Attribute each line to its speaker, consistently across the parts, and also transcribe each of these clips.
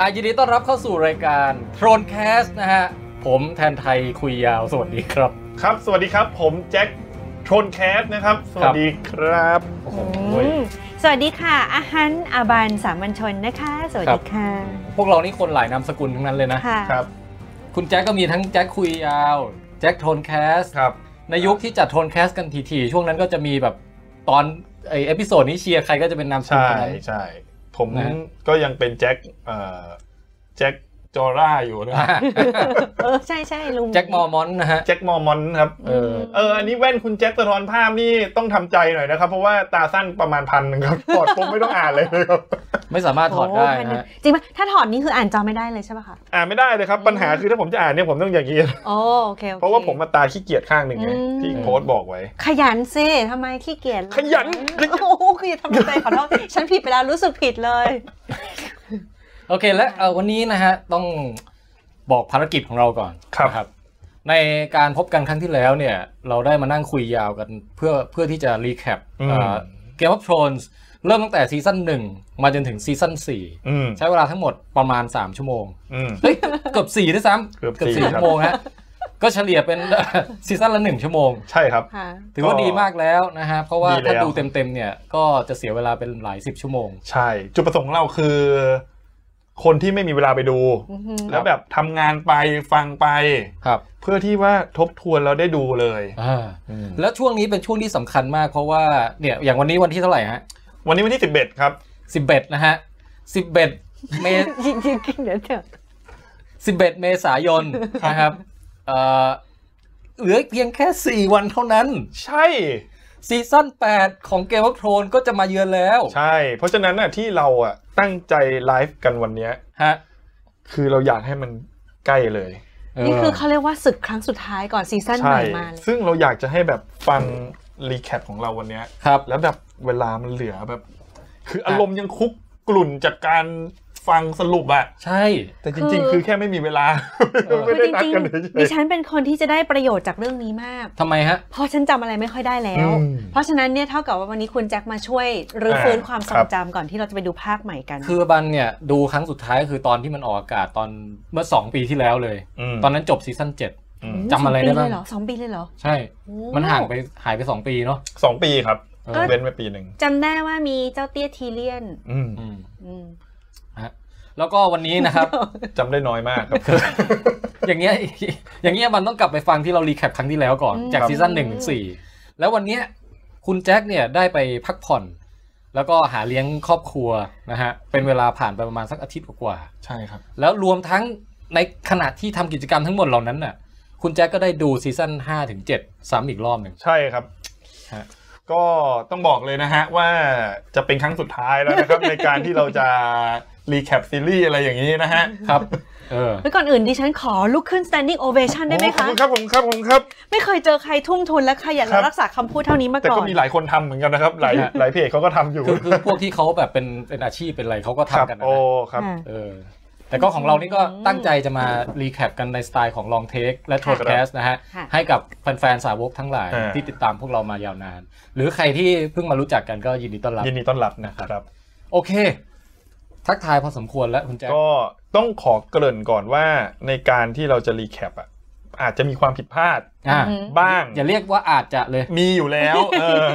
Speaker 1: อ่ะยินดีต้อนรับเข้าสู่รายการโทรนแคสนะฮะ ผมแทนไทยคุยยาว สวัสดีครับ
Speaker 2: ครับ สวัสดีครับ ผมแจ็คชนแคสนะครับ สวัสดีครับ
Speaker 1: โอ้โห
Speaker 3: อืมสวัสดีค่ะ อาหารอาบานสามัญชนนะคะ สวัส
Speaker 1: ครั
Speaker 3: ดี
Speaker 1: บ
Speaker 3: ค่ะ
Speaker 1: พวกเรานี่คนหลายนามสกุลทั้งนั้นเลยนะ
Speaker 3: ค่ะ
Speaker 2: ครับ
Speaker 1: คุณแจ็คก็มีทั้งแจ็คคุยยาว แจ็คโทรนแคส
Speaker 2: ครับ
Speaker 1: ในยุคที่จัดโทรนแคสกันทีๆช่วงนั้นก็จะมีแบบตอนไอเอพิโซดนี้เชียร์ใครก็จะเป็นนามสกุล
Speaker 2: ใช่
Speaker 1: คนนั้น
Speaker 2: ใช่ผม
Speaker 1: นะฮะ
Speaker 2: ก็ยังเป็นแจ็คเอ่อแจ็คจอร่าอยู่นะ
Speaker 1: อ่ะ
Speaker 3: เออ ใช่ใช่ลุง
Speaker 1: แจ็คมอร์มอนนะฮะ
Speaker 2: แจ็คมอร์มอนครับ
Speaker 1: เออ
Speaker 2: เอออันนี้แว่นคุณแจ็คสะท้อนภาพนี่ต้องทำใจหน่อยนะครับ เพราะว่าตาสั้นประมาณพันหนึงครับถอดปุ๊บไม่ต้องอ่านเลยครับ
Speaker 1: ไม่สามารถถอด
Speaker 3: โโห
Speaker 1: ได้
Speaker 3: พัน
Speaker 1: นะ
Speaker 3: หนึ่ง
Speaker 1: ฮะ
Speaker 3: จริงปะถ้าถอดนี้คืออ่านจอไม่ได้เลยใช่ปะคะ
Speaker 2: อ่านไม่ได้เลยครับปัญหาคือถ้าผมจะอ่านเนี่ยผมต้องอย่างนี้
Speaker 3: โอโอเคโอค
Speaker 2: เพราะว่าผมมาตาขี้เกียจข้างหนึ่งไง
Speaker 3: อืม
Speaker 2: ที่โค้ดบอกไว้
Speaker 3: ขยันซิทำไมขี้เกียจล่ะ
Speaker 2: ขยัน
Speaker 3: โอ้โหคือทำไมใจขอโทษ ฉันผิดไปแล้วรู้สึกผิดเลย
Speaker 1: โอเคและเอ่อวันนี้นะฮะต้องบอกภารกิจของเราก่อน
Speaker 2: ครับ
Speaker 1: นะในการพบกันครั้งที่แล้วเนี่ย เราได้มานั่งคุยยาวกันเพื่อเพื่อที่จะรีแคป
Speaker 2: อืม
Speaker 1: เกม of Thrones เริ่มตั้งแต่ซีซั่น1 มาจนถึงซีซั่น
Speaker 2: อืม
Speaker 1: 4 ใช้เวลาทั้งหมดประมาณ 3 ชั่วโมง
Speaker 2: อืม
Speaker 1: เฮ้ย เกือบ4ด้วยซ้ำ
Speaker 2: เกือบ
Speaker 1: สี่
Speaker 2: สี่ครับ
Speaker 1: ชั่วโมงฮะ ก็เฉลี่ยเป็น ซีซั่นละ 1 ชั่วโมง
Speaker 2: ใช่ครับ
Speaker 3: ค่ะ
Speaker 1: ถือว่าดีมากแล้วนะฮะ เพราะว่า
Speaker 2: ดีแล้ว
Speaker 1: ถ้าดูเต็มๆเนี่ย ก็จะเสียเวลาเป็นหลาย 10 ชั่วโมง
Speaker 2: ใช่ จุดประสงค์ของเราคือ คนที่ไม่มีเวลาไปดู
Speaker 3: อือฮึ
Speaker 2: แล้วแบบทำงานไปฟังไป
Speaker 1: ครับ
Speaker 2: เพื่อที่ว่าทบทวนเราได้ดูเลย
Speaker 1: อ่า แล้วช่วงนี้เป็นช่วงที่สำคัญมากเพราะว่าเนี่ยอย่างวันนี้วันที่เท่าไหร่ฮะ
Speaker 2: วันนี้วันที่ 11 ครับ
Speaker 1: สิบเอ็ดนะฮะสิบเอ็ดเม
Speaker 3: ยิงยิงยิงเดี๋ยวเถอะ
Speaker 1: สิบเอ็ดเมษายนนะครับเอ่อเหลือเพียงแค่ 4 วันเท่านั้น
Speaker 2: ใช่
Speaker 1: ซีซั่น8 ของเกม of Thrones ก็จะมาเยือนแล้ว
Speaker 2: ใช่ เพราะฉะนั้นน่ะที่เราอ่ะตั้งใจไลฟ์กันวันเนี้ย
Speaker 1: ฮะ
Speaker 2: คือเราอยากให้มันใกล้เลย
Speaker 1: เ
Speaker 3: นี่คือเขาเรียกว่าศึกครั้งสุดท้ายก่อนซีซั่นให
Speaker 2: ใช่
Speaker 3: ม่มาเลย
Speaker 2: ซึ่งเราอยากจะให้แบบฟังรีแคปของเราวันเนี้ย
Speaker 1: ครับ
Speaker 2: แล้วแบบเวลามันเหลือแบบ คืออารมณ์ยังคุกกลุ่นจากการฟังสรุปอะ
Speaker 1: ใช่
Speaker 2: แต่จริง ๆ คือแค่ไม่มีเวลา
Speaker 1: เออ
Speaker 2: ไม่
Speaker 3: คือ
Speaker 2: ได้นัด
Speaker 3: จริง
Speaker 2: กันเฉย
Speaker 3: ๆ
Speaker 2: ๆ
Speaker 3: ดิฉันเป็นคนที่จะได้ประโยชน์จากเรื่องนี้มาก
Speaker 1: ทำไมฮะ
Speaker 3: เพราะฉันจำอะไรไม่ค่อยได้แล้ว
Speaker 2: อืม
Speaker 3: เพราะฉะนั้นเนี่ยเท่ากับว่าวันนี้คุณแจ็คมาช่วยรื้ออา ฟื้นความทร
Speaker 2: ครั
Speaker 3: ง
Speaker 2: บ
Speaker 3: จำก่อนที่เราจะไปดูภาคใหม่กัน
Speaker 1: คือบันเนี่ยดูครั้งสุดท้ายคือตอนที่มันออกอากาศตอนเมื่อ 2 ปีที่แล้วเลย
Speaker 2: ม
Speaker 1: ตอนนั้นจบซีซั่น
Speaker 2: อืม
Speaker 1: 7จำอะไรได้บ้าง
Speaker 3: สปีเลยเหรอสองปีเลยเหรอ
Speaker 1: ใช่
Speaker 3: โอ้
Speaker 1: มันห่างไปหายไปสองปีเนาะ
Speaker 2: สองปีครับ
Speaker 1: เออ
Speaker 2: เว้นไปปีหนึ่ง
Speaker 3: จำได้ว่ามีเจ้าเตี้ยทีเลียน
Speaker 2: อืม
Speaker 1: อืม
Speaker 3: อืม
Speaker 1: แล้วก็วันนี้นะครับ
Speaker 2: จำได้น้อยมากครับ
Speaker 1: อย่างเงี้ย อย่างเงี้ยมันต้องกลับไปฟังที่เรารีแคปครั้งที่แล้วก่อน จากซีซั่นหนึ่งถึงสี่แล้ววันเนี้ยคุณแจ็คเนี่ยได้ไปพักผ่อน แล้วก็หาเลี้ยงครอบครัวนะฮะ เป็นเวลาผ่านไปประมาณสักอาทิตย์กว่า
Speaker 2: ใช่ครับ
Speaker 1: ๆแล้วรวมทั้งในขณะที่ทำกิจกรรมทั้งหมดเหล่านั้นน่ะ คุณแจ็คก็ได้ดูซีซั่น5ถึง7ซ้ำอีกรอบหนึ่ง
Speaker 2: ใช่ครับ
Speaker 1: ฮะ
Speaker 2: ก็ต้องบอกเลยนะฮะว่าจะเป็นครั้งสุดท้ายแล้ว นะครับ ในการที่เราจะรีแคปซีรีส์อะไรอย่างนี้นะฮะ
Speaker 1: ครับ เออ
Speaker 3: ไว้ก่อนอื่นดิฉันขอลุกขึ้น standing ovation ได้ไหม
Speaker 2: ขอบ
Speaker 3: คะ
Speaker 2: คุณครับผมครับผมครับ
Speaker 3: ไม่เคยเจอใครทุ่มทุนและขยัน
Speaker 2: ครั
Speaker 3: และ
Speaker 2: บ
Speaker 3: รักษาคำพูดเท่านี้มา
Speaker 2: แต่
Speaker 3: ก่อ
Speaker 2: ก็
Speaker 3: น
Speaker 2: มีหลายคนทำเหมือนกันนะครับ หลาย
Speaker 1: ฮะ
Speaker 2: หลายเพจเขาก็ทำอยู่
Speaker 1: คือคือพวกที่เขาแบบเป็นเป็นอาชีพเป็นอะไรเขาก็
Speaker 2: ครับ
Speaker 1: ทำกันนะ
Speaker 2: โอ้ครับ
Speaker 3: อ่า
Speaker 1: เออ แต่ก็ของเรานี่ก็ตั้งใจจะมารีแคปกันในสไตล์ของลองเทคและโทรแคสนะฮะ
Speaker 3: ค่ะ
Speaker 1: ให้กับแฟนๆ สาวกทั้งหลาย
Speaker 2: อ่า
Speaker 1: ที่ติดตามพวกเรามายาวนาน หรือใครที่เพิ่งมารู้จักกันก็ยินดีต้อนรับ
Speaker 2: ยินดีต้อนรับนะครับ
Speaker 1: โอเค ทักทายพอสมควรแล้วคุณแจ๊ค
Speaker 2: ก็ต้องขอเกริ่นก่อนว่าในการที่เราจะรีแคปอะอาจจะมีความผิดพลาด
Speaker 1: อ่า
Speaker 3: อืม
Speaker 2: บ้าง
Speaker 1: อย่าเรียกว่าอาจจะเลย
Speaker 2: มีอยู่แล้วเอ อ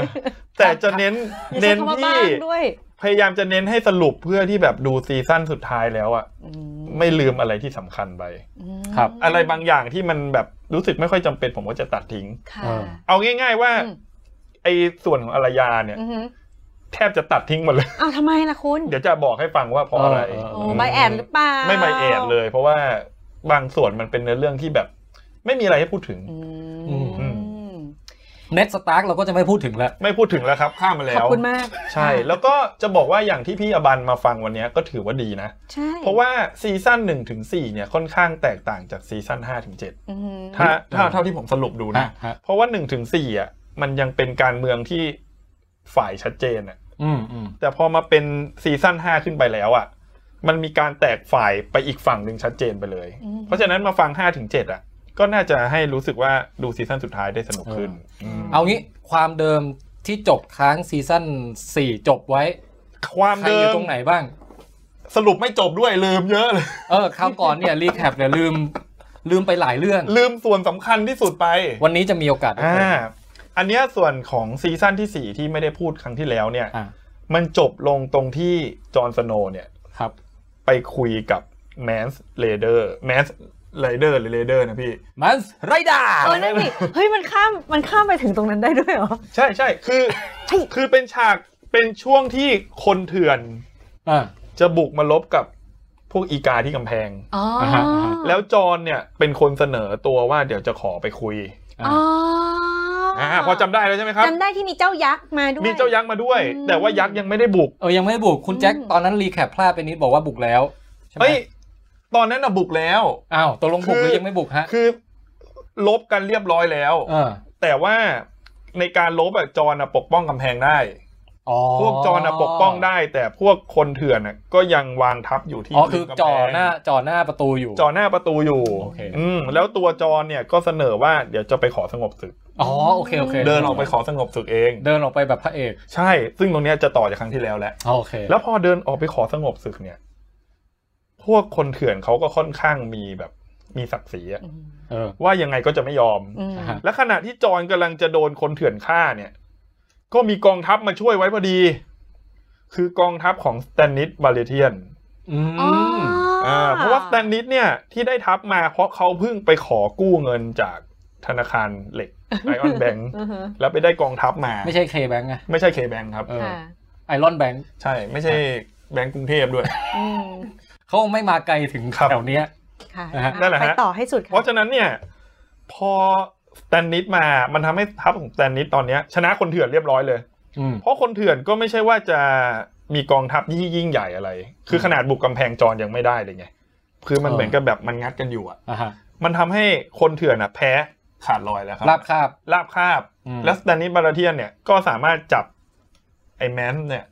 Speaker 2: แต่จะเน้น
Speaker 3: อย่าใช้
Speaker 2: เน้น
Speaker 3: คำว่าบ้า
Speaker 2: ที่
Speaker 3: งด้วย
Speaker 2: พยายามจะเน้นให้สรุปเพื่อที่แบบดูซีซั่นสุดท้ายแล้วอะ
Speaker 3: อืม
Speaker 2: ไม่ลืมอะไรที่สำคัญไป
Speaker 3: อืม
Speaker 1: ครับ
Speaker 2: อะไรบางอย่างที่มันแบบรู้สึกไม่ค่อยจำเป็นผมก็จะตัดทิ้ง
Speaker 3: ค่ะ
Speaker 1: เออ
Speaker 2: เอาง่าย ๆ ว่า
Speaker 3: อืม
Speaker 2: ไอ้ส่วนของอารยาเนี่ย
Speaker 3: อหือ
Speaker 2: แทบจะตัดทิ้งหมดเลย
Speaker 3: อ้าวทำไมล่ะคุณ
Speaker 2: เดี๋ยวจะบอกให้ฟังว่าเพราะอะไร
Speaker 1: เออเ
Speaker 3: โอ้ใบแอดหรือเปล่า
Speaker 2: ไม่ไม่แอดเลย เพราะว่าบางส่วนมันเป็นเนื้อเรื่องที่แบบ ไม่มีอะไรให้พูดถึง
Speaker 3: อืม
Speaker 2: อื
Speaker 1: เน็ตสตาร์กเราก็จะไม่พูดถึงแล้ว
Speaker 2: ไม่พูดถึงแล้วครับ ข้ามมา
Speaker 3: ข
Speaker 2: แล้
Speaker 3: อบ
Speaker 2: ว
Speaker 3: คุณมาก
Speaker 2: ใช่ แล้วก็จะบอกว่าอย่างที่พี่อบันมาฟังวันเนี้ยก็ถือว่าดีนะ
Speaker 3: ใช่
Speaker 2: เพราะว่าซีซั่น1ถึง4เนี่ยค่อนข้างแตกต่างจากซีซั่น5ถึง
Speaker 3: อือหือ
Speaker 2: 7ถ้าถ้า
Speaker 1: อืม
Speaker 2: เท่าที่ผมสรุปดูนะ
Speaker 1: ฮะฮะ
Speaker 2: เพราะว่า1ถึง4อ่ะมันยังเป็นการเมืองที่ฝ่ายชัดเจนอ่ะ
Speaker 1: อืมอืม
Speaker 2: แต่พอมาเป็นซีซั่น5ขึ้นไปแล้วอ่ะมันมีการแตกฝ่ายไปอีกฝั่งหนึ่งชัดเจนไปเลย
Speaker 3: อืม
Speaker 2: เพราะฉะนั้นมาฟัง5ถึง7อ่ะก็น่าจะให้รู้สึกว่าดูซีซั่นสุดท้ายได้สนุกขึ้นม
Speaker 1: เอางี้ความเดิมที่จบค้างซีซั่น4จบไว้
Speaker 2: ความ
Speaker 1: ใคร
Speaker 2: เดิ
Speaker 1: อยู่
Speaker 2: ม
Speaker 1: ตรงไหนบ้าง
Speaker 2: สรุปไม่จบด้วยลืมเยอะเลย
Speaker 1: เออคราวก่อนเนี่ยรีแคปเนี่ยลืมลืมไปหลายเรื่อง
Speaker 2: ลืมส่วนสำคัญที่สุดไป
Speaker 1: วันนี้จะมีโอกาสได้
Speaker 2: อ่า
Speaker 1: คุย
Speaker 2: อันเนี้ยส่วนของซีซั่นที่ 4 ที่ไม่ได้พูดครั้งที่แล้วเนี่ย
Speaker 1: อ่ะ
Speaker 2: มันจบลงตรงที่จอห์นสโนว์เนี่ย
Speaker 1: ครับ
Speaker 2: ไปคุยกับแมนส์เลเดอร์แมนส์เลเดอร์หรือเลเดอร์นะพี่
Speaker 1: มันไรดา
Speaker 3: เออนั่นสิเฮ้ยมันข้ามมันข้ามไปถึงตรงนั้นได้ด้วยเหรอ
Speaker 2: ใช่ใช่คือ
Speaker 3: ใช่
Speaker 2: คือเป็นฉากเป็นช่วงที่คนเถื่อน
Speaker 1: อ่า
Speaker 2: จะบุกมาลบกับพวกอีกาที่กำแพง
Speaker 3: อ๋อ
Speaker 1: อ่าฮะอ่าฮะ
Speaker 2: แล้วจอห์นเนี่ยเป็นคนเสนอตัวว่าเดี๋ยวจะขอไปคุย
Speaker 1: อ่า
Speaker 3: อ๋ออ่า
Speaker 2: อ่าพอจำได้แล้วใช่ไหมครับ
Speaker 3: จำได้ที่มีเจ้ายักษ์มาด้วย
Speaker 2: มีเจ้ายักษ์มาด้วย
Speaker 3: อืม
Speaker 2: แต่ว่ายักษ์ยังไม่ได้บุก
Speaker 1: เออยังไม่ได้บุกคุณแจ็ค
Speaker 3: อืม
Speaker 1: ตอนนั้นรีแคปพลาดไปนิดบอกว่าบุกแล้วใช่ไหม
Speaker 2: เฮ้ย ตอนนั้นน่ะบุกแล้ว
Speaker 1: อ้าวตกลงบุกห
Speaker 2: คื
Speaker 1: รือ อยังไม่บุกฮะ
Speaker 2: คือลบกันเรียบร้อยแล้ว
Speaker 1: เออ
Speaker 2: แต่ว่าในการลบอะจอนอะปกป้องกำแพงได้
Speaker 1: อ๋อ
Speaker 2: พวกจอนอะปกป้องได้ แต่พวกคนเถื่อนอะก็ยังวางทัพอยู่ที่
Speaker 1: อ๋อคือ
Speaker 2: พื้กำแพง
Speaker 1: จ่อหน้าจ่อหน้าประตูอยู่
Speaker 2: จอหน้าประตูอยู่
Speaker 1: โอเค
Speaker 2: อืมแล้วตัวจอนเนี่ยก็เสนอว่าเดี๋ยวจะไปขอสงบศึก
Speaker 1: อ๋อโอเคโอเค
Speaker 2: เดินออกไปขอสงบศึกเอง
Speaker 1: เดินออกไปแบบพระเอก
Speaker 2: ใช่ ซึ่งตรงเนี้ยจะต่อจากครั้งที่แล้วแหละ
Speaker 1: อ๋อโอเค
Speaker 2: แล้วพอเดินออกไปขอสงบศึกเนี่ย พวกคนเถื่อนเขาก็ค่อนข้างมีแบบมีศักดิ์ศรีอะ
Speaker 3: อืม
Speaker 1: เออ
Speaker 2: ว่ายังไงก็จะไม่ยอม
Speaker 3: อืม
Speaker 1: อ่าฮะ
Speaker 2: และขณะที่จอนกำลังจะโดนคนเถื่อนฆ่าเนี่ย ก็มีกองทัพมาช่วยไว้พอดี คือกองทัพของสแตนนิสบาเลเทียน
Speaker 1: อื
Speaker 3: อ๋อ
Speaker 1: ม
Speaker 3: อ
Speaker 2: อ่าเพราะว่าสแตนนิสเนี่ยที่ได้ทัพมาเพราะเขาเพิ่งไปขอกู้เงินจากธนาคารเหล็กไอออนแบง
Speaker 3: อือฮะ
Speaker 2: แล้วไปได้กองทัพมา
Speaker 1: ไม่ใช่เคแบงค์ไง
Speaker 2: ไม่ใช่เคแบงครับ
Speaker 1: เออ
Speaker 3: ค่ะ
Speaker 1: ไอรอนแบงค์
Speaker 2: ใช่ ไม่ใช่แบงก์กรุงเทพด้วย
Speaker 3: อืม
Speaker 1: เขาไม่มาไกลถึง
Speaker 2: ครับ
Speaker 1: แถวเนี้ย
Speaker 3: ค่ะ
Speaker 1: นะฮะ
Speaker 2: นั่นแหละฮะ
Speaker 3: ไปต่อให้สุด
Speaker 2: เพราะฉะนั้นเนี่ย พอสแตนนิสมา มันทำให้ทัพของสแตนนิสตอนเนี้ย ชนะคนเถื่อนเรียบร้อยเลย
Speaker 1: อืม
Speaker 2: เพราะคนเถื่อนก็ไม่ใช่ว่าจะมีกองทัพที่ยิ่งใหญ่อะไร คือขนาดบุกกำแพงจรยังไม่ได้เลยไง คือมันเหมือนกับแบบมันงัดกันอยู่อะ
Speaker 1: อ่าฮะ
Speaker 2: มันทำให้คนเถื่อนอะแพ้ขาดลอยแล้วครั
Speaker 1: ราบคาบ
Speaker 2: ลาบคาบ
Speaker 1: อืม
Speaker 2: แล้วสแตนนิสบาราเทียนเนี่ย ก็สามารถจับไอ้แมนเนี่ย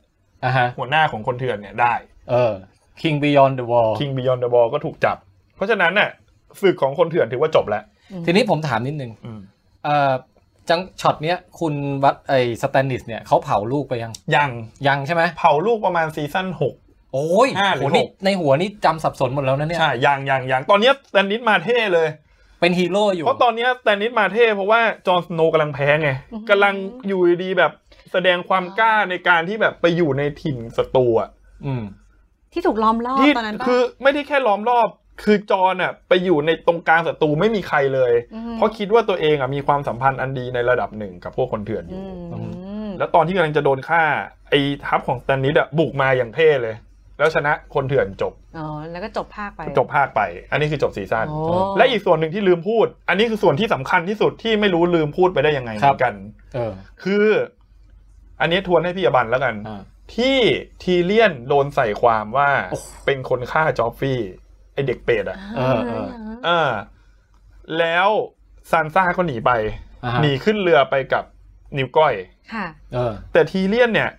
Speaker 1: อ่าฮะ
Speaker 2: หัวหน้าของคนเถื่อนเนี่ยได้
Speaker 1: เออ King Beyond the Wall
Speaker 2: King Beyond the Wall ก็ถูกจับ เพราะฉะนั้นน่ะศึกของคนเถื่อนถือว่าจบแล้ว
Speaker 1: ทีนี้ผมถามนิดนึง เอ่อจังช็อตเนี้ยคุณวัดไอสแตนนิสเนี่ยเขาเผาลูกไปยัง
Speaker 2: ยัง
Speaker 1: ยังใช่ไหม
Speaker 2: เผาลูกประมาณซีซั่น6
Speaker 1: โอ้ย
Speaker 2: ห้าหรือ
Speaker 1: โหนี่
Speaker 2: หก
Speaker 1: ในหัวนี่จำสับสนหมดแล้วนะเนี่ย
Speaker 2: ใช่ยังยังยังตอนเนี้ยสแตนนิสมาเท่เลย
Speaker 1: เป็นฮีโร่อยู่
Speaker 2: เพราะตอนเนี้ยสแตนนิสมาเท่เพราะว่าจอห์นสโนว์กำลังแพ้ไงกำลังอยู่ดีๆแบบแสดงความกล้าในการที่แบบไปอยู่ในถิ่นศัตรูอะ
Speaker 1: อืม
Speaker 3: ที่ถูกล้อมรอบ
Speaker 2: ที่
Speaker 3: ตอนนั้นปะ
Speaker 2: คือไม่ได้แค่ล้อมรอบ คือจอห์นอะไปอยู่ในตรงกลางศัตรูไม่มีใครเลย
Speaker 3: อืม
Speaker 2: เพราะคิดว่าตัวเองอะมีความสัมพันธ์อันดีในระดับหนึ่งกับพวกคนเถื่อนอ
Speaker 3: อื
Speaker 2: ยู่
Speaker 3: ม
Speaker 2: แล้วตอนที่กำลังจะโดนฆ่าไอ้ทัพของสแตนนิสอะบุกมาอย่างเท่เลย แล้วชนะคนเถื่อนจบ
Speaker 3: อ๋อแล้วก็จบภาคไป
Speaker 2: จบภาคไป อันนี้คือจบซีซั่น
Speaker 3: โอ้
Speaker 2: และอีกส่วนหนึ่งที่ลืมพูด อันนี้คือส่วนที่สำคัญที่สุดที่ไม่รู้ลืมพูดไปได้ยังไงเห
Speaker 1: ครับ
Speaker 2: มือนกัน
Speaker 1: เออ
Speaker 2: คือ อันนี้ทวนให้พี่อบันแล้วกัน
Speaker 1: อ่า
Speaker 2: ที่ทีเลียนโดนใส่ความว่า
Speaker 1: โอ้โห
Speaker 2: เป็นคนฆ่าจอฟฟี่ไอเด็กเปรตอะ
Speaker 1: เออเออ
Speaker 2: เออ แล้วซานซ่าก็หนีไป
Speaker 1: อ่าฮะ
Speaker 2: หนีขึ้นเรือไปกับนิวก้อย
Speaker 3: ค่ะ
Speaker 1: เออ
Speaker 2: แต่ทีเลียนเนี่ย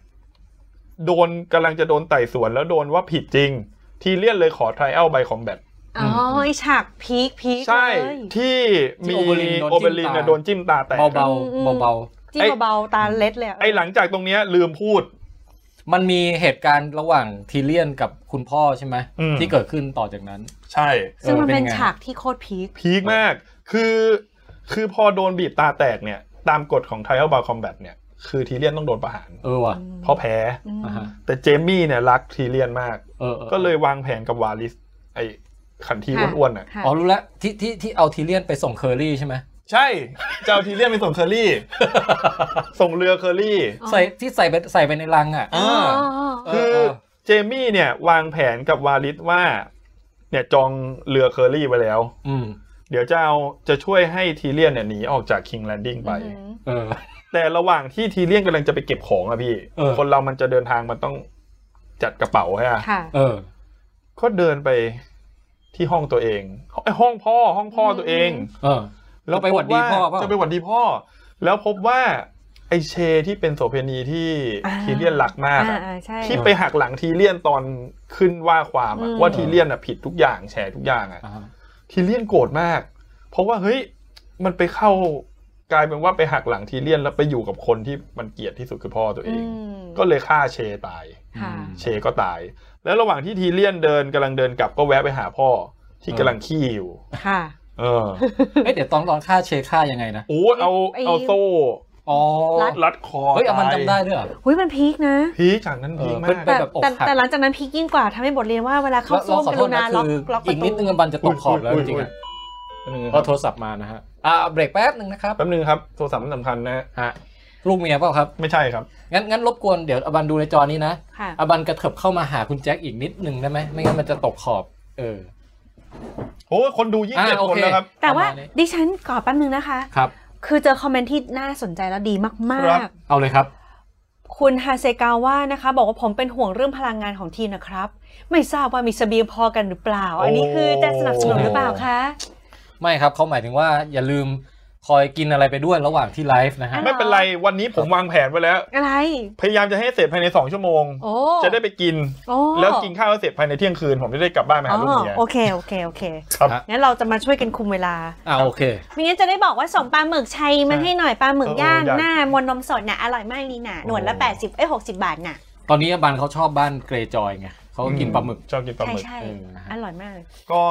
Speaker 2: โดนกำลังจะโดนไต่สวนแล้วโดนว่าผิดจริง ทีเลียนเลยขอทริอัลไบคอมแบท
Speaker 3: อ๋อไอฉากพีคพีค
Speaker 2: ใช่
Speaker 3: เลย
Speaker 2: ที่มี
Speaker 1: ที่
Speaker 2: โอ
Speaker 1: โอ
Speaker 2: เบ
Speaker 1: เบ
Speaker 2: ลิ
Speaker 1: ลิ
Speaker 2: น
Speaker 1: น
Speaker 2: เนี่ย
Speaker 1: โด
Speaker 2: โดน
Speaker 1: นจิ้
Speaker 2: จิ้ม
Speaker 1: ม
Speaker 2: ตา
Speaker 1: ต
Speaker 2: แตก
Speaker 1: เบาเบาเบาเบา
Speaker 3: จิ้ม
Speaker 2: ไอ้
Speaker 3: เบาๆตาเล็ดเลยะ
Speaker 2: ไอหลังจากตรงเนี้ยลืมพูด
Speaker 1: ๆมันมีเหตุการณ์ระหว่างทีเลียนกับคุณพ่อใช่ไหม
Speaker 2: อืม
Speaker 1: ที่เกิดขึ้นต่อจากนั้น
Speaker 2: ใช่
Speaker 3: ซึ่งมันเป็น
Speaker 1: เออเป็นไง
Speaker 3: ฉากที่โคตรพีค
Speaker 2: พีคมาก คือ คือพอโดนบีบตาแตกเนี่ย ตามกฎของทริอัลไบคอมแบทเนี่ยคือทีเลียนต้องโดนประหาร
Speaker 1: เออว่ะ
Speaker 2: เพราะแพ้
Speaker 1: อ่าฮะ
Speaker 2: แต่เจมี่เนี่ยรักทีเลียนมาก
Speaker 1: เออออ
Speaker 2: ก็เลยวางแผนกับวาลิส ไอขันที
Speaker 3: ค่ะ
Speaker 2: อ้วนๆอ่ะ
Speaker 3: ค่ะ
Speaker 1: อ๋อรู้แล้วที่ที่ที่เอาทีเลียนไปส่งเคอรี่ใช่ไหม
Speaker 2: ใช่เจ้าทีเรียนเป็นส่งเคอรี่ ส่งเรือเคอรี่
Speaker 3: อ๋อ
Speaker 1: ใส่ที่ใส่ไปใส่ไปในรังอ่ะ
Speaker 2: อ่า
Speaker 1: เออ
Speaker 2: คือ
Speaker 1: เออ
Speaker 2: เจมี่เนี่ยวางแผนกับวาลิสว่า เนี่ยจองเรือเคอรี่ไว้แล้ว
Speaker 1: อืม
Speaker 2: เดี๋ยวจะเอาจะช่วยให้ทีเรียนเนี่ยหนีออกจากคิงแลนดิ้งไป
Speaker 1: เออ
Speaker 2: แต่ระหว่างที่ทีเรียนกำลังจะไปเก็บของอะพี่
Speaker 1: เออ
Speaker 2: คนเรามันจะเดินทางมันต้องจัดกระเป๋าใช่ไหม
Speaker 3: ค่ะ
Speaker 1: เออ
Speaker 2: ก็เดินไปที่ห้องตัวเองไอยห้องพ่อห้องพ่อตัวเอง
Speaker 1: เออ
Speaker 2: แล้ว
Speaker 1: จะไปหวัดดีพ่อเปล่า
Speaker 2: จะไปหวัดดีพ่อ แล้วพบว่าไอเชที่เป็นโสเภณีที่
Speaker 3: อ่า
Speaker 2: ทีเลียนหลักมากอะ
Speaker 3: อ่าๆใช่
Speaker 2: ที่ไปหักหลังทีเลียนตอนขึ้นว่าความอะ
Speaker 3: อืม
Speaker 2: ว่าทีเลียนอะผิดทุกอย่างแชร์ทุกอย่างอะ
Speaker 1: อ่าฮะ
Speaker 2: ทีเลียนโกรธมาก เพราะว่าเฮ้ยมันไปเข้ากลายเป็นว่าไปหักหลังทีเลียนแล้วไปอยู่กับคนที่มันเกลียดที่สุดคือพ่อตัวเอ
Speaker 3: อื
Speaker 2: ง
Speaker 3: ม
Speaker 2: ก็เลยฆ่าเชตาย
Speaker 3: ค่ะ
Speaker 2: เชก็ตาย แล้วระหว่างที่ทีเลียนเดินกำลังเดินกลับก็แวะไปหาพ่อที่กำลังขี้อยู่
Speaker 3: ค่ะ
Speaker 2: เออ
Speaker 1: เอ้ยเดี๋ยวตอนตอนฆ่าเชฆ่ายังไงนะ
Speaker 2: โอ้เอา
Speaker 3: ไอ้
Speaker 2: เอาโซ่
Speaker 1: อ๋อ
Speaker 3: รัด
Speaker 2: รัดคอ
Speaker 1: เฮ้ยเอามันจำได้ด้วยเหรอ
Speaker 3: หุ้ยมันพีคนะ
Speaker 2: พีคจากนั้นพีคมา
Speaker 1: เออเป็
Speaker 2: ก
Speaker 1: น
Speaker 3: แต่
Speaker 1: แบบอก
Speaker 3: แต่
Speaker 1: หัก
Speaker 3: แต่หลังจากนั้นพีคยิ่งกว่าทำให้บทเรียนว่าเวลาเข้าซ่วม
Speaker 1: แล้วขอก โท
Speaker 3: รุ
Speaker 1: ษ
Speaker 3: ณา
Speaker 1: นะ
Speaker 3: ล็อก
Speaker 1: คือ
Speaker 3: ล็อกป
Speaker 1: อี
Speaker 3: ระ
Speaker 1: ก
Speaker 3: ตู
Speaker 1: นิดนึงมันจะตกขอบแล้ว
Speaker 2: อุ้
Speaker 1: จ
Speaker 2: ยอุ้
Speaker 1: ริง
Speaker 2: ยอุ้
Speaker 1: ๆ
Speaker 2: ย
Speaker 1: อะ
Speaker 2: แป๊บนึง
Speaker 1: เพราะโทรศัพท์มานะฮะอ่าเบรกแป๊บหนึ่งนะครับ
Speaker 2: แป๊บนึงครับโทรศัพท์มันสำคัญนะฮะ
Speaker 1: ฮะลูกเมียเปล่าครับ
Speaker 2: ไม่ใช่ครับ
Speaker 1: งั้นงั้นรบกวนเดี๋ยวอบันดูในจอนี้นะ
Speaker 3: ค่ะ
Speaker 1: อบันกระเถิบเข้ามาหาคุณแจ็คอีกนิดหนึ่งได้ไหมไม่งั้นมันจะตกขอบ เออ
Speaker 2: โอ้ยคนดูยี่สิบ
Speaker 1: อ่า
Speaker 2: เจ็ด
Speaker 1: โอ
Speaker 2: คน
Speaker 1: เค
Speaker 2: แล้วครับ
Speaker 3: แต่ว่า
Speaker 1: ประมาณนี้
Speaker 3: ดิฉันขอแป๊บนึงนะคะ
Speaker 1: ครับ
Speaker 3: คือเจอคอมเมนต์ที่น่าสนใจและดีมา
Speaker 2: ครับ
Speaker 3: ก
Speaker 1: เอาเลยครับ
Speaker 3: ๆ คุณฮาเซกาว่านะคะ บอกว่าผมเป็นห่วงเรื่องพลังงานของทีมนะครับ ไม่ทราบว่ามีเสบียงพอกันหรือเปล่า อันนี้คือจะสนับสนุนหรือเปล่าคะ
Speaker 1: ไม่ครับเขาหมายถึงว่าอย่าลืมคอยกินอะไรไปด้วยระหว่างที่ไลฟ์นะฮะ
Speaker 3: อ่ะ
Speaker 2: ไม่เป็นไรวันนี้ผมวางแผนไว้แล้ว
Speaker 3: อะไร
Speaker 2: พยายามจะให้เสร็จภายในสองชั่วโมง
Speaker 3: โอ้
Speaker 2: จะได้ไปกิน
Speaker 3: โอ้
Speaker 2: แล้วกินข้าวแล้วเสร็จภายในเที่ยงคืน ผมจะได้กลับบ้านมา
Speaker 3: อ๋
Speaker 2: หา
Speaker 3: อ
Speaker 2: ลูกเมีย
Speaker 3: โอเคโอเคโอเค
Speaker 2: ครับ
Speaker 1: ฮะ
Speaker 3: งั้นเราจะมาช่วยกันคุมเวลา
Speaker 1: อ่าโอเค
Speaker 3: ไม่งั้นจะได้บอกว่าส่งปลาหมึกชัยมาให้หน่อยปลาหมึก
Speaker 2: เออเออย่าง อยาก
Speaker 3: หน้ามวนนมสดน่ะอร่อยมากลีน่ะหนวดละ 80เอ้ย60 บาทน่ะ
Speaker 1: ตอนนี้อบันเขาชอบบ้านเกรจอยไงเขาก็กินปลาหมึก
Speaker 2: ชอบกินปลาห
Speaker 3: ใช่
Speaker 2: มึก
Speaker 3: ใช่
Speaker 1: เออนะฮะ
Speaker 3: อร่อยมาก
Speaker 2: ก็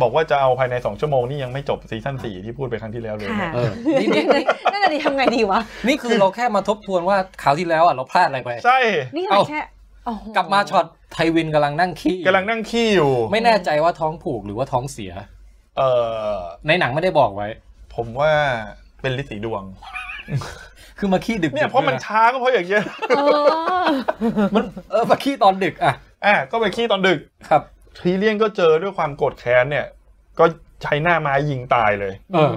Speaker 2: บอกว่าจะเอาภายใน 2 ชั่วโมงนี่ยังไม่จบซีซั่น4ที่พูดไปครั้งที่แล้วเลย
Speaker 3: ค่ะ
Speaker 2: นะ
Speaker 1: เออนี่นี่นี่
Speaker 3: นั่นน่ะดิทำไงดีวะ
Speaker 1: นี่คือเราแค่มาทบทวนว่าข่าวที่แล้วอ่ะเราพลาดอะไรไป
Speaker 2: ใช่
Speaker 3: นี่
Speaker 1: เอ้า
Speaker 3: เราแค่โอ้โห
Speaker 1: กลับมาช็อตไทวินกำลังนั่งขี้
Speaker 2: กำลังนั่งขี้อยู่
Speaker 1: ไม่แน่ใจว่าท้องผูกหรือว่าท้องเสีย
Speaker 2: เออ
Speaker 1: ในหนังไม่ได้บอกไว้
Speaker 2: ผมว่าเป็นลิสีดวง
Speaker 1: คือมาขี้ดึก
Speaker 2: เนี่ยเพราะมัน
Speaker 1: ด้ว
Speaker 2: ช้าก็เพราะอย่างเงี้ย
Speaker 3: เออ
Speaker 1: ยะมันเออมาขี้ตอนดึกอ่ะ
Speaker 2: อ่ะก็ไปขี้ตอนดึก
Speaker 1: ครับ
Speaker 2: ทีเลียนก็เจอด้วยความโกรธแค้นเนี่ย ก็ใช้หน้าไม้ยิงตายเลย
Speaker 1: เออ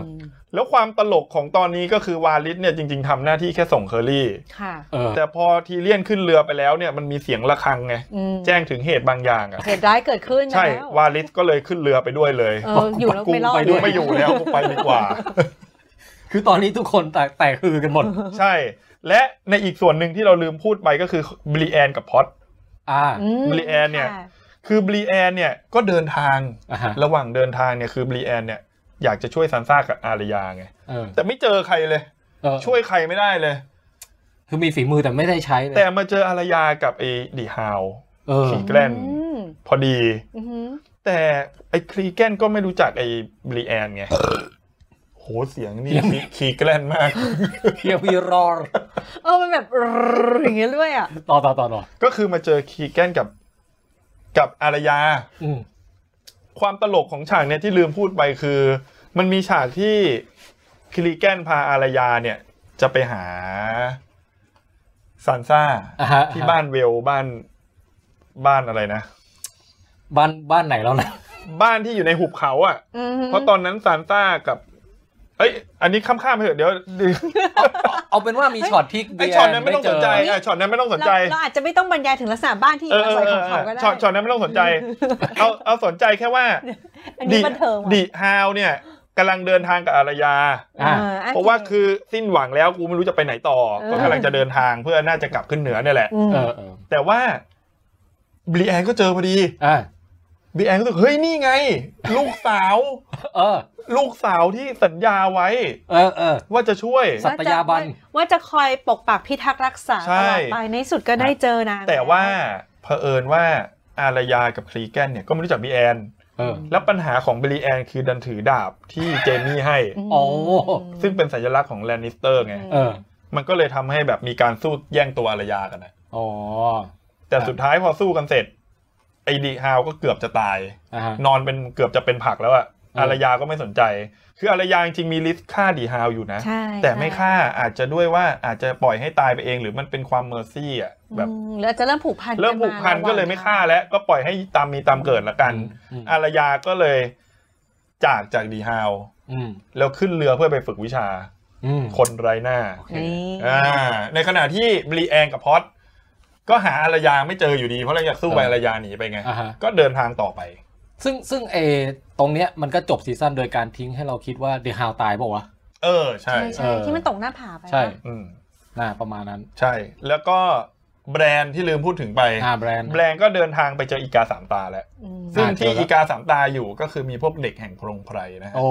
Speaker 2: แล้วความตลกของตอนนี้ก็คือวาลิสเนี่ยจริง ๆทำหน้าที่แค่ส่งเคอรี่
Speaker 3: ค่ะ
Speaker 1: เออ
Speaker 2: แต่พอทีเลียนขึ้นเรือไปแล้วเนี่ยมันมีเสียงระฆังไง
Speaker 3: อืม
Speaker 2: แจ้งถึงเหตุบางอย่างอะ
Speaker 3: เหตุร้ายเกิดขึ้น
Speaker 2: ใช่
Speaker 3: แล้ว
Speaker 2: วาลิสก็เลยขึ้นเรือไปด้วยเลย
Speaker 3: เอออยู่แล้วไม่รอด
Speaker 2: ไปด้วยไม่อยู่แล้วกูไปดี กว่า
Speaker 1: คือตอนนี้ทุกคนแตกแตกคือกันหมด
Speaker 2: ใช่ และในอีกส่วนหนึ่งที่เราลืมพูดไปก็คือบรีแอนกับพอต
Speaker 1: อ่า
Speaker 3: อืม
Speaker 2: บริแอนเนี่ย
Speaker 3: ค่ะ
Speaker 2: คือบรีแอนเนี่ยก็เดินทาง
Speaker 1: อ่าฮะ
Speaker 2: ระหว่างเดินทางเนี่ยคือบรีแอนเนี่ยอยากจะช่วยซานซ่ากับอารยาไง
Speaker 1: เออ
Speaker 2: แต่ไม่เจอใครเลย
Speaker 1: เออ
Speaker 2: ช่วยใครไม่ได้เลย
Speaker 1: คือมีฝีมือแต่ไม่ได้ใช้เลย
Speaker 2: แต่มาเจออารยากับไอ้ดีฮาว
Speaker 1: เออ
Speaker 2: ผี แกล้ง
Speaker 3: อืม
Speaker 2: พอดี
Speaker 3: อือหือ
Speaker 2: แต่ไอ้ครีแกนก็ไม่รู้จักไอ้บรีแอนไง โหเสียงนี่
Speaker 1: เสียง
Speaker 2: คีคีแกลนมาก
Speaker 1: เพียวีรอร
Speaker 3: เออมันแบบอย่างเงี้ยด้วยอ่ะ
Speaker 1: ต่อต่อต่อต่อ
Speaker 2: ก็คือมาเจอคีแกนกับกับอารยา
Speaker 1: อืม
Speaker 2: ความตลกของฉากเนี่ยที่ลืมพูดไปคือ มันมีฉากที่ครีแกนพาอารยาเนี่ย จะไปหาซานซ่า
Speaker 1: อ่าฮะ
Speaker 2: ที่บ้านเวลบ้านบ้านอะไรนะ
Speaker 1: บ้านบ้านไหนแล้ว นะ
Speaker 2: บ้านที่อยู่ในหุบเขาอะ
Speaker 3: อือหือ
Speaker 2: เพราะตอนนั้นซานต้ากับ เอ้ย อันนี้ข้ามข้ามๆไปเถอะเดี๋ยวเดี๋ยว
Speaker 1: เอาเป็นว่ามีช็อตที่
Speaker 2: ไอช็อตนั้นไม่ต้องสนใจไอะช็อตนั้นไม่ต้องสนใจ
Speaker 3: เราเราอาจจะไม่ต้องบรรยายถึงลักษณะบ้านที่อ
Speaker 2: เอยู่ อเอ
Speaker 3: อาศั
Speaker 2: อย เออง
Speaker 3: ขอเขาก็ได้
Speaker 2: ช็อตช็อตนั้นไม่ต้องสนใจ เอาเอาสนใจแค่ว่า
Speaker 3: อันนี้บันเทิงว่ะ
Speaker 2: ดิฮาวเนี่ยกำลังเดินทางกับอารยา
Speaker 1: อ่า
Speaker 3: ออ
Speaker 2: เพราะว่าคือสิ้นหวังแล้วกูไม่รู้จะไปไหนต่อ
Speaker 3: เออ
Speaker 2: ก็กำลังจะเดินทางเพื่อน่าจะกลับขึ้นเหนือเนี่ยแหละ
Speaker 3: ม
Speaker 1: เออเออ
Speaker 2: แต่ว่าบรีแอนก็เจอพอดี
Speaker 1: อ่า
Speaker 2: บรีแอนก็รู้สึกเฮ้ยนี่ไง ลูกสาว
Speaker 1: เออ
Speaker 2: ลูกสาวที่สัญญาไว้
Speaker 1: เออเออ
Speaker 2: ว่าจะช่วย
Speaker 1: สัตยาบัน
Speaker 3: ว่ว่าจะคอยปกปักพิทักษ์รักษา
Speaker 2: ใช่
Speaker 3: ตลอดไปในสุดก็ได้เจอนาง
Speaker 2: แต่ว่าเผอิญว่าอารยากับครีแกนเนี่ยก็ไม่รู้จักบีแอน
Speaker 1: เออ
Speaker 2: แล้วปัญหาของบรีแอนคือดันถือดาบที่เจมี่ให้
Speaker 3: ม
Speaker 1: โอ้
Speaker 2: ซึ่งเป็นสัญลักษณ์ของแลนนิสเตอร์ไง
Speaker 3: อื
Speaker 1: เออ
Speaker 2: มันก็เลยทำให้แบบมีการสู้แย่งตัวอารยากันนะ
Speaker 1: อ๋อ
Speaker 2: แต่สุดท้ายพอสู้กันเสร็จ ไอดีฮาวก็เกือบจะตาย
Speaker 1: อ่าฮะ
Speaker 2: นอนเป็นเกือบจะเป็นผักแล้วอะ
Speaker 1: อืม
Speaker 2: อารยาก็ไม่สนใจ คืออารยาจริงๆมีลิสต์ฆ่าดีฮาวอยู่นะ
Speaker 3: ใช่
Speaker 2: แต่ไม่
Speaker 3: ใช่
Speaker 2: ฆ่าอาจจะด้วยว่าอาจจะปล่อยให้ตายไปเอง หรือมันเป็นความเมอร์ซี่อะแบบ
Speaker 3: อืมแล้วจะเริ่มผูกพัน
Speaker 2: เริ่มผูกพันก็เลยไม่ฆ่าแล้วก็ปล่อยให้ตามมีตามเกิดละกัน
Speaker 1: อืม
Speaker 2: อารยาก็เลยจากจากดีฮาว
Speaker 1: อืม
Speaker 2: แล้วขึ้นเรือเพื่อไปฝึกวิชา
Speaker 1: อืม
Speaker 2: คนไร้หน้า
Speaker 3: นี่
Speaker 2: อ่าในขณะที่บรีแอนกับพอตก็หาอารยาไม่เจออยู่ดี เพราะเราอยากสู้ไป
Speaker 1: เอออ
Speaker 2: อารยาหนีไปไง
Speaker 1: อ่าฮะ
Speaker 2: ก็เดินทางต่อไป
Speaker 1: ซึ่งซึ่งเอตรงเนี้ยมันก็จบซีซั่นโดยการทิ้งให้เราคิดว่าเดฮาวตายเปล่าวะ
Speaker 2: เออ ใช่
Speaker 3: ใช่ใช่ที่มันตกหน้าผาไป
Speaker 1: ใช่
Speaker 2: อืม
Speaker 1: น่าประมาณนั้น
Speaker 2: ใช่ แล้วก็ แบรนด์ที่ลืมพูดถึงไป
Speaker 1: อ่าแบรนด์
Speaker 2: แบรนด์ก็เดินทางไปเจออีกาสามตาแล้ว
Speaker 3: อืม
Speaker 2: ซึ่ง
Speaker 1: อ่า
Speaker 2: ที่
Speaker 1: เจอแล้ว
Speaker 2: อีกาสามตาอยู่ก็คือมีพวกเด็กแห่งพรงไพรนะฮะ
Speaker 1: โอ้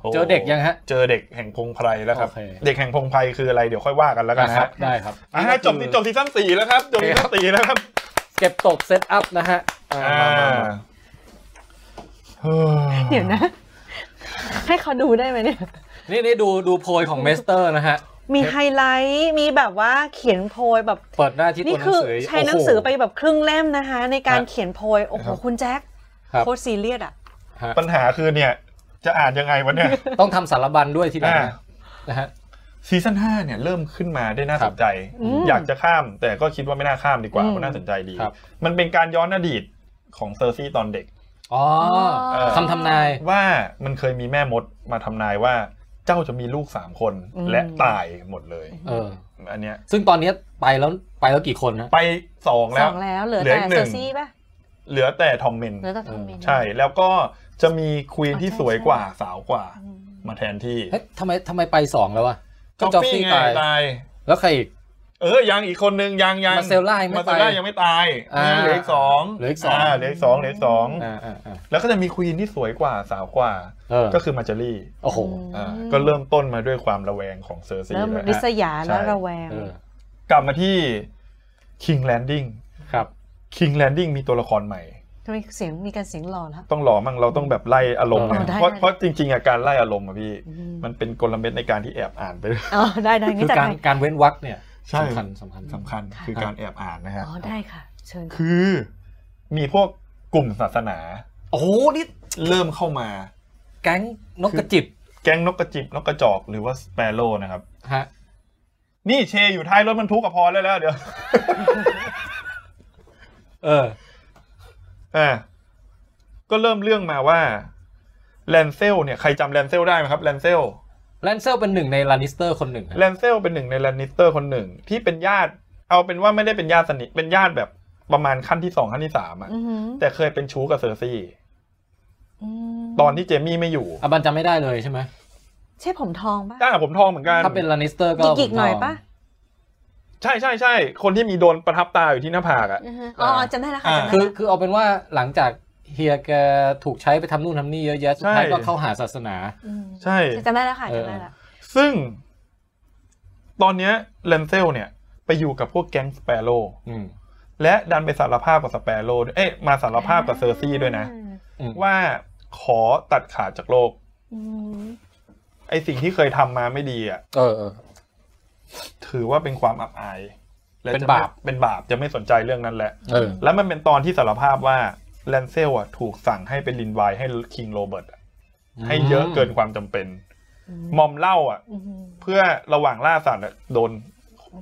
Speaker 2: โอ้
Speaker 1: เจอเด็กยังฮะ
Speaker 2: เจอเด็กแห่งพรงไพรแล้วครับ
Speaker 1: โอเค
Speaker 2: เด็กแห่งพรงไพรคืออะไรเดี๋ยวค่อยว่ากันแล้วกัน
Speaker 1: นะฮะ
Speaker 2: ครับ
Speaker 1: ได้ครับ
Speaker 2: อ่ะจบที่จบซีซั่นสี่แล้วครับจบซีซั่นสี่แล้วครับ
Speaker 1: เก็บตกเซตอัพนะฮะอ่า
Speaker 2: อ่า
Speaker 1: มามามา
Speaker 3: เดี๋ยวนะ ให้เขาดูได้ไหมเนี่ย
Speaker 1: นี่นี่ดูดูโพยของเมสเตอร์นะฮะ
Speaker 3: มีไฮไลท์ มีแบบว่าเขียนโพยแบบ
Speaker 1: เปิดหน้าที่
Speaker 3: นี่
Speaker 1: ตัวหนั
Speaker 3: คื
Speaker 1: ง
Speaker 3: อ
Speaker 1: สือ
Speaker 3: ใช้หนัง
Speaker 1: โโ
Speaker 3: สือไปแบบครึ่งเล่มนะคะ ในการ
Speaker 1: ครับ
Speaker 3: เขียนโพย โอ้โห
Speaker 1: ครับ
Speaker 3: คุณแจ็ค
Speaker 1: ครับ
Speaker 3: โคตรซีเรียสอ่ะ
Speaker 1: ฮะ
Speaker 2: ปัญหาคือเนี่ย จะอ่านยังไงวะเนี่ย
Speaker 1: ต้องทำสารบัญด้วยทีหลัง
Speaker 2: อ่า
Speaker 1: นะนะฮะ
Speaker 2: ซีซั่น5เนี่ยเริ่มขึ้นมาได้น่า
Speaker 1: ครั
Speaker 2: ส
Speaker 1: บ
Speaker 2: นใจ
Speaker 3: อืม
Speaker 2: อยากจะข้าม แต่ก็คิดว่าไม่น่าข้ามดีกว่า
Speaker 3: อืม
Speaker 2: มันน่าสนใจดี
Speaker 1: ครับ
Speaker 2: มันเป็นการย้อนอดีตของเซอร์ซี่ตอนเด็ก
Speaker 1: อ๋อ
Speaker 2: เออ
Speaker 1: คำทำนาย
Speaker 2: ว่ามันเคยมีแม่มดมาทำนายว่าเจ้าจะมีลูก 3 คน
Speaker 3: อืม
Speaker 2: และตายหมดเลย
Speaker 1: เออ
Speaker 2: อันเนี้ย
Speaker 1: ซึ่งตอนเนี้ยไปแล้วไปแล้วกี่คนนะ
Speaker 2: ไป 2 แล้
Speaker 3: ส
Speaker 2: ว
Speaker 3: องแล้วเหลือ
Speaker 2: เหลือ
Speaker 3: แต่
Speaker 2: อีกหนึ่
Speaker 3: เซ
Speaker 2: ง
Speaker 3: อร์ซี่ป่ะ
Speaker 2: เหลือแต่ทอมเมน
Speaker 3: เหลือแต่ทอมเมน
Speaker 2: ใช่แล้วก็จะมีควีน
Speaker 3: อ๋อ
Speaker 2: ที่
Speaker 3: ใช่
Speaker 2: สวย
Speaker 3: ใช่
Speaker 2: กว่าสาวกว่า
Speaker 3: อืม
Speaker 2: มาแทนที่
Speaker 1: เฮ้ยทำไมทำไมไปสองแล้วอะ
Speaker 2: จอฟฟี่ไงตาย
Speaker 1: แล้วใครอีก
Speaker 2: เออยังอีกคนนึงยังยัง
Speaker 1: มาเซลล่ายังไม่
Speaker 2: มาเซลล่า
Speaker 1: ตาย
Speaker 2: ยังไม่ตาย
Speaker 1: อ่า
Speaker 2: เหลืออีกสอง
Speaker 1: เหลืออีกสอง
Speaker 2: าเหลืออีกสองเหลืออีกสอง
Speaker 1: อ่าอ่าอ่า
Speaker 2: แล้วก็จะมีควีนที่สวยกว่าสาวกว่า
Speaker 1: เออ
Speaker 2: ก็คือมาเจอรี่
Speaker 1: โอ้โห
Speaker 2: อ่าก็เริ่มต้นมาด้วยความระแวงของเซอร์ซี
Speaker 3: เริ่ม
Speaker 2: แล้ว
Speaker 3: ริษ
Speaker 2: นะ
Speaker 3: ยาและ
Speaker 2: ใช่
Speaker 3: ระแวง
Speaker 1: เออ
Speaker 2: กลับมาที่ King Landing
Speaker 1: ครับ
Speaker 2: King Landing มีตัวละครใหม่
Speaker 3: ทำไมเสียงมีการเสียงหล่อแล้ว
Speaker 2: ต้องหลอมั่งเราต้องแบบไล่อารมณ์
Speaker 1: เออ
Speaker 2: นะ
Speaker 3: ได้
Speaker 2: เพราะ
Speaker 3: ได้
Speaker 2: เพราะจริงๆอะการไล่อารมณ์อะพี่
Speaker 3: อืม
Speaker 2: มันเป็นกลเม็ดในการที่แอบอ่านไปเรื่อย
Speaker 3: อ๋อ ได้ได้
Speaker 1: คื
Speaker 3: งั้
Speaker 1: อน
Speaker 3: จัด
Speaker 1: การ
Speaker 3: ไป
Speaker 1: การเว้นวรรคเนี่ย
Speaker 2: ใช่
Speaker 1: สำคัญสำคัญ
Speaker 2: สำคัญคือการแอบอ่านนะฮะ
Speaker 3: อ๋อ ได้ค่ะ เชิญค่ะ
Speaker 2: คือมีพวกกลุ่มศาสนา
Speaker 1: โอ้โห นี่
Speaker 2: เริ่มเข้ามา
Speaker 1: แก๊งนกกระจิบ
Speaker 2: แก๊งนกกระจิบนกกระจอกหรือว่าสเปโร่นะครับ
Speaker 1: ฮะ
Speaker 2: นี่เชอยู่ท้ายรถบรรทุกอะพอแล้วแล้วเดี๋ยว
Speaker 1: เออ
Speaker 2: อ่าก็เริ่มเรื่องมาว่าแลนเซลเนี่ยใครจำแลนเซลได้ไหมครับแลนเซล
Speaker 1: แลนเซลเป็นหนึ่งในลานิสเตอร์คนหนึ่งฮะ
Speaker 2: แลนเซลเป็นหนึ่งในแลนนิสเตอร์คนหนึ่ง ที่เป็นญาติ เอาเป็นว่าไม่ได้เป็นญาติสนิทเป็นญาติแบบประมาณขั้นที่สองขั้นที่สามอะ
Speaker 3: อือหือ
Speaker 2: แต่เคยเป็นชู้กับเซอร์ซี่
Speaker 3: อืม
Speaker 2: ตอนที่เจมี่ไม่อยู่
Speaker 1: อ่ะบันจำไม่ได้เลยใช่ไหม
Speaker 3: ใช่ผมทองป่ะ
Speaker 2: ตั้งแต่ผมทองเหมือนกัน
Speaker 1: ถ้าเป็นลานิสเตอร์ก็
Speaker 3: หยิกๆหน่อยป่ะ
Speaker 2: ใช่ใช่ใช่คนที่มีโดนประทับตาอยู่ที่หน้าผากอะ
Speaker 3: อือฮึอ๋ออ๋อจำได้แล้วค่ะจำได้
Speaker 1: คื
Speaker 3: แล้
Speaker 1: อ
Speaker 3: ว
Speaker 1: คือเอาเป็นว่าหลังจากเฮียแกถูกใช้ไปทำนู่นทำนี่เยอะแยะ สุดท้าย
Speaker 2: ใช่
Speaker 1: ก็เข้าหาศาสนา
Speaker 3: ม
Speaker 2: ใช่
Speaker 3: จำได้แล้วค่ะจำได้
Speaker 1: เอ
Speaker 3: แล้
Speaker 1: อ
Speaker 3: ว
Speaker 2: ซึ่ง ตอนเนี้ยแลนเซลเนี่ย ไปอยู่กับพวกแก๊งสเปโร่
Speaker 1: อืม
Speaker 2: และดันไปสารภาพกับสเปโร่ด้วยเอ๊ะมาสารภาพกับเซอร์ซี่ด้วยนะ
Speaker 1: อืม
Speaker 2: ว่าขอตัดขาดจากโลก
Speaker 3: อืม
Speaker 2: ไอสิ่งที่เคยทำมาไม่ดีอ่ะ
Speaker 1: เออเออ
Speaker 2: ถือว่าเป็นความอับอาย และ
Speaker 1: เป็น
Speaker 2: จะไม่
Speaker 1: บาป
Speaker 2: เป็นบาปจะไม่สนใจเรื่องนั้นแหละ
Speaker 1: เออ
Speaker 2: แล้วมันเป็นตอนที่สารภาพว่าแลนเซลอ่ะถูกสั่งให้เป็นลินไวน์ให้คิงโรเบิร์ตอะให้เยอะเกินความจำเป็น มอมเหล้าอ่ะ
Speaker 3: อืม
Speaker 2: เพื่อระหว่างล่าสัตว์อะโดน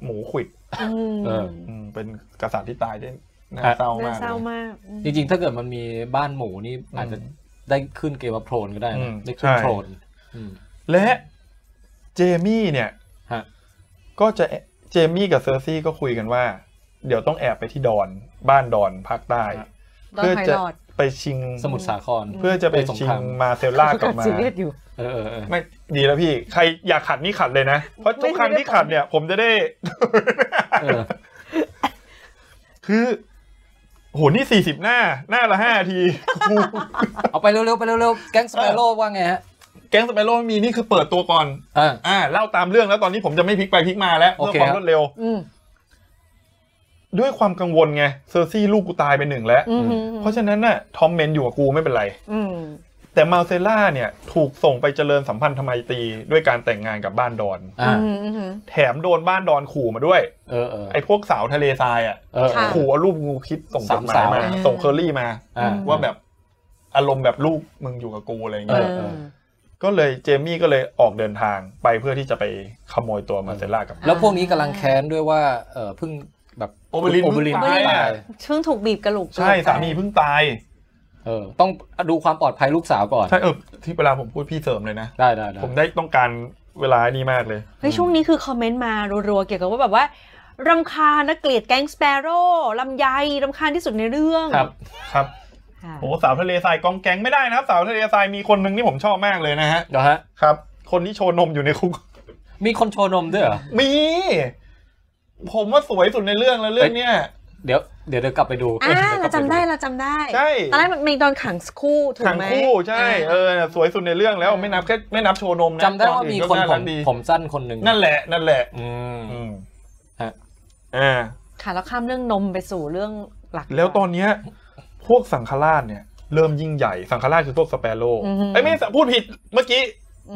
Speaker 2: หมูขวิด
Speaker 3: อืม
Speaker 1: เออ
Speaker 2: อืมเป็นกษัตริย์ที่ตายได้น่า
Speaker 1: อ่ะ
Speaker 2: เศร้า
Speaker 3: น่าม
Speaker 2: าก
Speaker 3: เศร้า
Speaker 2: เลย
Speaker 3: มากอืม
Speaker 1: จริงๆ ถ้าเกิดมันมีบ้านหมูนี่อาจจะได้ขึ้นเกมวัโพลนก็ได้
Speaker 2: อื
Speaker 1: นะ
Speaker 2: ม
Speaker 1: ได้ขึ้น
Speaker 2: ใช่
Speaker 1: โพลนอืม
Speaker 2: และเจมี่เนี่ย
Speaker 1: ฮะ
Speaker 2: ก็จะเจมี่กับเซอร์ซี่ก็คุยกันว่า เดี๋ยวต้องแอบไปที่ดอนบ้านดอนภาคใต้
Speaker 3: ดอน
Speaker 2: เพื่อ
Speaker 3: ไพ
Speaker 2: จะ
Speaker 3: ลอต
Speaker 2: ไปชิง
Speaker 1: สมุทรสาคร
Speaker 2: เพื่อจะไปชิง
Speaker 1: ไปสงคราม
Speaker 2: มาเซลล่ากลับมา
Speaker 3: ซีเรียสอยู่
Speaker 1: เออเออเออ
Speaker 2: ไม่ดีแล้วพี่ ใครอยากขัดนี่ขัดเลยนะ เพราะทุกครั้งที่ขัดเนี่ย ผมจะได้
Speaker 1: เออ
Speaker 2: คือโหนี่สี่สิบหน้า หน้าละห้าที
Speaker 1: เอาไปเร็วๆไปเร็วๆแก๊งสเปโร่ว่าไงฮะ
Speaker 2: แก๊งสไปโร่มีนี่คือเปิดตัวก่อน
Speaker 1: อ่า
Speaker 2: อ่าเล่าตามเรื่องแล้วตอนนี้ผมจะไม่พลิกไปพลิกมาแล้ว
Speaker 1: โอเค
Speaker 2: เพื่อความ
Speaker 1: ครับ
Speaker 2: รวดเร็ว
Speaker 3: อืม
Speaker 2: ด้วยความกังวลไงเซอร์ซี่ลูกกูตายไปหนึ่งแล้ว
Speaker 3: อืม
Speaker 2: เพราะฉะนั้นน่ะทอมเมนอยู่กับกูไม่เป็นไร
Speaker 3: อืม
Speaker 2: แต่มาเซล่าเนี่ย ถูกส่งไปเจริญสัมพันธไมตรีด้วยการแต่งงานกับบ้านดอน
Speaker 1: อ่า
Speaker 3: อืมอืม
Speaker 2: แถมโดนบ้านดอนขู่มาด้วย
Speaker 1: เออเออ
Speaker 2: ไอ้พวกสาวทะเลทรายอ่ะ
Speaker 1: เออเอ
Speaker 3: ค่ะ
Speaker 1: อ
Speaker 2: ขู่เอารูปงูพิษส่งจดหมา
Speaker 1: สาม
Speaker 2: ย
Speaker 1: สาว
Speaker 2: มาส่งเคอรี่มา
Speaker 1: อ่า
Speaker 2: ว่าแบบอารมณ์แบบลูกมึงอยู่กับกูอะไรอย่าง
Speaker 3: เอ
Speaker 2: เงี้ย
Speaker 1: เออ
Speaker 3: อ
Speaker 2: ก็เลยเจมี่ก็เลยออกเดินทางไปเพื่อที่จะไปขโมยตัวมาเซล่ากลับมา
Speaker 1: แล้วพวกนี้กำลังแค้นด้วยว่าเออเพิ่งแบบ
Speaker 2: โอเบอริน
Speaker 1: โอเบอริน
Speaker 2: เพิ่งตายอะ
Speaker 1: ตาย
Speaker 3: เพิ่งถูกบีบกระโหลก
Speaker 2: ใช่
Speaker 3: เปลือก
Speaker 2: สามีเพิ่งตาย
Speaker 1: เออต้องดูความปลอดภัยลูกสาวก่อน
Speaker 2: ใช่เออที่เวลาผมพูดพี่เสริมเลยนะ
Speaker 1: ได้ได้ได้
Speaker 2: ผมได้ต้องการเวลานี้มากเลย
Speaker 3: เฮ้ยช่วงนี้คือคอมเมนต์มารัวๆ เกี่ยวกับว่าแบบว่ารำคาญและเกลียดแก๊งสเปโร่ลำไยรำคาญที่สุดในเรื่อง
Speaker 1: ครับ
Speaker 2: ครับ
Speaker 3: ค่ะ
Speaker 2: โอ้สาวทะเลทรายกองแกงไม่ได้นะครับ สาวทะเลทรายมีคนหนึ่งที่ผมชอบมากเลยนะฮะ
Speaker 1: เดี๋ยวฮะ
Speaker 2: ครับ คนที่โชว์นมอยู่ในคุก
Speaker 1: มีคนโชว์นมด้วยเหรอ
Speaker 2: มี ผมว่าสวยสุดในเรื่องแล้วเรื่องเนี้ย
Speaker 1: เดี๋ยวเดี๋ยวเดี๋ยวกลับไปดู
Speaker 3: อ่า
Speaker 1: ดี๋ยวก
Speaker 3: เรา
Speaker 1: ลับ
Speaker 3: จำ
Speaker 1: ไป
Speaker 3: ได้เราจำได้
Speaker 2: ใช่
Speaker 3: ตอนแรกมันมีตอนขังคู่ถูก
Speaker 2: ขัง
Speaker 3: ไหม
Speaker 2: คู่ใช่เออน่ะสวยสุดในเรื่องแล้วไม่นับแค่ไม่นับโชว์นมนะ
Speaker 1: จำได้ว่ามีคน
Speaker 2: ต
Speaker 1: ผ
Speaker 2: ออื่ก็
Speaker 1: ม
Speaker 2: รักดี
Speaker 1: ผมสั้นคนหนึ่ง
Speaker 2: นั่นแหละนั่นแหละ
Speaker 1: อืม
Speaker 2: อืม
Speaker 1: ฮะ
Speaker 2: อ่า
Speaker 3: ค่ะแล้วข้ามเรื่องนมไปสู่เรื่องหลัก
Speaker 2: แล้วตอนเนี้ยพวกสังฆราชเนี่ย เริ่มยิ่งใหญ่สังฆราชคือพวกสเปโร่
Speaker 3: อือฮึ
Speaker 2: ไอ้ยไม่ใช่พูดผิดเมื่อกี้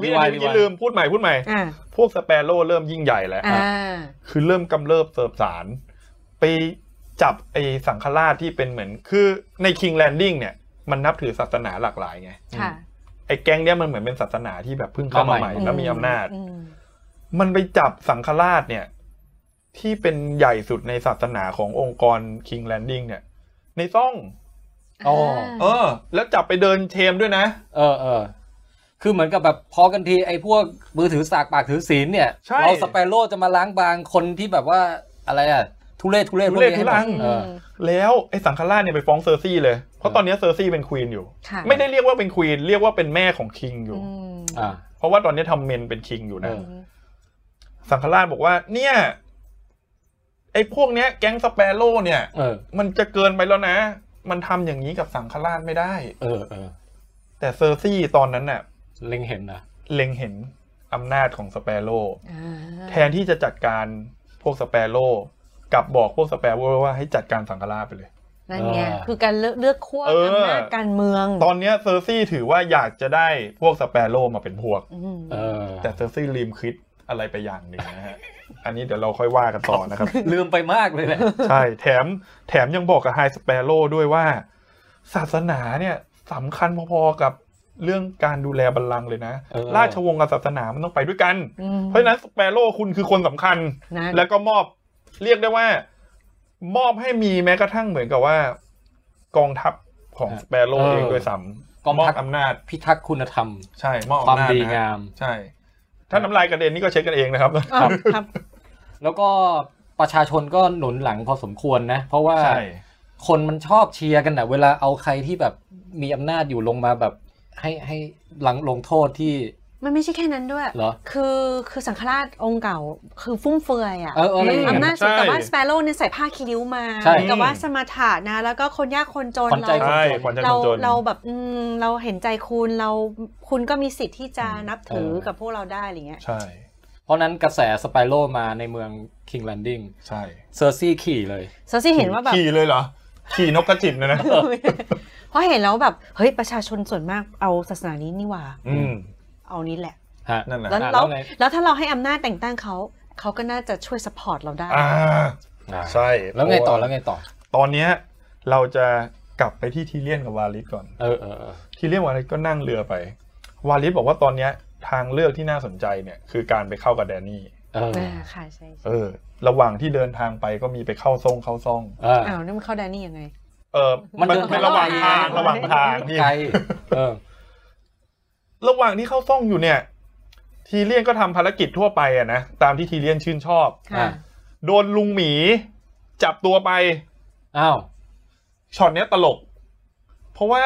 Speaker 2: วินาทีเมื่อกี้ลืมพูดใหม่พูดใหม่
Speaker 3: อ่า
Speaker 2: พวกสเปโร่เริ่มยิ่งใหญ่แล้ว
Speaker 3: อ่า
Speaker 2: คือเริ่มกำเริบเสิบสารไปจับไอ้สังฆราชที่เป็นเหมือน คือใน King Landing เนี่ย มันนับถือศาสนาหลากหลายไง
Speaker 3: ค่ะ
Speaker 2: ไอ้แก๊งเนี้ยมันเหมือนเป็นศาสนาที่แบบเพิ่งเข้ามา
Speaker 1: เข้า
Speaker 2: ให
Speaker 1: ใหม่
Speaker 2: ม่แล้วมีอำนาจ
Speaker 3: ม
Speaker 2: มันไปจับสังฆราชเนี่ย ที่เป็นใหญ่สุดในศาสนาขององค์กร King Landing เนี่ย ในซ่อง
Speaker 1: อ๋อ
Speaker 2: เออ แล้วจับไปเดินเทมด้วยนะ
Speaker 1: เออเออคือเหมือนกับแบบพอกันทีไอ้พวกมือถือสากปากถือศีลเนี่ย
Speaker 2: ใช่
Speaker 1: เราสเปโร่จะมาล้างบางคนที่แบบว่าอะไรอะทุเรศทุเรศ
Speaker 2: ทุเรศ
Speaker 1: พวกนี้ให้หมด
Speaker 2: ทุรัง
Speaker 1: เออ
Speaker 2: แล้วไอ้สังฆราชเนี่ยไปฟ้องเซอร์ซี่เลย เพราะตอนเนี้ยเซอร์ซี่เป็นควีนอยู่
Speaker 3: ค่ะ
Speaker 2: ไม่ได้เรียกว่าเป็นควีนเรียกว่าเป็นแม่ของคิงอยู่
Speaker 3: อืม
Speaker 1: อ่า
Speaker 2: เพราะว่าตอนเนี้ยทำเมนเป็นคิงอยู่นะ
Speaker 1: เออ
Speaker 2: สังฆราชบอกว่า เนี่ย ไอ้พวกเนี้ย แก๊งสเปโร่เนี่ย
Speaker 1: เออ
Speaker 2: มันจะเกินไปแล้วนะ มันทำอย่างนี้กับสังฆราชไม่ได้
Speaker 1: เออเออ
Speaker 2: แต่เซอร์ซี่ตอนนั้นน่ะ
Speaker 1: เล็งเห็นนะ
Speaker 2: เล็งเห็นอำนาจของสเปโร่
Speaker 3: อ่า
Speaker 2: แทนที่จะจัดการพวกสเปโร่กลับบอกพวกสเปโร่ว่าให้จัดการสังฆราชไปเลย
Speaker 3: นั่นไงคือการเลือกเลือกขั้ว
Speaker 2: เออ
Speaker 3: อำนาจการเมือง
Speaker 2: ตอนเนี้ยเซอร์ซี่ถือว่าอยากจะได้พวกสเปโร่มาเป็นพวก
Speaker 3: ม
Speaker 1: เออ
Speaker 2: แต่เซอร์ซี่ลืมคิดอะไรไปอย่างหนึ่งนะฮ ะ อันนี้เดี๋ยวเราค่อยว่ากันต่อนะครับ
Speaker 1: ลืมไปมากเลยแหละ
Speaker 2: ใช่ แถมแถมยังบอกกับไฮสเปโร่ด้วยว่า ศาสนาเนี่ยสำคัญพอๆกับเรื่องการดูแลบัลลังก์เลยนะ
Speaker 1: เออ
Speaker 2: ราชวงศ์กับศาสนามันต้องไปด้วยกัน
Speaker 3: อืม
Speaker 2: เพราะฉะนั้นสเปโร่คุณคือคนสำคัญ
Speaker 3: นั่น
Speaker 2: แล้วก็มอบเรียกได้ว่า มอบให้มีแม้กระทั่งเหมือนกับว่า กองทัพของสเปโร่
Speaker 1: เออ
Speaker 2: เองด้วยซ้
Speaker 1: กอง
Speaker 2: ำมอ
Speaker 1: ทัพ
Speaker 2: บอำนาจ
Speaker 1: พิทักษ์คุณธรรม
Speaker 2: ใช่มอบ
Speaker 1: ความ
Speaker 2: อำนาจ
Speaker 1: ดี
Speaker 2: นะฮะ
Speaker 1: งาม
Speaker 2: ใช่ ถ้าน้ำลายกระเด็นนี่ก็เช็คกันเองนะครับ
Speaker 3: อ้าวครับ
Speaker 1: แล้วก็ประชาชนก็หนุนหลังพอสมควรนะ เพราะว่า
Speaker 2: ใช่
Speaker 1: คนมันชอบเชียร์กันนะเวลาเอาใครที่แบบมีอำนาจอยู่ลงมาแบบให้ให้หลังลงโทษที่
Speaker 3: มันไม่ใช่แค่นั้นด้วย
Speaker 1: เหรอ
Speaker 3: คือคือสังฆราชองค์เก่าคือฟุ่มเฟือยอะ
Speaker 1: เออเอออะไรอย่าง
Speaker 3: อำ
Speaker 1: เงี้
Speaker 3: นาจ
Speaker 1: ย
Speaker 3: สูง
Speaker 2: ใช่
Speaker 3: แต่ว่าสเปโร่เนี่ยใส่ผ้าคีริ้วมา
Speaker 1: ใช่
Speaker 3: เหมือนกับว่าสมถะนะ แล้วก็คนยากคนจน
Speaker 1: ขวัญใจ
Speaker 3: เรา
Speaker 2: ใช่ขวัญใจ
Speaker 3: เรา
Speaker 2: คนจน
Speaker 3: เราแบบอืมเราเห็นใจคุณเราคุณก็มีสิทธิ์ที่จะนับถือ
Speaker 1: เออ
Speaker 3: กับพวกเราได้อะไรเงี้ย
Speaker 2: ใช่
Speaker 1: เพราะนั้นกระแสสไปโรมาในเมืองคิงแลนดิ้ง
Speaker 2: ใช่
Speaker 1: เซอร์ซี่ขี่เลย
Speaker 3: ซอซี่เห็นว่าแบบ
Speaker 2: ขี่เลยเหรอ ขี่นกกระจิบเนยนะ
Speaker 3: เพราะเห็นแล้วแบบเฮ้ยประชาชนส่วนมากเอาศาสนานี้นี่หว่า
Speaker 2: อืม
Speaker 3: เอานี้แหละ
Speaker 1: ฮะ
Speaker 2: นั่นแหละ
Speaker 3: แล้ว
Speaker 1: อ่ะ
Speaker 3: แล้ว
Speaker 1: แล้วไง
Speaker 3: แล้วถ้าเราให้อำนาจแต่งตั้งเขาเขาก็น่าจะช่วยสปอร์ตเราได้
Speaker 2: อ่า
Speaker 1: อ่า
Speaker 2: ใช่
Speaker 1: แล้วไงต่อ
Speaker 2: เพราะา
Speaker 1: แล้วไงต่อ
Speaker 2: ตอนเนี้ยเราจะกลับไปที่ทีเลียนกับวาลิสก่อน
Speaker 1: เออเออเออ
Speaker 2: ทีเลียนวาลิสก็นั่งเรือไป วาลิสบอกว่าตอนเนี้ยทางเลือกที่น่าสนใจเนี่ย คือการไปเข้ากับแดนนี่
Speaker 1: เออ
Speaker 3: อ่าค่ะใช่ใช่
Speaker 2: เออ ระหว่างที่เดินทางไปก็มีไปเข้าซ่องเข้าซ่อง
Speaker 1: เออ
Speaker 3: อ้าวนี่มันเข้าแดนนี่ยังไง
Speaker 2: เออ
Speaker 1: มันเดิน
Speaker 2: เป็นระหว่างทาง
Speaker 1: ไกล
Speaker 2: ระหว่างทางนี่
Speaker 1: ไกลเออ
Speaker 2: ระหว่างที่เข้าซ่องอยู่เนี่ย ทีเลียนก็ทำภารกิจทั่วไปอะนะตามที่ทีเลียนชื่นชอบ
Speaker 1: อ่ะ
Speaker 3: ค่ะ
Speaker 2: โดนลุงหมี จับตัวไป
Speaker 1: อ้าว
Speaker 2: ช็อตเนี้ยตลก เพราะว่า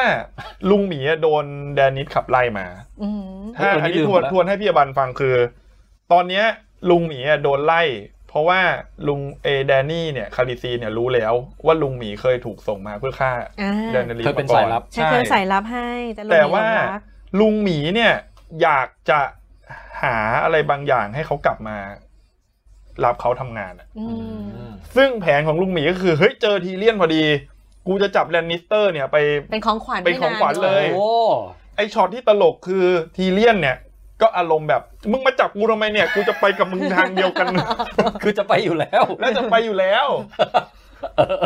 Speaker 2: ลุงหมีอะโดนแดนนิสขับไล่มา
Speaker 3: อืม
Speaker 2: ถ้าอันนี้ทวนทวนให้พี่อบันฟังคือ ตอนเนี้ยลุงหมีอะโดนไล่ เพราะว่าลุงเอแดนนี่เนี่ยคาริซีเนี่ยรู้แล้วว่าลุงหมีเคยถูกส่งมาเพื่อฆ่า
Speaker 3: อ่า
Speaker 2: แดนนารี
Speaker 1: เคยเป็น
Speaker 2: มาก่อ
Speaker 1: สายลับ
Speaker 3: ใช่เครื่องสายลับให้ แต่ลุง
Speaker 2: แต่
Speaker 3: ไม่
Speaker 2: ว่าย
Speaker 3: อมรับ
Speaker 2: ลุงหมีเนี่ยอยากจะหาอะไรบางอย่างให้เขากลับมา รับเขาทำงานอะ
Speaker 3: อืม
Speaker 2: ซึ่งแผนของลุงหมีก็คือ เฮ้ย เจอทีเลียนพอดี กูจะจับแลนนิสเตอร์เนี่ยไป
Speaker 3: เป็นของขวัญ
Speaker 2: เป็นของขวัญ
Speaker 3: ให้า
Speaker 2: เลย
Speaker 1: โอ้
Speaker 2: ไอช็อตที่ตลกคือทีเลียนเนี่ย ก็อารมณ์แบบ มึงมาจับกูทำไมเนี่ย กูจะไปกับมึงทางเดียวกัน
Speaker 1: คือจะไปอยู่แล้ว
Speaker 2: แล้วจะไปอยู่แล้ว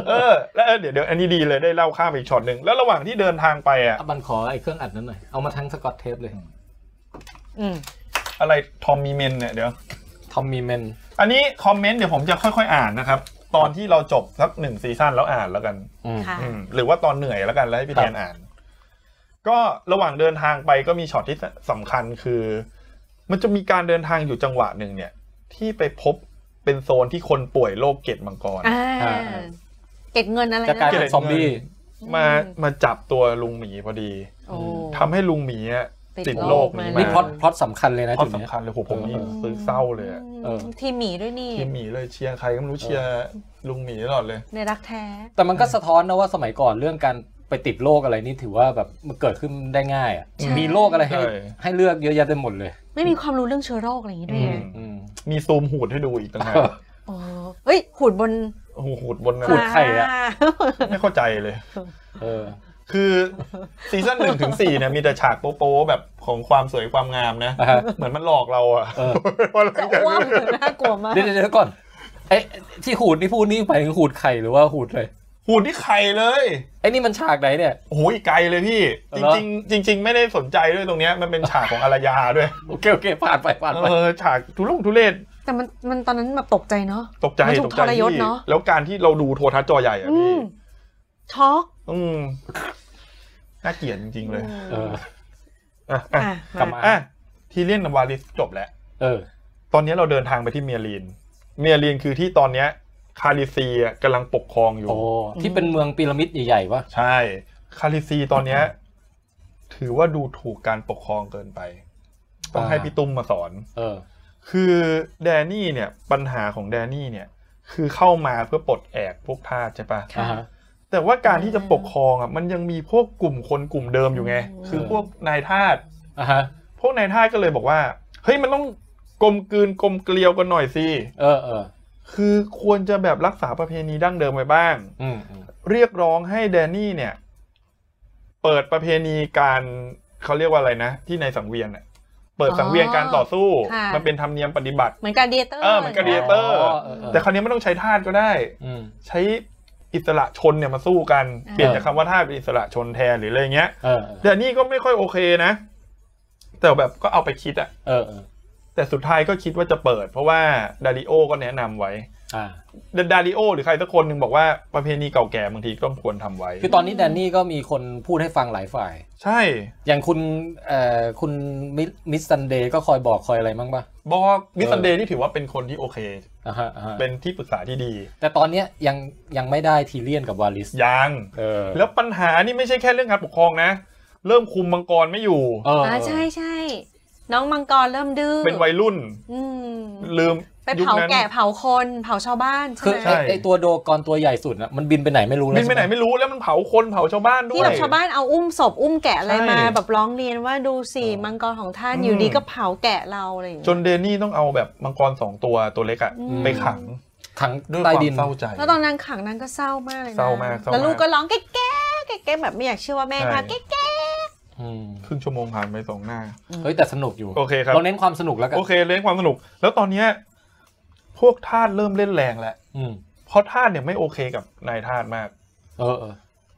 Speaker 2: เออ แล้วเออเดี๋ยวเดี๋ยวอันนี้ดีเลยได้เล่าข้ามไปอีกช็อตหนึ่งแล้วระหว่างที่เดินทางไปอ่ะ
Speaker 1: บันขอไอ้เครื่องอัดนั้นหน่อย เอามาทั้งสกอตเทปเลย
Speaker 3: อืม
Speaker 2: อะไรทอมมีเมนเนี่ยเดี๋ยว
Speaker 1: ทอมมี่เมน
Speaker 2: อันนี้คอมเมนต์เดี๋ยวผมจะค่อยๆอ่านนะครับ ตอนที่เราจบสักหนึ่งซีซั่นแล้วอ่านแล้วกัน
Speaker 3: ค่ะ
Speaker 2: อืมหรือว่าตอนเหนื่อยแล้วกันแล้วให้พี่
Speaker 1: ครั
Speaker 2: แท
Speaker 1: บ
Speaker 2: นอ่าน ก็ระหว่างเดินทางไปก็มีช็อตที่สำคัญคือ มันจะมีการเดินทางอยู่จังหวะหนึ่งเนี่ย ที่ไปพบเป็นโซนที่คนป่วยโรคเกล็ดมังกร
Speaker 3: อ่า
Speaker 1: อ่า
Speaker 3: เก็บเงินอะไร
Speaker 1: จะกลาย
Speaker 3: นะ
Speaker 1: เป็นซอมบี้
Speaker 2: มามาจับตัวลุงหมีพอดี
Speaker 3: โอ้
Speaker 2: ทำให้ลุงหมีอะ ติดโลกนี้มา
Speaker 1: นี่พล็อตพล็อตสำคัญเลยนะ
Speaker 2: ข้อ
Speaker 1: จุดเนี้ย
Speaker 2: สำคัญเลยโหผมนี่
Speaker 1: เออ
Speaker 2: ซึ้งเศร้าเลยอะ
Speaker 1: เออ
Speaker 3: ทีมหมีด้วยนี่
Speaker 2: เชียร์หมีเลยเชียร์ใครก็ไม่รู้เชียร์ลุงหมีตลอดเลย
Speaker 3: ในรักแท้
Speaker 1: แต่มันก็สะท้อนนะว่าสมัยก่อนเรื่องการไปติดโรคอะไรนี่ถือว่าแบบมันเกิดขึ้นได้ง่ายอะ
Speaker 3: ใช่
Speaker 1: มีโรคอะไรให้
Speaker 2: ใช่
Speaker 1: ให้เลือกเยอะแยะไปหมดเลย
Speaker 3: ไม่มีความรู้เรื่องเชื้อโรคอะไรอย่างนี้ด้วย
Speaker 2: อืม
Speaker 1: อืม
Speaker 2: มีซูมหูดให้ดูอีกต่างหาก
Speaker 3: โอ้เฮ้ยขูดบน
Speaker 2: โอ้โหหูดบนนั้น
Speaker 1: ขูด ไข่อะ
Speaker 2: ไม่เข้าใจเลย
Speaker 1: เออ
Speaker 2: คือซีซั่นหนึ่งถึงสี่เนี่ยมีแต่ฉากโป๊ะๆแบบของความสวยความงามนะ
Speaker 1: อ่าฮะ
Speaker 2: เหมือนมันหลอกเราอะ
Speaker 1: เออ
Speaker 2: ว่าเรา
Speaker 3: จะ
Speaker 2: จะ
Speaker 3: อ้วกน่ากลัวมาก
Speaker 1: เดี๋ยวเดี๋ยวเดี๋ยวก่อนไอ้ที่หูดนี่พูดนี่ไปถึงหูดไข่หรือว่าหูดเลย
Speaker 2: หูดที่ไข่เลย
Speaker 1: ไอ้นี่มันฉากไหนเนี่ย
Speaker 2: โอ้โหอีกไกลเลยพี่
Speaker 1: เหร
Speaker 2: จ
Speaker 1: อ
Speaker 2: ริงๆจริง ๆ ไม่ได้สนใจด้วยตรงเนี้ยมันเป็นฉากของอารยาด้วย
Speaker 1: โอเคโอเคผ่านไปผ่านไป
Speaker 2: เออฉากทุลุงทุเรศ
Speaker 3: แต่มันมันตอนนั้นแบบตกใจเนาะ
Speaker 2: ตกใจ
Speaker 3: มันถู
Speaker 2: ต
Speaker 3: ก
Speaker 2: กใจ
Speaker 3: ทรยศ
Speaker 2: พี่
Speaker 3: เนอะ
Speaker 2: แล้วการที่เราดูโทรทัศน์จอใหญ่อะ
Speaker 3: อื
Speaker 2: พี่
Speaker 3: มช็อก
Speaker 2: อืมน่าเกลียดจริง ๆ เลย
Speaker 1: เออ
Speaker 2: อ่ะอ่ะ
Speaker 3: อ่ะ
Speaker 1: กลับมา
Speaker 2: อ่ะทีเรียนกับวาลิสจบแล้ว
Speaker 1: เออ
Speaker 2: ตอนนี้เราเดินทางไปที่เมียรีน เมียรีนคือที่ตอนเนี้ยคาริซีอะกำลังปกครองอยู่
Speaker 1: โอ้ที่เป็นเมืองพีระมิดใหญ่ๆวะ
Speaker 2: ใช่ คาริซีตอนเนี้ยถือว่าดูถูกการปกครองเกินไป ต้องให้พี่ตุ้มมาสอน
Speaker 1: เออ
Speaker 2: คือแดนนี่เนี่ยปัญหาของแดนนี่เนี่ย คือเข้ามาเพื่อปลดแอกพวกทาสใช่ปะ
Speaker 1: อ่า
Speaker 3: ค่ะ
Speaker 1: ฮะ
Speaker 2: แต่ว่าการที่จะปกครองอ่ะมันยังมีพวกกลุ่มคนกลุ่มเดิมอยู่ไง
Speaker 3: อืม
Speaker 2: คือพวกนายทาส
Speaker 1: อ่าฮะ
Speaker 2: พวกนายทาสก็เลยบอกว่าเฮ้ยมันต้องกลมกลืนกลมเกลียวกันหน่อยสิ
Speaker 1: เออเออ
Speaker 2: คือควรจะแบบรักษาประเพณีดั้งเดิมไว้บ้าง
Speaker 1: อืมอืม
Speaker 2: เรียกร้องให้แดนนี่เนี่ย เปิดประเพณีการเขาเรียกว่าอะไรนะ ที่ในสังเวียนอ่ะเปิดสังเวียนการต่อสู้
Speaker 3: ค่ะ
Speaker 2: มันเป็นธรรมเนียมปฏิบัติ
Speaker 3: เหมือนการเดียเตอร์
Speaker 2: เออเหมือนการดี เตอร์
Speaker 1: อ๋อเออเออ
Speaker 2: แต่คราวนี้ไม่ต้องใช้ทาสก็ได้
Speaker 1: อืม
Speaker 2: ใช้อิสระชนเนี่ยมาสู้กัน
Speaker 3: อ่า
Speaker 2: เปลี่ยนจากคำว่าทาสเป็นอิสระชนแทนหรืออะไรเงี้ย
Speaker 1: เออเออ
Speaker 2: แต่นี่ก็ไม่ค่อยโอเคนะ แต่แบบก็เอาไปคิดอะ
Speaker 1: เออเออ
Speaker 2: แต่สุดท้ายก็คิดว่าจะเปิด เพราะว่าดาริโอก็แนะนำไว้
Speaker 1: อ่า
Speaker 2: ดาดาริโอ หรือใครสักคนหนึ่งบอกว่าประเพณีเก่าแก่บางทีก็ควรทำไว้
Speaker 1: คือตอนนี้แดนนี่ก็มีคนพูดให้ฟังหลายฝ่าย
Speaker 2: ใช่
Speaker 1: อย่างคุณเอ่อคุณมิมิสซันเดย์ก็คอยบอกคอยอะไรบ้างปะ
Speaker 2: บอกมิสซันเดย์นี่ถือว่าเป็นคนที่โอเค
Speaker 1: อ่าฮะอ่าฮะ
Speaker 2: เป็นที่ปรึกษาที่ดี
Speaker 1: แต่ตอนเนี้ยยังยังไม่ได้ทีเลียนกับวาลิส
Speaker 2: ยัง
Speaker 1: เออ
Speaker 2: แล้วปัญหานี่ไม่ใช่แค่เรื่องการปกครองนะ เริ่มคุมมังกรไม่อยู่
Speaker 1: เออ
Speaker 3: อ่าใช่ใช่น้องมังกรเริ่มดื้อ
Speaker 2: เป็นวัยรุ่น
Speaker 3: อืม
Speaker 2: ลืม
Speaker 3: ไป
Speaker 2: ยุค
Speaker 3: เผา
Speaker 2: นั้น
Speaker 3: แกะเผาคนเผาชาวบ้านใช่
Speaker 1: คือ
Speaker 3: ไหม
Speaker 1: ไอไอตัวโดกรตัวใหญ่สุดน่ะมันบินไปไหนไม่รู้แล้ว
Speaker 2: บินไปไหน
Speaker 1: ใช่
Speaker 2: ไม่รู้แล้วมันเผาคนเผาชาวบ้านด้วย
Speaker 3: ที่แบบชาวบ้านเอาอุ้มศพอุ้มแกะอะไร
Speaker 2: ใช่
Speaker 3: มาแบบร้องเรียนว่าดูสิมังกรของท่าน
Speaker 2: อืม
Speaker 3: อยู่ดีก็เผาแกะเราอะไรอย่าง
Speaker 2: จ
Speaker 3: เงี้ย
Speaker 2: นเดนนี่ต้องเอาแบบมังกรสองตัวตัวเล็กอะ
Speaker 3: อืม
Speaker 2: ไปขัง
Speaker 1: ขัง
Speaker 2: ด้วยค
Speaker 1: ใต้
Speaker 2: วาม
Speaker 1: ดิน
Speaker 2: เศร้าใจ
Speaker 3: แล้วตอนนั้นขังนั้นก็เศร้ามากเลยนะ
Speaker 2: เศร้ามากเศร้ามาก
Speaker 3: แล้วลูกก็ร้องแก๊กแก๊กแก๊กแก๊กแบบไม่อยากเชื่อว่าแม่
Speaker 2: ใช่
Speaker 3: พาแก๊กแก๊ก
Speaker 1: อืม
Speaker 2: ครึ่งชั่วโมงผ่านไปสองหน้า
Speaker 1: เฮ้ยแต่สนุกอยู่
Speaker 2: โอเคครับ
Speaker 1: เราเน้นความสนุกแล้วกัน
Speaker 2: โอเคเล่นความสนุก แล้วตอนเนี้ยพวกทาสเริ่มเล่นแรงแล้ว
Speaker 1: อืม
Speaker 2: เพราะทาสเนี่ยไม่โอเคกับนายทาสมาก
Speaker 1: เออเออ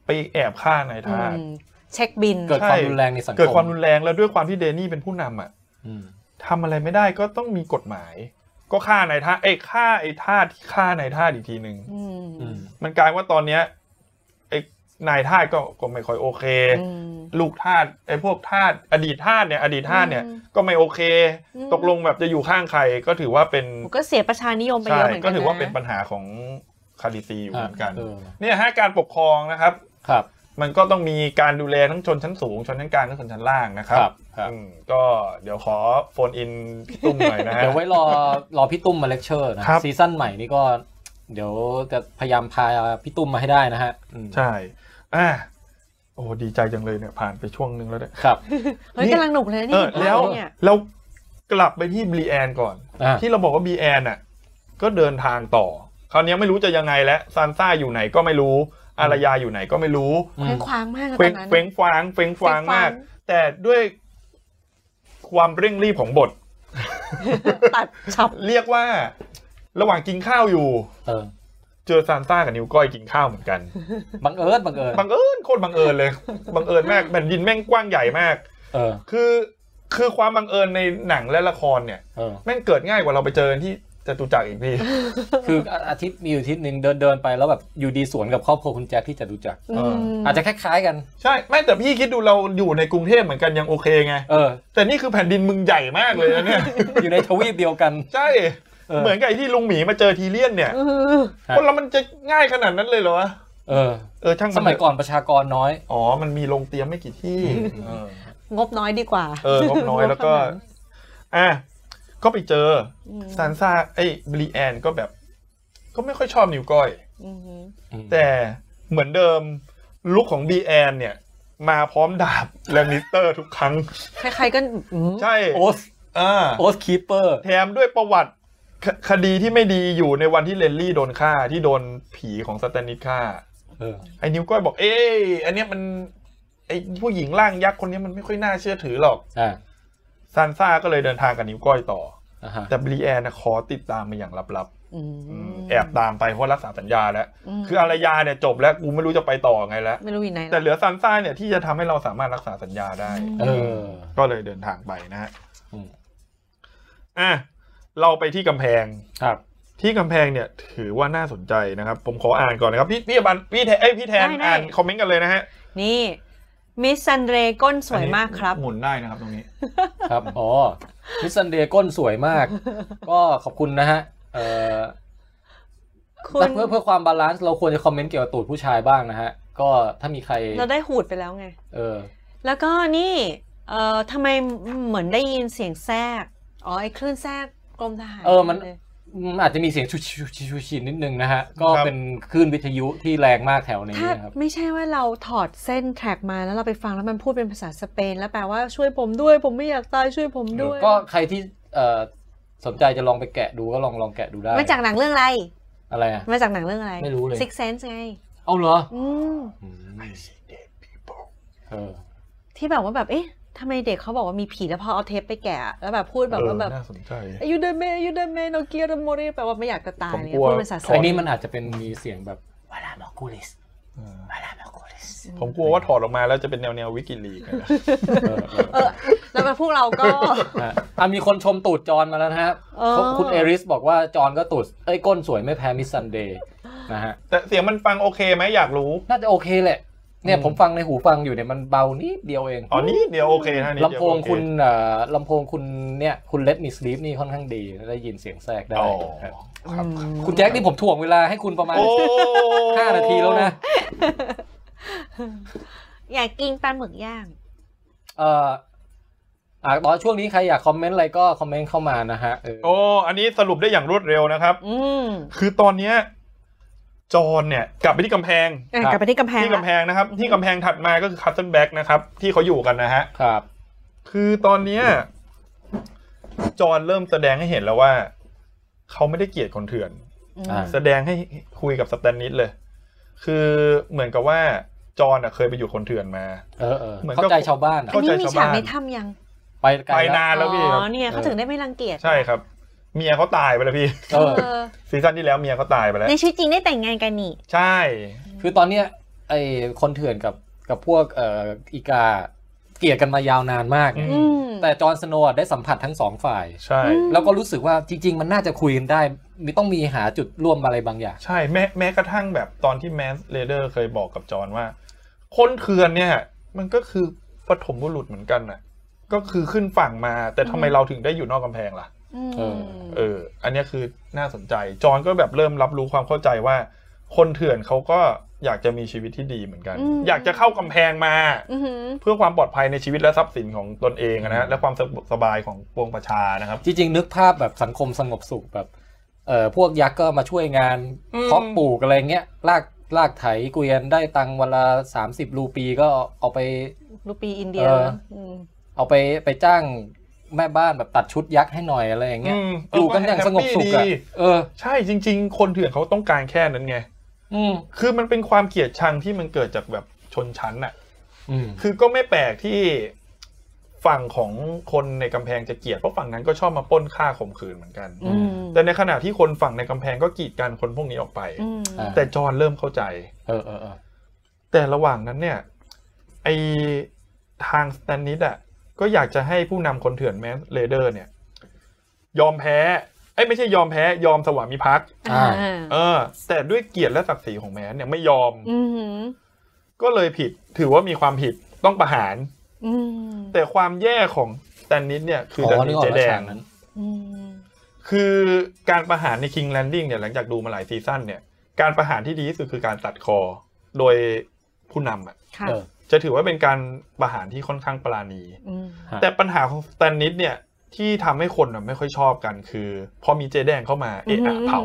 Speaker 2: ไปแอบฆ่านายทาส
Speaker 3: อืมเช็คบิน
Speaker 1: เกิด
Speaker 2: ใช่
Speaker 1: ความรุนแรงในสังคม
Speaker 2: เกิดความรุนแรงแล้วด้วยความที่เดนนี่เป็นผู้นำอะ
Speaker 1: อืม
Speaker 2: ทำอะไรไม่ได้ก็ต้องมีกฎหมาย ก็ฆ่านายทาสเอ้ยฆ่าไอ้ทาสที่ฆ่านายทาสอีกทีหนึ่ง
Speaker 3: อืม
Speaker 1: อืม
Speaker 2: มันกลายว่าตอนเนี้ยไอ้นายทาสก็ก็ไม่ค่อยโอเค
Speaker 3: อืม
Speaker 2: ลูกทาสไอ้พวกทาสอดีตทาสเนี่ย อดีตทาสเนี่ย
Speaker 3: อืม
Speaker 2: ก็ไม่โอเค
Speaker 3: อืม
Speaker 2: ตกลงแบบจะอยู่ข้างใครก็ถือว่าเป็น
Speaker 3: ผมก็เสียประชานิยมไป
Speaker 2: ใช่
Speaker 3: เยอะเหมือนกั
Speaker 2: ก็
Speaker 3: นนะ
Speaker 2: ถือว่าเป็นปัญหาของคาริซีอยู่เหมือนกัน
Speaker 1: เออ
Speaker 2: เนี่ยฮะการปกครองนะครับ
Speaker 1: ครับ
Speaker 2: มันก็ต้องมีการดูแลทั้งชนชั้นสูงชนชั้นกลางและชนชั้นล่างนะค
Speaker 1: ครับ รับครับ
Speaker 2: อืมก็เดี๋ยวขอโฟนอินพี่ตุ้มหน่อยนะฮะ
Speaker 1: เดี๋ยวไว้รอรอพี่ตุ้มมาเลคเชอร์นะครับ ซีซั่นใหม่นี่ก็ เดี๋ยวจะพยายามพาพี่ตุ้มมาให้ได้นะฮะอืม
Speaker 2: ใช่อ่ะโอ้ดีใจจังเลยเนี่ยผ่านไปช่วงหนึงแล้วเนี่ย
Speaker 1: ครับ
Speaker 3: เฮ้ย
Speaker 2: นี่
Speaker 3: กำลังหนุกเลย
Speaker 2: เอ
Speaker 3: นะนี่
Speaker 2: อแล้ว
Speaker 3: เนี่ย
Speaker 2: เรากลับไปที่บรีแอนก่อน
Speaker 1: อ่ะ
Speaker 2: ที่เราบอกว่าบีแอนน่ะก็เดินทางต่อ คราวนี้ไม่รู้จะยังไงแล้วซานซ่าอยู่ไหนก็ไม่รู้ อารยาอยู่ไหนก็ไม่รู้
Speaker 1: อื
Speaker 3: เคว้
Speaker 1: ม
Speaker 3: งคว้างมากอะ
Speaker 2: เฟ้ง
Speaker 3: ตอนนั้น
Speaker 2: เฟ้งฟางเฟ้งฟางมาก แต่ด้วยความเร่งรีบของบท
Speaker 3: ตัดฉับ
Speaker 2: เรียกว่าระหว่างกินข้าวอยู่
Speaker 1: เออ
Speaker 2: เจอซานซ่ากับนิ้วก้อยกินข้าวเหมือนกัน
Speaker 1: บังเอิญบังเอิญ
Speaker 2: บังเอิญโคตรบังเอิญเลยบังเอิญมากแผ่นดินแม่งกว้างใหญ่มาก
Speaker 1: เออ
Speaker 2: คือคือความบังเอิญในหนังและละครเนี่ย
Speaker 1: เออ
Speaker 2: แม่งเกิดง่ายกว่าเราไปเจอที่จตุจักรอีกพี่
Speaker 1: คืออาอาทิตย์มีอยู่อาทิตย์หนึ่งเดินเดินไปแล้วแบบอยู่ดีสวนกับครอบครัวคุณแจ็คที่จะดูจักร
Speaker 3: อืม
Speaker 1: อาจจะคล้าย ๆกัน
Speaker 2: ใช่ไม่แต่พี่คิดดูเราอยู่ในกรุงเทพเหมือนกันยังโอเคไง
Speaker 1: เออ
Speaker 2: แต่นี่คือแผ่นดินมึงใหญ่มากเลยนะ เนี่ย
Speaker 1: อยู่ในทวีปเดียวกัน
Speaker 2: ใช่
Speaker 1: เออ
Speaker 2: เหมือนกับไอ้ที่ลุงหมีมาเจอทีเลียนเนี่ย
Speaker 3: เออ
Speaker 1: ฮะ
Speaker 2: คนเรามันจะง่ายขนาดนั้นเลยเหรอวะ
Speaker 1: เออ
Speaker 2: เออช่าง
Speaker 1: สมัยก่อนประชากรน้อย
Speaker 2: อ๋อมันมีโรงเตรียมไม่กี่ที่ เออง
Speaker 3: บน้อยดีกว่า
Speaker 2: เอองบน้อยแล้วก็ อ่ะก็ไปเจออ
Speaker 3: ม
Speaker 2: ซานซ่าไอ้บรีแอนก็แบบ ก็ไม่ค่อยชอบนิวก้อย
Speaker 3: อือฮึ
Speaker 2: แต่เหมือนเดิมลุคของบีแอนเนี่ย มาพร้อมดาบและมิสเตอร์ทุกครั้ง
Speaker 3: ใครๆก็อืม
Speaker 2: ใช่
Speaker 1: โอ๊ต
Speaker 2: อ่า
Speaker 1: โอ๊ตคีเปอร์
Speaker 2: แถมด้วยประวัติคคดีที่ไม่ดีอยู่ในวันที่เลนลี่โดนฆ่าที่โดนผีของสแตนลิสฆ่า
Speaker 1: เออ
Speaker 2: ไอ้นิวก้อยบอก เอ้ยอันเนี้ยมัน ไอ้ผู้หญิงร่างยักษ์คนเนี้ยมันไม่ค่อยน่าเชื่อถือหรอก
Speaker 1: อ่า
Speaker 2: ซานซ่าก็เลยเดินทางกับนิวก้อยต่อ
Speaker 1: อ่าฮะ
Speaker 2: แต่บรีแอนนะขอติดตามมาอย่างลับ
Speaker 3: อืม
Speaker 2: ๆอืมแอบตามไปเพราะรักษาสัญญาแล้ว
Speaker 3: ม
Speaker 2: คืออารยาเนี่ยจบแล้วกูไม่รู้จะไปต่อไงแล้ว
Speaker 3: ไม่รู้อยู่ไหน
Speaker 2: แต่เหลือซานซ่าเนี่ยที่จะทำให้เราสามารถรักษาสัญญาได้
Speaker 1: เออ
Speaker 2: ก็เลยเดินทางไปนะฮะ
Speaker 1: อืม
Speaker 2: อ่ะเราไปที่กำแพง
Speaker 1: ครับ
Speaker 2: ที่กำแพงเนี่ยถือว่าน่าสนใจนะครับ ผมขออ่านก่อนนะครับ พี่พี่บันพี่แทนเอ้ยพี่แทนอ่านคอมเมนต์กันเลยนะฮะ
Speaker 3: นี่มิสซันเดรก้นสวยมากครับ
Speaker 2: หมุนได้นะครับตรงนี้
Speaker 1: ครับ อ๋อ มิสซันเดย์ก้นสวยมาก ก็ขอบคุณนะฮะ เออ
Speaker 3: คุ
Speaker 1: แต่
Speaker 3: ณ
Speaker 1: เพื่อเพื่อความบาลานซ์เราควรจะคอมเมนต์เกี่ยวกับตูดผู้ชายบ้างนะฮะ ก็ถ้ามีใคร
Speaker 3: เราได้หูดไปแล้วไง
Speaker 1: เออ
Speaker 3: แล้วก็นี่เอ่อทำไมเหมือนได้ยินเสียงแทรก อ๋อไอ้คลื่นแทรกกรมทหาร
Speaker 1: เออมัน อืมอาจจะมีเสียงชุชิชุชิชุชินิดนึงนะฮะ ก็
Speaker 2: ครับ
Speaker 1: เป็นคลื่นวิทยุที่แรงมากแถวนี้
Speaker 3: ถ้า
Speaker 1: ครับ
Speaker 3: ไม่ใช่ว่าเราถอดเส้นแทร็กมาแล้วเราไปฟังแล้วมันพูดเป็นภาษาสเปน แล้วแปลว่าช่วยผมด้วย ผมไม่อยากตายช่วยผมด้วย
Speaker 1: ก็ใครที่เอ่อสนใจจะลองไปแกะดูก็ลองลองแกะดูได้
Speaker 3: มาจากหนังเรื่องอะไร
Speaker 1: อะไรอ่ะ
Speaker 3: มาจากหนังเรื่องอะไร
Speaker 1: ไม่รู้เลย
Speaker 3: Six Sense ไง
Speaker 1: เอาเหรอ
Speaker 3: อืม
Speaker 1: อืมเออ
Speaker 3: ที่แบบว่าแบบ เอ๊ะทำไมเด็กเขาบอกว่ามีผีแล้วพอเอาเทปไปแกะ แล้วแบบพูดแบบว่าแบบ
Speaker 2: เออน่าสนใจ
Speaker 3: อายุเดเมอายุเดเมโนเกียรโมเรแปลว่าไม่อยากจะตาย
Speaker 2: ผม
Speaker 3: เนี่ย
Speaker 2: กลัว
Speaker 3: พูดเป็นภาษาส
Speaker 1: ไอ้
Speaker 3: เป
Speaker 1: นี่
Speaker 3: น
Speaker 1: มันอาจจะเป็นมีเสียงแบบวาลาโมกูลิส
Speaker 2: เออ
Speaker 1: วาลาโมกูลิส
Speaker 2: ผมกลัวว่าถอดออกมาแล้วจะเป็นแนวแนววิกิลีกอะ
Speaker 1: เออเออ
Speaker 3: เออแล้วแบบพวกเราก็
Speaker 1: ฮะอ่ะมีคนชมตูดจอนมาแล้วนะฮะ
Speaker 3: เออ
Speaker 1: เขาคุณเอริสบอกว่าจอนก็ตูดเอ้ยก้นสวยไม่แพ้มิสซันเดย์นะฮะ
Speaker 2: แต่เสียงมันฟังโอเคไหมอยากรู้
Speaker 1: น่าจะโอเคแหละ เนี่ย
Speaker 2: อืม
Speaker 1: ผมฟังในหูฟังอยู่เนี่ยมันเบานิดเดียวเอง
Speaker 2: อ๋อนี่เดียวโอเคนะนี่เดียว
Speaker 1: ลำโพง
Speaker 2: โอเ
Speaker 1: คุณเอ่อลำโพงคุณเนี่ยคุณเลดมิสลีฟนี่ค่อนข้างดีได้ยินเสียงแทรกได้
Speaker 2: อ๋อ
Speaker 1: ครับ
Speaker 2: ครับครับ
Speaker 1: คุณแจ็คนี่ผมถ่วงเวลาให้คุณประมาณ
Speaker 2: โอ้
Speaker 1: ห้านาทีแล้วนะ
Speaker 3: อยากกินปลาหมึกย่าง
Speaker 1: เอ่ออ่ะตอนช่วงนี้ใครอยากคอมเมนต์อะไรก็คอมเมนต์เข้ามานะฮะเออ
Speaker 2: โอ้ อันนี้สรุปได้อย่างรวดเร็วนะครับ
Speaker 3: อืม
Speaker 2: คือตอนเนี้ยจอห์นเนี่ยกลับไปที่กำแพง
Speaker 3: อ่ะกลับไปที่กำแพง
Speaker 2: ที่
Speaker 3: ละ
Speaker 2: กำแพงนะครับ ที่กำแพงถัดมาก็คือคัตเ l ิลแบ็กนะครับ ที่เขาอยู่กันนะฮะ
Speaker 1: ครับ
Speaker 2: คือตอนเนี้ยจอห์นเริ่มแสดงให้เห็นแล้วว่า เขาไม่ได้เกลียดคนเถื่อน
Speaker 3: อืม
Speaker 1: อ่ะ
Speaker 2: แสดงให้คุยกับสแตนนิสเลย คือเหมือนกับว่าจอห์นอะเคยไปอยู่คนเถื่อนมา
Speaker 1: เออเออ
Speaker 2: เหมือนกับ
Speaker 1: เข้าใจชาวบ้านอะ
Speaker 3: อันนี้
Speaker 2: เข้าใจชาว
Speaker 3: มีฉาก
Speaker 2: บ้าน
Speaker 3: ในถ้ำยัง
Speaker 1: ไปไกล
Speaker 2: ไป
Speaker 1: แล้ว
Speaker 2: นานแล้วพี่ครับ
Speaker 3: อ๋อเนี่ยเขาถึงได้ไม่รังเกียจ
Speaker 2: ใช่ครับ เมียเขาตายไปแล้วพี่
Speaker 1: เออ
Speaker 3: เออ
Speaker 2: ซีซั่นที่แล้วเมียเขาตายไปแล้ว
Speaker 3: ในชีวิตจริงได้แต่งงานกันนี่
Speaker 2: ใช่
Speaker 1: คือตอนเนี้ยไอ้คนเถื่อนกับกับพวกเอ่ออีกาเกลียดกันมายาวนานมากเนี่ย
Speaker 2: อื
Speaker 3: อืม
Speaker 1: แต่จอห์นสโนว์ได้สัมผัสทั้งสองฝ่าย
Speaker 2: ใช่
Speaker 3: อืม
Speaker 1: แล้วก็รู้สึกว่าจริง ๆ มันน่าจะคุยกันได้มีต้องมีหาจุดร่วมอะไรบางอย่าง
Speaker 2: ใช่แม้แม้กระทั่งแบบตอนที่แมสเลเดอร์เคยบอกกับจอห์นว่า คนเขื่อนเนี่ย มันก็คือปฐมบุรุษเหมือนกันน่ะ ก็คือขึ้นฝั่งมา แต่ทำไมเราถึงได้อยู่นอกกำแพงล่ะ
Speaker 3: อืม
Speaker 1: เออ
Speaker 2: เออ อันเนี้ยคือน่าสนใจ จอห์นก็แบบเริ่มรับรู้ความเข้าใจว่า คนเถื่อนเขาก็อยากจะมีชีวิตที่ดีเหมือนกัน อยากจะเข้ากำแพงมา
Speaker 3: อหือ
Speaker 2: เพื่อความปลอดภัยในชีวิตและทรัพย์สินของตนเองนะฮะและความสบายของปวงประชานะครับ
Speaker 1: จริง ๆ นึกภาพแบบสังคมสงบสุขแบบเอ่อพวกยักษ์ก็มาช่วยงาน
Speaker 2: อืม
Speaker 1: เพาะปลูกอะไรเงี้ยลากลากไถเกวียนได้ตังค์วันละ30 รูปีก็เอาไป
Speaker 3: รูปีอินเดีย
Speaker 1: เออ
Speaker 3: ม
Speaker 1: เอาไปไปจ้างแม่บ้านแบบตัดชุดยักษ์ให้หน่อยอะไรอย่างเงี้ย
Speaker 2: อืม
Speaker 1: อยู่กันอย่างสงบสุขอะ
Speaker 2: แฮปปี้ดี
Speaker 1: เออ
Speaker 2: ใช่จริง ๆ คนเถื่อนเขาต้องการแค่นั้นไง
Speaker 1: อืม
Speaker 2: คือมันเป็นความเกลียดชังที่มันเกิดจากแบบชนชั้นน่ะ
Speaker 1: อืม
Speaker 2: คือก็ไม่แปลกที่ฝั่งของคนในกำแพงจะเกลียด เพราะฝั่งนั้นก็ชอบมาปล้นฆ่าข่มขืนเหมือนกัน
Speaker 3: อืม
Speaker 2: แต่ในขณะที่คนฝั่งในกำแพงก็กีดกันคนพวกนี้ออกไป
Speaker 3: อืม
Speaker 1: อ่ะ
Speaker 2: แต่จอห์นเริ่มเข้าใจ
Speaker 1: เออเออเออ
Speaker 2: แต่ระหว่างนั้นเนี่ย ไอทางสแตนนิดอะก็อยากจะให้ผู้นำคนเถื่อนแมสเลเดอร์เนี่ย ยอมแพ้ไอ้ยไม่ใช่ยอมแพ้ ยอมสวามิภักดิ์
Speaker 1: อ่า
Speaker 3: อ่า
Speaker 2: เออ แต่ด้วยเกียรติและศักดิ์ศรีของแมสเนี่ยไม่ยอม
Speaker 3: อือหือ
Speaker 2: ก็เลยผิดถือว่ามีความผิดต้องประหาร
Speaker 3: อืม
Speaker 2: แต่ความแย่ของแตนนิสเนี่ย คือ
Speaker 1: อ๋
Speaker 2: แตน
Speaker 1: อ
Speaker 2: นิ
Speaker 1: นึ
Speaker 2: ส
Speaker 1: กออ
Speaker 2: เจ
Speaker 1: ก
Speaker 2: แด
Speaker 1: แล้วฉาง กนั้น
Speaker 3: อืม
Speaker 2: คือการประหารใน King Landing เนี่ยหลังจากดูมาหลายซีซั่นเนี่ย การประหารที่ดีที่สุดคือการตัดคอ โดยผู้นำอะ
Speaker 3: ค่ะ
Speaker 1: เออ
Speaker 2: จะถือว่าเป็นการประหารที่ค่อนข้างปราณี
Speaker 3: ม
Speaker 1: ฮะ
Speaker 2: แต่ปัญหาของสแตนนิดเนี่ยที่ทำให้คนน่ะไม่ค่อยชอบกันคือ พอมีเจแดงเข้ามาเอะอะเผา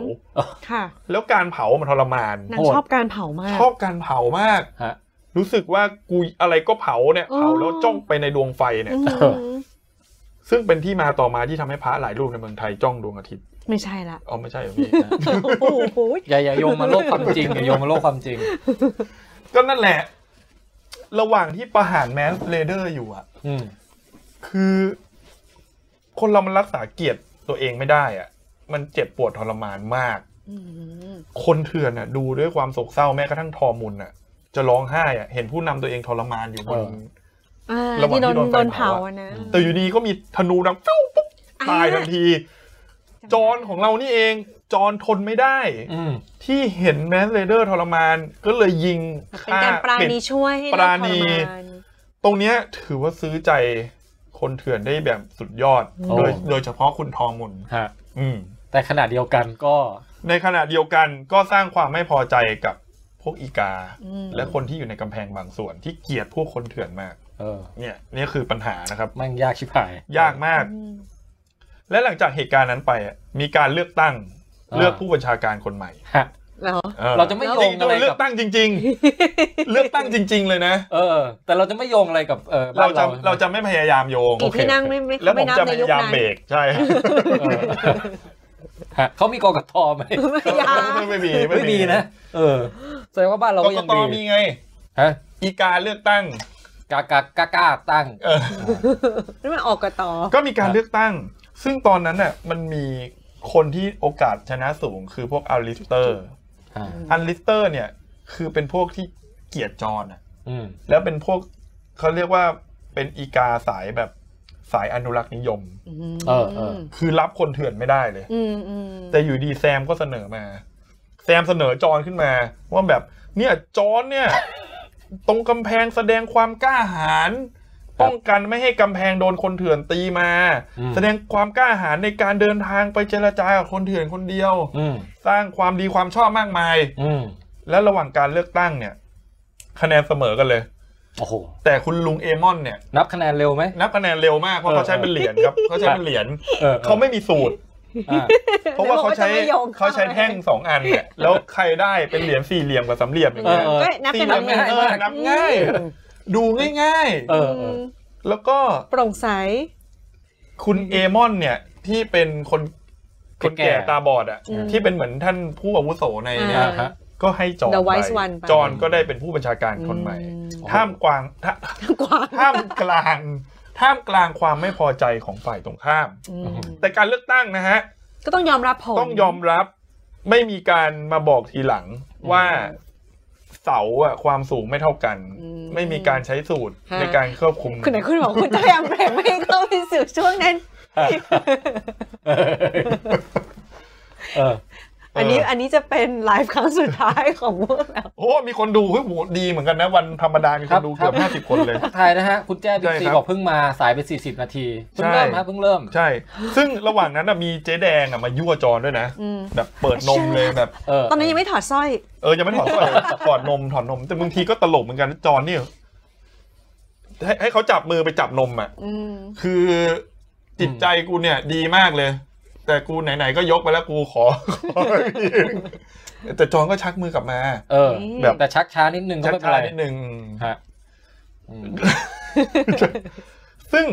Speaker 3: ค่ะ
Speaker 2: แล้วการเผามันทรมาน
Speaker 3: นางชอบการเผามาก
Speaker 2: ชอบการเผามาก
Speaker 1: ฮะ
Speaker 2: รู้สึกว่ากูอะไรก็เผาเนี่ย
Speaker 3: อ๋อ
Speaker 2: เผาแล้วจ้องไปในดวงไฟเนี่ย
Speaker 3: อืม
Speaker 1: เออ
Speaker 2: ซึ่งเป็นที่มาต่อมาที่ทำให้พระหลายรูปในเมืองไทยจ้องดวงอาทิตย์
Speaker 3: ไม่ใช่ละ
Speaker 2: อ๋อไม่ใช่เหรอพี่
Speaker 3: โอ้โห
Speaker 1: อย่าอย่าโยงมาโลกความจ ริงอย่าโยงมาโลกความจริง
Speaker 2: ก็นั่นแหละ ระหว่างที่ประหารแมนเลเดอร์อยู่อะ
Speaker 1: อืม
Speaker 2: คือ คนเรามันรักษาเกียรติตัวเองไม่ได้อะมันเจ็บปวดทรมานมาก
Speaker 3: อืม
Speaker 2: คนเถื่อนอ่ะ ดูด้วยความโศกเศร้าแม้กระทั่งทอมุนอ่ะ จะร้องไห้อ่ะเห็นผู้นำตัวเองทรมานอยู่บน
Speaker 3: อ่า
Speaker 2: ระหว่าง
Speaker 3: ที่โดน
Speaker 2: ที่โดนไฟ
Speaker 3: โดนเผา
Speaker 2: เผาอะ
Speaker 3: อะนะ
Speaker 2: แต่อยู่ดีก็มีธนูดังฟิวปุ๊บตายทันที จอนของเรานี่เองจอนทนไม่ได้
Speaker 1: อืม
Speaker 2: ที่เห็นแมสเลเดอร์ทรมาน ก็เลยยิง
Speaker 3: เป็นการปราณี
Speaker 2: ด
Speaker 3: ช่วยให้
Speaker 2: ปราณี
Speaker 3: เลิกทรมาน
Speaker 2: ตรงเนี้ยถือว่าซื้อใจคนเถื่อนได้แบบสุดยอด
Speaker 3: โอ้
Speaker 2: โดยโดยเฉพาะคุณทอมุน
Speaker 1: ฮะ
Speaker 2: อืม
Speaker 1: แต่ขณะเดียวกันก็
Speaker 2: ในขณะเดียวกันก็สร้างความไม่พอใจกับพวกอีกา
Speaker 3: อืม
Speaker 2: และคนที่อยู่ในกำแพงบางส่วนที่เกลียดพวกคนเถื่อนมาก
Speaker 1: เออ
Speaker 2: เนี่ยนี่คือปัญหานะครับ
Speaker 1: แม่งยากชิบหาย
Speaker 2: ยากมาก
Speaker 3: อืม
Speaker 2: และหลังจากเหตุการณ์นั้นไปอะมีการเลือกตั้ง
Speaker 1: อ่า
Speaker 2: เลือกผู้บัญชาการคนใหม่
Speaker 1: ฮะ
Speaker 3: เหรอ
Speaker 2: ออ
Speaker 1: เราจะไม่โยงอะไร
Speaker 2: เลื
Speaker 1: กั
Speaker 2: อบ กตั้งจริง ๆ เลือกตั้งจริง ๆ เลยนะ
Speaker 1: เออ แต่เราจะไม่โยงอะไรกับเออบ้
Speaker 2: เรา
Speaker 1: น
Speaker 2: จะเรา
Speaker 1: ใช่ไหม
Speaker 2: จะไม่พยายามโยง
Speaker 1: โอ
Speaker 3: กี่
Speaker 1: เค
Speaker 3: ที่นั่งไม่ไม่
Speaker 2: แล้วผ
Speaker 3: ไม่
Speaker 2: ม
Speaker 3: นับ
Speaker 2: จะ
Speaker 3: ใน
Speaker 2: พ
Speaker 3: ยุค
Speaker 2: ยายาม
Speaker 3: นั้น
Speaker 2: เบรกใช่
Speaker 1: เออฮะเขามีกกตไหม
Speaker 3: ไม่ยา
Speaker 2: ไม่มี
Speaker 1: ไม่มีนะเออแสดงว่าบ้านเรา
Speaker 2: ก
Speaker 1: ก็
Speaker 2: ก
Speaker 1: ยัง
Speaker 2: ต
Speaker 1: ดี
Speaker 2: มีไง
Speaker 1: ฮะ
Speaker 2: อีกาเลือกตั้ง
Speaker 1: กากากากาตั้ง
Speaker 2: เออ
Speaker 3: นี่มันออกกระต่อ
Speaker 2: ก็มีกา
Speaker 1: ค
Speaker 2: ร
Speaker 1: รับ
Speaker 2: เลือกตั้ง ซึ่งตอนนั้นน่ะมันมีคนที่โอกาสชนะสูงคือพวกอัลลิสเตอร์
Speaker 1: ฮะ
Speaker 2: อัลลิสเตอร์เนี่ยคือเป็นพวกที่เกลียดจอนอะ
Speaker 1: อืม
Speaker 2: แล้วเป็นพวกเขาเรียกว่าเป็นอีกาสายแบบสายอนุรักษ์นิยม
Speaker 3: ม
Speaker 1: เออเออ
Speaker 2: คือรับคนเถื่อนไม่ได้เลย
Speaker 3: อืมอืม
Speaker 2: แต่อยู่ดีแซมก็เสนอมา แซมเสนอจอนขึ้นมาว่าแบบเนี่ยจอนเนี่ย ตรงกำแพงแสดงความกล้าหาญป้องกันไม่ให้กำแพงโดนคนเถื่อนตีมา แสดงความกล้าหาญในการเดินทางไปเจรจากับคนเถื่อนคนเดียว
Speaker 1: อืม
Speaker 2: สร้างความดีความชอบมากมาย
Speaker 1: อืม
Speaker 2: และระหว่างการเลือกตั้งเนี่ย คะแนนเสมอกันเลย
Speaker 1: โอ้โห
Speaker 2: แต่คุณลุงเอมอนเนี่ย
Speaker 1: นับคะแนนเร็วไหม
Speaker 2: นับคะแนนเร็วมากเพราะ
Speaker 1: เออ
Speaker 2: เขาใช้เป็นเหรียญครับเขาใช้เป็นเหรียญ
Speaker 1: ออออ
Speaker 2: เขาไม่มีสูตร
Speaker 1: อ่า
Speaker 2: เพราะว่าเขาใช้
Speaker 3: ดี๋ยวรก็จะไม่โยง
Speaker 2: เขาใช้แท่งสองอันเนี่ยแล้วใครได้เป็นเหรียญสี่เหลี่ยมกับสามเหลี่ยมอย่างเงี้ย
Speaker 1: เออ
Speaker 3: ก็นับเป็น
Speaker 1: นั
Speaker 3: อั
Speaker 1: บ
Speaker 3: น
Speaker 1: ไม่
Speaker 3: นี้
Speaker 1: ให้
Speaker 2: เออนับง่าย ดูง่าย
Speaker 1: เออเอ
Speaker 3: อื
Speaker 1: อ
Speaker 3: ม
Speaker 2: ๆ แล้วก็
Speaker 3: โปร่งใส
Speaker 2: คุณเอมอนเนี่ยที่เป็นคนคนแก่ตาบอดอ่ะ
Speaker 3: อืม
Speaker 2: ที่เป็นเหมือนท่านผู้อาวุโสในเนี่ย
Speaker 1: อ่าฮะ
Speaker 2: ก็ให้จอห์น
Speaker 3: The
Speaker 2: ไป
Speaker 3: Wise One ไป
Speaker 2: จอห์นก็ได้เป็นผู้บัญชาการคนใหม่
Speaker 1: ม
Speaker 2: ท่ามกลาง ท่า
Speaker 3: อกว่า
Speaker 2: ท่ามกลาง ท่ามกลางความไม่พอใจของฝ่ายตรงข้าม
Speaker 3: อืม
Speaker 2: แต่การเลือกตั้งนะฮะ
Speaker 3: ก็ต้องยอมรับผม
Speaker 2: ต้องยอมรับไม่มีการมาบอกทีหลังว่าเสาอะความสูงไม่เท่ากัน ไม่มีการใช้สูตรในการควบคุม
Speaker 3: คุณไหนคุณบอกคุณจะพยายามเบรกไม่ให้เข้าไปสู่ช่วงนั้น
Speaker 1: เออ
Speaker 3: อันนี้
Speaker 2: เอออั
Speaker 3: อันนี้จะเป็นไลฟ์ครั้งสุดท้ายของพวกเรา
Speaker 2: โอ้ มีคนดูเฮ้ยโหดีเหมือนกันนะ วันธรรมดามี
Speaker 1: ค
Speaker 2: ค
Speaker 1: รั
Speaker 2: น
Speaker 1: บ
Speaker 2: ดูเกือบห้าสิบคนเลย
Speaker 1: ทักทายนะฮะ คุณแจ้บิ๊ก
Speaker 2: ใช่
Speaker 1: ซี
Speaker 2: ครับ
Speaker 1: บอกเพิ่งมาสายไป 40 นาที เพิ่ง
Speaker 2: ใช่
Speaker 1: เริ่มฮะเพิ่งเริ่ม
Speaker 2: ใช่ ซึ่งระหว่างนั้นน่ะมีเจ๊แดงอะมายั่วจอนด้วยนะ
Speaker 3: อืม
Speaker 2: แบบเปิดนมเลยแบบ
Speaker 1: เออ
Speaker 3: ตอนนั้นยังไม่ถอดสร้อย
Speaker 2: เออยังไม่ถอดสร้อยเลยถอดนมถอดนม แต่บางทีก็ตลกเหมือนกันนะจอนนี่ให้ให้เขาจับมือไปจับนมอ่ะ
Speaker 3: อืม
Speaker 2: คือจิตใจกูเนี่ย ดีมากเลย แต่กูไหนๆก็ยกไปแล้วกูขอ ขออีกแต่จอนก็ชักมือกลับมา
Speaker 1: เออ
Speaker 2: แบบ
Speaker 1: แต่ชักช้านิดนึงก็
Speaker 2: ชัก
Speaker 1: ไม่เป็น
Speaker 2: ช้า
Speaker 1: ไร
Speaker 2: นิดนึง
Speaker 1: ฮะอืม
Speaker 2: ซึ่ง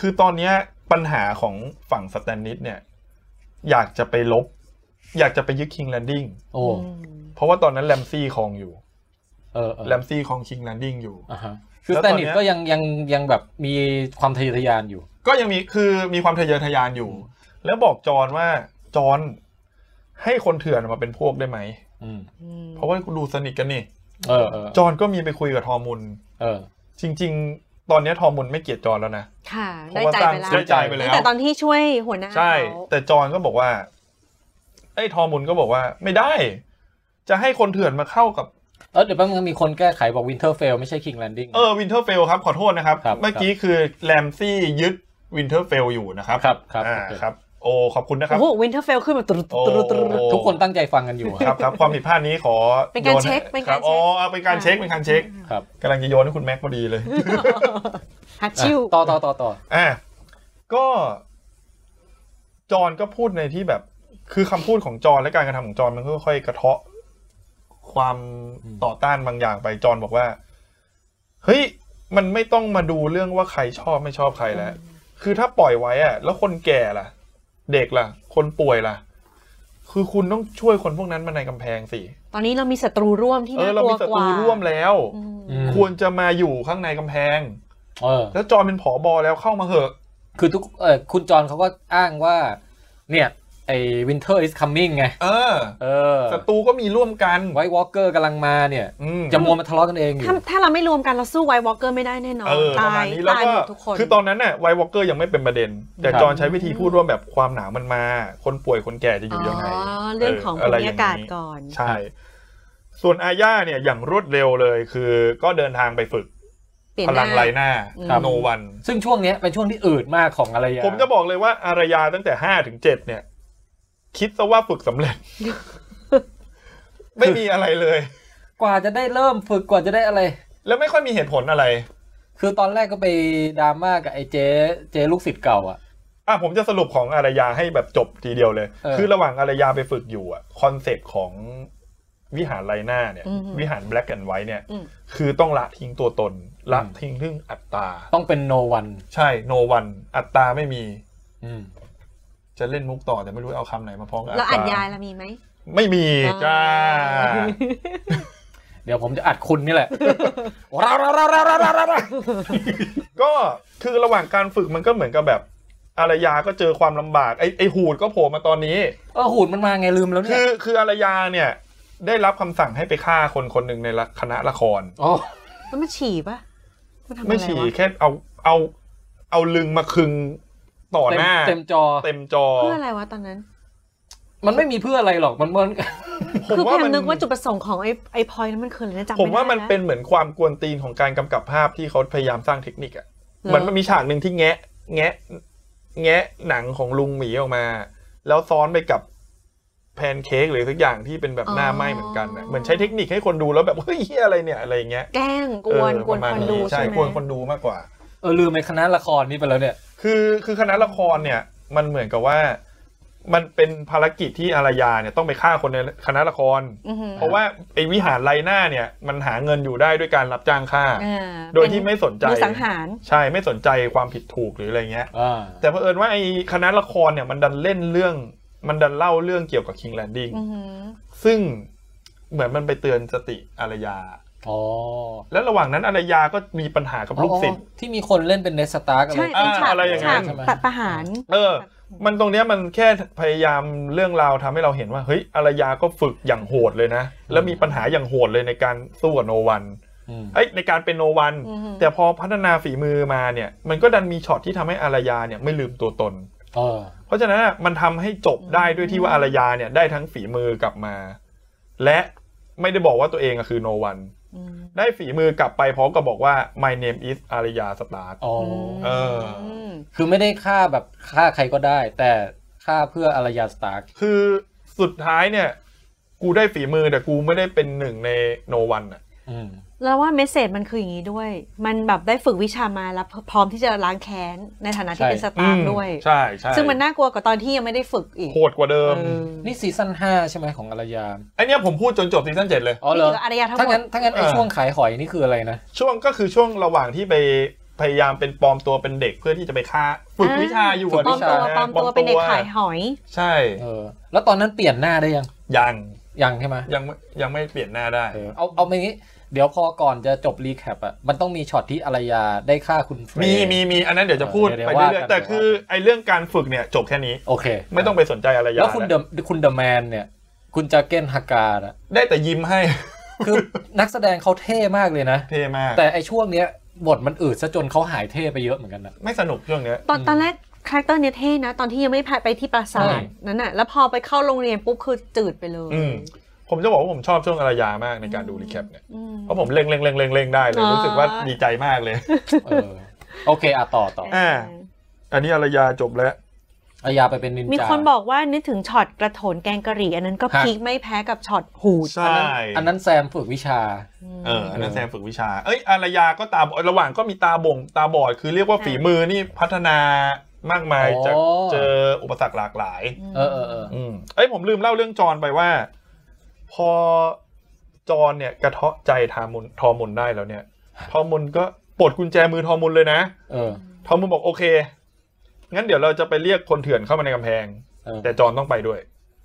Speaker 2: คือตอนเนี้ยปัญหาของฝั่งสแตนนิสเนี่ย อยากจะไปลบ อยากจะไปยึดคิงแลนดิ้ง
Speaker 1: โอ้
Speaker 3: ม
Speaker 2: เพราะว่าตอนนั้นแลมซี่ครองอยู่
Speaker 1: เออเออ
Speaker 2: แลมซี่ครองคิงแลนดิ้งอยู่
Speaker 1: อ่าฮะคือ
Speaker 2: แล้ว
Speaker 1: สแต
Speaker 2: ตอน น
Speaker 1: นิ
Speaker 2: เนี้
Speaker 1: ส
Speaker 2: ย
Speaker 1: ก็ยังยังยังแบบมีความทะเยอทะยานอยู่
Speaker 2: ก็ยังมีคือมีความทะเยอทะยานอยู่ แล้วบอกจอนว่าจอนให้คนเถื่อนมาเป็นพวกได้ไหม
Speaker 1: อืม
Speaker 3: อืม
Speaker 2: เพราะว่ากูดูสนิทกันนี่
Speaker 1: เออเออ
Speaker 2: จอนก็มีไปคุยกับทอมุล
Speaker 1: เออ
Speaker 2: จริง ๆ ตอนเนี้ยทอมุลไม่เกลียดจอนแล้วนะ
Speaker 3: ค่ะ
Speaker 2: เพ
Speaker 3: ได้
Speaker 2: ราะว่า
Speaker 3: ใจ
Speaker 2: สร้าง
Speaker 3: ไปแล้ว
Speaker 2: เสียใจไปแล้ว
Speaker 3: ตั้งแต่ตอนที่ช่วยหัวหน้า
Speaker 2: ใช่
Speaker 3: เขา
Speaker 2: แต่จอนก็บอกว่าไอ้ยทอมุลก็บอกว่า ไม่ได้ จะให้คนเถื่อนมาเข้ากับ
Speaker 1: เออเดี๋ยวแป๊บนึงมีคนแก้ไขบอกวินเทอร์เฟลไม่ใช่คิงแลนดิ้ง
Speaker 2: เออวินเทอร์เฟลครับขอโทษนะครับ
Speaker 1: ครับ
Speaker 2: เมื่อกี้คือแรมซี่ยึดวินเทอร์เฟลอยู่นะครับ
Speaker 1: ครับครับ
Speaker 2: อ่า
Speaker 1: โอเค
Speaker 2: ครับ โอ้ขอบคุณนะครับ
Speaker 3: โอ้โหวินเทอร์เฟลขึ้นแบบตรุดตรุดตรุด
Speaker 2: โอ้
Speaker 1: ทุกคนตั้งใจฟังกันอยู่
Speaker 2: ครับครับความผิดพลาดนี้ขอ
Speaker 3: เป็นการ
Speaker 2: โย
Speaker 3: เช็คเป็นการ
Speaker 2: บอ๋อ
Speaker 3: เช็ค
Speaker 2: เอาเป็นการเช็คเป็นการเช็ค
Speaker 1: ครับ
Speaker 2: กำลังจะโยนให้คุณแม็กพอดีเลย
Speaker 3: ฮัตชิว
Speaker 1: อ่ะต่อต่อต่อต่อ
Speaker 2: อ่ะก็จอห์นก็พูดในที่แบบ คือคำพูดของจอห์นและการกระทำของจอห์นมันก็ค่อยๆกระเทาะความต่อต้านบางอย่างไปจอห์นบอกว่า เฮ้ย มันไม่ต้องมาดูเรื่องว่าใครชอบไม่ชอบใครแล้ว คือถ้าปล่อยไว้อะแล้วคนแก่ล่ะ เด็กล่ะ คนป่วยล่ะ คือคุณต้องช่วยคนพวกนั้นมาในกำแพงสิ
Speaker 3: ตอนนี้เรามีศัตรูร่วมที่
Speaker 2: เออ
Speaker 3: น่า
Speaker 2: เรา
Speaker 3: กลั
Speaker 2: มี
Speaker 3: ว
Speaker 2: ศั
Speaker 3: ก
Speaker 2: ตรู
Speaker 3: ว่า
Speaker 2: ร่วมแล้ว
Speaker 3: อืม
Speaker 1: อืม
Speaker 2: ควรจะมาอยู่ข้างในกำแพง
Speaker 1: เออ
Speaker 2: แล้วจอห์นเป็นผอบอแล้วเข้ามาเหอะ
Speaker 1: คือทุกเออคุณจอห์นเขาก็อ้างว่า เนี่ย ไอ้ winter is coming ไง
Speaker 2: เออ
Speaker 1: เออ
Speaker 2: ศัตรูก็มีร่วมกัน
Speaker 1: ไวท์วอล์กเกอร์กำลังมาเนี่ย
Speaker 2: อืม
Speaker 1: จะมัวมาทะเลาะกันเองอยู่
Speaker 3: ถ้าถ้าเราไม่รวมกันเราสู้ไวท์วอลเกอร์ไม่ได้แน่นอน
Speaker 2: เออประ
Speaker 3: ตาม
Speaker 2: าย ณนี้แล้ว
Speaker 3: ตาย
Speaker 2: ก็
Speaker 3: หมดทุกคน
Speaker 2: คือตอนนั้นน่ะไววอลเกอร์ยังไม่เป็นประเด็น แต่
Speaker 1: ครับ
Speaker 2: จอห์นใช้วิธีพูดว่าแบบความหนาวมันมา คนป่วยคนแก่จะอยู่ยังไง
Speaker 3: อ๋อเรื่องของภูมิอากาศ
Speaker 2: ะไรย่งนี้
Speaker 3: ก่อน
Speaker 2: ใช่ ส่วนอาญาเนี่ยอย่างรวดเร็วเลยคือ ก็เดินทางไปฝึก
Speaker 3: เปลี่ยน
Speaker 2: พ
Speaker 3: หน้า
Speaker 2: ลังไรหน้า
Speaker 3: อืม
Speaker 2: โนวัน
Speaker 1: ซึ่งช่วงเนี้ยเป็นช่วงที่อืดมากของอะไรอย่าง
Speaker 2: ผมจะบอกเลยว่าอารยาตั้งแต่ห้าถึงเจ็ดเนี่ย คิดซะว่าฝึกสำเร็จ ไม่มีอะไรเลย
Speaker 1: กว่าจะได้เริ่มฝึกกว่าจะได้อะไร
Speaker 2: แล้วไม่ค่อยมีเหตุผลอะไร
Speaker 1: คือตอนแรกก็ไปดราม่ากับไอ้เจ๊เจ๊ลูกศิษย์เก่าอ่ะ
Speaker 2: อ่ะผมจะสรุปของอารยาให้แบบจบทีเดียวเลย
Speaker 1: เออ
Speaker 2: คือระหว่างอารยาไปฝึกอยู่อ่ะคอนเซปต์ของวิหารไลน่าเนี่ย
Speaker 3: อือหือ
Speaker 2: วิหารแบล็กแอนด์ไวท์เนี่ย
Speaker 3: อืม
Speaker 2: คือต้องละทิ้งตัวตน ละทิ้งเรื่องอัตตา
Speaker 1: ต้องเป็นโนวัน
Speaker 2: ใช่โนวัน อัตตาไม่มีจะเล่นมุกต่อแต่ไม่รู้เอาคำไหนมาพ้องกับ
Speaker 3: แล้ว
Speaker 2: อั
Speaker 3: อ่าน
Speaker 2: ต
Speaker 3: ยา
Speaker 2: ตาย
Speaker 3: เรามีไหม
Speaker 2: ไม่มีจ้า
Speaker 3: อ่า
Speaker 1: เดี๋ยวผมจะอัดคุณนี่แหละ
Speaker 2: เราเราเราเราเราเรา ก็คือระหว่างการฝึกมันก็เหมือนกับแบบอารยาก็เจอความลำบากไอ้ไอ้หูดก็โผล่มาตอนนี้
Speaker 1: เออหูดมันมาไงลืมแล้วเนี่
Speaker 2: คื
Speaker 1: ย
Speaker 2: อคืออารยาเนี่ยได้รับคำสั่งให้ไปฆ่าคนคนหนึ่งในละคณะละคร
Speaker 1: อ๋อ
Speaker 3: แล้วมันฉี่ปะนทำอะรวะ
Speaker 2: ไม่ฉี่แค่เอาเอาเอาลึงมาคึงต่อ
Speaker 1: เต็
Speaker 2: ห
Speaker 1: ม
Speaker 2: น้า
Speaker 1: เต็มจอ
Speaker 2: เต็มจอ
Speaker 3: เพื่ออะไรวะตอนนั้น
Speaker 1: มันไม่มีเพื่ออะไรหรอกมันมัน
Speaker 2: ผม
Speaker 3: คือ
Speaker 2: ว่าย
Speaker 3: พายา
Speaker 2: มั
Speaker 3: ม
Speaker 2: น
Speaker 3: นึกว่าจุดประสงค์ของไอ้ไอ้พอยนั้นมันคืออะไรนะจำไได้
Speaker 2: ผมว่ามันะ เป็นเหมือนความกวนตีนของการกำกับภาพที่เขาพยายามสร้างเทคนิคอะเหมือนมันมีฉากหนึ่งที่แงะ แงะ แงะหนังของลุงหมีออกมา แล้วซ้อนไปกับแพนเค้กหรือสักอย่างที่เป็นแบบหน้าไหม้เหมือนกันอะ
Speaker 3: อ๋อ
Speaker 2: เหมือนใช้เทคนิคให้คนดูแล้วแบบเฮ้ยเหี้ยอะไรเนี่ยอะไรอย่างเงี้ย
Speaker 3: แกล้งกวน
Speaker 2: เออก
Speaker 3: วน
Speaker 2: ประมาณ
Speaker 3: คนดู
Speaker 2: ใช่
Speaker 3: ใช่ไหม
Speaker 2: กวนคนดูมากกว่า
Speaker 1: เออลืมไปคณะละครนี่ไปแล้วเนี่ย
Speaker 2: คือคือคณะละครเนี่ยมันเหมือนกับว่ามันเป็นภารกิจที่อารยาเนี่ยต้องไปฆ่าคนในคณะละคร
Speaker 3: อือหือ
Speaker 2: เพราะว่าไอ้วิหารไลน่าเนี่ยมันหาเงินอยู่ได้ด้วยการรับจ้างฆ่า
Speaker 3: อ่า
Speaker 2: โดยที่ไม่สนใจ
Speaker 3: มือสังหาร
Speaker 2: ใช่ไม่สนใจความผิดถูกหรืออะไรเงี้ย
Speaker 1: อ่า
Speaker 2: แต่เผอิญว่าไอ้คณะละครเนี่ยมันดันเล่นเรื่อง มันดันเล่าเรื่องเกี่ยวกับคิงแลนดิ้ง
Speaker 3: อือหือ
Speaker 2: ซึ่งเหมือนมันไปเตือนสติอารยา
Speaker 1: อ๋อ
Speaker 2: แล้วระหว่างนั้นอารยาก็มีปัญหากับลูกศิษย์
Speaker 1: อ๋อที่มีคนเล่นเป็นเนสตาร์กอะไร
Speaker 3: ใช่เป็นฉาก
Speaker 2: อะไรอย่างนั้น
Speaker 3: ฉกตัดประหาร
Speaker 2: เออ มันตรงเนี้ยมันแค่พยายามเรื่องราวทำให้เราเห็นว่าเฮ้ยอารยาก็ฝึกอย่างโหดเลยนะ แล้วมีปัญหาอย่างโหดเลยในการสู้กับโนวัน
Speaker 1: อืม
Speaker 2: เอ้ยในการเป็นโนวัน
Speaker 3: อือฮึ
Speaker 2: แต่พอพัฒนาฝีมือมาเนี่ย มันก็ดันมีช็อตที่ทำให้อารยาเนี่ยไม่ลืมตัวตน
Speaker 1: เออ
Speaker 2: เพราะฉะนั้นอะมันทำให้จบได้ด้วยที่ว่าอารยาเนี่ยได้ทั้งฝีมือกลับมา และไม่ได้บอกว่าตัวเองอะคือโนวัน
Speaker 3: อืม
Speaker 2: ได้ฝีมือกลับไปพร้อมกับบอกว่า my name is อารยาสตาร์
Speaker 1: อ๋อ
Speaker 2: เออ
Speaker 3: ม
Speaker 1: คือไม่ได้ฆ่าแบบฆ่าใครก็ได้ แต่ฆ่าเพื่ออารยาสตาร์ก
Speaker 2: คือสุดท้ายเนี่ย กูได้ฝีมือแต่กูไม่ได้เป็นหนึ่งในโนวันอ่ะ
Speaker 1: อืม
Speaker 3: แล้วว่าเมสเซจมันคืออย่างนี้ด้วย มันแบบได้ฝึกวิชามาแล้วพร้อมที่จะล้างแค้นในฐานะที่
Speaker 1: ใช่
Speaker 3: เป็นสตาร์ด้วย
Speaker 2: ใช่ใช่
Speaker 3: ซึ่งมันน่ากลัวกว่าตอนที่ยังไม่ได้ฝึกอีก
Speaker 2: โหดกว่าเดิม
Speaker 3: เออ
Speaker 1: นี่ซีซั่นห้าใช่ไหมของอารยา
Speaker 2: ไอันนี้ผมพูดจนจบซีซั่นเจ็ดเลย
Speaker 1: อ๋อเหร
Speaker 3: นี่
Speaker 1: อ
Speaker 3: คืออารยาทั้ง
Speaker 1: ถ้า
Speaker 3: หมด
Speaker 1: งั้นถ้างั้นไอ
Speaker 2: เออ
Speaker 1: ช่วงขายหอยนี่คืออะไรนะ
Speaker 2: ช่วงก็คือช่วงระหว่างที่ไปพยายามเป็นปลอมตัวเป็นเด็กเพื่อที่จะไปฆ่าฝึกวิชาอยู่
Speaker 1: ฝึ
Speaker 3: ป
Speaker 1: ก
Speaker 3: ล
Speaker 1: วิ
Speaker 3: อม
Speaker 1: ชา
Speaker 3: ตัวปลอมตัวเป็นเด็กขายหอย
Speaker 2: ใช่
Speaker 1: เออ แล้วตอนนั้นเปลี่ยนหน้าได้ยัง
Speaker 2: ยัง
Speaker 1: ยังใช่ไหม
Speaker 2: ยังไม่ยังไม่เปลี่ยนหน้าได้
Speaker 1: เออเอาเอาไปงี้ เดี๋ยวพอก่อนจะจบรีแคปอ่ะ มันต้องมีช็อตที่อารยาได้ฆ่าคุณเฟรย์
Speaker 2: มีมีมีอันนั้นเดี๋ยวจะพูด
Speaker 1: เดี๋ยว
Speaker 2: ไปเรื่
Speaker 1: ว่ากั
Speaker 2: อย
Speaker 1: น
Speaker 2: ๆแต่คือไอ้เรื่องการฝึกเนี่ยจบแค่นี้
Speaker 1: โอเค
Speaker 2: ไม่ต้องไปสนใจอะไรยา
Speaker 1: แล้วคุณเด
Speaker 2: แล้
Speaker 1: อะคุณเดอะแมนเนี่ย คุณจาเก้นฮาการอะ
Speaker 2: วได้แต่ยิ้มให้
Speaker 1: คือ นักแสดงเขาเท่มากเลยนะ
Speaker 2: เท่มาก
Speaker 1: แต่ไอช่วงเนี้ยบทมันอืดซะจนเขาหายเท่ไปเยอะเหมือนกันนะ
Speaker 2: ไม่สนุกช่วงเนี้ย
Speaker 3: ตอนตอนแรกคาแรคเตอร์เนี่ยเท่นะ ตอนที่ยังไม่พาไปที่ปราสา
Speaker 1: ใช่
Speaker 3: ทนั้นน่ะ แล้วพอไปเข้าโรงเรียนปุ๊บคือจืดไปเลย
Speaker 2: อืม ผมจะบอกว่าผมชอบช่วงอารยามากในการดูรีแคปเนี่ย
Speaker 3: อืม
Speaker 2: เพราะผมเล็งเล็งเล็งเล็งเล็งได้เลย
Speaker 3: อ๋อ
Speaker 2: รู้สึกว่าดีใจมากเลย
Speaker 1: เออ โอเคอ่ะต่อต่อ
Speaker 2: อ่า อันนี้อารยาจบแล้ว
Speaker 1: อายาไปเป็นนินจา
Speaker 3: มีคนบอกว่านึกถึงช็อตกระโถนแกงกะหรี่อันนั้นก็
Speaker 1: ฮะ
Speaker 3: พีคไม่แพ้กับช็อตหูด
Speaker 2: ใช่
Speaker 1: อันนั้นแซมฝึกวิชา
Speaker 3: ม
Speaker 2: เอออันนั้นแซมฝึกวิชา เอ้ยอารยาก็ตาบอดระหว่างก็มีตาบ่งตาบอดคือเรียกว่า
Speaker 3: ค่ะ
Speaker 2: ฝีมือนี่พัฒนามากมายจาก
Speaker 1: อ๋อ
Speaker 2: เจออุปสรรคหลากหลาย
Speaker 1: เออเออเออ
Speaker 2: อืมเอ้ยผมลืมเล่าเรื่องจรไปว่า พอจรเนี่ยกระเทาะใจทามุนทอมุนได้แล้วเนี่ย ทอมุนก็ปลดกุญแจมือทอมุนเลยนะ
Speaker 1: เออ
Speaker 2: ทอมุนบอกโอเค งั้นเดี๋ยวเราจะไปเรียกคนเถื่อนเข้ามาในกำแพง
Speaker 1: เออ
Speaker 2: แต่จรต้องไปด้วย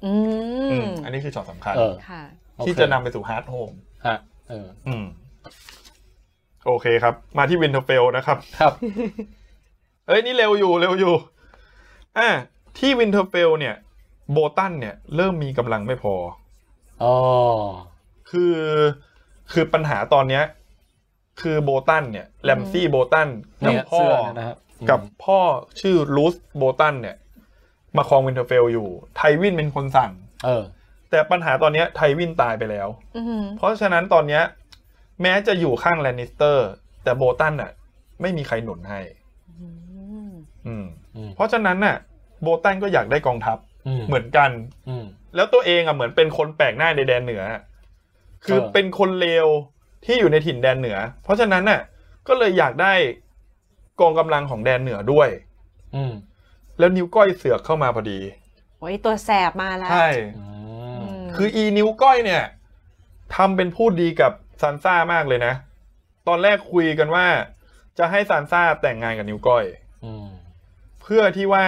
Speaker 3: อื
Speaker 2: อื
Speaker 3: ม
Speaker 2: มอันนี้คือช็อตสำคัญ
Speaker 1: เออ
Speaker 3: ค่ะ
Speaker 1: โอเค
Speaker 2: ที่จะนำไปสู่ฮาร์ดโฮม
Speaker 1: ฮะเออ
Speaker 2: อืม โอเคครับ มาที่วินเทอร์เฟลนะครับ
Speaker 1: ครับ
Speaker 2: เอ้ยนี่เร็วอยู่เร็วอยู่อ่าที่วินเทอร์เฟลเนี่ย โบตันเนี่ย เริ่มมีกำลังไม่พอ
Speaker 1: อ๋อ
Speaker 2: คือคือปัญหาตอนเนี้ย คือโบตันเนี่ยแลมซี่โบตันกั
Speaker 1: เนี่
Speaker 2: บ
Speaker 1: ย
Speaker 2: พ่อ
Speaker 1: เสื้อเนี่ยนะครับ
Speaker 2: กับพ่อชื่อลูสโบตันเนี่ย มาครองวินเทอร์เฟลอยู่ไทวินเป็นคนสั่ง
Speaker 1: เออ
Speaker 2: แต่ปัญหาตอนเนี้ยไทวินตายไปแล้ว
Speaker 3: อืม
Speaker 2: เพราะฉะนั้นตอนเนี้ย แม้จะอยู่ข้างแลนนิสเตอร์ แต่โบตันน่ะ ไม่มีใครหนุนให้
Speaker 3: อืม
Speaker 2: อืม
Speaker 1: อืม
Speaker 2: เพราะฉะนั้นน่ะ โบตันก็อยากได้กองทัพ
Speaker 1: อืม
Speaker 2: เหมือนกัน
Speaker 1: อืม
Speaker 2: แล้วตัวเองอ่ะเหมือนเป็นคนแปลกหน้าในแดนเหนือ คือ
Speaker 1: เออ
Speaker 2: เป็นคนเลวที่อยู่ในถิ่นแดนเหนือ เพราะฉะนั้นน่ะ ก็เลยอยากได้กองกำลังของแดนเหนือด้วย
Speaker 1: อืม
Speaker 2: แล้วนิ้วก้อยเสือกเข้ามาพอดี
Speaker 3: โอ้ยตัวแสบมาแล้ว
Speaker 2: ใช่
Speaker 1: อืม
Speaker 3: อืม
Speaker 2: คืออีนิ้วก้อยเนี่ยทำเป็นพูดดีกับซันซ่ามากเลยนะ ตอนแรกคุยกันว่า จะให้ซันซ่าแต่งงานกับนิ้วก้อย
Speaker 1: อืม
Speaker 2: เพื่อที่ว่า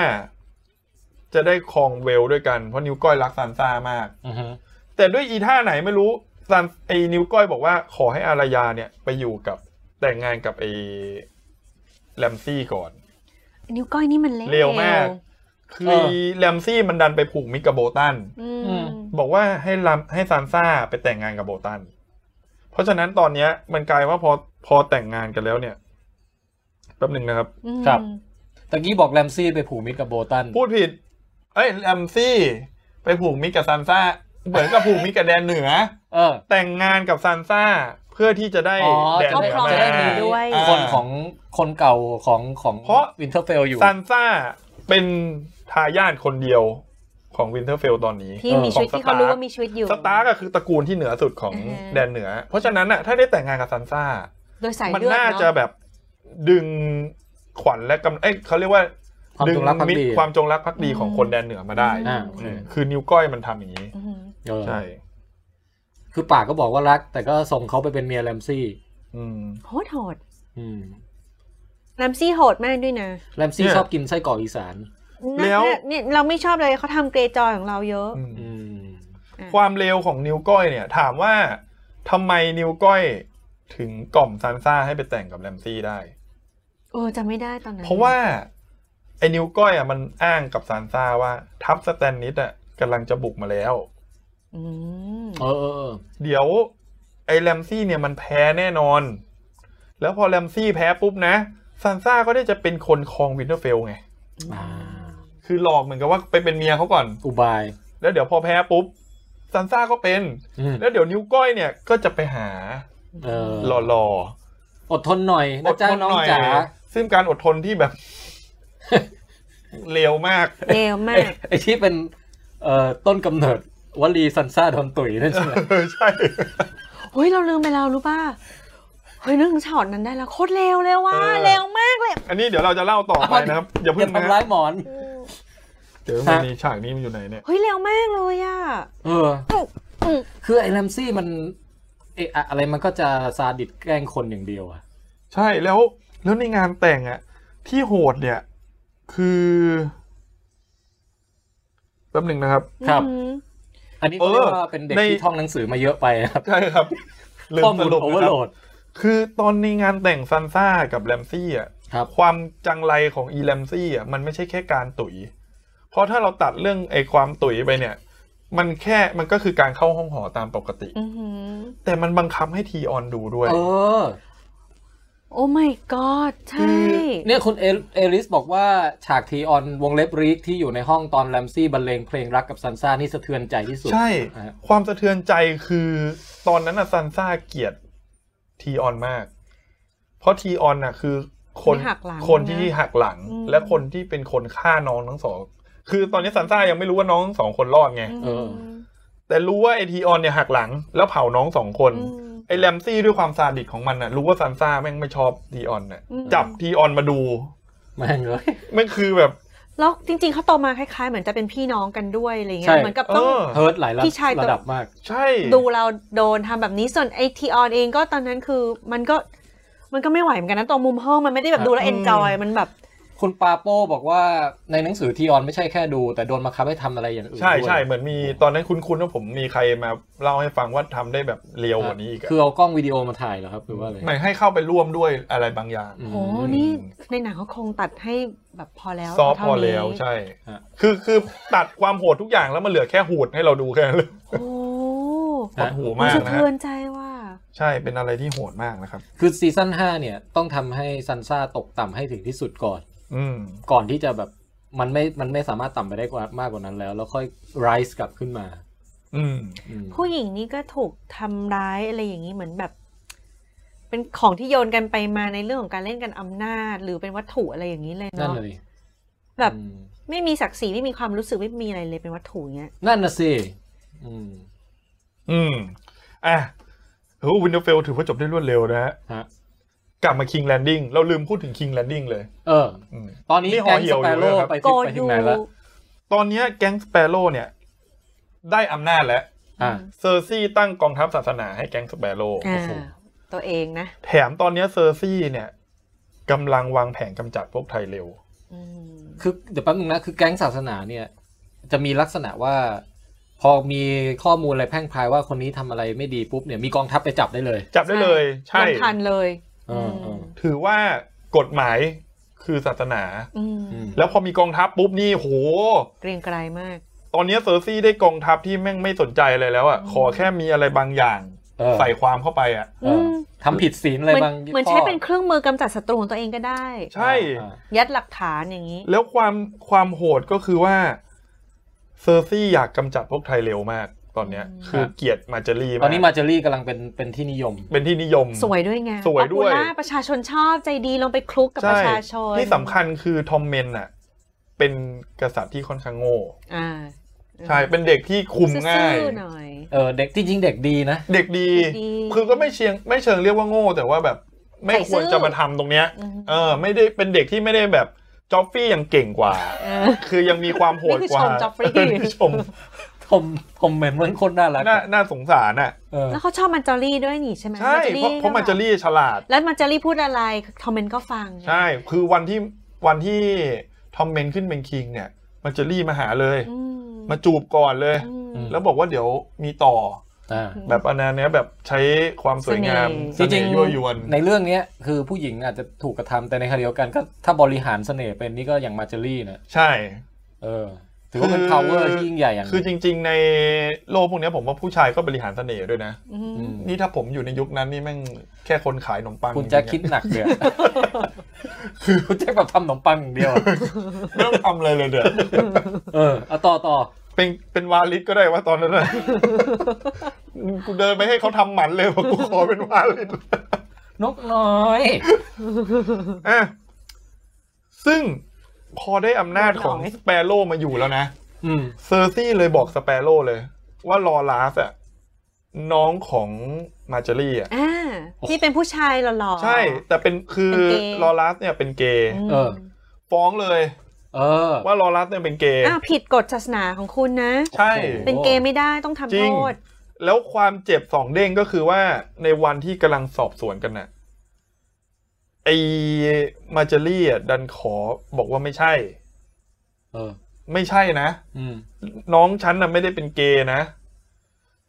Speaker 2: จะได้ครองเวลด้วยกันเพราะนิ้วก้อยรักซันซ่ามาก
Speaker 1: อือฮึ
Speaker 2: แต่ด้วยอีท่าไหนไม่รู้ซันไอ้นิ้วก้อยบอกว่าขอให้อารยาเนี่ยไปอยู่กับแต่งงานกับไอ้แลมซี่ก่อน
Speaker 3: นิ้วก้อยนี่มันเลว
Speaker 2: เลวมาก คือแลมซี่มันดันไปผูกมิตรกับโบตัน
Speaker 3: อืม
Speaker 2: บอกว่าให้ลำให้ซันซ่าไปแต่งงานกับโบตัน เพราะฉะนั้นตอนเนี้ยมันกลายว่าพอพอแต่งงานกันแล้วเนี่ยแป๊บหนึ่งนะครับ
Speaker 3: อืม
Speaker 1: ครับ ตะกี้บอกแรมซี่ไปผูกมิตรกับโบตัน
Speaker 2: พูดผิด เอ้ยแลมซี่ไปผูกมิตรกับซันซ่าเหมือนกับผูกมิตรกับแดนเหนือ
Speaker 1: เออ
Speaker 2: แต่งงานกับซันซ่าเพื่อที่จะได้
Speaker 1: อ๋อ
Speaker 2: แดน
Speaker 3: ครอบ
Speaker 2: เห
Speaker 1: จะ
Speaker 2: นือมา
Speaker 3: ครอง
Speaker 1: ได้
Speaker 3: แดนเหนือด้วย
Speaker 2: อ่า
Speaker 1: คนของคนเก่าของของ
Speaker 2: เพราะ
Speaker 1: วินเทอร์เฟลอยู่
Speaker 2: ซันซ่าเป็นทายาทคนเดียวของวินเทอร์เฟลตอนนี้
Speaker 3: ที่มีชีวิตที่เขารู้ว่ามีชีวิตอยู่
Speaker 2: สตาร์ก็คือตระกูลที่เหนือสุดของ
Speaker 3: อ่าฮะ
Speaker 2: แดนเหนือ เพราะฉะนั้นน่ะถ้าได้แต่งงานกับซันซ่า
Speaker 3: โดยสาย
Speaker 2: มัน
Speaker 3: เลือด
Speaker 2: น่า
Speaker 3: เน
Speaker 2: จะ
Speaker 3: อะ
Speaker 2: แบบดึงขวัญและกำเอ้ยเขาเรียกว่า
Speaker 1: ความ
Speaker 2: ดึ
Speaker 1: จงรักภักดี
Speaker 2: มิตรความจงรักภักดีของคนแดนเหนือมาได้
Speaker 1: อ่าโอเค
Speaker 2: มคือนิ้วก้อยมันทำอย่างนี้
Speaker 3: อืม
Speaker 1: เออ
Speaker 2: ใช่
Speaker 1: คือปากก็บอกว่ารัก แต่ก็ส่งเขาไปเป็นเมียแรมซี่
Speaker 2: อืม
Speaker 3: โหดโหด
Speaker 1: อืม
Speaker 3: แรมซี่โหดมากด้วยนะ
Speaker 1: แรมซี่
Speaker 2: เนี่ย
Speaker 1: ชอบกินไส้กรอกอีสาน
Speaker 2: แล้ว
Speaker 3: เนี่ยเนี่ยเราไม่ชอบเลยเขาทำเกรจอยของเราเยอะ
Speaker 2: อืม
Speaker 1: อืม
Speaker 3: อ่ะ
Speaker 2: ความเร็วของนิ้วก้อยเนี่ย ถามว่าทำไมนิ้วก้อยถึงกล่อมซันซ่าให้ไปแต่งกับแรมซี่ได้
Speaker 3: เออจะไม่ได้ตอนนั้น
Speaker 2: เพราะว่า ไอ้นิ้วก้อยอ่ะมันอ้างกับซานซ่าว่า ทัพสแตนนิสอ่ะกำลังจะบุกมาแล้ว
Speaker 3: อืม
Speaker 1: เออเออเออ
Speaker 2: เดี๋ยวไอ้แรมซี่เนี่ยมันแพ้แน่นอน แล้วพอแรมซี่แพ้ปุ๊บนะซานซ่าก็ได้จะเป็นคนครองวินเทอร์เฟลไง
Speaker 1: อ่า
Speaker 2: คือหลอกเหมือนกับว่าไปเป็นเมียเขาก่อน
Speaker 1: อุบาย
Speaker 2: แล้วเดี๋ยวพอแพ้ปุ๊บซานซ่าก็เป็น
Speaker 1: อืม
Speaker 2: แล้วเดี๋ยวนิ้วก้อยเนี่ยก็จะไปหา
Speaker 1: เออ
Speaker 2: หล่อ
Speaker 1: อดทนหน่อย
Speaker 2: ๆ
Speaker 1: นะจ๊ะน้องจ๋า
Speaker 2: ซึ่งการอดทนที่แบบ เลวมาก
Speaker 3: เลวมา
Speaker 1: ไอ้
Speaker 3: ก
Speaker 1: ไอที่เป็นเอ่อต้นกำเนิดวลีซันซ่าโดนตุ๋ยนั่นใช่ไหม
Speaker 2: ใช่
Speaker 3: เฮ้ยเราลืมไปแล้วรู้ป่ะ เฮ้ยนึกถึงช็อตนั้นได้แล้วโคตรเร็วเลยว่ะ
Speaker 2: เออ
Speaker 3: เร็วมากเลย
Speaker 2: อันนี้เดี๋ยวเราจะเล่าต่อไปนะครับ อ
Speaker 1: อ
Speaker 2: ย่าเพิ่
Speaker 1: ย่าง
Speaker 2: นะ
Speaker 1: ทำร้ายหมอน
Speaker 2: เดี๋ยวมันมีฉากนี้มันอยู่ไหนเนี่ย
Speaker 3: เฮ้ยเร็วมากเลยอ่ะ
Speaker 1: เออ
Speaker 3: อืม
Speaker 1: คือไอ้แรมซี่มันเอะอะอะไรมันก็จะซาดิสแกล้งคนอย่างเดียวอะ
Speaker 2: ใช่แล้วแล้วในงานแต่งอะที่โหดเนี่ย คือแป๊บหนึ่งนะครับ
Speaker 1: ครับ
Speaker 3: อืม
Speaker 1: อันนี้
Speaker 2: เอ
Speaker 1: เขา
Speaker 2: อ
Speaker 1: เรียกว่าเป็นเด็ก
Speaker 2: ใน
Speaker 1: ที่ท่องหนังสือมาเยอะไปนะครับ
Speaker 2: ใช่ครับ ลืม
Speaker 1: ข้อ
Speaker 2: ส
Speaker 1: มูล
Speaker 2: รุป
Speaker 1: โอเวอ
Speaker 2: นะ
Speaker 1: ร์
Speaker 2: ค
Speaker 1: โหล
Speaker 2: รับ
Speaker 1: ด
Speaker 2: คือตอนในงานแต่งซันซ่ากับแรมซี่อะ
Speaker 1: ครับ
Speaker 2: ความจังไรของอีแรมซี่อะมันไม่ใช่แค่การตุ๋ย เพราะถ้าเราตัดเรื่องไอ้ความตุ๋ยไปเนี่ย มันแค่มันก็คือการเข้าห้องหอตามปกติ
Speaker 3: อื้อหือ
Speaker 2: แต่มันบังคับให้ทีออนดูด้วย
Speaker 1: เออ
Speaker 3: โอ้ my god ใช่
Speaker 1: เนี่ยคุณเอเอลิสบอกว่าฉากทีออนวงเล็บรีกที่อยู่ในห้องตอนแรมซี่บรรเลงเพลงรักกับซันซ่านี่สะเทือนใจที่สุด
Speaker 2: ใช่
Speaker 1: อ่ะ
Speaker 2: ความสะเทือนใจคือตอนนั้นน่ะซันซ่าเกลียดทีออนมาก เพราะทีออนน่ะคือคน
Speaker 3: ไม่หักหลัง
Speaker 2: คนที่
Speaker 3: นะ
Speaker 2: หักหลัง
Speaker 3: อืม
Speaker 2: และคนที่เป็นคนฆ่าน้องทั้งสอง คือตอนนี้ซันซ่ายังไม่รู้ว่าน้องสองคนรอดไง
Speaker 1: เออ
Speaker 2: แต่รู้ว่าไอทีออนเนี่ยหักหลังแล้วเผาน้องสองคน
Speaker 3: อืม
Speaker 2: ไอแรมซี่ด้วยความซาดิสของมันน่ะรู้ว่าซันซ่าแม่งไม่ชอบทีออนน่ะ
Speaker 3: อืม
Speaker 2: จับทีออนมาดู
Speaker 1: แม่งเลย
Speaker 2: แม่งคือแบบ
Speaker 3: แล้วจริง ๆเขาโตมาคล้ายๆ เหมือนจะเป็นพี่น้องกันด้วยอะไรเงี้
Speaker 1: ใช่
Speaker 3: ยเหมือนกับต้อง
Speaker 2: เออ
Speaker 1: เฮิร์ตหลายระ
Speaker 3: พี่ชายตัว
Speaker 1: ระดับมาก
Speaker 2: ใช่
Speaker 3: ดูเราโดนทำแบบนี้ส่วนไอทีออนเองก็ตอนนั้นคือมันก็มันก็ไม่ไหวเหมือนกันนะตรงมุมห้องมันไม่ได้แบบดูแล้วเอนจอยมันแบบ
Speaker 1: คุณปาโป้บอกว่าในหนังสือทีออนไม่ใช่แค่ดู แต่โดนบังคับให้ทำอะไรอย่างอื่น
Speaker 2: ใช่
Speaker 1: ด้วย
Speaker 2: ใช่เหมือนมีตอนนั้นคุณคุณว่าผมมีใครมาเล่าให้ฟังว่าทำได้แบบเรียวกว่านี้อีกอะ
Speaker 1: คือเอากล้องวิดีโอมาถ่ายเหรอครับหรือว่าอะไร
Speaker 2: หมายให้เข้าไปร่วมด้วยอะไรบางอย่าง
Speaker 1: อืม
Speaker 3: โห นี่ในหนังเขาคงตัดให้แบบพอแล้ว
Speaker 2: ซอฟต์
Speaker 3: เท่า
Speaker 2: พอ
Speaker 3: นี้
Speaker 2: แล้วใช่
Speaker 1: ฮะ
Speaker 2: คือคือตัดความโหดทุกอย่างแล้วมันเหลือแค่หูดให้เราดูแค่นั้นเลย
Speaker 3: โอ้
Speaker 2: หดหู
Speaker 3: ม
Speaker 2: มาก
Speaker 3: สะ
Speaker 2: นะ
Speaker 3: เทื
Speaker 2: ฮะ
Speaker 3: อนใจว่า
Speaker 2: ใช่เป็นอะไรที่โหดมากนะครับ
Speaker 1: คือซีซั่น5เนี่ยต้องทำให้ซันซ่าตกต่ำให้ถึงที่สุดก่อน
Speaker 2: อืม
Speaker 1: ก่อนที่จะแบบมันไม่มันไม่สามารถต่ำไปได้กว่ามากกว่านั้นแล้ว แล้วค่อย rise กลับขึ้นมา
Speaker 2: อืม
Speaker 1: อืม
Speaker 3: ผู้หญิงนี่ก็ถูกทำร้ายอะไรอย่างนี้เหมือนแบบ เป็นของที่โยนกันไปมาในเรื่องของการเล่นกันอำนาจ หรือเป็นวัตถุอะไรอย่างนี้เลย
Speaker 1: นั่น
Speaker 3: เนาะ
Speaker 1: เลย
Speaker 3: แบบ
Speaker 1: อืม
Speaker 3: ไม่มีศักดิ์ศรีไม่มีความรู้สึกไม่มีอะไรเลยเป็นวัตถุอย่างเงี้ย
Speaker 1: นั่นน่ะสิอืม
Speaker 2: อืมอ่ะโอ้วินเดอร์เฟลถือว่าจบได้รวดเร็วนะฮะ
Speaker 1: ฮะ
Speaker 2: กลับมาคิงแลนดิ้งเราลืมพูดถึงคิงแลนดิ้งเลย
Speaker 1: เออ
Speaker 2: อืม
Speaker 1: ตอนนี้
Speaker 2: นี่ห่
Speaker 1: แก๊
Speaker 2: อง เหี่
Speaker 1: ส
Speaker 2: ยว
Speaker 1: เป
Speaker 2: อยู่
Speaker 1: โร่
Speaker 2: นะครับ
Speaker 1: ไป
Speaker 3: โก
Speaker 1: ถึงไป
Speaker 3: อ
Speaker 1: ถึ
Speaker 3: ยู
Speaker 1: งไหนแล้ว
Speaker 2: ตอนเนี้ยแก๊งสเปโร่เนี่ย ได้อำนาจแล้ว
Speaker 1: อ่ะ
Speaker 2: เซอร์ซี่ตั้งกองทัพศาสนาให้แก๊งสเปโร่
Speaker 3: อ่า
Speaker 1: โอ้โห
Speaker 3: ตัวเองนะ
Speaker 2: แถมตอนเนี้ยเซอร์ซี่เนี่ยกำลังวางแผนกำจัดพวกไทยเร็ว
Speaker 3: อืม
Speaker 1: คือเดี๋ยวแป๊บนึงนะ คือแก๊งศาสนาเนี่ย จะมีลักษณะว่า พอมีข้อมูลอะไรแพร่งพรายว่าคนนี้ทำอะไรไม่ดีปุ๊บเนี่ยมีกองทัพไปจับได้เลย
Speaker 2: จับได้เลยใช่
Speaker 3: ลงทันเลย
Speaker 1: เออเออ
Speaker 2: ถือว่ากฎหมายคือศาสนา
Speaker 3: อืม
Speaker 1: อืม
Speaker 2: แล้วพอมีกองทัพปุ๊บนี่โห
Speaker 3: เกรียงไกรมาก
Speaker 2: ตอนเนี้ยเซอร์ซี่ได้กองทัพที่แม่งไม่สนใจอะไรแล้วอ่ะ
Speaker 3: อืม
Speaker 2: ขอแค่มีอะไรบางอย่าง
Speaker 1: เออ
Speaker 2: ใส่ความเข้าไปอ่ะ
Speaker 1: เออ
Speaker 3: ม
Speaker 1: ทำผิดศีลอะไร
Speaker 3: เหมือน
Speaker 1: บาง
Speaker 3: เหมือน
Speaker 1: ข้
Speaker 3: ใช้เป็นเครื่องมือกำจัดศัตรูของตัวเองก็ได้
Speaker 2: ใช่
Speaker 1: อ่า
Speaker 3: ยัดหลักฐานอย่างนี้
Speaker 2: แล้วความความโหดก็คือว่าเซอร์ซี่อยากกำจัดพวกไทยเร็วมาก ตอนเนี้ย
Speaker 3: อืม
Speaker 2: คือเกลียดมาเจอ
Speaker 1: อ่าม
Speaker 2: รีาก
Speaker 1: ตอนนี้มาเจอรี่กำลังเป็นเป็นที่นิยม
Speaker 2: เป็นที่นิยม
Speaker 3: สวยด้วยไง
Speaker 2: สวยด้วย
Speaker 3: ป๊อปปูล่าประชาชนชอบใจดีลงไปคลุกกับประชาชน
Speaker 2: ที่สำคัญคือทอมเมนอ่ะ เป็นกษัตริย์ที่ค่อนข้างโง่
Speaker 3: อ่า
Speaker 2: ใช่เป็นเด็กที่คุมง่าย
Speaker 3: ซื่อๆหน่อย
Speaker 1: เออเด็กที่จริงเด็กดีนะ
Speaker 2: เด็กดี
Speaker 3: ดี
Speaker 2: คือก็ไม่เชียงไม่เชิงเรียกว่าโง่ แต่ว่าแบบไม่
Speaker 3: ใส่
Speaker 2: ค
Speaker 3: ซื่อ
Speaker 2: วรจะมาทำตรงเนี้ย
Speaker 3: ม
Speaker 2: เออ ไม่ได้เป็นเด็กที่ไม่ได้แบบจอฟฟี่ยังเก่งกว่า
Speaker 3: เออ
Speaker 2: คือยังมีความโหดกว่า
Speaker 3: นี่คือชมจอฟฟี่
Speaker 2: เนี่ชม
Speaker 1: ทอมทอมเมนมันคนน่ารัก
Speaker 2: น่าน่าสงสารอ่ะ
Speaker 1: เออ
Speaker 3: แล้วเขาชอบมันเจอรี่ด้วยนี่ใช่ไหม
Speaker 2: ใช่
Speaker 3: น
Speaker 2: เพ
Speaker 3: จอ
Speaker 2: ราะเพราะมันจะรี่ฉลาด
Speaker 3: แล้วมันเจอรี่พูดอะไรคอมเมนต์ก็ฟังไง
Speaker 2: ใช่ คือวันที่วันที่ทอมเมนขึ้นเป็นคิงเนี่ย มันจะรี่มาหาเลย
Speaker 3: อืม
Speaker 2: มาจูบก่อนเลย
Speaker 3: อืม
Speaker 2: แล้วบอกว่าเดี๋ยวมีต่อ
Speaker 1: อ่า
Speaker 2: แบบอันนั้นเนี้ยแบบใช้ความสวยงาม
Speaker 1: จ
Speaker 2: เส
Speaker 1: ริ
Speaker 2: น่
Speaker 1: ง
Speaker 2: ห์ยั่วยวน
Speaker 1: ๆในเรื่องเนี้ยคือผู้หญิงอาจจะถูกกระทำแต่ในขณะเดียวกันก็ถ้าบริหารเสน่ห์เป็นนี่ก็อย่างมาเจอรี่นะ
Speaker 2: ใช่
Speaker 1: เออ ถือว่าเป็น power ที่ยิ่งใหญ่อย่างหนึ่ง
Speaker 2: คือจริง ๆ ในโลกพวกเนี้ยผมว่าผู้ชายก็บริหารเสน่ห์ด้วยนะ
Speaker 3: อืม
Speaker 1: อืม
Speaker 2: นี่ถ้าผมอยู่ในยุคนั้นนี่แม่งแค่คนขายขนมปัง
Speaker 1: คุณแจ็คคิดหนักเลยอะ คือคุณแจ็คแบบทำขนมปังอย่างเดียวอะ
Speaker 2: ไม่ต้องทำอะไรเลยเด้อ
Speaker 1: เออเอาต่อต่อ
Speaker 2: เป็นเป็นวาลิสก็ได้ว่าตอนนั้นนะกูเดินไปให้เขาทำหมันเลยบอกกูขอเป็นวาลิส
Speaker 1: นกน้อย
Speaker 2: อ่ะซึ่งพอได้อำนาจของสเปโร่มาอยู่แล้วนะ
Speaker 1: อืม
Speaker 2: เซอร์ซี่เลยบอกสเปโร่เลย ว่ารอลาสอะน้องของมาเจอรี่อะ
Speaker 3: อ่าที่เป็นผู้ชายหล่อๆ
Speaker 2: ใช่ แต่เป็นคือ
Speaker 3: เป็นเกย์
Speaker 2: ลอลาสเนี่ยเป็นเกย์
Speaker 3: ม
Speaker 1: เออ
Speaker 2: ฟ้องเลย
Speaker 1: เออ
Speaker 2: ว่าลอรัสเนี่ยเป็นเกย์
Speaker 3: อ้าวผิดกฎศาสนาของคุณนะ
Speaker 2: ใช่
Speaker 1: โอ้โห
Speaker 3: เป็นเกย์ไม่ได้ต้องทำ
Speaker 2: จริ
Speaker 3: โท
Speaker 2: ง
Speaker 3: ษ
Speaker 2: แล้วความเจ็บสองเด้งก็คือว่าในวันที่กำลังสอบสวนกันน่ะไอมาเจอรี่อ่ะดันขอบอกว่าไม่ใช่
Speaker 1: เออ
Speaker 2: ไม่ใช่นะ
Speaker 1: อืม
Speaker 2: น้องฉันน่ะไม่ได้เป็นเกย์นะ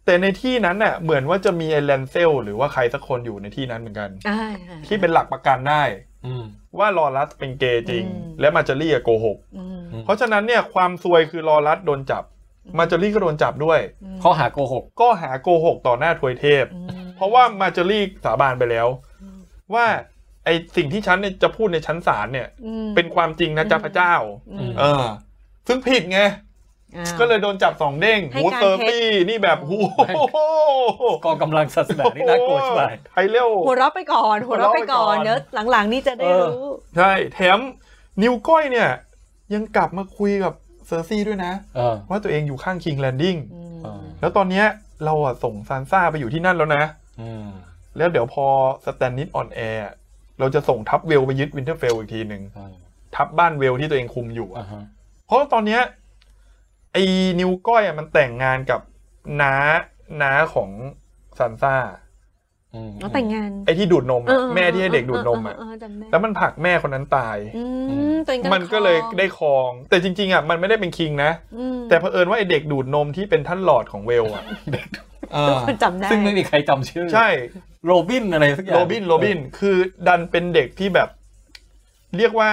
Speaker 2: แต่ในที่นั้นน่ะ เหมือนว่าจะมีไอแลนเซลหรือว่าใครสักคนอยู่ในที่นั้นเหมือนกัน
Speaker 3: อ่า
Speaker 2: ที่เป็นหลักประกันได้
Speaker 1: อืม
Speaker 2: ว่าลอรัสเป็นเกย์จริง
Speaker 3: อืม
Speaker 2: และมาเจอรี่อะโกหก
Speaker 3: อืม
Speaker 2: เพราะฉะนั้นเนี่ยความซวยคือลอรัสโดนจับ มาเจอรี่ก็โดนจับด้วย
Speaker 3: ม
Speaker 1: ข้อหาโกหก
Speaker 2: ก็หาโกหกต่อหน้าทวยเทพ
Speaker 3: อืม
Speaker 2: เพราะว่ามาเจอรี่สาบานไปแล้ว ว่าไอสิ่งที่ฉันเนี่ยจะพูดในชั้นศาลเนี่ย
Speaker 3: อืม
Speaker 2: เป็นความจริงนะจ๊ะพระเจ้า
Speaker 3: อืม
Speaker 2: เออ ซึ่งผิดไง
Speaker 3: อ่า
Speaker 2: ก็เลยโดนจับสองเด้ง
Speaker 3: ให้
Speaker 2: หู
Speaker 3: การ
Speaker 2: เซอร์ฟี่นี่แบบหู
Speaker 1: ไม่ กองกำลังศาสนานี่น่ากลัวใช่ไหม
Speaker 2: ไทยเร็ว
Speaker 3: หัวเราะไปก่อน หัวเราะไปก่อน
Speaker 2: หัวเราะไปก่อน
Speaker 3: เดี๋ยวหลังๆ นี่จะได้
Speaker 1: เออ
Speaker 3: รู้
Speaker 2: ใช่ แถมนิ้วก้อยเนี่ย ยังกลับมาคุยกับ เซอร์ซี่ด้วยนะ
Speaker 1: เออ
Speaker 2: ว่าตัวเองอยู่ข้างคิงแลนดิ้ง
Speaker 3: อืม
Speaker 1: อ่า
Speaker 2: แล้วตอนเนี้ยเราอะส่งซานซ่าไปอยู่ที่นั่นแล้วนะ
Speaker 1: อืม
Speaker 2: แล้วเดี๋ยวพอสแตนนิดอ่อนแอร์เราจะส่งทัพเวลไปยึดวินเทอร์เฟลอีกทีหนึ่ง
Speaker 1: อ่า
Speaker 2: ทัพบ้านเวลที่ตัวเองคุมอยู่อะ
Speaker 1: อ่าฮะ
Speaker 2: เพราะตอนเนี้ยไอ้นิวก้อยอะมันแต่งงานกับน้าน้าของซานซ่า
Speaker 1: อืม
Speaker 3: อ๋อแต่งงาน
Speaker 2: ไอ้ที่ดูดนม
Speaker 3: เอ
Speaker 2: อะ
Speaker 3: อออ
Speaker 2: แม่ที่ให้เด็กดูดนมอะ
Speaker 3: เเเจำได้
Speaker 2: แล้วมันผลักแม่คนนั้นตาย
Speaker 3: อืมตัวเอง
Speaker 2: มันก็เลย
Speaker 3: ครอง
Speaker 2: ได้ครอง แต่จริงๆอ่ะมันไม่ได้เป็นคิงนะ
Speaker 3: อืม
Speaker 2: แต่เผอิญว่าไอเด็กดูดนมที่เป็นท่านหลอดของเว ลอ่ะอ่า
Speaker 3: จำได้
Speaker 1: ซึ่งไม่มีใครจำชื่อ
Speaker 2: ใช่
Speaker 1: โรบินอะไรสักอย่าง
Speaker 2: โรบินโรบินคือดันเป็นเด็กที่แบบ เรียกว่า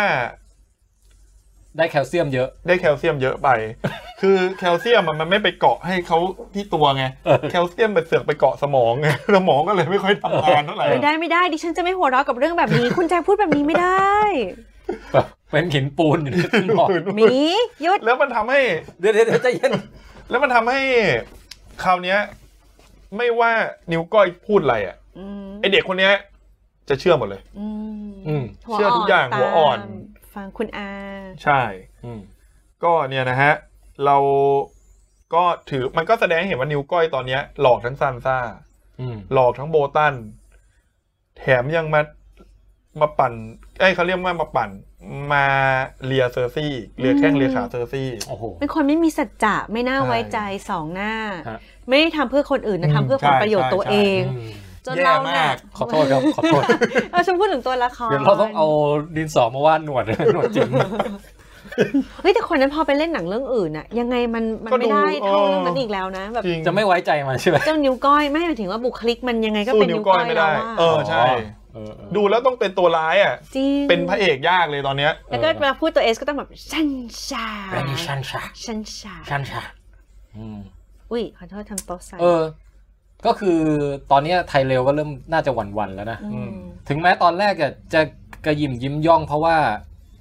Speaker 1: ได้แคลเซียมเยอะ
Speaker 2: ได้แคลเซียมเยอะไป คือแคลเซียมอะมันไม่ไปเกาะให้เขาที่ตัวไง
Speaker 1: เออ
Speaker 2: แคลเซียมไปเสือกไปเกาะสมองไง สมองก็เลยไม่ค่อยทำงานเท่าไหร่
Speaker 3: ไม่ได้ไม่ได้ดิฉันจะไม่หัวเราะกับเรื่องแบบนี้ คุณแจ็คพูดแบบนี้ไม่ได้
Speaker 1: แบบเป็นหินปูนอยู่ ในสมอง
Speaker 3: หมีหยุด
Speaker 2: แล้วมันทำให้
Speaker 1: เดี๋ยวเดี๋ยวเดี๋ยวใจเย็น
Speaker 2: แล้วมันทำให้คราวเนี้ย ไม่ว่านิ้วก้อยพูดอะไรอ่ะ
Speaker 3: อืม
Speaker 2: ไอเด็กคนเนี้ย จะเชื่อหมดเลย
Speaker 3: อื
Speaker 1: อืม
Speaker 3: มหัว
Speaker 2: เชื่อทุกอย่าง
Speaker 3: ตม
Speaker 2: หัวอ่อน
Speaker 3: ฟังคุณอา
Speaker 2: ใช่
Speaker 1: อืม
Speaker 2: ก็เนี่ยนะฮะ เราก็ถือมันก็แสดงให้เห็นว่านิ้วก้อยตอนเนี้ย หลอกทั้งซานซ่า
Speaker 1: อืม
Speaker 2: หลอกทั้งโบตัน แถมยังมามาปั่นไอ้ยเขาเรียกว่ามาปั่น มาเลียเซอร์ซี่อีกเลียแข้ง
Speaker 3: อืม
Speaker 2: เลียขาเซอร์ซี่
Speaker 1: โอ้โห
Speaker 3: เป็นคนไม่มีสัจจะไม่น่า
Speaker 2: ใช่
Speaker 3: ไว้ใจสองหน้า
Speaker 1: ฮะ
Speaker 3: ไม่ได้ทำเพื่อคนอื่นนะ
Speaker 2: อืม
Speaker 3: ทำเพื่อผลประโยชน์
Speaker 2: ใช่
Speaker 3: ตัว
Speaker 2: ใช่
Speaker 3: เอง
Speaker 1: อืม
Speaker 3: จน
Speaker 2: แย่
Speaker 3: เรา
Speaker 2: มา
Speaker 3: น่ะ
Speaker 2: ก
Speaker 1: ขอโทษครับขอโทษ
Speaker 3: เราฉันพูดถึงตัวละคร
Speaker 1: เดี๋ยวเราต้องเอาดินสอมาวาดหนวด หนวดจริง
Speaker 3: เฮ้ยแต่คนนั้นพอไปเล่นหนังเรื่องอื่นน่ะยังไงมันมัน
Speaker 2: ก็ดู
Speaker 3: ไม่ได้เท่า
Speaker 2: เออ
Speaker 3: เรื่องนั้นอีกแล้วนะแบบ
Speaker 2: จริง
Speaker 1: จะไม่ไว้ใจมันใช่ไหม
Speaker 3: เจ้านิ้วก้อยไม่หมายถึงว่าบุคลิกมันยังไงก็
Speaker 2: สู้
Speaker 3: เป็น
Speaker 2: นิ้ว
Speaker 3: นิ้ว
Speaker 2: ก้
Speaker 3: ก้
Speaker 2: อ
Speaker 3: อย ย
Speaker 2: ไม่
Speaker 3: เรา
Speaker 2: ได้
Speaker 3: อะ
Speaker 2: เออใช่
Speaker 1: เออเออ
Speaker 2: ดูแล้วต้องเป็นตัวร้ายอ่ะ
Speaker 3: จริง
Speaker 2: เป็นพระเอกยากเลยตอนเนี้ย
Speaker 3: แล้วก็
Speaker 1: เออ
Speaker 3: เวลาพูดตัวเอสก็ต้องแบบชันชา
Speaker 1: แบรนด์ชันชา
Speaker 3: ชันชา
Speaker 1: ชันชาอืม
Speaker 3: อุ้ยขอโทษทำโต๊ะใส่
Speaker 1: เออ ก็คือตอนเนี้ยไทเรลก็เริ่มน่าจะหวั่นๆแล้วนะ
Speaker 3: ม
Speaker 2: ม
Speaker 1: ถึงแม้ตอนแรกอะจะกระยิมยิ้มย่องเพราะว่า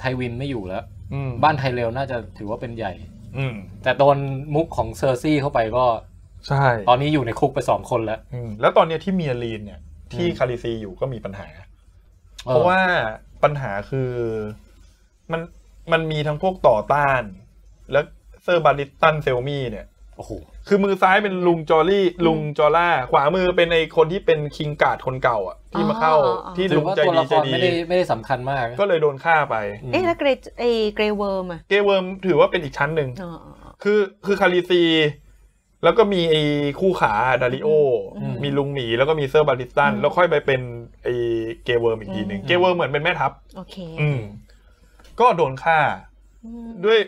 Speaker 1: ไทวินไม่อยู่แล้ว
Speaker 2: อืม
Speaker 1: บ้านไทเรลน่าจะถือว่าเป็นใหญ่
Speaker 2: อืม
Speaker 1: แต่โดนมุกของเซอร์ซี่เข้าไปก็
Speaker 2: ใช่
Speaker 1: ตอนนี้อยู่ในคุกไปสองคนแล้ว
Speaker 2: อืมแล้วตอนเนี้ยที่เมียลีนเนี่ย ที่
Speaker 1: อืม
Speaker 2: คาริซีอยู่ก็มีปัญหา
Speaker 1: อ
Speaker 2: เพ
Speaker 1: อ
Speaker 2: ราะว่าปัญหาคือมันมันมีทั้งพวกต่อต้าน แล้วเซอร์บาริสตันเซลมี่เนี่ย
Speaker 1: โอ้โห
Speaker 2: คือมือซ้ายเป็นลุงจอรี่ลุงจอร่า ขวามือเป็นไอคนที่เป็นคิงการ์ดคนเก่าอ่ะที่มาเข้าที่
Speaker 1: ถื
Speaker 2: ลุ
Speaker 1: อง ว่า
Speaker 2: ใจ
Speaker 1: ตัว
Speaker 2: ดี
Speaker 1: ละค
Speaker 2: ใจ
Speaker 1: ร
Speaker 2: ดี
Speaker 1: ไม่ได้ไม่ได้สำคัญมาก
Speaker 2: ก็เลยโดนฆ่าไป
Speaker 3: เอ๊ะแล้วเกรย์เอเกรย์เวิร์มอะ
Speaker 2: เกเวิร์มถือว่าเป็นอีกชั้นหนึ่ง
Speaker 3: อ๋ออ๋ออ๋อ
Speaker 2: คือคือคาริซี แล้วก็มีไอ้คู่ขาดาริโอ
Speaker 3: อืม
Speaker 2: มีลุงหมีแล้วก็มีเซอร์บาริสตัน
Speaker 3: อืม
Speaker 2: แล้วค่อยไปเป็นไอ้เกเวิร์มอีกทีหนึ่ง
Speaker 3: อืม
Speaker 2: เกเวิร์มเหมือนเป็นแม่ทัพ
Speaker 3: โอเค
Speaker 2: อืม ก็โดนฆ่า
Speaker 3: อืม
Speaker 2: ด้วย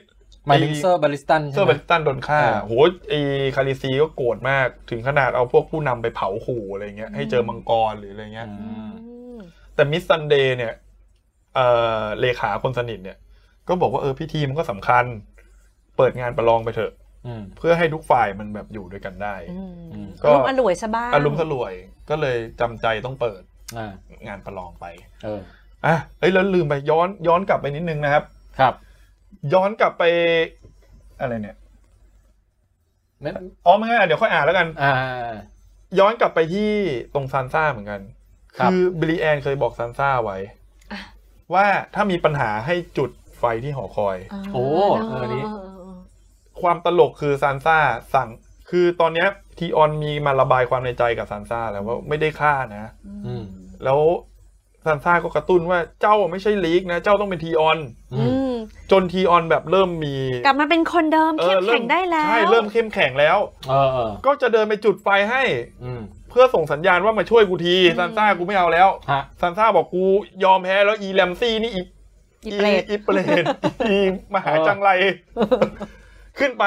Speaker 1: หมายถึงเซอร์บาริสตัน
Speaker 2: เซ
Speaker 1: ใช่
Speaker 2: อร์
Speaker 1: ไหม
Speaker 2: บาริสตันโดนฆ่า
Speaker 1: อ่า
Speaker 2: โหไอ้คาริซีก็โกรธมากถึงขนาดเอาพวกผู้นำไปเผาขู่อะไรเงี้ย
Speaker 3: อืม
Speaker 2: ให้เจอมังกรหรืออะไรเงี้ย
Speaker 1: อืม
Speaker 2: แต่มิสซันเดย์เนี่ยเอ่อเลขาคนสนิทเนี่ย ก็บอกว่าเออพิธีมันก็สำคัญ เปิดงานประลองไปเถอะ
Speaker 1: อืม
Speaker 2: เพื่อให้ทุกฝ่ายมันแบบอยู่ด้วยกันได้
Speaker 3: อืม
Speaker 1: อืม
Speaker 2: ก็
Speaker 3: อารมณ์อร่วยซะบ้าง
Speaker 2: อารมณ์สลวยก็เลยจำใจต้องเปิด
Speaker 1: อ่าง
Speaker 2: านประลองไป
Speaker 1: เออ
Speaker 2: อ่ะเอ้ยแล้วลืมไปย้อนย้อนกลับไปนิดนึงนะครับ
Speaker 1: ครับ
Speaker 2: ย้อนกลับไปอะไรเนี่ย
Speaker 1: ไม่
Speaker 2: อ๋อไม่งั้นอ่ะเดี๋ยวค่อยอ่านแล้วกัน
Speaker 1: อ่า
Speaker 2: ย้อนกลับไปที่ตรงซานซ่าเหมือนกัน
Speaker 1: ครับ
Speaker 2: คือบริแอนเคยบอกซานซ่าไว้ ว่าถ้ามีปัญหาให้จุดไฟที่หอคอย
Speaker 3: า
Speaker 1: โอ้เออนี่
Speaker 3: เออ
Speaker 2: ความตลกคือซานซ่าสั่ง คือตอนเนี้ยทีออนมีมาระบายความในใจกับซานซ่าแล้วว่าไม่ได้ฆ่านะ
Speaker 1: อืม
Speaker 2: แล้วซานซ่าก็กระตุ้นว่าเจ้าไม่ใช่ลีกนะ เจ้าต้องเป็นทีออน
Speaker 1: อื
Speaker 3: อื
Speaker 1: ม
Speaker 3: ม
Speaker 2: จนทีออนแบบเริ่มมี
Speaker 3: กลับมาเป็นคนเดิม
Speaker 2: อ
Speaker 3: เข้
Speaker 2: อ
Speaker 3: มแข็งได้แล้ว
Speaker 2: ใช่เริ่มเข้มแข็งแล้ว
Speaker 1: เออเออ
Speaker 2: ก็จะเดินไปจุดไฟให้
Speaker 1: อืม
Speaker 2: เพื่อส่งสัญญาณว่ามาช่วยกูทีซานซ่ากูไม่เอาแล้ว
Speaker 1: ฮะ
Speaker 2: ซานซ่าบอกกูยอมแพ้แล้วอีแลมซี่นี่อี
Speaker 3: อีเปรต
Speaker 2: อีเปรต อีมหาจังไร ขึ้นไป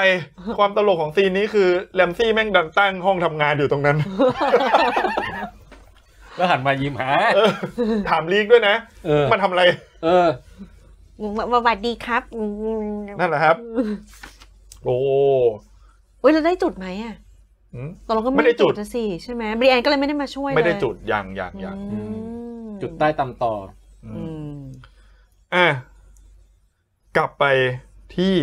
Speaker 2: ความตลกของซีนนี้คือแลมซี่แม่งดันตั้งห้องทำงานอยู่ตรง นั้น
Speaker 1: แล้วหันมายิ้มหา
Speaker 2: เออถามลีกด้วยนะ
Speaker 1: เออ
Speaker 2: มันทำอะไร
Speaker 1: เออ
Speaker 3: สวัสดีครับอืม
Speaker 2: นั่นแหละครับ โอ้
Speaker 3: อุ้ยเราได้จุดไหมอะตกลงก็
Speaker 2: ไม่
Speaker 3: ไม่
Speaker 2: ได้
Speaker 3: ได้
Speaker 2: จุ
Speaker 3: จุ
Speaker 2: ด
Speaker 3: ดนะสิใช่ไหมบริแอนก็เลยไม่ได้มาช่วย
Speaker 2: ไม่ได้
Speaker 3: เลย
Speaker 2: จุดอย่างอย่างอย่าง
Speaker 1: อื
Speaker 3: อืม
Speaker 1: จุดใต้ตำต่อ
Speaker 3: อืม
Speaker 2: อ่ะกลับไปที่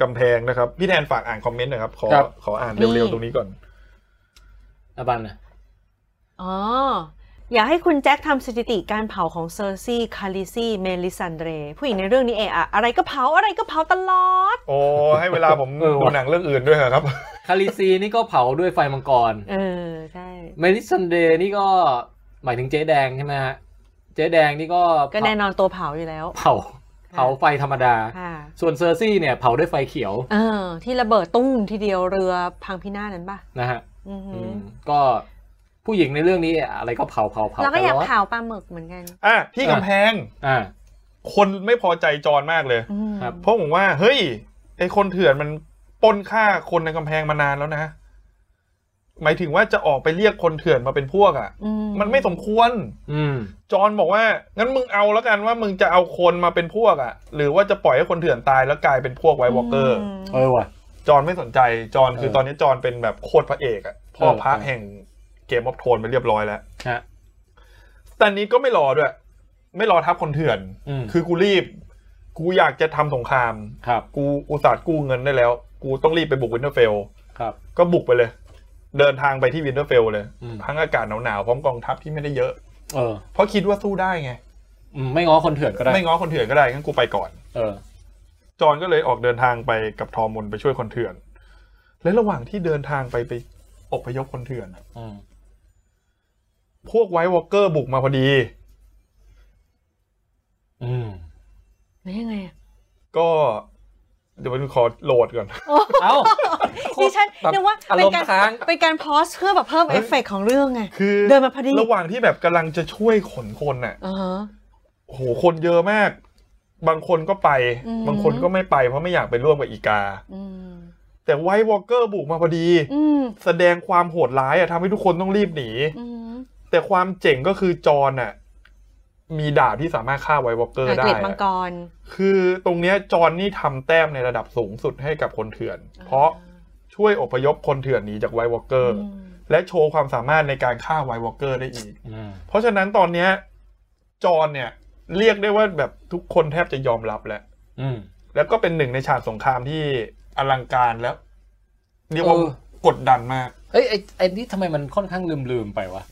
Speaker 2: กำแพงนะครับ พี่แทนฝากอ่านคอมเมนต์หน่อยครับ ขอ
Speaker 1: ครับ
Speaker 2: ขออ่านเร็วๆตรงนี้ก่อน
Speaker 1: อาบันนะ
Speaker 3: อ๋อ อยากให้คุณแจ็คทำสถิติการเผาของเซอร์ซี่คาลิซี่เมลิซันเดรผู้หญิงในเรื่องนี้เอะอะอะไรก็เผาอะไรก็เผาตลอด
Speaker 2: โอ้ให้เวลาผม
Speaker 1: เออ
Speaker 2: ดู
Speaker 1: ว่ะ
Speaker 2: หนังเรื่องอื่นด้วยเหรอครับ
Speaker 1: คาริซีนี่ก็เผาด้วยไฟมังกร
Speaker 3: เออ ใช่
Speaker 1: เมลิซันเดย์นี่ก็หมายถึงเจ๊แดงใช่ไหมฮะ เจ๊แดงนี่ก็
Speaker 3: ก็แน่นอนตัวเผาอยู่แล้ว
Speaker 1: เผาเผาไฟธรรมดา
Speaker 3: ค่ะ
Speaker 1: ส่วนเซอร์ซี่เนี่ยเผาด้วยไฟเขียว
Speaker 3: เออ ที่ระเบิดตุ้มทีเดียวเรือพังพินาศนั้นป่ะ
Speaker 1: นะฮะ
Speaker 3: อือหื
Speaker 1: อื
Speaker 3: อ
Speaker 1: มก็ผู้หญิงในเรื่องนี้อะไรก็เผาเผาเผา
Speaker 3: เราก็อยาก
Speaker 1: ตลด
Speaker 3: เผาปลาหมึกเหมือนกัน
Speaker 2: อ่ะที่กำแพง
Speaker 1: อ่า
Speaker 2: คนไม่พอใจจอนมากเลย
Speaker 3: อืม
Speaker 1: ครับ
Speaker 2: เพราะผมว่าเฮ้ยไอคนเถื่อนมันปล้นฆ่าคนในกำแพงมานานแล้วนะ หมายถึงว่าจะออกไปเรียกคนเถื่อนมาเป็นพวกอะ่ะ
Speaker 3: อื
Speaker 2: มันไม่สมควร
Speaker 1: อืม
Speaker 2: จอนบอกว่า งั้นมึงเอาแล้วกันว่ามึงจะเอาคนมาเป็นพวกอะ่ะ หรือว่าจะปล่อยให้คนเถื่อนตายแล้วกลายเป็นพวกไวท์วอลเกอร์
Speaker 3: ม
Speaker 1: เออว่ะ
Speaker 2: จอนไม่สนใจ จอนคือ
Speaker 1: เออ
Speaker 2: ตอนนี้จอนเป็นแบบโคตรพระเอกอะ่ะ พ่อ
Speaker 1: เออ
Speaker 2: พระ
Speaker 1: เออ
Speaker 2: แห่งเกมออฟโทนไปเรียบร้อยแล้ว
Speaker 1: ฮะ
Speaker 2: แต่นี้ก็ไม่รอด้วย ไม่รอทับคนเถื่อน
Speaker 1: อืม
Speaker 2: คือกูรีบ กูอยากจะทำสงคราม
Speaker 1: ครับ
Speaker 2: กูอุตส่าห์กู้เงินได้แล้ว กูต้องรีบไปบุกวินเทอร์เฟล
Speaker 1: ครับ
Speaker 2: ก็บุกไปเลย เดินทางไปที่วินเทอร์เฟลเลย
Speaker 1: อืม
Speaker 2: ทั้งอากาศหนาวๆ พร้อมกองทัพที่ไม่ได้เยอะ
Speaker 1: เออ
Speaker 2: เพราะคิดว่าสู้ได้ไง
Speaker 1: อืมไม่ง้อคนเถื่อนก็ได้
Speaker 2: ไม่ง้อคนเถื่อนก็ได้งั้นกูไปก่อน
Speaker 1: เออ
Speaker 2: จอห์นก็เลยออกเดินทางไปกับทอมนไปช่วยคนเถื่อน และระหว่างที่เดินทางไปไปอพยพคนเถื่อนอะ
Speaker 1: อืม
Speaker 2: พวกไวท์วอลเกอร์บุกมาพอดี
Speaker 1: อืม
Speaker 3: แล้วยังไงอะ
Speaker 2: ก็เดี๋ยวมันขอโหลดก่อน
Speaker 1: เอ้า
Speaker 3: ดิฉัน
Speaker 1: แบบ
Speaker 3: นึกว่า
Speaker 1: อาร
Speaker 3: เป็น
Speaker 1: มณ์
Speaker 3: การ
Speaker 1: ค้าง
Speaker 3: เป็นการพอสเพื่อแบบเพิ่ม
Speaker 2: เฮ้
Speaker 3: เอย ฟเฟกต์ของเรื่องไง
Speaker 2: คือ
Speaker 3: เดินมาพอดี
Speaker 2: ระหว่างที่แบบกำลังจะช่วยขนคนน่ะ
Speaker 3: อ๋อ
Speaker 2: โอ้โหคนเยอะมาก บางคนก็ไป
Speaker 3: อืม
Speaker 2: บางคนก็ไม่ไป เพราะไม่อยากไปร่วมกับอีกา
Speaker 3: อืม
Speaker 2: แต่ไวท์วอลเกอร์บุกมาพอดี
Speaker 3: อืม
Speaker 2: แสดงความโหดร้ายอะทำให้ทุกคนต้องรีบหนี
Speaker 3: อืม
Speaker 2: แต่ความเจ๋งก็คือจอห์นอะมีดาบที่สามารถฆ่าไวท์วอลเกอร์
Speaker 3: อ่ะ
Speaker 2: ได้
Speaker 3: เกล็ด
Speaker 2: อะ
Speaker 3: มังกร
Speaker 2: คือตรงเนี้ยจอห์นนี่ทำแต้มในระดับสูงสุดให้กับคนเถื่อน เพราะช่วยอพยพคนเถื่อนหนีจากไวท์วอลเกอ
Speaker 3: อื
Speaker 2: ร์
Speaker 3: ม
Speaker 2: และโชว์ความสามารถในการฆ่าไวท์วอลเกอร์ได้อีก
Speaker 1: อืม
Speaker 2: เพราะฉะนั้นตอนเนี้ยจอห์นเนี่ยเรียกได้ว่าแบบทุกคนแทบจะยอมรับแล้ว
Speaker 1: อืม
Speaker 2: แล้วก็เป็นหนึ่งในฉากสงครามที่อลังการแล้วเรียกว่า
Speaker 1: เออ
Speaker 2: กดดันมาก
Speaker 1: เอ้ยไอ้ไอ้นี่ทำไมมันค่อนข้างลืมลืมๆไปวะ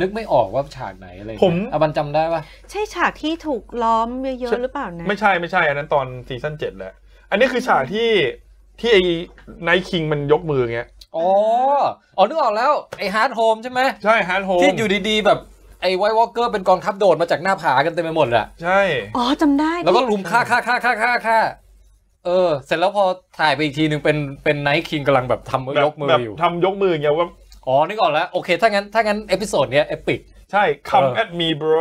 Speaker 1: นึกไม่ออกว่าฉากไหนอะไร
Speaker 2: ผม
Speaker 1: อ่ะบันจำได้ปะ
Speaker 3: ใช่ฉากที่ถูกล้อมเยอะๆหรือเปล่านะ
Speaker 2: ไม่ใช่ไม่ใช่ อันนั้นตอนซีซั่นเจ็ดแหละ อันนี้คือฉากที่ที่ไอ้ไนคิงมันยกมืออย่างเงี้ย
Speaker 1: อ๋อ อ๋อนึกออกแล้วไอ้ฮาร์ดโฮมใช่ไหม
Speaker 2: ใช่ฮาร์ดโฮม
Speaker 1: ที่อยู่ดีๆ แบบไอ้ไวท์วอลเกอร์เป็นกองทัพโดดมาจากหน้าผากันเต็มไปหมดแหละ
Speaker 2: ใช่
Speaker 3: อ๋อจำได้
Speaker 1: แล้วก็ลุมฆ่าฆ่าฆ่าฆ่าฆ่าฆ่าเออ เสร็จแล้วพอถ่ายไปอีกทีหนึ่งเป็นเป็นไนท์คิงกำลังแบบทำ
Speaker 2: แบบ
Speaker 1: ยกมือ
Speaker 2: แบบ
Speaker 1: อยู่
Speaker 2: ทำยกมืออย่างเงี้ยว่า
Speaker 1: อ๋อนึกออกแล้ว โอเค ถ้างั้นถ้างั้นเอพิโซดเนี้ยเอปิก
Speaker 2: ใช่ come
Speaker 1: เออ
Speaker 2: at me bro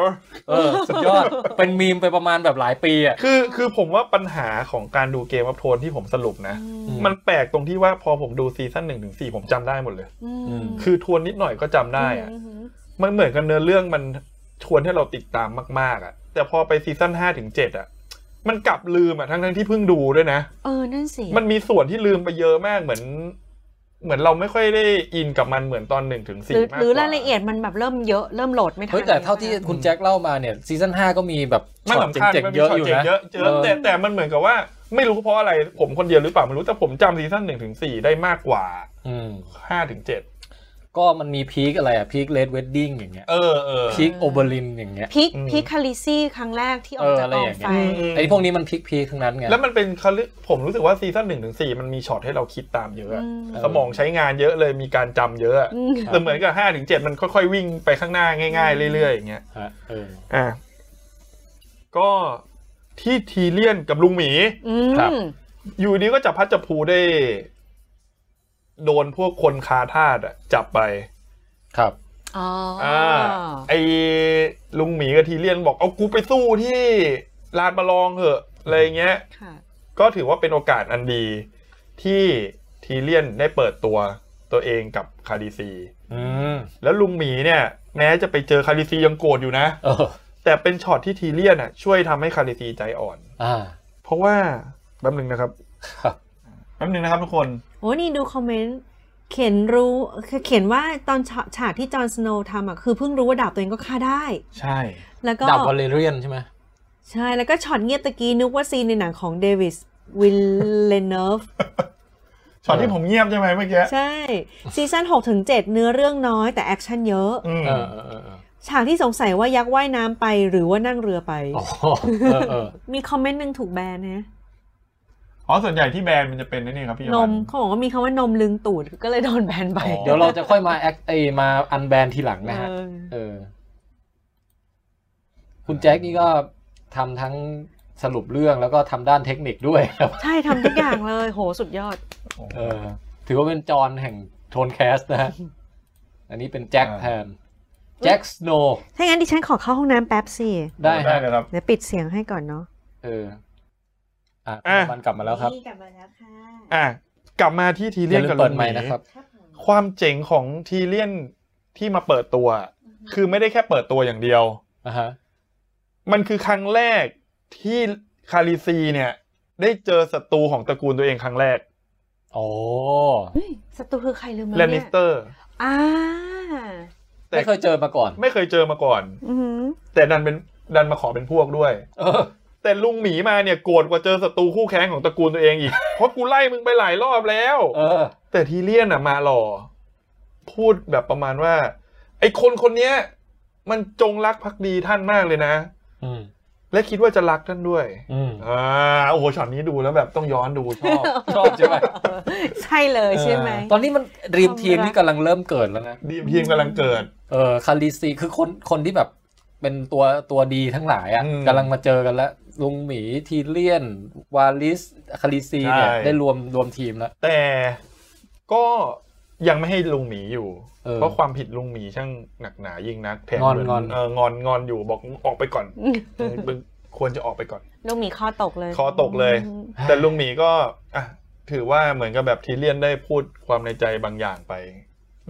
Speaker 1: เออ สุดยอด เป็นมีมไปประมาณแบบหลายปีอ่ะ
Speaker 2: คือคือผมว่าปัญหาของการดูเกมอัพโทนที่ผมสรุปนะ
Speaker 3: อืม
Speaker 1: ม
Speaker 2: มันแปลกตรงที่ว่าพอผมดูซีซั่นหนึ่งถึงสี่ผมจำได้หมดเลย
Speaker 3: อืม
Speaker 2: คือทวนนิดหน่อยก็จำได้อะ
Speaker 3: อืม
Speaker 2: มันเหมือนกันเนื้อเรื่องมันชวนให้เราติดตามมาก ๆอะ่ะ แต่พอไปซีซั่นห้าถึงเจ็ดอ่ะ มันกลับลืมอะ่ะทั้งทั้งๆที่เพิ่งดูด้วยนะ
Speaker 3: เออนั่นสิ
Speaker 2: มันมีส่วนที่ลืมไปเยอะมากเหมือน เหมือนเราไม่ค่อยได้อินกับมันเหมือนตอนหนึ่งถึง
Speaker 3: ห
Speaker 2: สี่
Speaker 3: รือ
Speaker 2: มากกว่า
Speaker 3: หรือรายละเอียดมันแบบเริ่มเยอะเริ่มโหลดไม่ทัน
Speaker 1: เฮ้ยแต่เท่าที่คุณแจ็คเล่ามาเนี่ยซีซั่น5ก็มีแบบ
Speaker 2: ไม่
Speaker 1: ช็อต
Speaker 2: สำคัญ
Speaker 1: เจ๋ง
Speaker 2: มัน
Speaker 1: ๆ
Speaker 2: มี
Speaker 1: เยอะ
Speaker 2: ช็อต
Speaker 1: อยู่
Speaker 2: เจ๋ง
Speaker 1: นะ
Speaker 2: เยอะเยอะ
Speaker 1: เอ
Speaker 2: แต่
Speaker 1: อ
Speaker 2: แต่มันเหมือนกับว่าไม่รู้เพราะอะไรผมคนเดียวหรือเปล่าไม่รู้แต่ผมจำซีซั่นหนึ่งถึงสี่ได้มากกว่า
Speaker 1: อืม
Speaker 2: ห้าถึงเจ็ด
Speaker 1: ก็มันมีพีคอะไรอ่ะพีคเลดเวดดิ้งอย่างเงี้ย
Speaker 2: เออเออ
Speaker 1: พีคโอเบอรินอย่างเงี้ย
Speaker 3: พิก
Speaker 2: อืม
Speaker 3: พิกคาลิซี่ครั้งแรกที่ออกจาก
Speaker 1: เอออะไร
Speaker 3: ก
Speaker 1: อ
Speaker 3: อ
Speaker 1: ง ย่างเงี้
Speaker 3: ไฟ
Speaker 1: ย ไอ้พวกนี้มันพีคพีคๆทั้งนั้นไง
Speaker 2: แล้วมันเป็นเขาเรียกผมรู้สึกว่าซีซั่นหนึ่งถึงสี่มันมีช็อตให้เราคิดตามเยอะอะ
Speaker 3: อืม
Speaker 1: เออ
Speaker 2: สมองใช้งานเยอะเลยมีการจำเยอะอะ
Speaker 3: อืม
Speaker 2: แต่เหมือนกับห้าถึงเจ็ดมันค่อยๆวิ่งไปข้างหน้าง่ายๆเรื่อยๆอย่างเงี้ย
Speaker 1: ฮะเออ
Speaker 2: อ่ะก็ที่ทีเลียนกับลุงหมี
Speaker 3: อื
Speaker 1: ครับ
Speaker 3: ม
Speaker 2: อยู่ดีก็จับพัดจับผูได้ โดนพวกคนคาทาสอะจับไป
Speaker 1: ครับ
Speaker 3: อ๋ออ
Speaker 2: อ่าไอ้ลุงหมีกับทีเลียนบอกเอากูไปสู้ที่ลานประลองเหอะอะไรเงี้ย
Speaker 3: ค่ะ
Speaker 2: ก็ถือว่าเป็นโอกาสอันดีที่ทีเลียนได้เปิดตัวตัวเองกับคาดีซี
Speaker 1: อืม
Speaker 2: แล้วลุงหมีเนี่ยแม้จะไปเจอคาริซียังโกรธอยู่นะ
Speaker 1: เออ
Speaker 2: แต่เป็นช็อตที่ทีเลียนอ่ะช่วยทำให้คาริซีใจอ่อน
Speaker 1: อ่า
Speaker 2: เพราะว่าแป๊บหนึ่งนะครับ
Speaker 1: ครับ
Speaker 2: แป๊บหนึ่งนะครับทุกคน
Speaker 3: โอ้นี่ดูคอมเมนต์ เขียนรู้คือเขียนว่าตอนฉาฉากที่จอห์นสโนว์ทำอ่ะ คือเพิ่งรู้ว่าดาบตัวเองก็ฆ่าได้
Speaker 2: ใช่
Speaker 3: แล้วก็
Speaker 1: ดับวอลเลเรียนใช่ไหม
Speaker 3: ใช่แล้วก็ช็อตเงียบตะกี้นึกว่าซีนในหนังของเดวิสวิลเลเนฟ
Speaker 2: ช็อตที่ผมเงียบใช่ไหมเมื่อกี้
Speaker 3: ใช่ ซีซั่น6ถึง7เนื้อเรื่องน้อยแต่แอคชั่นเยอะ
Speaker 2: อืม
Speaker 1: เออเออเออเออ
Speaker 3: ฉากที่สงสัยว่ายักษ์ว่ายน้ำไปหรือว่านั่งเรือไป
Speaker 1: อ๋อเออเออ
Speaker 3: มีคอมเมนต์หนึ่งถูกแบนนะ
Speaker 2: อ๋อส่วนใหญ่ที่แบรนด์มันจะเป็นนี่ครับพี่ย
Speaker 3: น
Speaker 2: วัน
Speaker 3: มเขาบอกว่ามีคำว่านมลึงตูดก็เลยโดนแบนไป
Speaker 1: เดี๋ยวเราจะค่อยมาแอคเอยมาอันแบนทีหลังนะฮะ
Speaker 3: เออ
Speaker 1: เออ คุณแจ็คนี่ก็ทำทั้งสรุปเรื่องแล้วก็ทำด้านเทคนิคด้วย ครับ
Speaker 3: ใช่ทำทุกอย่างเลย โหสุดยอด
Speaker 2: โอ้โห
Speaker 1: เออ ถือว่าเป็นจอห์นแห่งโทนแคสนะฮะ อันนี้เป็นแจ็ค
Speaker 2: อ่า
Speaker 1: แทนแจ็คสโนว์
Speaker 3: ถ้างั้นดิฉันขอเข้าห้องน้ำแป๊บสิ
Speaker 1: ได้
Speaker 2: ได้
Speaker 1: ฮะ
Speaker 2: เลยครับ
Speaker 3: เดี๋ยวปิดเสียงให้ก่อนเนาะ
Speaker 1: เออ อ่ะ
Speaker 2: อ่ะ
Speaker 1: มันกลับมาแล้วครับ
Speaker 4: นี่กลับมาแล้วค่ะ
Speaker 2: อ่ะกลับมาที่ที
Speaker 1: อ
Speaker 2: เลีย
Speaker 1: ย่าน ลืม
Speaker 2: กับ
Speaker 1: เปิ
Speaker 2: ลุ
Speaker 1: ด
Speaker 2: งห
Speaker 1: ใหม่
Speaker 2: มี
Speaker 1: นะครับ
Speaker 4: ครับผม
Speaker 2: ความเจ๋งของทีเลียนที่มาเปิดตัว คือไม่ได้แค่เปิดตัวอย่างเดียว
Speaker 1: อ่ะฮะ
Speaker 2: มันคือครั้งแรกที่คาริซีเนี่ย ได้เจอศัตรูของตระกูลตัวเองครั้งแรก
Speaker 1: โอ้
Speaker 3: ศัตรูคือใครลืมแล้ว
Speaker 2: แลนนิ
Speaker 3: เนี่
Speaker 2: ส
Speaker 3: ย
Speaker 2: เตอร์
Speaker 3: อ่า
Speaker 2: แต่
Speaker 1: ไม่เคยเจอมาก่อน
Speaker 2: ไม่เคยเจอมาก่อน
Speaker 3: อือหือ
Speaker 2: แต่ดันเป็นดันมาขอเป็นพวกด้วย
Speaker 1: เออ
Speaker 2: แต่ลุงหมีมาเนี่ยโกรธกว่าเจอศัตรูคู่แข่งของตระกูลตัวเอง อีก เพราะกูไล่มึงไปหลายรอบแล้ว
Speaker 1: เออ
Speaker 2: แต่ทีเลียนอ่ะมาหล่อ พูดแบบประมาณว่า ไอ้คนคนเนี้ย มันจงรักภักดีท่านมากเลยนะ
Speaker 1: อืม
Speaker 2: และคิดว่าจะรักท่านด้วย
Speaker 1: อืม
Speaker 2: อ่าโอ้โหช็อตนี้ดูแล้วแบบต้องย้อนดูชอบ
Speaker 1: ชอบใช่ไหม
Speaker 3: ใช่เลยใช่ไหม
Speaker 1: ตอนนี้มันดรีมทีมนี่กำลังเริ่มเกิดแล้วนะ
Speaker 2: ดีมทีมกำลังเกิด
Speaker 1: เออคาริซีคือคนคนที่แบบเป็นตัวตัวดีทั้งหลายอะ่ะ
Speaker 2: อืม
Speaker 1: กำลังมาเจอกันแล้วลุงหมีทีเลียน วาลิสคาริซี
Speaker 2: ใช่
Speaker 1: เนี่ยได้รวมรวมทีมแล้ว
Speaker 2: แต่ก็ยังไม่ให้ลุงหมีอยู่
Speaker 1: เออ
Speaker 2: เพราะความผิดลุงหมีช่างหนักหนายิ่งนักแถม
Speaker 1: งอน
Speaker 2: เหมื
Speaker 1: งอน
Speaker 2: เอองอนงอนอยู่บอกออกไปก่อน เออมึงควรจะออกไปก่อน
Speaker 3: ลูกหมีคอตกเลย
Speaker 2: คอตกเลย แต่ลุงหมีก็อ่ะถือว่าเหมือนกับแบบทีเลียนได้พูดความในใจบางอย่างไป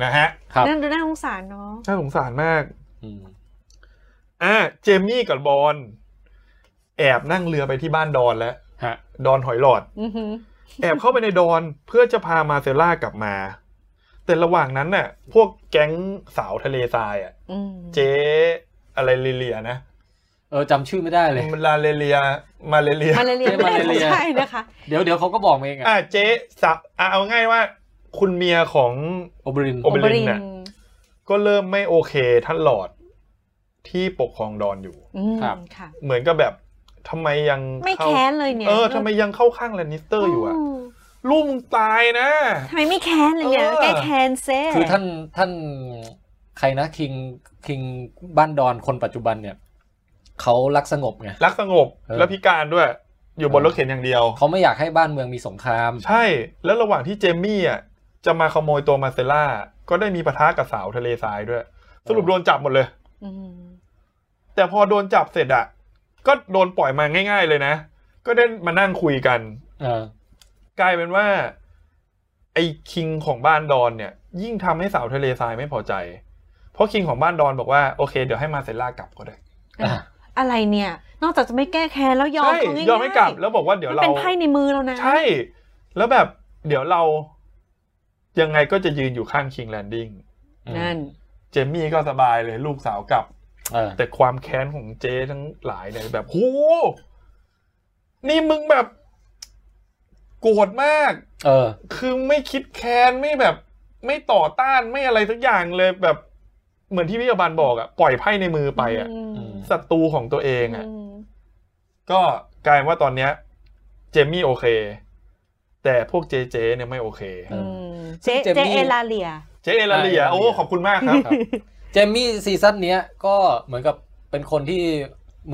Speaker 2: นะฮะ
Speaker 1: ครับ
Speaker 3: นั่นดูน่าสงสารเนาะ
Speaker 2: น่าสงสารมาก
Speaker 1: อืม
Speaker 2: อ่ะเจมี่กับบอลแอบนั่งเรือไปที่บ้านดอนแล้ว
Speaker 1: ฮะ
Speaker 2: ดอนหอยหลอด
Speaker 3: อือหือ
Speaker 2: แอบเข้าไปในดอนเพื่อจะพามาเซลล่ากลับมา แต่ระหว่างนั้นน่ะ พวกแก๊งสาวทะเลทรายอ่ะ
Speaker 3: อืม
Speaker 2: เจ๊อะไรเลียนะ
Speaker 1: เออจำชื่อไม่ได้เลย
Speaker 2: ลาเลเลียมาเลเลีย
Speaker 3: มาเลเรีย
Speaker 1: เอ๊ะมาเลเรีย
Speaker 3: ไม่ใช่นะคะ
Speaker 1: เดี๋ยวเดี๋ยวเขาก็บอกมาเองอะ
Speaker 2: อ่ะเจ๊สาวอ่ะเอาง่ายว่า คุณเมียของ
Speaker 1: โอบริน
Speaker 2: โอเบ ลินน่ะ ก็เริ่มไม่โอเคท่านหลอดที่ปกครองดอนอยู่
Speaker 3: อืม
Speaker 1: ครับ
Speaker 3: ค่ะ
Speaker 2: เหมือนกับแบบทำไมยัง
Speaker 3: ไม่
Speaker 2: เข้า
Speaker 3: แค้นเลยเนี่ย
Speaker 2: เออทำไมยังเข้าข้างแลนนิสเตอร์อยู่อ่ะ
Speaker 3: ม
Speaker 2: ลูกมึงตายนะ
Speaker 3: ทำไมไม่แค้นเลยเนี่ย
Speaker 2: เออ
Speaker 3: แก้แค้นเซ่
Speaker 1: คือท่านท่านใครนะคิงคิงบ้านดอนคนปัจจุบันเนี่ยเขารักสงบไง
Speaker 2: รักสงบ
Speaker 1: เออ
Speaker 2: แล้วพิการด้วย อยู่บนรถเข็นอย่างเดียว
Speaker 1: เขาไม่อยากให้บ้านเมืองมีสงคราม
Speaker 2: ใช่ แล้วระหว่างที่เจมี่อ่ะจะมาขโมยตัวมาเซลล่า ก็ได้มีปะทะกับสาวทะเลทรายด้วย สรุปโดนจับหมดเลย
Speaker 3: ม
Speaker 2: แต่พอโดนจับเสร็จอ่ะ ก็โดนปล่อยมาง่าย ๆเลยนะ ก็ได้มานั่งคุยกัน
Speaker 1: เออก
Speaker 2: ลายเป็นว่า ไอ้คิงของบ้านดอนเนี่ย ยิ่งทำให้สาวทะเลทรายไม่พอใจ เพราะคิงของบ้านดอนบอกว่าโอเคเดี๋ยวให้มาเซลล่ากลับก็ได้
Speaker 1: อ่ะ
Speaker 3: อะไรเนี่ย นอกจากจะไม่แก้แค้นแล้วยอม
Speaker 2: ใช่
Speaker 3: เขาง่ายๆ
Speaker 2: ยอมให้กลับ แล้วบอกว่าเดี๋ยว
Speaker 3: มัน
Speaker 2: เรา
Speaker 3: เป็นไพ่ในมือแล้วนะ
Speaker 2: ใช่ แล้วแบบ เดี๋ยวเรา ยังไงก็จะยืนอยู่ข้างคิงแลนดิ้ง
Speaker 3: นั่น
Speaker 2: เจมี่ก็สบายเลยลูกสาวกลับ
Speaker 1: เออ
Speaker 2: แต่ความแค้นของเจทั้งหลายเนี่ยแบบโหนี่มึงแบบโกรธมาก
Speaker 1: เออ
Speaker 2: คือไม่คิดแค้นไม่แบบ ไม่ต่อต้านไม่อะไรสักอย่างเลยแบบ เหมือนที่พี่อบานบอกอะปล่อยไพ่ในมือไปอะ
Speaker 3: อืม
Speaker 1: อืม
Speaker 2: ศัตรูของตัวเองอะ
Speaker 3: อืม
Speaker 2: ก็กลายเป็นว่าตอนเนี้ย เจมมี่โอเค แต่พวกเจเจเนี่ยไม่โอเค
Speaker 1: เอออื
Speaker 3: ม
Speaker 1: ซึ่
Speaker 3: เจ๊
Speaker 1: งเจมมี่
Speaker 3: เจ๊เอลาเลีย
Speaker 2: เจเอลาเลียโอ้ขอบคุณมาก ครับ
Speaker 1: เจมี่ซีซั่นเนี้ยก็เหมือนกับเป็นคนที่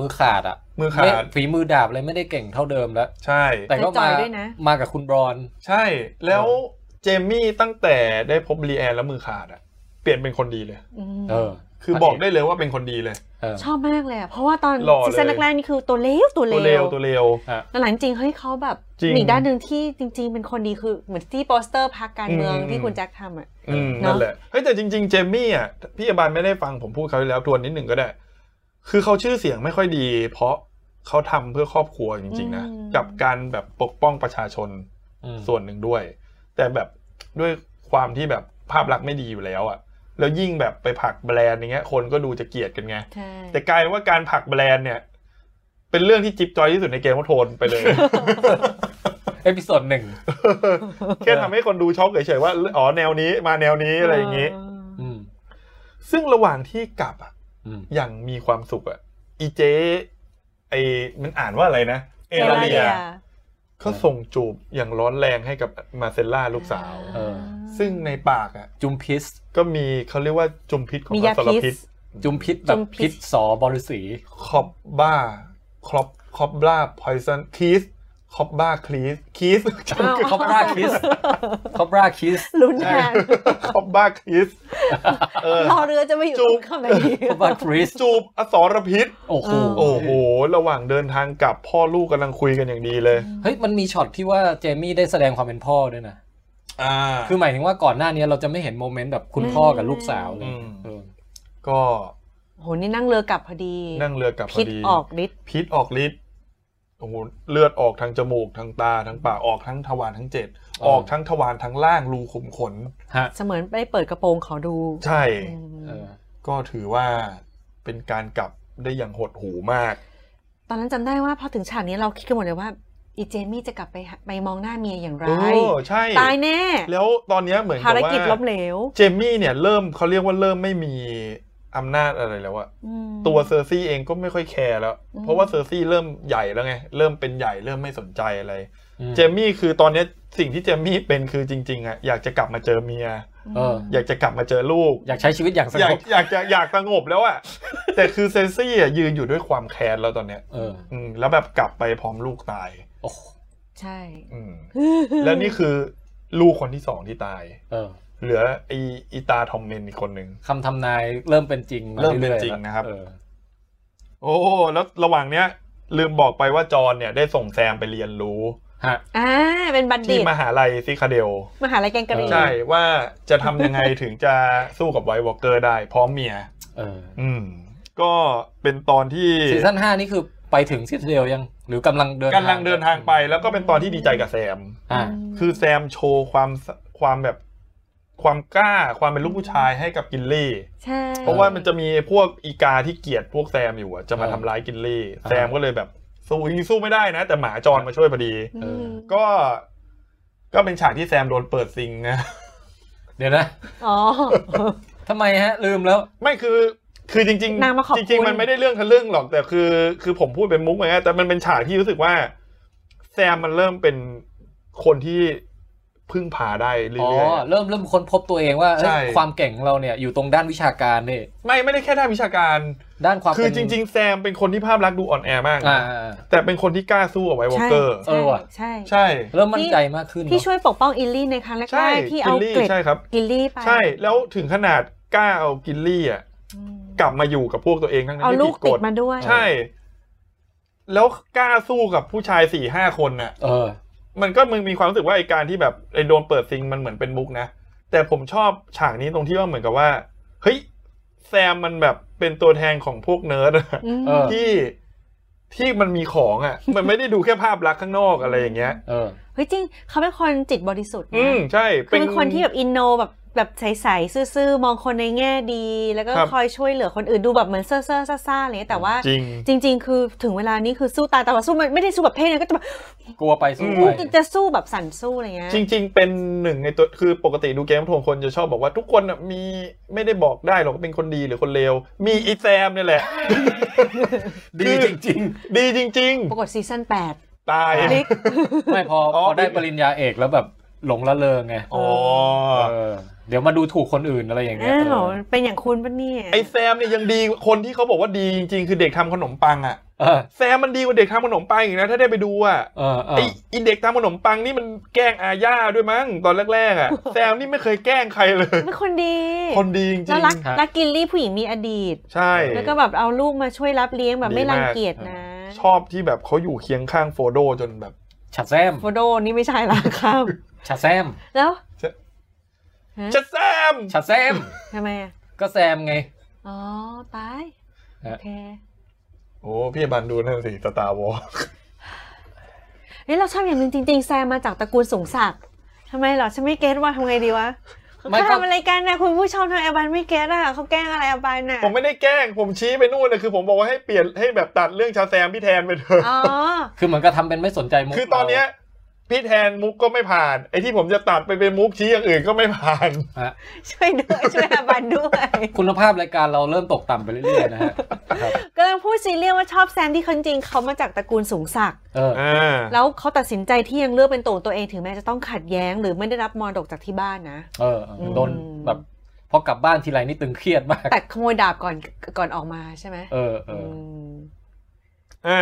Speaker 1: มือขาดอะ
Speaker 2: มือขาด
Speaker 1: ไฝีมือดาบเลยไม่ได้เก่งเท่าเดิมแล้ว
Speaker 2: ใช่
Speaker 1: แต่ก็
Speaker 3: แต่จ่อ
Speaker 1: มาย
Speaker 3: ด้วยนะ
Speaker 1: มากับคุณบรอน
Speaker 2: ใช่แล้ว
Speaker 1: เออ
Speaker 2: เจมี่ตั้งแต่ได้พบรีแอนแล้วมือขาดอะเปลี่ยนเป็นคนดีเลย
Speaker 3: อืม
Speaker 1: เออ
Speaker 2: คือบอกได้เลยว่าเป็นคนดีเลย
Speaker 1: เออ
Speaker 3: ชอบมากเลยอะเพราะว่าตอน
Speaker 2: หล่อเลย
Speaker 3: ซีซั่นแรกๆนี่คือตัวเลวตัว
Speaker 2: ตัว
Speaker 3: เล
Speaker 2: เร็
Speaker 3: ว
Speaker 2: วตัวเร็ว
Speaker 3: แล้วหลังจริงเฮ้ยเขาแบบ
Speaker 2: จริง
Speaker 3: มีอีกด้านหนึ่งที่จริง ๆ เป็นคนดีคือเหมือนที่โปสเตอร์พักการเมือง
Speaker 2: อืม
Speaker 3: ที่คุณแจ็คทำอ่ะ
Speaker 2: อืม
Speaker 3: เนอะ
Speaker 2: นั่นแหละเฮ้ยแต่จริง ๆ เจมมี่อ่ะพี่อบานไม่ได้ฟังผมพูดเขาวที่แล้วทวนนิดหนึ่งก็ได้ คือเขาชื่อเสียงไม่ค่อยดี เพราะเขาทำเพื่อครอบครัวจริง ๆ นะ
Speaker 3: อืม
Speaker 2: กับการแบบปกป้องประชาชน
Speaker 1: อืม
Speaker 2: ส่วนหนึ่งด้วย แต่แบบด้วยความที่แบบภาพลักษณ์ไม่ดีอยู่แล้วอ่ะ แล้วยิ่งแบบไปผลักแบรนด์อย่างเงี้ย คนก็ดูจะเกลียดกันไง
Speaker 3: ใช่
Speaker 2: แต่กลายเป็นว่าการผลักแบรนด์เนี่ย เป็นเรื่องที่จิ๊บจอยที่สุดในเกมว่าโทนไปเลย
Speaker 1: เอพิโซดหนึ่ง
Speaker 2: แค่ทำให้คนดูช็อกเฉยๆว่าอ๋อแนวนี้มาแนวนี้อะไรอย่างนี้
Speaker 3: เ
Speaker 1: อืม
Speaker 2: ซึ่งระหว่างที่กลับอะ
Speaker 1: อืม
Speaker 2: อย่างมีความสุขอะอีเจไอมันอ่านว่าอะไรนะ เอ
Speaker 3: เอ
Speaker 2: รา
Speaker 3: ลา
Speaker 2: เลี
Speaker 3: เลี
Speaker 2: ย
Speaker 3: ย
Speaker 2: ก็ส่งจูบอย่างร้อนแรงให้กับมาเซลล่าลูกสาว
Speaker 1: เออ
Speaker 2: ซึ่งในปากอะ
Speaker 1: จุมพิษ
Speaker 2: ก็มีเขาเรียกว่าจุมพิษของอย
Speaker 3: มีา
Speaker 2: สร
Speaker 3: พิษ
Speaker 2: พิษ
Speaker 1: จุมพิษแบ
Speaker 3: จุ
Speaker 1: บ
Speaker 3: มพิษ
Speaker 1: พิษสอบริสี
Speaker 2: คอบบ้าครอบคอบบ้าพอยซันคีสคอบบ้าคลีสคีส
Speaker 1: คอบราคิสคอบราคิส
Speaker 3: ลุ้นแท น
Speaker 2: คอบบ้าคลีสเออ
Speaker 3: รอเรือจะไม่อยู่
Speaker 2: จู
Speaker 3: ตร
Speaker 2: บ
Speaker 3: งคำไหนดี
Speaker 1: คอบราคริส
Speaker 2: จูบอสรพิษ
Speaker 1: โอ้โห
Speaker 2: โอ้โห ระหว่างเดินทางกลับพ่อลูกกำลังคุยกันอย่างดีเลย
Speaker 1: เฮ้ยมันมีช็อตที่ว่าเจมี่ได้แสดงความเป็นพ่อด้วยนะ
Speaker 2: อ่า
Speaker 1: คือหมายถึงว่าก่อนหน้านี้เราจะไม่เห็นโมเมนต์แบบคุณพ่อกับลูกสาวเลย
Speaker 2: อืม
Speaker 1: เออ
Speaker 2: ก็
Speaker 3: โหนี่นั่งเรือกลับพอดี
Speaker 2: นั่งเรือกลับพ
Speaker 3: พิ
Speaker 2: อ
Speaker 3: ษ
Speaker 2: ดี
Speaker 3: ออกฤทธิ์
Speaker 2: พิษออกฤทธิ์โอ้โหเลือดออกทางจมูกทางตาทางปากออกทั้งทวารทั้งเจ็ดออกทั้งทวารทั้งล่างรูขุมขน
Speaker 1: ฮะ
Speaker 3: เสมือนได้เปิดกระโปรงขอดู
Speaker 2: ใช่
Speaker 3: อืม
Speaker 1: เออ
Speaker 2: ก็ถือว่าเป็นการกลับได้อย่างหดหูมาก
Speaker 3: ตอนนั้นจำได้ว่าพอถึงฉากนี้เราคิดกันหมดเลยว่า อีเจมี่จะกลับไปหาไปมองหน้าเมียอย่างไร
Speaker 2: โอ้ใช่
Speaker 3: ตายแน่
Speaker 2: แล้วตอนเนี้ยเหมือน
Speaker 3: ภา
Speaker 2: กับ
Speaker 3: ร
Speaker 2: ว่า
Speaker 3: กิจล้มเหลว
Speaker 2: เจมี่เนี่ยเริ่มเขาเรียกว่าเริ่มไม่มีอำนาจอะไรแล้วอะ
Speaker 3: อืม
Speaker 2: ตัวเซอร์ซี่เองก็ไม่ค่อยแคร์แล้ว
Speaker 3: อืม
Speaker 2: เพราะว่าเซอร์ซี่เริ่มใหญ่แล้วไง เริ่มเป็นใหญ่เริ่มไม่สนใจอะไร
Speaker 1: อืม
Speaker 2: เจมมี่คือตอนเนี้ยสิ่งที่เจมมี่เป็นคือจริงๆอ่ะอยากจะกลับมาเจอเมีย
Speaker 1: เออ
Speaker 2: อยากจะกลับมาเจอลูก
Speaker 1: อยากใช้ชีวิตอย่างส
Speaker 2: อยาง ก
Speaker 1: บ
Speaker 2: อยากจะอยากสงบแล้วอ่ะ แต่คือเซอร์ซี่อ่ะยืนอยู่ด้วยความแค้นแล้วตอนเนี้ย
Speaker 1: เออ
Speaker 2: อืมแล้วแบบกลับไปพร้อมลูกตาย
Speaker 1: โอ้โห
Speaker 3: ใช่
Speaker 2: อืมแล้วนี่คือลูกคนที่สองที่ตาย
Speaker 1: เออ
Speaker 2: เหลือไออีตาทอมเมนอีกคนหนึ่ง
Speaker 1: คำทำนายเริ่มเป็นจริงา
Speaker 2: เริ่มเป็น
Speaker 1: อยๆ
Speaker 2: จริงนะครับ
Speaker 1: เออ
Speaker 2: โอ้แล้วระหว่างเนี้ย ลืมบอกไปว่าจอห์นเนี่ยได้ส่งแซมไปเรียนรู้
Speaker 1: ฮะ
Speaker 3: อ่า เป็นบัณฑิ
Speaker 2: ที่
Speaker 3: ต
Speaker 2: มหาลัยซิคาเดล
Speaker 3: มหาลัยแกงกะหรี่
Speaker 1: เออ
Speaker 2: ใช่ว่าจะทำยังไง ถึงจะสู้กับไวท์วอลเกอร์ได้พร้อมเมีย
Speaker 1: เออ
Speaker 2: อืม ก็เป็นตอนที่
Speaker 1: ซีซั่นห้านี่คือไปถึงซิตเดลยัง หรือกำลังเดิน
Speaker 2: กำลังเดินทางไป แล้วก็เป็นตอนที่ดีใจกับแซม
Speaker 1: อ่า
Speaker 2: คือแซมโชว์ความสความแบบความกล้าความเป็นลูกผู้ชายให้กับกินลี่
Speaker 3: ใช่
Speaker 2: เพราะว่ามันจะมีพวกอีกาที่เกลียดพวกแซมอยู่อะจะมา
Speaker 1: เออ
Speaker 2: ทำร้ายกินลี่
Speaker 1: อ่า
Speaker 2: แซมก็เลยแบบสู้ยิงสู้ไม่ได้นะ แต่หมาจรมาช่วยพอดี
Speaker 3: อืม
Speaker 1: เออ
Speaker 2: ก็ ก็เป็นฉากที่แซมโดนเปิดซิงนะ
Speaker 1: เดี๋ยวนะ
Speaker 3: อ๋อ
Speaker 1: ทำไมฮะ ลืมแล้ว
Speaker 2: ไม่คือคือจริง
Speaker 3: นางมาขอบ
Speaker 2: จริง
Speaker 3: คุณ
Speaker 2: ๆ มันไม่ได้เรื่องทะลึ่งหรอกแต่คือ คือผมพูดเป็นมุกไงแต่มันเป็นฉากที่รู้สึกว่า แซมมันเริ่มเป็นคนที่พึ่งพาได้เรื่
Speaker 1: อ๋อ
Speaker 2: อย
Speaker 1: เริ่มเริ่มค้นพบตัวเองว่าเอ้ย
Speaker 2: ใช่
Speaker 1: ความเก่งของเราเนี่ยอยู่ตรงด้านวิชาการนี่
Speaker 2: ๆไม่ไม่ได้แค่ด้านวิชาการ
Speaker 1: ด้านความ
Speaker 2: คือ
Speaker 1: เป็น
Speaker 2: จริง ๆ แซมเป็นคนที่ภาพลักษณ์ดูอ่อนแอมากนะ
Speaker 1: อ่า
Speaker 2: แต่เป็นคนที่กล้าสู้เอาไว้วอลเกอร์
Speaker 1: เออว่ะ
Speaker 3: ใช่
Speaker 2: ใช่
Speaker 1: เริ่มมั่นใจมากขึ้น
Speaker 3: ที่
Speaker 1: เนอะ
Speaker 3: ช่วยปกป้องอิลลี่ในครั้งแร
Speaker 2: ใช่
Speaker 3: กๆที่เอา
Speaker 2: ลลี่
Speaker 3: เกล็ด
Speaker 2: ใช่ครับ
Speaker 3: กิลลี่ไป
Speaker 2: ใช่แล้วถึงขนาดกล้าเอากิลลี่อ่ะ
Speaker 3: อืม
Speaker 2: กลับมาอยู่กับพวกตัวเองทั้งนั้น
Speaker 3: เอา
Speaker 2: ที่
Speaker 3: ลู
Speaker 2: ผิ
Speaker 3: ก
Speaker 2: ดก
Speaker 3: ติด
Speaker 2: ฎ
Speaker 3: มาด้วย
Speaker 2: ใช่ แล้วกล้าสู้กับผู้ชายสี่ห้าคนน่ะ
Speaker 1: เออ
Speaker 2: มันก็มึงมีความรู้สึกว่าไอการที่แบบไอโดนเปิดซิงมันเหมือนเป็นมุกนะ แต่ผมชอบฉากนี้ตรงที่ว่าเหมือนกับว่า เฮ้ย แซมมันแบบเป็นตัวแทนของพวกเนิร์ดอะ
Speaker 3: อืม
Speaker 1: เออ
Speaker 2: ที่ที่มันมีของอะ่ะ มันไม่ได้ดูแค่ภาพลักษณ์ข้างนอกอะไรอย่างเงี้ย
Speaker 1: เออ
Speaker 3: เฮ้ยจริง เขาเป็นคนจิตบริสุทธิ์นะ
Speaker 2: อืมใช่
Speaker 3: คือเป็นคนที่แบบอินโนแบบแบบใสๆซื่อๆ มองคนในแง่ดี แล้วก็คอยช่วยเหลือคนอื่นดูแบบเหมือนเซ่อๆซ่าๆอะไรอย่างเงี้ยแต่ว่า
Speaker 2: จริง
Speaker 3: จริง ๆ คือถึงเวลานี้คือสู้ตายแต่ว่าสู้มันไม่ได้สู้แบบเพ่งนะก็จะแบบ
Speaker 1: กลัวไปสู้
Speaker 2: อืม
Speaker 1: ไป
Speaker 3: จะสู้แบบสั่นสู้อะไรเงี้ย
Speaker 2: จริง ๆ เป็นหนึ่งในตัวคือปกติดูเกมโทงคนจะชอบบอกว่าทุกคนน่ะมีไม่ได้บอกได้หรอกว่าเป็นคนดีหรือคนเลวมีอีแซมเนี่ยแหละ
Speaker 1: ดีจริง
Speaker 2: ดีจริง
Speaker 3: ปรากฏซีซั่น8
Speaker 2: ๆ ตาย
Speaker 3: ลิก
Speaker 1: ๆ ไม่พอ
Speaker 2: อ๋
Speaker 1: พ
Speaker 2: อ
Speaker 1: อได้ปริญญาเอกแล้วแบบหลงละเลงไง
Speaker 2: อ๋อ
Speaker 1: เออเดี๋ยวมาดูถูกคนอื่นอะไรอย่างเงี้ย
Speaker 3: อ้า
Speaker 1: เอ
Speaker 3: ว
Speaker 1: อ
Speaker 3: เป็นอย่างคุณปะเนี่ย
Speaker 2: ไอแซมเนี่ยยังดีคนที่เขาบอกว่าดีจริงๆ คือเด็กทำขนมปังอะ
Speaker 1: เออ
Speaker 2: แซมมันดีกว่าเด็กทำขนมปังอีกนะถ้าได้ไปดูอะ
Speaker 1: เออเอ
Speaker 2: ไอ
Speaker 1: อ
Speaker 2: ไอเด็กทำขนมปังนี่มันแกล้งอาญาด้วยมั้งตอนแรกๆอะ แซมนี่ไม่เคยแกล้งใครเลย
Speaker 3: เป็นคนดี
Speaker 2: คนดีจริง
Speaker 3: แล้วรัก
Speaker 2: ๆ
Speaker 3: รักกิลลี่ผู้หญิงมีอดีต
Speaker 2: ใช่
Speaker 3: แล้วก็แบบเอาลูกมาช่วยรับเลี้ยงแบบไม่
Speaker 2: ดีมาก
Speaker 3: รังเกียจนะ
Speaker 2: ชอบที่แบบเขาอยู่เคียงข้างโฟโดจนแบบ
Speaker 1: ฉัดแซม
Speaker 3: โฟโดนี่ไม่ใช่ละครับ
Speaker 1: ฉัดแซม
Speaker 3: แล้ว
Speaker 2: จะ
Speaker 3: ฮะ
Speaker 2: จะแซม
Speaker 1: ฉัดแซม
Speaker 3: ทำไมอ่ะ
Speaker 1: ก็แซมไง
Speaker 3: อ๋อตาย
Speaker 1: ฮะ
Speaker 3: โอเค
Speaker 2: โอ้พี่บันดูนั่นสิสตาร์วอล
Speaker 3: เฮ้ยเราชอบอย่างหนึ่งจริง ๆ แซมมาจากตระกูลสูงศักดิ์ทำไมเหรอฉันไม่เก็ตว่าทำไงดีวะ
Speaker 1: ไม่ก็
Speaker 3: เขาทำอะไรกันนะคุณผู้ชมทำไมอาบันไม่เก็ตอ่ะเขาแกล้งอะไรอาบันน่ะ
Speaker 2: ผมไม่ได้แกล้ง ผมชี้ไปนู่นนะคือผมบอกว่าให้เปลี่ยนให้แบบตัดเรื่องชาแซมพี่แทนไปเถอะ
Speaker 3: อ๋อ
Speaker 1: คือเหมือนก็ทำเป็นไม่สนใจมุก
Speaker 2: คือตอนเนี้ย พี่แทนมุกก็ไม่ผ่าน ไอ้ที่ผมจะตัดไปเป็นมุกชี้อย่างอื่นก็ไม่ผ่าน
Speaker 3: ช่วยด้วย ช่วยอาบันด้วย
Speaker 1: คุณภาพรายการเราเริ่มตกต่ำไปเรื่อยๆนะฮะครับ
Speaker 3: กำลังพูดซีเรียสว่าชอบแซนดี้คนจริงเขามาจากตระกูลสูงศักดิ์
Speaker 1: เออ
Speaker 2: อ่า
Speaker 3: แล้วเขาตัดสินใจที่ยังเลือกเป็นตัวของตัวเองถึงแม้จะต้องขัดแย้ง หรือไม่ได้รับมรดกจากที่บ้านนะ
Speaker 1: เออเออ
Speaker 3: ม
Speaker 1: โดนแบบพอกลับบ้านทีไรนี่ตึงเครียดมาก
Speaker 3: แต่ขโมยดาบก่อนก่อนออกมาใช่ไหม
Speaker 1: เออเออ
Speaker 3: ม
Speaker 2: อ่า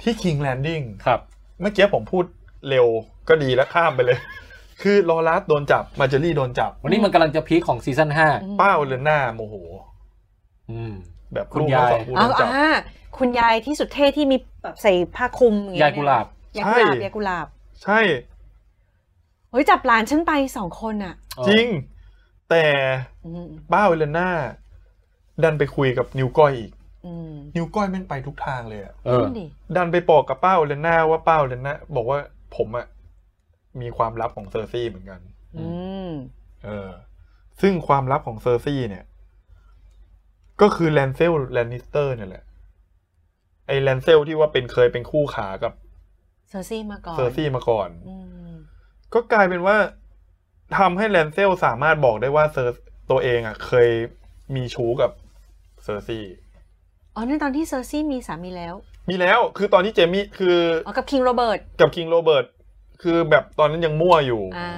Speaker 2: ที่ King Landing
Speaker 1: ครับ
Speaker 2: เมื่อกี้ผมพูดเร็วก็ดีแล้วข้ามไปเลย คือลอรัสโดนจับมาเจอรี่โดนจับ
Speaker 1: วันนี้มันกำลังจะพีคของซีซั่นห้า
Speaker 2: เป้าเรือนหน้าโมโห
Speaker 1: อืม
Speaker 2: แบบ
Speaker 1: คุณ
Speaker 2: ลูกทั้งส
Speaker 1: ยา
Speaker 2: อง
Speaker 1: ย
Speaker 2: คู่โด
Speaker 3: เอา
Speaker 2: นจับ
Speaker 3: อ่าคุณยายที่สุดเท่ที่มีแบบใส่ผ้าคลุมองเงี้
Speaker 1: ยายกุหลาบ
Speaker 3: ยายกุหลาบ
Speaker 2: ใช่
Speaker 3: ยายกุหลาบ
Speaker 2: ใช่
Speaker 3: เฮ้ยจับหลานฉันไปสองคนอ่ะ
Speaker 2: จริง แต่
Speaker 3: อืม
Speaker 2: เป้าเรือนหน้า ดันไปคุยกับนิวก้อยอีก
Speaker 3: อืม
Speaker 2: นิวก้อยแม่งไปทุกทางเลยอะ
Speaker 1: เออ
Speaker 3: นั่นดิ
Speaker 2: ดันไปบอกกับเป้าเรือนหน้าว่าเป้าเรือนหน้าบอกว่าผมอะมีความลับของเซอร์ซี่เหมือนกัน
Speaker 1: อื
Speaker 3: อืม
Speaker 2: เออ ซึ่งความลับของเซอร์ซี่เนี่ย ก็คือแลนเซลแลนนิสเตอร์เนี่ยแหละ ไอแลนเซลที่ว่าเป็นเคยเป็นคู่ขากับ
Speaker 3: เซอร์ซี่มาก่อน
Speaker 2: เซอร์ซี่มาก่อน
Speaker 3: อืม
Speaker 2: ก็กลายเป็นว่าทำให้แลนเซลสามารถบอกได้ว่าเซอร์ตัวเองอ่ะ เคยมีชู้กับเซอร์ซี่
Speaker 3: อ๋อนั่นตอนที่เซอร์ซี่มีสามีแล้ว
Speaker 2: มีแล้วคือตอนที่เจมี่คือ
Speaker 3: อ๋อกับคิงโรเบิร์ต
Speaker 2: กับคิงโรเบิร์ตคือแบบตอนนั้นยังมั่วอยู่
Speaker 3: อ่า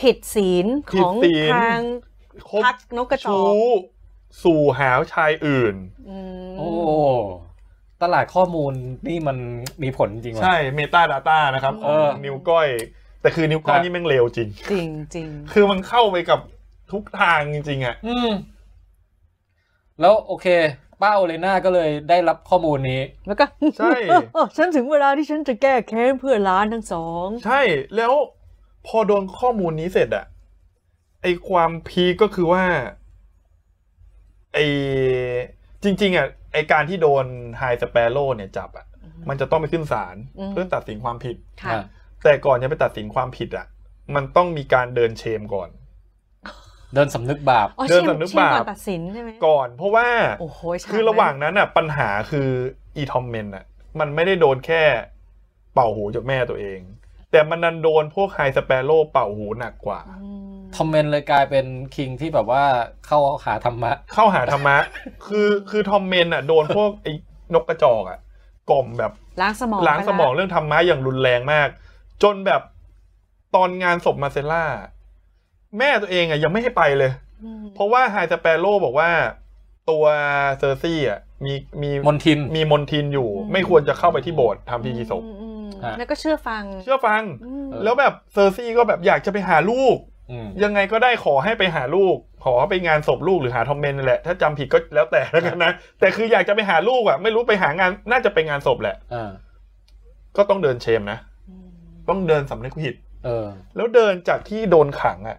Speaker 3: ผิดศีลของ
Speaker 2: ผิดศีล
Speaker 3: ทาง
Speaker 2: คบ
Speaker 3: พักนกกระจอ
Speaker 2: ชู้
Speaker 3: ก
Speaker 2: สู่หาวชายอื่น
Speaker 3: อืม
Speaker 1: โอ้ ตลาดข้อมูลนี่มันมีผลจริงว่ะ
Speaker 2: ใช่เมตาดาต้านะครับข
Speaker 1: เอ
Speaker 2: อง
Speaker 1: อ
Speaker 2: นิ้วก้อย แต่คือนิ้วก้อยนี่แม่งเลวจริง
Speaker 3: จริงจริง
Speaker 2: คือมันเข้าไปกับทุกทางจริงๆอ่ะ
Speaker 1: อืม แล้วโอเค ป้าโอเลน่าก็เลยได้รับข้อมูลนี้
Speaker 3: แล้วก็
Speaker 2: ใช่
Speaker 3: เออฉันถึงเวลาที่ฉันจะแก้แค้นเพื่อร้านทั้งสอง
Speaker 2: ใช่แล้วพอโดนข้อมูลนี้เสร็จอะไอความพีคก็คือว่าไอจริง ๆอะไอการที่โดนไฮสเปโร่เนี่ยจับอะมันจะต้องไปขึ้นศาล
Speaker 3: อืม
Speaker 2: เพื่อตัดสินความผิด
Speaker 3: ค่ะ
Speaker 1: อ่ะ
Speaker 2: แต่ก่อนจะไปตัดสินความผิดอะมันต้องมีการเดินเชมก่อน
Speaker 1: เดินสำนึกบาป
Speaker 3: อ๋อ
Speaker 2: เดิน
Speaker 3: เชื่อม
Speaker 2: สำนึก
Speaker 3: เชื่อมก่อบ
Speaker 2: าป
Speaker 3: นตัดสินใช่ไหม
Speaker 2: ก่อน เพราะว่า
Speaker 3: โอ้โหฉาก
Speaker 2: คือระหว่างนั้นอะปัญหาคืออีทอมเมนอะมันไม่ได้โดนแค่เป่าหูจากแม่ตัวเอง แต่มันดันโดนพวกไฮสเปโร่เป่าหูหนักกว่า
Speaker 3: อืม
Speaker 1: ทอมเมนเลยกลายเป็นคิงที่แบบว่าเข้าหาธรรมะ
Speaker 2: เข้าหาธรร มะ คือคือทอมเมนอ่ะโดนพวกไอ้นกกระจอกอ่ะกล่อมแบบ
Speaker 3: ล้างสมอง
Speaker 2: ล้างสมอง
Speaker 3: ไปละ
Speaker 2: เรื่องธรรมะอย่างรุนแรงมาก จนแบบตอนงานศพมาเซล่า แม่ตัวเองอ่ะยังไม่ให้ไปเลย
Speaker 3: อืม
Speaker 2: เพราะว่าไฮสเปโร่บอกว่า ตัวเซอร์ซี่อ่ะมีมี
Speaker 1: มนทิน
Speaker 2: มีมนทินอยู่ ไม่ควรจะเข้าไปที่โบสถ์ทำพิธีศพ
Speaker 3: อืมอืม
Speaker 1: ฮะ
Speaker 3: แล้วก็เชื่อฟัง
Speaker 2: เชื่อฟัง
Speaker 3: ม
Speaker 1: เออ
Speaker 2: แล้วแบบเซอร์ซี่ก็แบบอยากจะไปหาลูก
Speaker 1: อืม
Speaker 2: ยังไงก็ได้ขอให้ไปหาลูก ขอไปงานศพลูกหรือหาทอมเมนนั่นแหละ ถ้าจำผิดก็แล้วแต่แล้วกันนะ แต่คืออยากจะไปหาลูกอะไม่รู้ไปหางานน่าจะไปงานศพแหละ
Speaker 1: อ่า
Speaker 2: ก็ต้องเดินเชมนะ
Speaker 3: ม
Speaker 2: ต้องเดินสำนึกผิด
Speaker 1: เออ
Speaker 2: แล้วเดินจากที่โดนขังอะ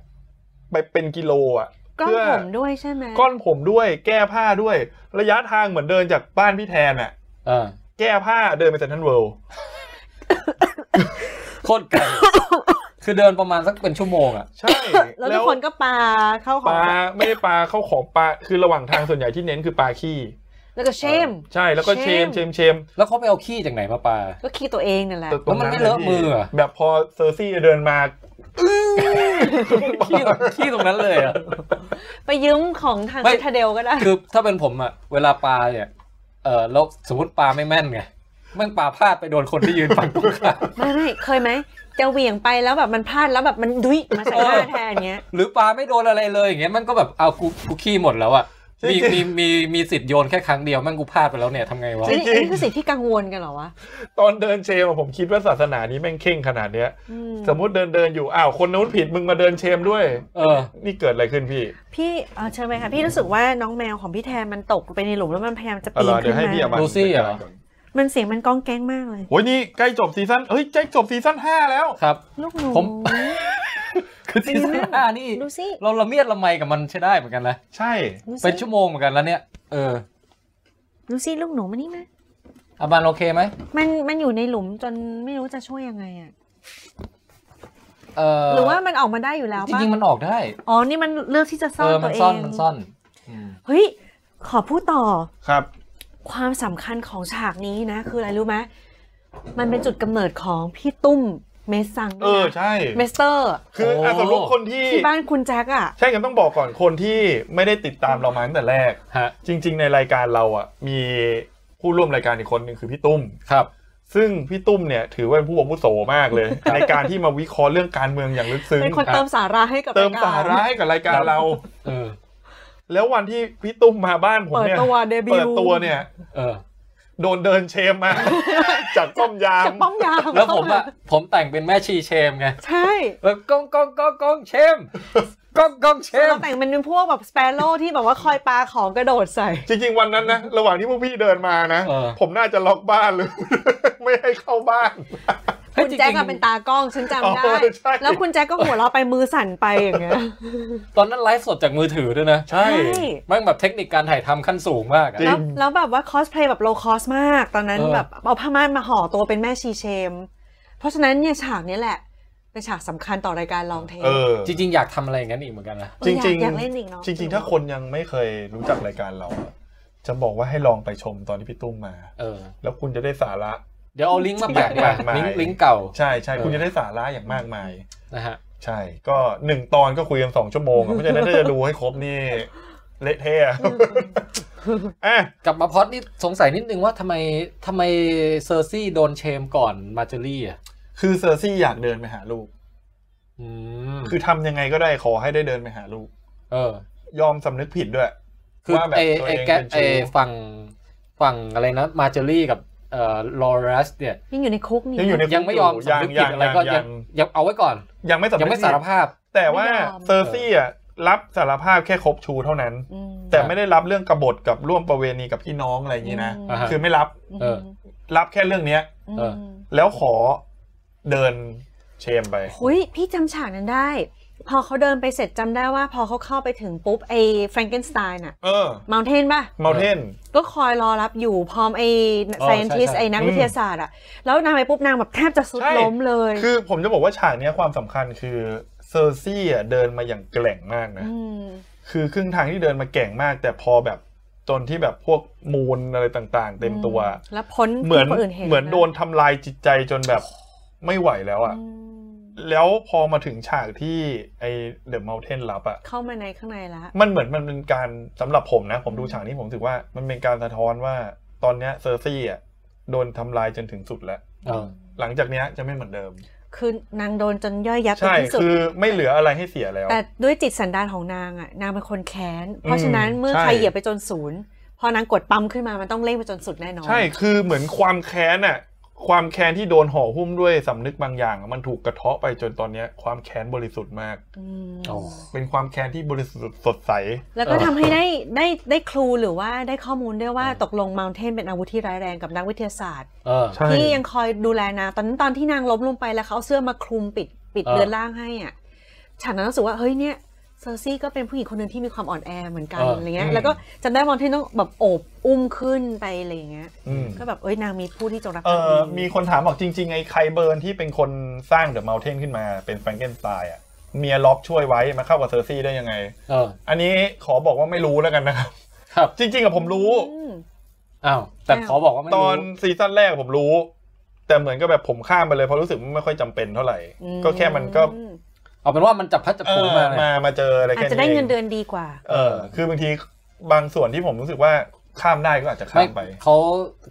Speaker 2: ไปเป็นกิโลอะ
Speaker 3: กล้อง
Speaker 2: เพื่
Speaker 3: ผมด้วยใช่ไหม
Speaker 2: ก้อนผมด้วย แก้ผ้าด้วย ระยะทางเหมือนเดินจากบ้านพี่แทนอะ
Speaker 1: เออ
Speaker 2: แก้ผ้าเดินไปเซนทรัลเวิลด์
Speaker 1: โคตรไกล คือเดินประมาณสักเป็นชั่วโมงอ่ะ
Speaker 2: ใช่
Speaker 3: แล้วทุกคนก็ปาเข้าหอ
Speaker 2: ปลาม ไม่ได้ปลาเข้าของปลาคือระหว่างทางส่วนใหญ่ที่เน้นคือปลาขี้
Speaker 3: แล้วก็เชม
Speaker 2: ใช่แล้วก็เชม
Speaker 3: เชม
Speaker 2: เชมเชม
Speaker 1: แล้วเขาไปเอาขี้จากไหนมาปา
Speaker 3: ก็ขี้ตัวเองนั่นแหละ
Speaker 2: ตึกตรง
Speaker 1: แล้วมันไม่เลอะมืออะ
Speaker 2: แบบพอเซอร์ซี่เดินมา
Speaker 1: ขี้ตรง ขี้ตรงนั้นเลยอ่ะ
Speaker 3: ไปยืมของทาง
Speaker 1: ไม่
Speaker 3: ซิทาเดลก็ได้
Speaker 1: คือถ้าเป็นผมอ่ะ เวลาปลาเนี่ยเออแล้วสมมติปลาไม่แม่นไงแม่งปลาพลาดไปโดนคนที่ยืนฝั่งตรงข้าม
Speaker 3: ไม่ไม่เคยไหมจะเหวี่ยงไปแล้วแบบมันพลาดแล้วแบบมันดุยมาใส่หน้าแทนเงี้ย
Speaker 1: หรือปลาไม่โดนอะไรเลยอย่างเงี้ยมันก็แบบเอากูกูขี้หมดแล้วอ่ะมีมีมีมีสิทธิ์โยนแค่ครั้งเดียวแม่งกูพลาดไปแล้วเนี่ยทำไงวะ
Speaker 3: อันนี้อันนี้คือสิ่งที่กังวลกันเหรอวะ
Speaker 2: ตอนเดินเชมอะผมคิดว่าศาสนานี้แม่งเข่งขนาดเนี้ย
Speaker 3: อืม
Speaker 2: สมมติเดินเดินอยู่อ้าวคนนู้นผิดมึงมาเดินเชมด้วย
Speaker 1: เออ
Speaker 2: นี่เกิดอะไรขึ้นพี่
Speaker 3: พี่เอ่อเชิญไปค่ะพี่รู้สึกว่าน้องแมวของพี่แทนมันตกไปในหลุมแล้วมันพยายามจะ
Speaker 2: เอา
Speaker 3: ปีน
Speaker 2: ล่ะเดี๋
Speaker 3: ขึ้
Speaker 2: ย
Speaker 3: น
Speaker 2: วให้พี่อาบั
Speaker 3: มา
Speaker 2: ต
Speaker 1: ลูซี่เหรอ
Speaker 3: มันเสียงมันก้องแก้งมากเลย
Speaker 2: โอ้ยนี่ใกล้จบซีซั่นเฮ้ยใกล้จบซีซั่นห้าแล้ว
Speaker 1: ครับ
Speaker 3: ลูกหนู
Speaker 1: ผม คือซีซั่นห้านี่
Speaker 3: ดูสิ
Speaker 1: เราละเมียดละไมกับมันใช้ได้เหมือนกันนะ
Speaker 2: ใช่
Speaker 3: ดูสิ
Speaker 1: เป็นชั่วโมงเหมือนกันแล้วเนี่ยเออ
Speaker 3: ดูสิลูกหนูมันนี่มา
Speaker 1: อาบานโอเคไหม
Speaker 3: มันมันอยู่ในหลุมจนไม่รู้จะช่วยยังไงอ่ะ
Speaker 1: เออ
Speaker 3: หรือว่ามันออกมาได้อยู่แล้ว
Speaker 1: จ
Speaker 3: ป่ะ
Speaker 1: ริงๆมันออกได้
Speaker 3: อ๋อนี่มันเลือกที่จะซ่
Speaker 1: เอ
Speaker 3: อน
Speaker 1: อ
Speaker 3: ตั
Speaker 1: มั
Speaker 3: วนเอ
Speaker 1: ซ่อน
Speaker 3: ง
Speaker 1: มันซ่อน
Speaker 3: เฮ้ยขอพูดต่อ
Speaker 2: ครับ
Speaker 3: ความสำคัญของฉากนี้นะ คืออะไรรู้ไหม มันเป็นจุดกำเนิดของพี่ตุ้มเมสซัง
Speaker 2: เออใช่
Speaker 3: เมสเตอร์
Speaker 2: คืออ่ะ
Speaker 1: โอ้
Speaker 2: สมมติคนที่
Speaker 3: ที่บ้านคุณแจ็คอะ
Speaker 2: ใช่กันต้องบอกก่อนคนที่ไม่ได้ติดตามเรามาตั้งแต่แรก
Speaker 1: ฮะ
Speaker 2: จริง ๆ ในรายการเราอ่ะ มีผู้ร่วมรายการอีกคนหนึ่งคือพี่ตุ้ม
Speaker 1: ครับ
Speaker 2: ซึ่งพี่ตุ้มเนี่ยถือว่าเป็นผู้อาวุโสมาก เลย ในการที่มาวิเคราะห์เรื่องการเมืองอย่างลึกซึ้ง
Speaker 3: เป็นคนเติมสาระให้กับ
Speaker 2: เติม
Speaker 3: ยก
Speaker 2: สาระให้กับรายการเรา
Speaker 1: เออ
Speaker 2: แล้ววันที่พี่ตุ้มมาบ้านผม
Speaker 3: เปิด
Speaker 2: เนี่ย
Speaker 3: ตัวเดบิว
Speaker 2: เปิดตัวเนี่ย
Speaker 1: เออ
Speaker 2: โดนเดินเชม มา จากป้อมยาม
Speaker 3: จากป้อมยาม
Speaker 1: แล้วผมอะผมแต่งเป็นแม่ชีเชมไง
Speaker 3: ใช่
Speaker 1: แล้วก้องก้องก้องก้องเช มก้องก้องเชม
Speaker 3: เราแต่งมันเป็นพวกแบบสเปโร่ที่แบบว่าคอยปลาของกระโดดใส่
Speaker 2: จริงๆวันนั้นนะระหว่างที่พวกพี่เดินมานะ
Speaker 1: เออ
Speaker 2: ผมน่าจะล็อก บ้านเลย ไม่ให้เข้าบ้าน
Speaker 1: เฮ้ย
Speaker 3: คุณแจ็ค
Speaker 1: ริ
Speaker 3: อะ
Speaker 1: งๆ
Speaker 3: เป็นตากล้องฉันจำได้
Speaker 2: อ๋อใช่
Speaker 3: แล้วคุณแจ็คก็หัวเราะไปมือสั่นไปอย่างเงี้ย
Speaker 1: ตอนนั้นไลฟ์สดจากมือถือด้วยนะ
Speaker 2: ใช่
Speaker 1: แม่งแบบเทคนิคการถ่ายทำขั้นสูงมากอะ
Speaker 2: จริง
Speaker 3: แล้วแล้วแบบว่าคอสเพลย์แบบโลคอสมาก ตอนนั้นแบบเอาผ้าม่านมาห่อตัวเป็นแม่ชีเชม เพราะฉะนั้นเนี่ยฉากเนี้ยแหละ เป็นฉากสำคัญต่อรายการลองเทป
Speaker 2: เออ
Speaker 1: จริง ๆ อยากทำอะไรอย่างนั้นอีกเหมือนกันนะ
Speaker 3: เออ
Speaker 2: จริงจริง
Speaker 3: อยากอยากเล่นอีกเนาะ
Speaker 2: จริง ๆ ถ้าคนยังไม่เคยรู้จักรายการเราอะจะบอกว่าให้ลองไปชมตอนที่พี่ตุ้มมา
Speaker 1: เออ
Speaker 2: แล้วคุณจะได้สาระ
Speaker 1: เดี๋ยวเอาลิงก์มาแปะดีกว่า
Speaker 2: อยากมา
Speaker 1: ลิงก์ลิงก์เก่า
Speaker 2: ใช่ใช่
Speaker 1: เออ
Speaker 2: คุณจะได้สาระอย่างมากมาย
Speaker 1: นะฮะ
Speaker 2: ใช่ ก็หนึ่งตอนก็คุยกันสองชั่วโมงอะเพราะฉะนั้นถ้าจะดูให้ครบนี่เละเทะ อะอ่ะ
Speaker 1: กลับมาพล็อดนี่สงสัยนิดนึงว่าทำไมทำไมเซอร์ซี่โดนเชมก่อนมาร์เจอรี่อ่ะ
Speaker 2: คือเซอร์ซี่อยากเดินไปหาลูก
Speaker 1: อืม
Speaker 2: คือทำยังไงก็ได้ขอให้ได้เดินไปหาลูก
Speaker 1: เออ
Speaker 2: ยอมสำนึกผิดด้วย
Speaker 1: คือ
Speaker 2: ว่าแบบ
Speaker 1: ไอ
Speaker 2: ตัว
Speaker 1: ไอ
Speaker 2: เอง
Speaker 1: แก
Speaker 2: เป็น
Speaker 1: ไอ
Speaker 2: ชู้
Speaker 1: ฝั่งฝั่งอะไรนะมาเจอรี่กับเอ่อลอรัสเนี่ย
Speaker 3: ยังอยู่ในคุกนี่
Speaker 2: ยังอยู่ใน
Speaker 1: ยังไม่ยอม
Speaker 2: ยัง
Speaker 1: สำนึกผิด
Speaker 2: ยัง
Speaker 1: อะไรก็
Speaker 2: ยั
Speaker 1: ยัง
Speaker 2: ง
Speaker 1: ยังเอาไว้ก่อน
Speaker 2: ยังไม่สำนึก
Speaker 1: ยังไม่สารภาพ
Speaker 2: แต่ว่า
Speaker 3: ไม่ยอม
Speaker 2: เซอร์ซี่อ่ะรับสารภาพแค่ครบชูเท่านั้น
Speaker 3: อืม
Speaker 2: แต่ไม่ได้รับเรื่องกบฏกับร่วมประเวณีกับพี่น้องอะไรอย่างนี้นะ
Speaker 1: อ่าฮะ
Speaker 2: คือไม่รับ
Speaker 3: ม
Speaker 1: เออ
Speaker 2: รับแค่เรื่องเนี้ย
Speaker 1: เออ
Speaker 3: ม
Speaker 2: แล้วขอเดินเชมไป
Speaker 3: หุยพี่จำฉากนั้นได้ พอเขาเดินไปเสร็จจำได้ว่า พอเขาเข้าไปถึงปุ๊บไอ้แฟรงเกนสไตน์น่ะ
Speaker 2: เออ
Speaker 3: เมลเทนป่ะ
Speaker 2: มาเทน
Speaker 3: ก็คอยรอรับอยู่พร้อมไอ้
Speaker 1: เออ
Speaker 3: scientist
Speaker 1: ใช่ใช่
Speaker 3: ไอ้นักวิทยาศาสตร์อ่ะ แล้วนางไปปุ๊บนางแบบแทบจะสุด
Speaker 2: ใช่
Speaker 3: ล้มเลย
Speaker 2: คือผมจะบอกว่าฉากเนี้ยความสำคัญคือเซอร์ซี่อ่ะเดินมาอย่างแกร่งมากนะ
Speaker 3: ม
Speaker 2: คือครึ่งทางที่เดินมาแกร่งมาก แต่พอแบบจนที่แบบพวกมูลอะไรต่างๆ เต็มตัว
Speaker 3: แล้วพ้น
Speaker 2: เหมือน
Speaker 3: ที่คอื่นเห็น
Speaker 2: เหมือนโดนทำลายจิตใจจนแบบไม่ไหวแล้ว
Speaker 3: อื
Speaker 2: อ่ะ
Speaker 3: ม
Speaker 2: แล้วพอมาถึงฉากที่ไอเดอะเมลเทนรับอ่ะ
Speaker 3: เข้ามาในข้างในละ
Speaker 2: มันเหมือนมันเป็นการสำหรับผมนะ ผมดูฉากนี้ผมถือว่ามันเป็นการสะท้อนว่าตอนเนี้ยเซอร์ซี่อ่ะโดนทำลายจนถึงสุดแล้ว
Speaker 1: เออ
Speaker 2: หลังจากเนี้ยจะไม่เหมือนเดิม
Speaker 3: คือนางโดนจนย่อยยับเป็น
Speaker 2: ใช่
Speaker 3: ที่สุด
Speaker 2: คือไม่เหลืออะไรให้เสียแล้ว
Speaker 3: แต่ด้วยจิตสันดานของนางอ่ะ นางเป็นคนแค้น เพราะฉะนั้นเมื่อ
Speaker 2: ใช่
Speaker 3: ใครเหยียบไปจนศูนย์พอนางกดปั๊มขึ้นมามันต้องเล่งไปจนสุดแน่นอน
Speaker 2: ใช่คือเหมือนความแค้นอ่ะความแค้นที่โดนห่อหุ้มด้วยสำนึกบางอย่างอะมันถูกกระเทาะไปจนตอนเนี้ยความแค้นบริสุทธิ์มาก
Speaker 3: อืม
Speaker 1: โอ้
Speaker 2: เป็นความแค้นที่บริสุทธิ์สดใส
Speaker 3: แล้วก็
Speaker 1: เออ
Speaker 3: ทำให้ได้ได้ได้ครูหรือว่าได้ข้อมูลด้วยว่า
Speaker 1: เออ
Speaker 3: ตกลง Mountain เป็นอาวุธที่ร้ายแรงกับนักวิทยาศาสตร์
Speaker 1: เออ
Speaker 2: ใช่
Speaker 3: ที่ยังคอยดูแลนางตอนนั้นตอนที่นางล้มลงไปแล้วเขาเอาเสื้อมาคลุมปิดปิด
Speaker 1: เออ
Speaker 3: เดือนล่างให้อ่ะฉันนั้นรู้สึกว่าเฮ้ยเนี่ยเซอร์ซี่ก็เป็นผู้หญิงคนหนึ่งที่มีความอ่อนแอเหมือนกันอะไรเงี้ย
Speaker 2: อืม
Speaker 3: แล้วก็จำได้มอนเทนต้องแบบโอบอุ้มขึ้นไปอะไรอย่างเงี้ย
Speaker 2: อืม
Speaker 3: ก็แบบเอ้ยนางมีผู้ที่จงรัก
Speaker 2: เอ
Speaker 3: ภัก
Speaker 2: อ
Speaker 3: ดี
Speaker 2: มีคนถามบอกจริงๆไอ้ไคเบิร์นที่เป็นคนสร้างเดอะเมลเทนขึ้นมาเป็นแฟรงเกนสไตน์อ่ะเมียล็อกช่วยไว้มาเข้ากับเซอร์ซี่ได้ยังไง
Speaker 1: เออ
Speaker 2: อันนี้ขอบอกว่าไม่รู้แล้วกันนะครับ
Speaker 1: ครับ
Speaker 2: จริงๆอะผมรู้
Speaker 3: อืม
Speaker 1: อ้าวแต่
Speaker 3: อ้าว
Speaker 1: ขอบอกว่าไม่
Speaker 2: ต
Speaker 1: รู้
Speaker 2: อนซีซั่นแรกผมรู้ แต่เหมือนก็แบบผมข้ามไปเลยเพราะรู้สึกไม่ค่อยจำเป็นเท่าไหร่ ก็แค่มันก็
Speaker 3: อืม
Speaker 1: เอาเป็นว่ามันจับพัดจับ
Speaker 2: เอ
Speaker 1: ผู
Speaker 2: อ
Speaker 1: มาเลย
Speaker 2: มามาเจออะไร
Speaker 3: อาจ
Speaker 2: แค่
Speaker 3: จะได้
Speaker 2: นี้
Speaker 3: เงินเดือนดีกว่า
Speaker 2: เออ คือบางทีบางส่วนที่ผมรู้สึกว่าข้ามได้ก็อาจจะข้า
Speaker 1: ไม่
Speaker 2: มไป
Speaker 1: เขา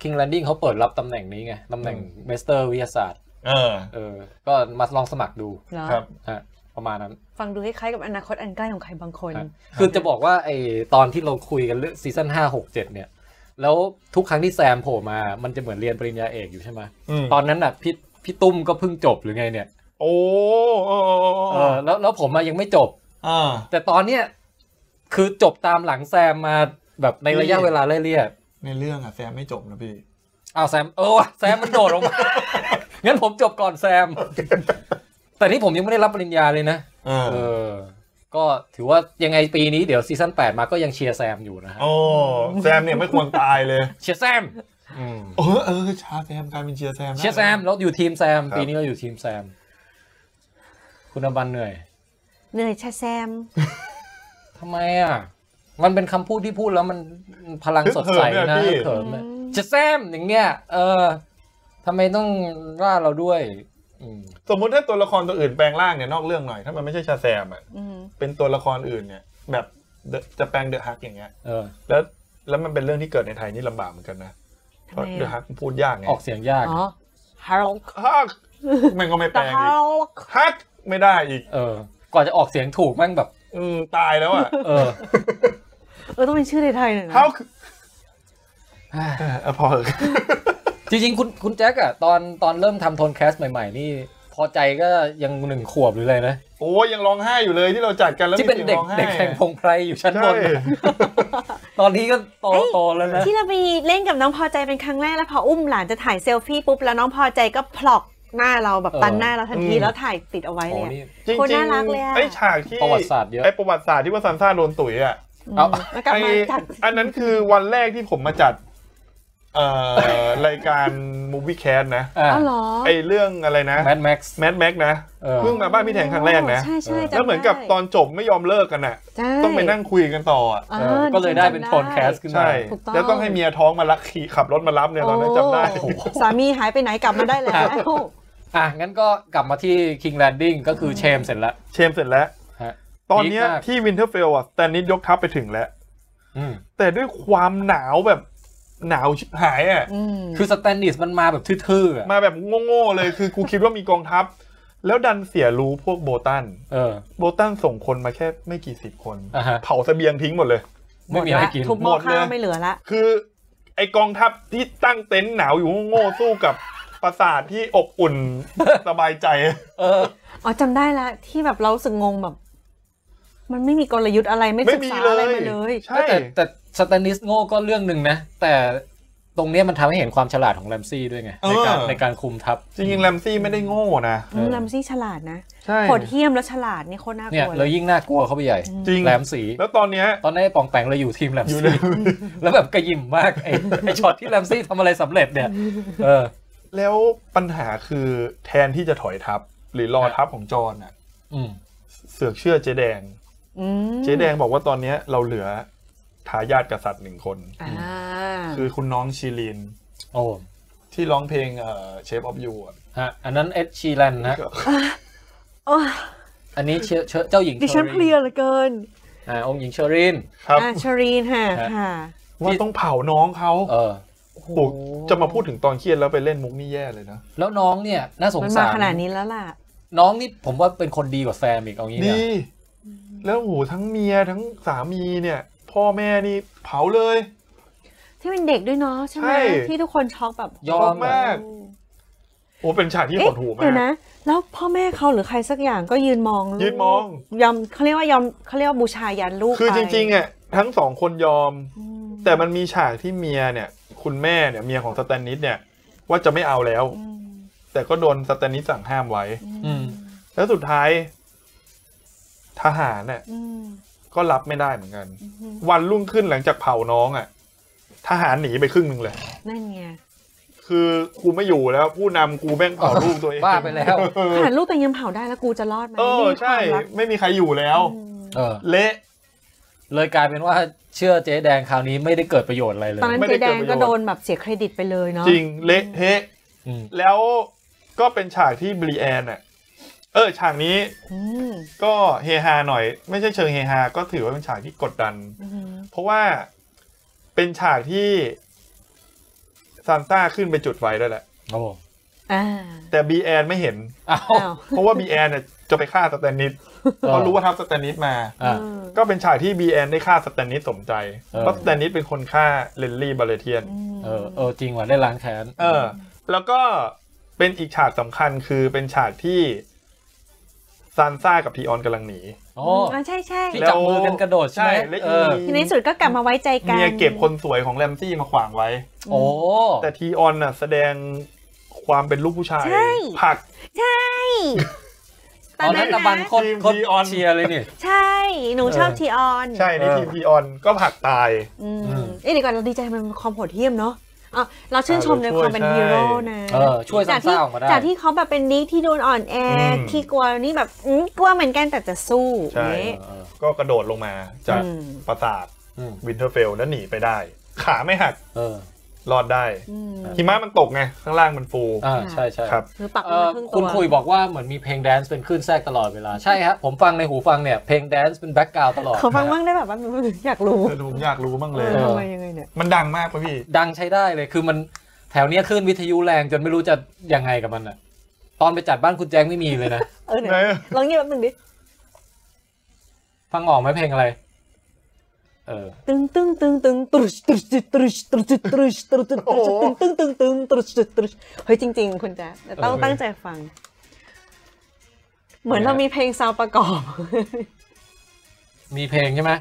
Speaker 1: คิงแลนดิ้งเขาเปิดรับตำแหน่งนี้ไงตำแหน่ง
Speaker 2: อืม
Speaker 1: เมสเตอร์วิทยาศาสตร์
Speaker 2: เออ
Speaker 1: เออ ก็มาลองสมัครดู
Speaker 3: เหรอ
Speaker 2: ครับ
Speaker 1: ฮะประมาณนั้น
Speaker 3: ฟังดูคล้ายๆกับอนาคตอันใกล้ของใครบางคน
Speaker 1: ครับคือจะบอกว่าไอตอนที่เราคุยกันเรื่องซีซั่นห้าหกเจ็ดเนี่ย แล้วทุกครั้งที่แซมโผล่มา มันจะเหมือนเรียนปริญญาเอกอยู่ใช่ไหม
Speaker 2: อืม
Speaker 1: ตอนนั้นน่ะพี่พี่ตุ้มก็เพิ่งจบหรือไงเนี่ย
Speaker 2: โอ้เออเออเออ
Speaker 1: เออแล้วแล้วผมมายังไม่จบ
Speaker 2: อ่า
Speaker 1: แต่ตอนเนี้ยคือจบตามหลังแซมมาแบบในระยะ
Speaker 2: นี่
Speaker 1: เวลาไล่เลี่ย
Speaker 2: ในเรื่องอะแซมไม่จบนะพี่
Speaker 1: อ้าวแซมเออว่ะแซมมันโดดลงมา งั้นผมจบก่อนแซม แต่นี่ผมยังไม่ได้รับปริญญาเลยนะ
Speaker 2: เออ
Speaker 1: เออ ก็ถือว่ายังไงปีนี้เดี๋ยวซีซั่น8มาก็ยังเชียร์แซมอยู่นะฮะ
Speaker 2: โอ้แซมเนี่ยไม่ควรตายเลย
Speaker 1: เชียร์แซม
Speaker 2: เออเออชาแซมกลายเป็นเชียร์แซมได้
Speaker 1: เชียร์แซมเราอยู่ทีมแซม
Speaker 2: ครับ
Speaker 1: ปีนี้เราอยู่ทีมแซม คุณอบันเหนื่อย
Speaker 3: เหนื่อยชะแซม
Speaker 1: ทำไมอ่ะ มันเป็นคำพูดที่พูดแล้วมันพลังสดใสนะ
Speaker 2: ฮึกเหิมเนี่ยพี่
Speaker 1: ฮึกเขิมอะเชียร์แซมอย่างเงี้ยเออ ทำไมต้องว่าเราด้วยอืม
Speaker 2: สมมุติถ้าตัวละครตัวอื่นแปลงร่างเนี่ยนอกเรื่องหน่อย ถ้ามันไม่ใช่ชาแซมอ่ะ
Speaker 3: อืม
Speaker 2: เป็นตัวละครอื่นเนี่ย แบบ The- จะแปลงเดอะฮักอย่างเงี้ย
Speaker 1: เออ
Speaker 2: แล้วแล้วมันเป็นเรื่องที่เกิดในไทยนี่ลำบากเหมือนกันนะ
Speaker 3: ทำ
Speaker 2: เพ
Speaker 3: ไม
Speaker 2: ราะเดอะฮั
Speaker 3: อะ
Speaker 2: กพูดยากไง
Speaker 1: ออกเสียงยาก
Speaker 3: อ๋อฮัลโหล
Speaker 2: ฮักมันก็ไม่แปลง
Speaker 3: ฮั
Speaker 2: อีก
Speaker 3: ลโหล
Speaker 2: ฮักไม่ได้อีก
Speaker 1: เออ ก่อนจะออกเสียงถูกแม่งแบบ
Speaker 2: อืมตายแล้วอ่ะ
Speaker 1: เอ อ
Speaker 3: เออต้องเป็นชื่อไทยๆหน่อยนะ
Speaker 2: ฮักเออเอาพอเหอะ
Speaker 1: จริงๆ คุณคุณแจ็คอะตอนตอนเริ่มทำโทนแคสใหม่ๆ นี่ พอใจก็ยังหนึ่งขวบหรืออะไรนะ
Speaker 2: โอ้ยยังร้องไห้อยู่เลยที่เราจัดกันแล้ว
Speaker 1: ที่เป็น
Speaker 2: มีสีย
Speaker 1: เด็ก
Speaker 2: ร้อไห้
Speaker 1: เด็กแข่งพงไพรอยู่ชั้นบ
Speaker 2: ใช่
Speaker 1: นอะ ตอนนี้ก็โต
Speaker 3: เฮ้ย
Speaker 1: โตแล้วนะ
Speaker 3: ที่เราไปเล่นกับน้องพอใจเป็นครั้งแรกแล้วพออุ้มหลานจะถ่ายเซลฟี่ปุ๊บแล้วน้องพอใจก็พลอกหน้าเราแบบ
Speaker 1: เออ
Speaker 3: ตันหน้าเราทันทีแล้วถ่ายติดเอาไว้
Speaker 1: โอ้
Speaker 3: เลยอะ
Speaker 1: นี่
Speaker 2: จริง
Speaker 3: คน
Speaker 2: จริ
Speaker 3: น่าง รักเลยอะ
Speaker 2: ไอ้ฉากที่
Speaker 1: ประวัติศาสตร์เยอะ
Speaker 2: ไอ้ประวัติศาสตร์ที่ว่าซันซ่าโดนตุ๋ยอ่ะ
Speaker 3: อืม
Speaker 1: เอา
Speaker 3: แล้วกลับ
Speaker 2: ไอ้
Speaker 3: มาจัด
Speaker 2: อันนั้นคือวันแรกที่ผมมาจัด เอ่ อ รายการมูวี่แคสนะ
Speaker 1: อ่ะ
Speaker 3: เอาเหรอ
Speaker 2: ไอ้เรื่องอะไรนะ
Speaker 1: แมดแม็กซ์
Speaker 2: แมดแม็กนะ
Speaker 1: เออ
Speaker 2: เพิ่งมาบ้านพี่แทงครั้งแรกนะ
Speaker 3: ใช่ใช่จำ
Speaker 2: แล้วเหมือนกับตอนจบไม่ยอมเลิกกันอ่ะ
Speaker 3: ใช่
Speaker 2: ต้องไปนั่งคุยกันต่ออ่ะ
Speaker 3: เออ
Speaker 1: เออก็เลยได้เป็น
Speaker 3: จำ
Speaker 1: โทนแคสขึ้นมา
Speaker 2: ใช่
Speaker 3: ถูกต้อง
Speaker 2: แล้วต้องให้เมียท้องมาลักขี่ขับรถมารับเนี่ยตอนนั้นจำได้
Speaker 3: โอ้สามีหายไปไหนกลับมาได้แล้ว
Speaker 1: อ่ะ งั้นก็กลับมาที่ King Landing ก็คือเชมเสร็จแล้ว
Speaker 2: เชมเสร็จแล้ว
Speaker 1: ฮะ
Speaker 2: ตอนเนี้ย
Speaker 1: พีคมาก
Speaker 2: ที่วินเทอร์เฟลอ่ะแต่นิดยกทัพไปถึงแล้ว
Speaker 1: อืม
Speaker 2: แต่ด้วยความหนาวแบบหนาวชิบหายอ่ะ
Speaker 3: อืม
Speaker 1: คือสแตนดิสมันมาแบบทื่อๆอะ
Speaker 2: มาแบบโง่ๆเลยคือกูคิดว่ามีกองทัพ แล้วดันเสียรู้พวกโบตัน
Speaker 1: เออ
Speaker 2: โบตันส่งคนมาแค่ไม่กี่สิบคน
Speaker 1: อ่าฮะ
Speaker 2: เผาเสบียงทิ้งหมดเลย
Speaker 1: ไม่มีอะไรกิน
Speaker 3: ทุบหม้อ
Speaker 2: หมดเลย
Speaker 3: ข้าวไม่เหลือละ
Speaker 2: คือไอกองทัพที่ตั้งเต็นท์หนาวอยู่โง่ๆสู้กับปราสาทที่อบอุ่น สบายใจ
Speaker 1: เออ
Speaker 3: อ๋อจำได้ละที่แบบเรารู้สึกงงแบบ มันไม่มีกลยุทธ์อะไรไม่
Speaker 2: ไม่
Speaker 3: ศึก
Speaker 2: มี
Speaker 3: ษา
Speaker 2: เล
Speaker 3: อะไร
Speaker 2: ย
Speaker 3: มาเลย
Speaker 2: ใช่
Speaker 1: แต่แต่สแตนดิสโง่ก็เรื่องหนึ่งนะ แต่ตรงเนี้ยมันทำให้เห็นความฉลาดของแรมซี่ด้วยไง ในการ
Speaker 2: เออ
Speaker 1: ในการคุมทัพ
Speaker 2: จริงๆแรมซี่ไม่ได้โง่นะ
Speaker 3: อืมลัมซี่ฉลาดนะ
Speaker 2: ใช่
Speaker 3: โหดเหี้ยมแล้วฉลาดนี่โคตรน่าก
Speaker 1: เนี่ย
Speaker 3: ลัว
Speaker 1: แล้วยิ่งน่ากลัวเข้าไปใหญ่
Speaker 2: จริง
Speaker 1: แรมสี
Speaker 2: แล้วตอนเนี้ย
Speaker 1: ตอนนี้นไอ้ปองแปงเลยอยู่ทีมแรม
Speaker 2: อยู่
Speaker 1: ซี่
Speaker 2: ใน
Speaker 1: แล้วแบบกระยิมมากไอ้ไอ้ช็อตที่แรมซี่ทำอะไรสำเร็จเนี่ย เออ
Speaker 2: แล้วปัญหาคือแทนที่จะถอยทัพ หรือรอทัพของจอห์นอ่ะ
Speaker 1: อืม
Speaker 2: เสือกเชื่อเจ๊แดง
Speaker 3: อืม
Speaker 2: เจ๊แดงบอกว่าตอนเนี้ยเราเหลือทายาทกษัตริย์หนึ่งคน
Speaker 3: อ่า
Speaker 2: คือคุณน้องชีลิน
Speaker 1: โอ้
Speaker 2: ที่ร้องเพลงเอ่อ Shape of You อะ
Speaker 1: ฮะอันนั้นเอ็ดชีแลนนะ
Speaker 3: โอ้ย
Speaker 1: อันนี้เชอเชอเจ้าหญิง
Speaker 3: ดิฉันเพลีย
Speaker 1: น
Speaker 3: เหลือเกิน
Speaker 1: อ่าองค์หญิงเชอริน
Speaker 2: ครับ
Speaker 3: อ่ะชรีนค่ะ
Speaker 1: ฮะ
Speaker 3: ค่ะ
Speaker 2: ว่าต้องเผาน้องเขา
Speaker 1: เออ
Speaker 2: โอ้โหจะมาพูดถึงตอนเครียดแล้วไปเล่นมุกนี่แย่เลยนะ
Speaker 1: แล้วน้องเนี่ยน่าสง
Speaker 3: มั
Speaker 1: สาม
Speaker 3: นาร ขนาดนี้แล้วล่ะ
Speaker 1: น้องนี่ผมว่าเป็นคนดีกว่าแซมอีกเอางี้นะ
Speaker 2: ดี แล้วโอ้โหทั้งเมียทั้งสามีเนี่ย พ่อแม่นี่เผาเลย
Speaker 3: ที่เป็นเด็กด้วยเนาะใช่ไหม
Speaker 2: ใช่
Speaker 3: ที่ทุกคนช็อกแบบ
Speaker 1: ยอมแบบ
Speaker 2: มาก โอ้เป็นฉากที่
Speaker 3: เอ๊ะ
Speaker 2: หดหู่มา
Speaker 3: เดี๋ยว
Speaker 2: ก
Speaker 3: นะ แล้วพ่อแม่เขาหรือใครสักอย่างก็ยืนมองลูก
Speaker 2: ยืนมอง
Speaker 3: ยอมเขาเรียกว่ายอมเขาเรียกว่าบูชายันลูก
Speaker 2: คือ
Speaker 3: ไป
Speaker 2: จริงๆอ่ะทั้งสองคนยอม
Speaker 3: อืม
Speaker 2: แต่มันมีฉากที่เมียเนี่ย คุณแม่เนี่ยเมียของสแตนนิสเนี่ย ว่าจะไม่เอาแล้ว
Speaker 3: อืม
Speaker 2: แต่ก็โดนสแตนนิสสั่งห้ามไว้
Speaker 1: อืม
Speaker 2: แล้วสุดท้าย ทหารเนี่ย
Speaker 3: อืม
Speaker 2: ก็รับไม่ได้เหมือนกัน
Speaker 3: อืม
Speaker 2: วันรุ่งขึ้นหลังจากเผาน้องอะ่ะ ทหารหนีไปครึ่งหนึ่งเลย
Speaker 3: นั่นไง
Speaker 2: คือกูไม่อยู่แล้ว ผู้นำกูแม่งเผาลูกตัวเอง
Speaker 1: บ้าไปแล้ว
Speaker 2: เออ
Speaker 3: ขนาดลูกแต่ยังเผาได้แล้วกูจะรอดไหม
Speaker 2: เออ
Speaker 3: นี่
Speaker 2: ใช่
Speaker 3: ความรัก
Speaker 2: ไม่มีใครอยู่แล้ว
Speaker 3: อืม
Speaker 1: เออ
Speaker 2: เละ
Speaker 1: เลยกลายเป็นว่าเชื่อเจ๊แดงคราวนี้ไม่ได้เกิดประโยชน์อะไรเลย
Speaker 3: ตอนนั้น
Speaker 2: ไม่ได้
Speaker 3: เจ๊แดง
Speaker 2: เกิ
Speaker 3: ก็
Speaker 2: ดประโยชน์
Speaker 3: โดนแบบเสียเครดิตไปเลยเนาะ
Speaker 2: จริงเละเทะ
Speaker 1: อืม
Speaker 2: แล้วก็เป็นฉากที่บรีแอนอ่ะ เออ ฉากนี้
Speaker 3: อืม
Speaker 2: ก็เฮฮาหน่อย ไม่ใช่เชิงเฮฮาก็ถือว่าเป็นฉากที่กดดัน
Speaker 3: อืม
Speaker 2: เพราะว่าเป็นฉากที่ซานต้าขึ้นไปจุดไฟด้วยแหละ
Speaker 1: โอ้
Speaker 3: อ่า
Speaker 2: แต่บีแอนไม่เห็น
Speaker 1: อ้า
Speaker 3: อ้าว ว
Speaker 2: เพราะว่าบีแอนเนี่ยจะไปฆ่าสแตนนิสเพราะรู้ว่าทับสแตนนิสมา
Speaker 1: อ่ะ
Speaker 3: เออ
Speaker 2: ก็เป็นฉากที่บีแอนได้ฆ่าสแตนนิสสมใจ
Speaker 1: เออ
Speaker 2: เพราะสแตนนิสเป็นคนฆ่าเลนลี่บาเลเทียน
Speaker 3: ม
Speaker 1: เออเออจริงว่ะได้ล้างแค้น
Speaker 2: เออ แล้วก็เป็นอีกฉากสำคัญคือเป็นฉากที่ซานซ่ากับทีออนกำลังหนี
Speaker 1: อ๋อ
Speaker 3: อ๋อใช่ใช่
Speaker 1: ที่จับมือกันกระโดดใช่ไหม
Speaker 2: ใช่และ
Speaker 1: เอ
Speaker 2: อี
Speaker 1: อ
Speaker 3: ในที่สุดก็กลับมาไว้ใจกัน
Speaker 2: เมียเก็บคนสวยของแรมซี่มาขวางไว้
Speaker 1: โอ้
Speaker 2: แต่ทีออนน่ะแสดงความเป็นลูกผู้ชายผลัก
Speaker 1: ตอนนั้นตะบันโคตร
Speaker 2: ทีม
Speaker 1: โคตร
Speaker 2: ทีออน
Speaker 1: เชียร์เลยนี่
Speaker 3: ใช่ หนูชอบ
Speaker 1: เออ
Speaker 3: ทีออน
Speaker 2: ใช่ในทีมทีออนก็ผลักตาย
Speaker 3: อืม
Speaker 1: อืม
Speaker 3: เอ้ยเดี๋ยวก่อนเราดีใจมันความโหดเหี้ยมเนาะอ่ะเราชื่นชมใน
Speaker 2: เราช่วย
Speaker 3: ความเป็นฮีโร่นะ
Speaker 1: เออช่วยสร้า
Speaker 3: จาง กที่
Speaker 1: ออกมาได้
Speaker 3: จากที่เขาแบบเป็นนิกที่โดนอ่อนแออ
Speaker 2: ม
Speaker 3: ขี้กลัวนี่แบบอืมกลัวเหมือนกันแต่จะสู้
Speaker 2: ใช่
Speaker 1: เอ
Speaker 3: เอ๊ะ
Speaker 1: อเออ
Speaker 2: ก็กระโดดลงมาจาก
Speaker 3: อืม
Speaker 2: ปราสาท
Speaker 1: อืม
Speaker 2: วินเทอร์เฟลแล้วหนีไปได้ ขาไม่หัก
Speaker 1: เออ
Speaker 2: รอดได้
Speaker 3: อืม
Speaker 2: หิมะมันตกไง ข้างล่างมันฟู
Speaker 1: อ่าใช่ใช่
Speaker 2: ครับ
Speaker 3: หรือปัก
Speaker 1: เอ่อ
Speaker 3: พึ่งตัว
Speaker 1: คุณคุยบอกว่าเหมือนมีเพลงแดนซ์เป็นคลื่นแทรกตลอดเวลาใช่ครับผมฟังในหูฟังเนี่ยเพลงแดนซ์เป็นแบ็กกราวตลอด
Speaker 3: ขอฟัง
Speaker 1: นะฮะ
Speaker 3: บ้างได้แบบว่าอยากรู้
Speaker 2: เออผมอยากรู้บ้าง
Speaker 3: เอ
Speaker 2: เลย
Speaker 3: อ
Speaker 1: เออ
Speaker 3: ทำไมยังไงเนี่ย
Speaker 2: มันดังมากป่ะพี่
Speaker 1: ดังใช้ได้เลยคือมันแถวเนี้ยคลื่นวิทยุแรงจนไม่รู้จะยังไงกับมันอะตอนไปจัดบ้านคุณแจ้งไม่มีเลยนะ
Speaker 3: เออเนี่ย
Speaker 2: เออ
Speaker 3: ลองเงียบแป๊บหนึงดิ
Speaker 1: ฟังออกไหมเพลงอะไร เออ
Speaker 3: ตึงตึงตึงตึงตรุชตรุชตรุชตรุชตรุชตรุชตรุชตรุชตึงตึงตึงตึงตรุชตรุชตรุชเฮ้ยจริง ๆ คุณแจ๊ะแต่ต้อง
Speaker 1: เออ
Speaker 3: ตั้งใจฟัง เหมือนเรา
Speaker 1: เนี่ย
Speaker 3: มีเพลงซาวประกอบ
Speaker 1: มีเพลงใช่ไหม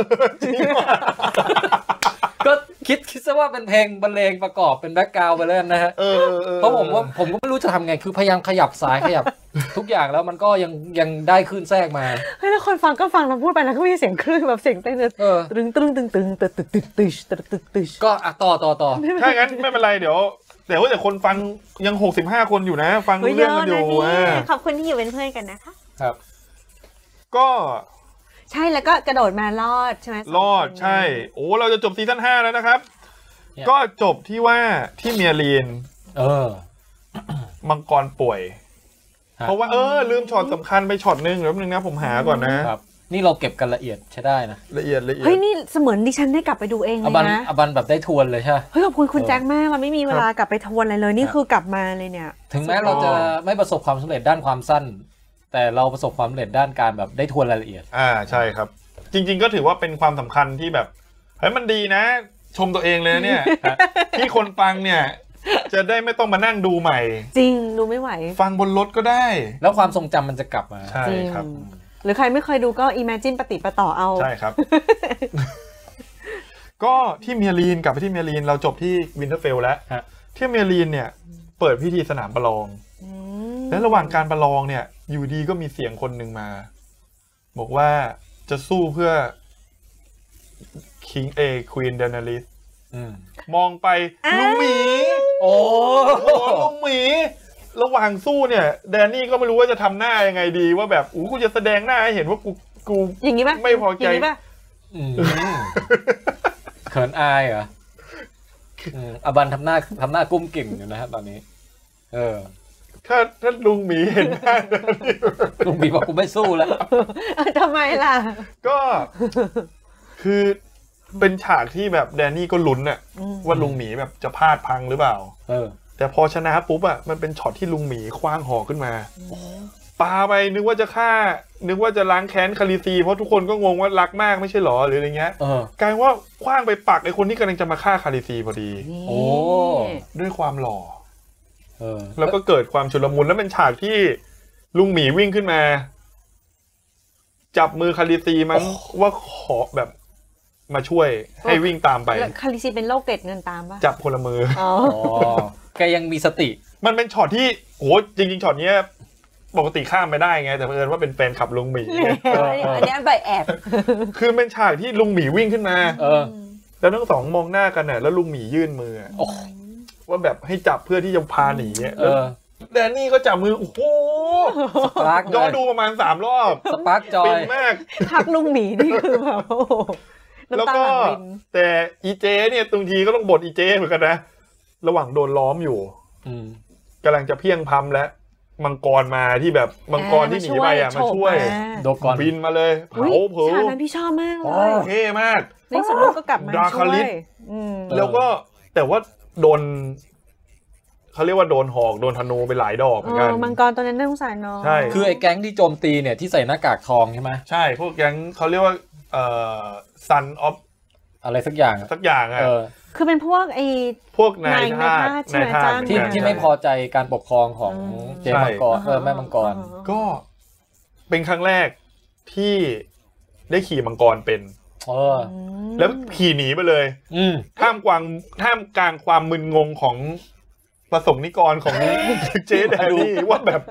Speaker 1: ก็คิดคิดซะว่าเป็นเพลงบรรเลงประกอบเป็นแบ็กกราวด์ไปเลยนะฮะ
Speaker 2: เออออออ
Speaker 1: เพราะผมว่าผมก็ไม่รู้จะทำไง คือพยายามขยับสายขยับ ทุกอย่างแล้วมันก็ยังยังได้ขึ้นแทรกมา
Speaker 3: เฮ้ยแล้วคนฟังก็ฟังเราพูดไปแล้วก็มีเสียงคลื่นแบบเสียงเต้นเลย
Speaker 1: เออ
Speaker 3: ตึงตึงตึงตึงตึงตึงตึงตึงตึงตึงตึง
Speaker 1: ก็อ่ะต่อต่อต่อ
Speaker 2: ถ้างั้นไม่เป็นไรเดี๋ยวเดี๋ยวแต่คนฟังยัง 65 คนอยู่นะ ฟัง
Speaker 3: เฮ้ย
Speaker 2: รู้
Speaker 3: เย
Speaker 2: เรื่องกั
Speaker 3: อะ
Speaker 2: นอ
Speaker 3: นะ
Speaker 2: ยู่
Speaker 3: นี่
Speaker 2: อ่า
Speaker 3: ขอบคุณที่อยู่เป็นเพื่อนกันนะคะ
Speaker 1: ครับ
Speaker 2: ก็
Speaker 3: ใช่แล้วก็กระโดดมารอดใช่ไหม
Speaker 2: รอดใช่ โอ้เราจะจบซีซั่น5แล้วนะครับ
Speaker 1: เนี่ย
Speaker 2: ก็จบที่ว่าที่เมียเรียน
Speaker 1: เออ
Speaker 2: มังกรป่วย
Speaker 1: ฮะ
Speaker 2: เพราะว่าเออลืมช็อตสำคัญไปช็อตนึงเดี๋ยวแป๊บนึงนะผมหาก่อนนะ
Speaker 1: ครับ นี่เราเก็บกันละเอียดใช้ได้นะ
Speaker 2: ละเอียดละเอียด
Speaker 3: เฮ้ยนี่เสมือนดิฉันได้กลับไปดูเองเล
Speaker 1: อย บัน
Speaker 3: นะ
Speaker 1: อบันแบบได้ทวนเลยใช่ปะ
Speaker 3: เฮ้ยขอบคุณคุณ
Speaker 1: เออ
Speaker 3: แจ็คมากเราไม่มีเวลากลับไปทวนอะไรเลย นี่คือกลับมาเลยเนี่ย
Speaker 1: ถึงแม้เราจะไม่ประสบความสำเร็จด้านความสั้น แต่เราประสบความสำเร็จด้านการแบบได้ทวนรายละเอียด
Speaker 2: อ่าใช่ครับ จริง ๆ ก็ถือว่าเป็นความสำคัญที่แบบเฮ้ยมันดีนะ ชมตัวเองเลยนะ เนี่ย ที่คนฟังเนี่ย จะได้ไม่ต้องมานั่งดูใหม่
Speaker 3: จริงดูไม่ไหว
Speaker 2: ฟังบนรถก็ได้
Speaker 1: แล้วความทรงจำมันจะกลับมา
Speaker 2: ใช่
Speaker 3: จริง
Speaker 2: ครับ
Speaker 3: หรือใครไม่เคยดูก็ imagine ปฏิปต่อเอา
Speaker 2: ใช่ครับ ก็ที่เมียรีนกลับไปที่เมียรีนเราจบที่วินเทอร์เฟลแล้ว
Speaker 1: ฮะ
Speaker 2: ที่เมียรีนเนี่ย เปิดพิธีสนามประลอง
Speaker 3: อืม
Speaker 2: และระหว่างการประลองเนี่ย อยู่ดีก็มีเสียงคนหนึ่งมา บอกว่าจะสู้เพื่อคิงเอควีนเดนาริส
Speaker 1: อืม
Speaker 2: มองไปลุงหมี
Speaker 1: โอ้
Speaker 2: โอ้ลุงหมี ระหว่างสู้เนี่ย แดนนี่ก็ไม่รู้ว่าจะทำหน้ายังไงดีว่าแบบอู้กูจะแสดงหน้าให้เห็นว่ากูกู
Speaker 3: อย่างนี้ป่ะ
Speaker 2: ไม่พอใจ
Speaker 3: ย่างนี้ป่ะ
Speaker 1: อืมเขินอายเหรออืมอบันทำหน้าทำหน้ากุ้มกิ่มอยู่นะฮะตอนนี้ เออ
Speaker 2: ถ้าถ้าลุงหมีเห็นหน้า
Speaker 1: ลุงบีบอกกูไม่สู้แล้ว
Speaker 3: เออทำไมล่ะ
Speaker 2: ก็ คือเป็นฉากที่แบบแดนนี่ก็ลุ้นอะ
Speaker 3: อืม
Speaker 2: ว่าลุงหมีแบบจะพลาดพังหรือเปล่า
Speaker 1: เออ
Speaker 2: แต่พอชนะปุ๊บอะมันเป็นช็อตที่ลุงหมีคว้างหอขึ้นมาปาไปนึกว่าจะฆ่า นึกว่าจะล้างแค้นคาริซี เพราะทุกคนก็งงว่ารักมากไม่ใช่หรอหรืออะไรเงี้ย
Speaker 1: เออ
Speaker 2: กลายว่าคว้างไปปักไอ้คนที่กำลังจะมาฆ่าคาริซีพอดี
Speaker 1: โอ้
Speaker 3: นี่
Speaker 2: ด้วยความหล่อ
Speaker 1: เออ
Speaker 2: แล้วก็เกิดความชุลมุนแล้วเป็นฉากที่ลุงหมีวิ่งขึ้นมา จับมือคาริซีมั้งว่าขอแบบมาช่วยให้วิ่งตามไป
Speaker 3: แล้วคาริซีเป็นโรคเกล็ดเงินตามป่ะ
Speaker 2: จับคนละมือ
Speaker 3: อ๋อ
Speaker 1: อ๋อแกยังมีสติ
Speaker 2: มันเป็นช็อตที่โหจริง ๆช็อตเนี้ยปกติข้ามไม่ได้ไง แต่เผอิญว่าเป็นแฟนขับลุงหมี
Speaker 3: อันเนี้ยใบแอบ
Speaker 2: คือเป็นฉากที่ลุงหมีวิ่งขึ้นมา
Speaker 1: เออ
Speaker 2: แล้วทั้งสองมองหน้ากันน่ะแล้วลุงหมียื่นมืออะ
Speaker 1: โอ้โห
Speaker 2: ว่าแบบให้จับเพื่อที่จะพาหนีอะ
Speaker 1: เอ
Speaker 2: แล้ว
Speaker 1: อ
Speaker 2: แดนนี่ก็จับมือโอ้โห
Speaker 1: สปาร์กเล
Speaker 2: ย้อน
Speaker 1: ย
Speaker 2: ดูประมาณสามรอบ
Speaker 1: สปาร์กจอ
Speaker 2: ปิ
Speaker 1: ย
Speaker 2: นมาก
Speaker 3: พักลุงหมีนี่คือแบบโอ้โห
Speaker 2: แล้ว
Speaker 3: น้ำตา
Speaker 2: ก็
Speaker 3: ไหลริน
Speaker 2: แต่อีเจเนี่ยบางทีก็ต้องบ่นอีเจเหมือนกันนะ ระหว่างโดนล้อมอยู่
Speaker 1: อืม
Speaker 2: กำลังจะเพียงพำและมังกรมาที่แบบมังกรที่หนีไปอ่ะมาช่วย
Speaker 1: โดกอน
Speaker 2: บินมาเลยเผา
Speaker 3: อุ๊ย
Speaker 2: เผา
Speaker 3: ฉากนั้นพี่ชอบมากเล
Speaker 2: โอ้
Speaker 3: ย
Speaker 2: เท่มาก
Speaker 3: ในที่สุดลูกก็กลับมา
Speaker 2: ดรา
Speaker 3: ช่
Speaker 2: คาลิ
Speaker 3: ว
Speaker 2: ส
Speaker 3: ยอืม
Speaker 2: แล้วก็แต่ว่าโดนเขาเรียกว่าโดนหอกโดนธนูไปหลายดอกเหมือนกัน
Speaker 3: เออมังกรตัวนั้นน่าสงสารเนาะ
Speaker 2: ใช่
Speaker 1: คือไอ้แก๊งที่โจมตีเนี่ยที่ใส่หน้ากากทองใช่ไหม
Speaker 2: ใช่พวกแก๊งเขาเรียกว่าเอ่อซันออฟ
Speaker 1: อะไรสักอย่างอะ
Speaker 2: สักอย่างอ่ะ
Speaker 1: เออ
Speaker 3: คือเป็นพวกไอ้
Speaker 2: พวกนายทาส
Speaker 3: นายทาส
Speaker 2: เหมือน
Speaker 1: ที่
Speaker 2: กัน
Speaker 3: ใช่
Speaker 1: ที่ไม่พอใจการปกครองของ
Speaker 3: อืม
Speaker 1: เจมังกร
Speaker 3: อ่าฮะ
Speaker 1: เออแม่มังกร
Speaker 3: อ่าฮะ
Speaker 2: ก็เป็นครั้งแรกที่ได้ขี่มังกรเป็น
Speaker 1: เออ
Speaker 3: อืม
Speaker 2: แล้วขี่หนีไปเลย
Speaker 1: อืม
Speaker 2: ท่ามกลางท่ามกลางความมึนงงของประสงค์นิกรของ เจ๊แดนนี่ว่าแบบ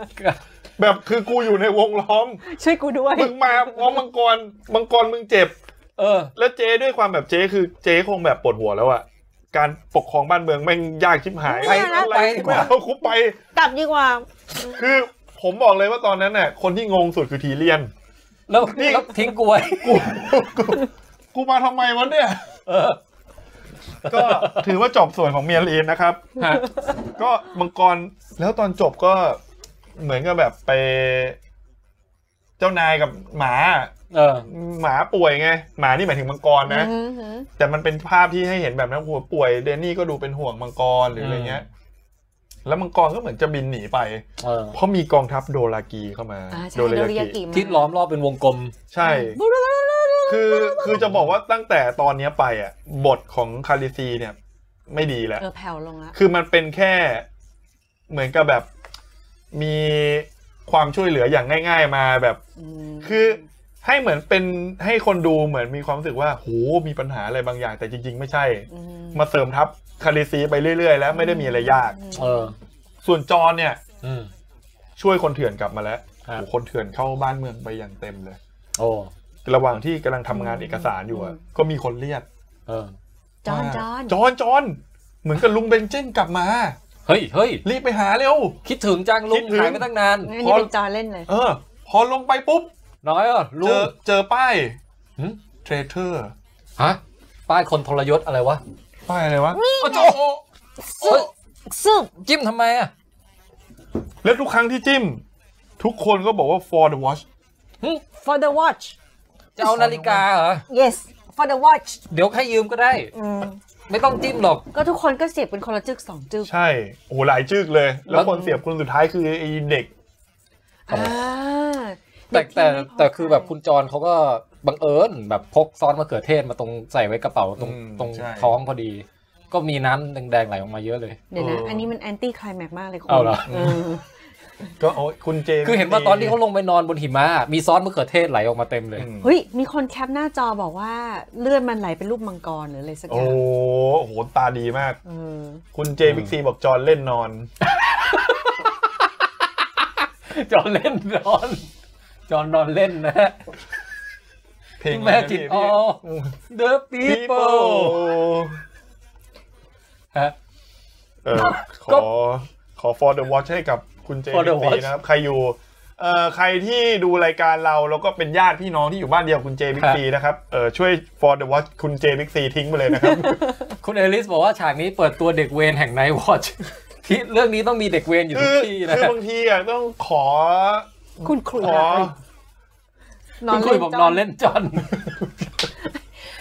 Speaker 2: แบบคือกูอยู่ในวงล้อม
Speaker 3: ช่วยกูด้วย
Speaker 2: มึงมาพร้อมมังกรมังกรมึงเจ็บ
Speaker 1: เออ
Speaker 2: แล้วเจ๊ด้วยความแบบเจ๊คือเจ๊คงแบบปวดหัวแล้วอะการปกครองบ้านเมืองแม่งยากชิบหาย
Speaker 1: ไป
Speaker 2: อะ
Speaker 1: ไป
Speaker 2: ไรไม่เอาคุไป
Speaker 3: กลับดีกว่า
Speaker 2: คือผมบอกเลยว่าตอนนั้นน่ะคนที่งงสุดคือทีเลียน
Speaker 1: แล้ว
Speaker 2: นี่
Speaker 1: แล้วทิ้งกล้วย
Speaker 2: กูกูมาทำไมวะเนี่ย
Speaker 1: เออ
Speaker 2: ก็ถือว่าจบส่วนของเมียนเอนนะครับ
Speaker 1: ฮะ
Speaker 2: ก็มังกรแล้วตอนจบก็เหมือนกับแบบไป เจ้านายกับหมา
Speaker 1: เออ
Speaker 2: หมาป่วยไง หมานี่หมายถึงมังกรนะ
Speaker 3: อือหือ
Speaker 2: แต่มันเป็นภาพที่ให้เห็นแบบนั้นหัวป่วยเดนนี่ก็ดูเป็นห่วงมังกรหรืออะไรเงี้ย แล้วมังกรก็เหมือนจะบินหนีไป
Speaker 1: เออ
Speaker 2: เพราะมีกองทัพโดรากีเข้ามา
Speaker 3: อ่าใช่
Speaker 2: โด
Speaker 3: โด
Speaker 2: เร
Speaker 3: เรีย
Speaker 2: ยากิ
Speaker 3: กิมา
Speaker 1: ที่ล้อมรอบเป็นวงกลม
Speaker 2: ใช่ คือคือจะบอกว่าตั้งแต่ตอนเนี้ยไปอ่ะ บทของคาริซีเนี่ย ไม่ดีแล้ว
Speaker 3: เออแผ่วลงละ
Speaker 2: คือมันเป็นแค่เหมือนกับแบบมีความช่วยเหลืออย่างง่าย ๆ มาแบบ คือให้เหมือนเป็นให้คนดูเหมือนมีความรู้สึกว่าโหมีปัญหาอะไรบางอย่าง แต่จริง ๆ ไม่ใช่ มาเสริมทัพคาริซีไปเรื่อยๆ แล้วไม่ได้มีอะไรยาก
Speaker 1: เออ
Speaker 2: ส่วนจอนเนี่ย
Speaker 1: อืม
Speaker 2: ช่วยคนเถื่อนกลับมาแล้ว
Speaker 1: ครับ
Speaker 2: โหคนเถื่อนเข้าบ้านเมืองไปอย่างเต็มเลย
Speaker 1: โอ้
Speaker 2: ระหว่างที่กำลังทำงานเอกสารอยู่อะ
Speaker 3: อืม
Speaker 2: ก็มีคนเรียก
Speaker 1: เออ
Speaker 3: จอน
Speaker 2: ว่า
Speaker 3: จอน
Speaker 2: จอนจอนเหมือนกับลุงเบนเจนกลับมา
Speaker 1: เฮ้ยเฮ้ย
Speaker 2: รีบไปหาเร็ว
Speaker 1: คิดถึงจังลุ
Speaker 2: คิ
Speaker 1: ง
Speaker 2: ดถึง
Speaker 1: หายไปตั้งนาน
Speaker 3: งั้นนี่เป็นจอนเล่นเลย
Speaker 2: เออ พอลงไปปุ๊บ
Speaker 1: น้อยเหรอลุ
Speaker 2: เจ
Speaker 1: ง
Speaker 2: อเจอป้าย
Speaker 1: หึ
Speaker 2: เทรเทอร์
Speaker 1: ฮะ ป้ายคนทรยศอะไรวะ
Speaker 2: ป้ายอะไรวะ
Speaker 1: โอ้โจ
Speaker 3: ซึบซึบ
Speaker 1: จิ้มทำไมอ่ะ
Speaker 2: แล้วทุกครั้งที่จิ้ม ทุกคนก็บอกว่า for the watch
Speaker 1: หึ
Speaker 3: for the watch
Speaker 1: จะเอานาฬิกาเหรอ
Speaker 3: yes for the watch
Speaker 1: เดี๋ยวใครยืมก็ได้
Speaker 3: อืม
Speaker 1: ไม่ต้องจิ้มหรอก
Speaker 3: ก็ทุกคนก็เสียบเป็นคนละจึกสองจึก
Speaker 2: ใช่ โอ้โหหลายจึกเลย แล้วคน
Speaker 1: แล้ว
Speaker 2: เสียบคนสุดท้ายคือไอ้เด็ก
Speaker 3: อ่า
Speaker 1: แต่
Speaker 3: เด็กที่
Speaker 1: แต่
Speaker 3: ไม่พอ
Speaker 1: แต่คือแบบคุณจรเขาก็บังเอิญแบบพกซอสมะเขือเทศมาตรงใส่ไว้กระเป๋าตรง
Speaker 2: อืม
Speaker 1: ตรง
Speaker 2: ใช่
Speaker 1: ท้องพอดี ก็มีน้ำแดงๆไหลออกมาเยอะเลย
Speaker 3: เดี๋ยวนะ
Speaker 2: เอออั
Speaker 3: อันนี้มันแอนตี้คลายแม็กมากเลยคุณ
Speaker 1: เอาเหรอ
Speaker 3: เออ
Speaker 2: ก็โอ้ยคุณเจมส์
Speaker 1: คือเห็นว่าตอนที่เขาลงไปนอนบนหิมะมีซอสมะเขือเทศไหลออกมาเต็มเลย
Speaker 2: อืม
Speaker 3: เฮ้ย มีคนแคปหน้าจอบอกว่าเลือดมันไหลเป็นรูปมังกรหรืออะไรสักอ
Speaker 2: โอ้
Speaker 3: ย่าง
Speaker 2: โห ตาดีมาก
Speaker 3: เออ
Speaker 2: คุณเจบิ๊กซีบอกจอนเล่นนอน
Speaker 1: จอนเล่นนอน จอนนอนเล่นนะ
Speaker 2: เพลง
Speaker 1: แม่จิตอ๋อ The
Speaker 2: พีโป
Speaker 1: people ฮะ
Speaker 2: เออข
Speaker 1: ก็
Speaker 2: อขอ for the watch ให้กับคุณเจ
Speaker 1: For the
Speaker 2: บิ๊กซี
Speaker 1: watch
Speaker 2: นะครับ ใครอยู่เอ่อใครที่ดูรายการเราแล้วก็เป็นญาติพี่น้องที่อยู่บ้านเดียวกับคุณเจบิ๊
Speaker 1: ค
Speaker 2: ก
Speaker 1: รับ
Speaker 2: ซีนะครับเออช่วย for the watch คุณเจบิ๊กซีทิ้งไปเลยนะครับ
Speaker 1: คุณเอลิสบอกว่าฉากนี้เปิดตัวเด็กเวรแห่งไนวอช ที่เรื่องนี้ต้องมีเด็กเวรอยู่ทุ
Speaker 2: คื
Speaker 1: ก
Speaker 2: อ
Speaker 1: ที่นะ
Speaker 2: คือบางทีอ่ะต้องขอ
Speaker 3: คุณครู
Speaker 2: ขอ
Speaker 1: คุณคุยบอกนอนเล่นจอน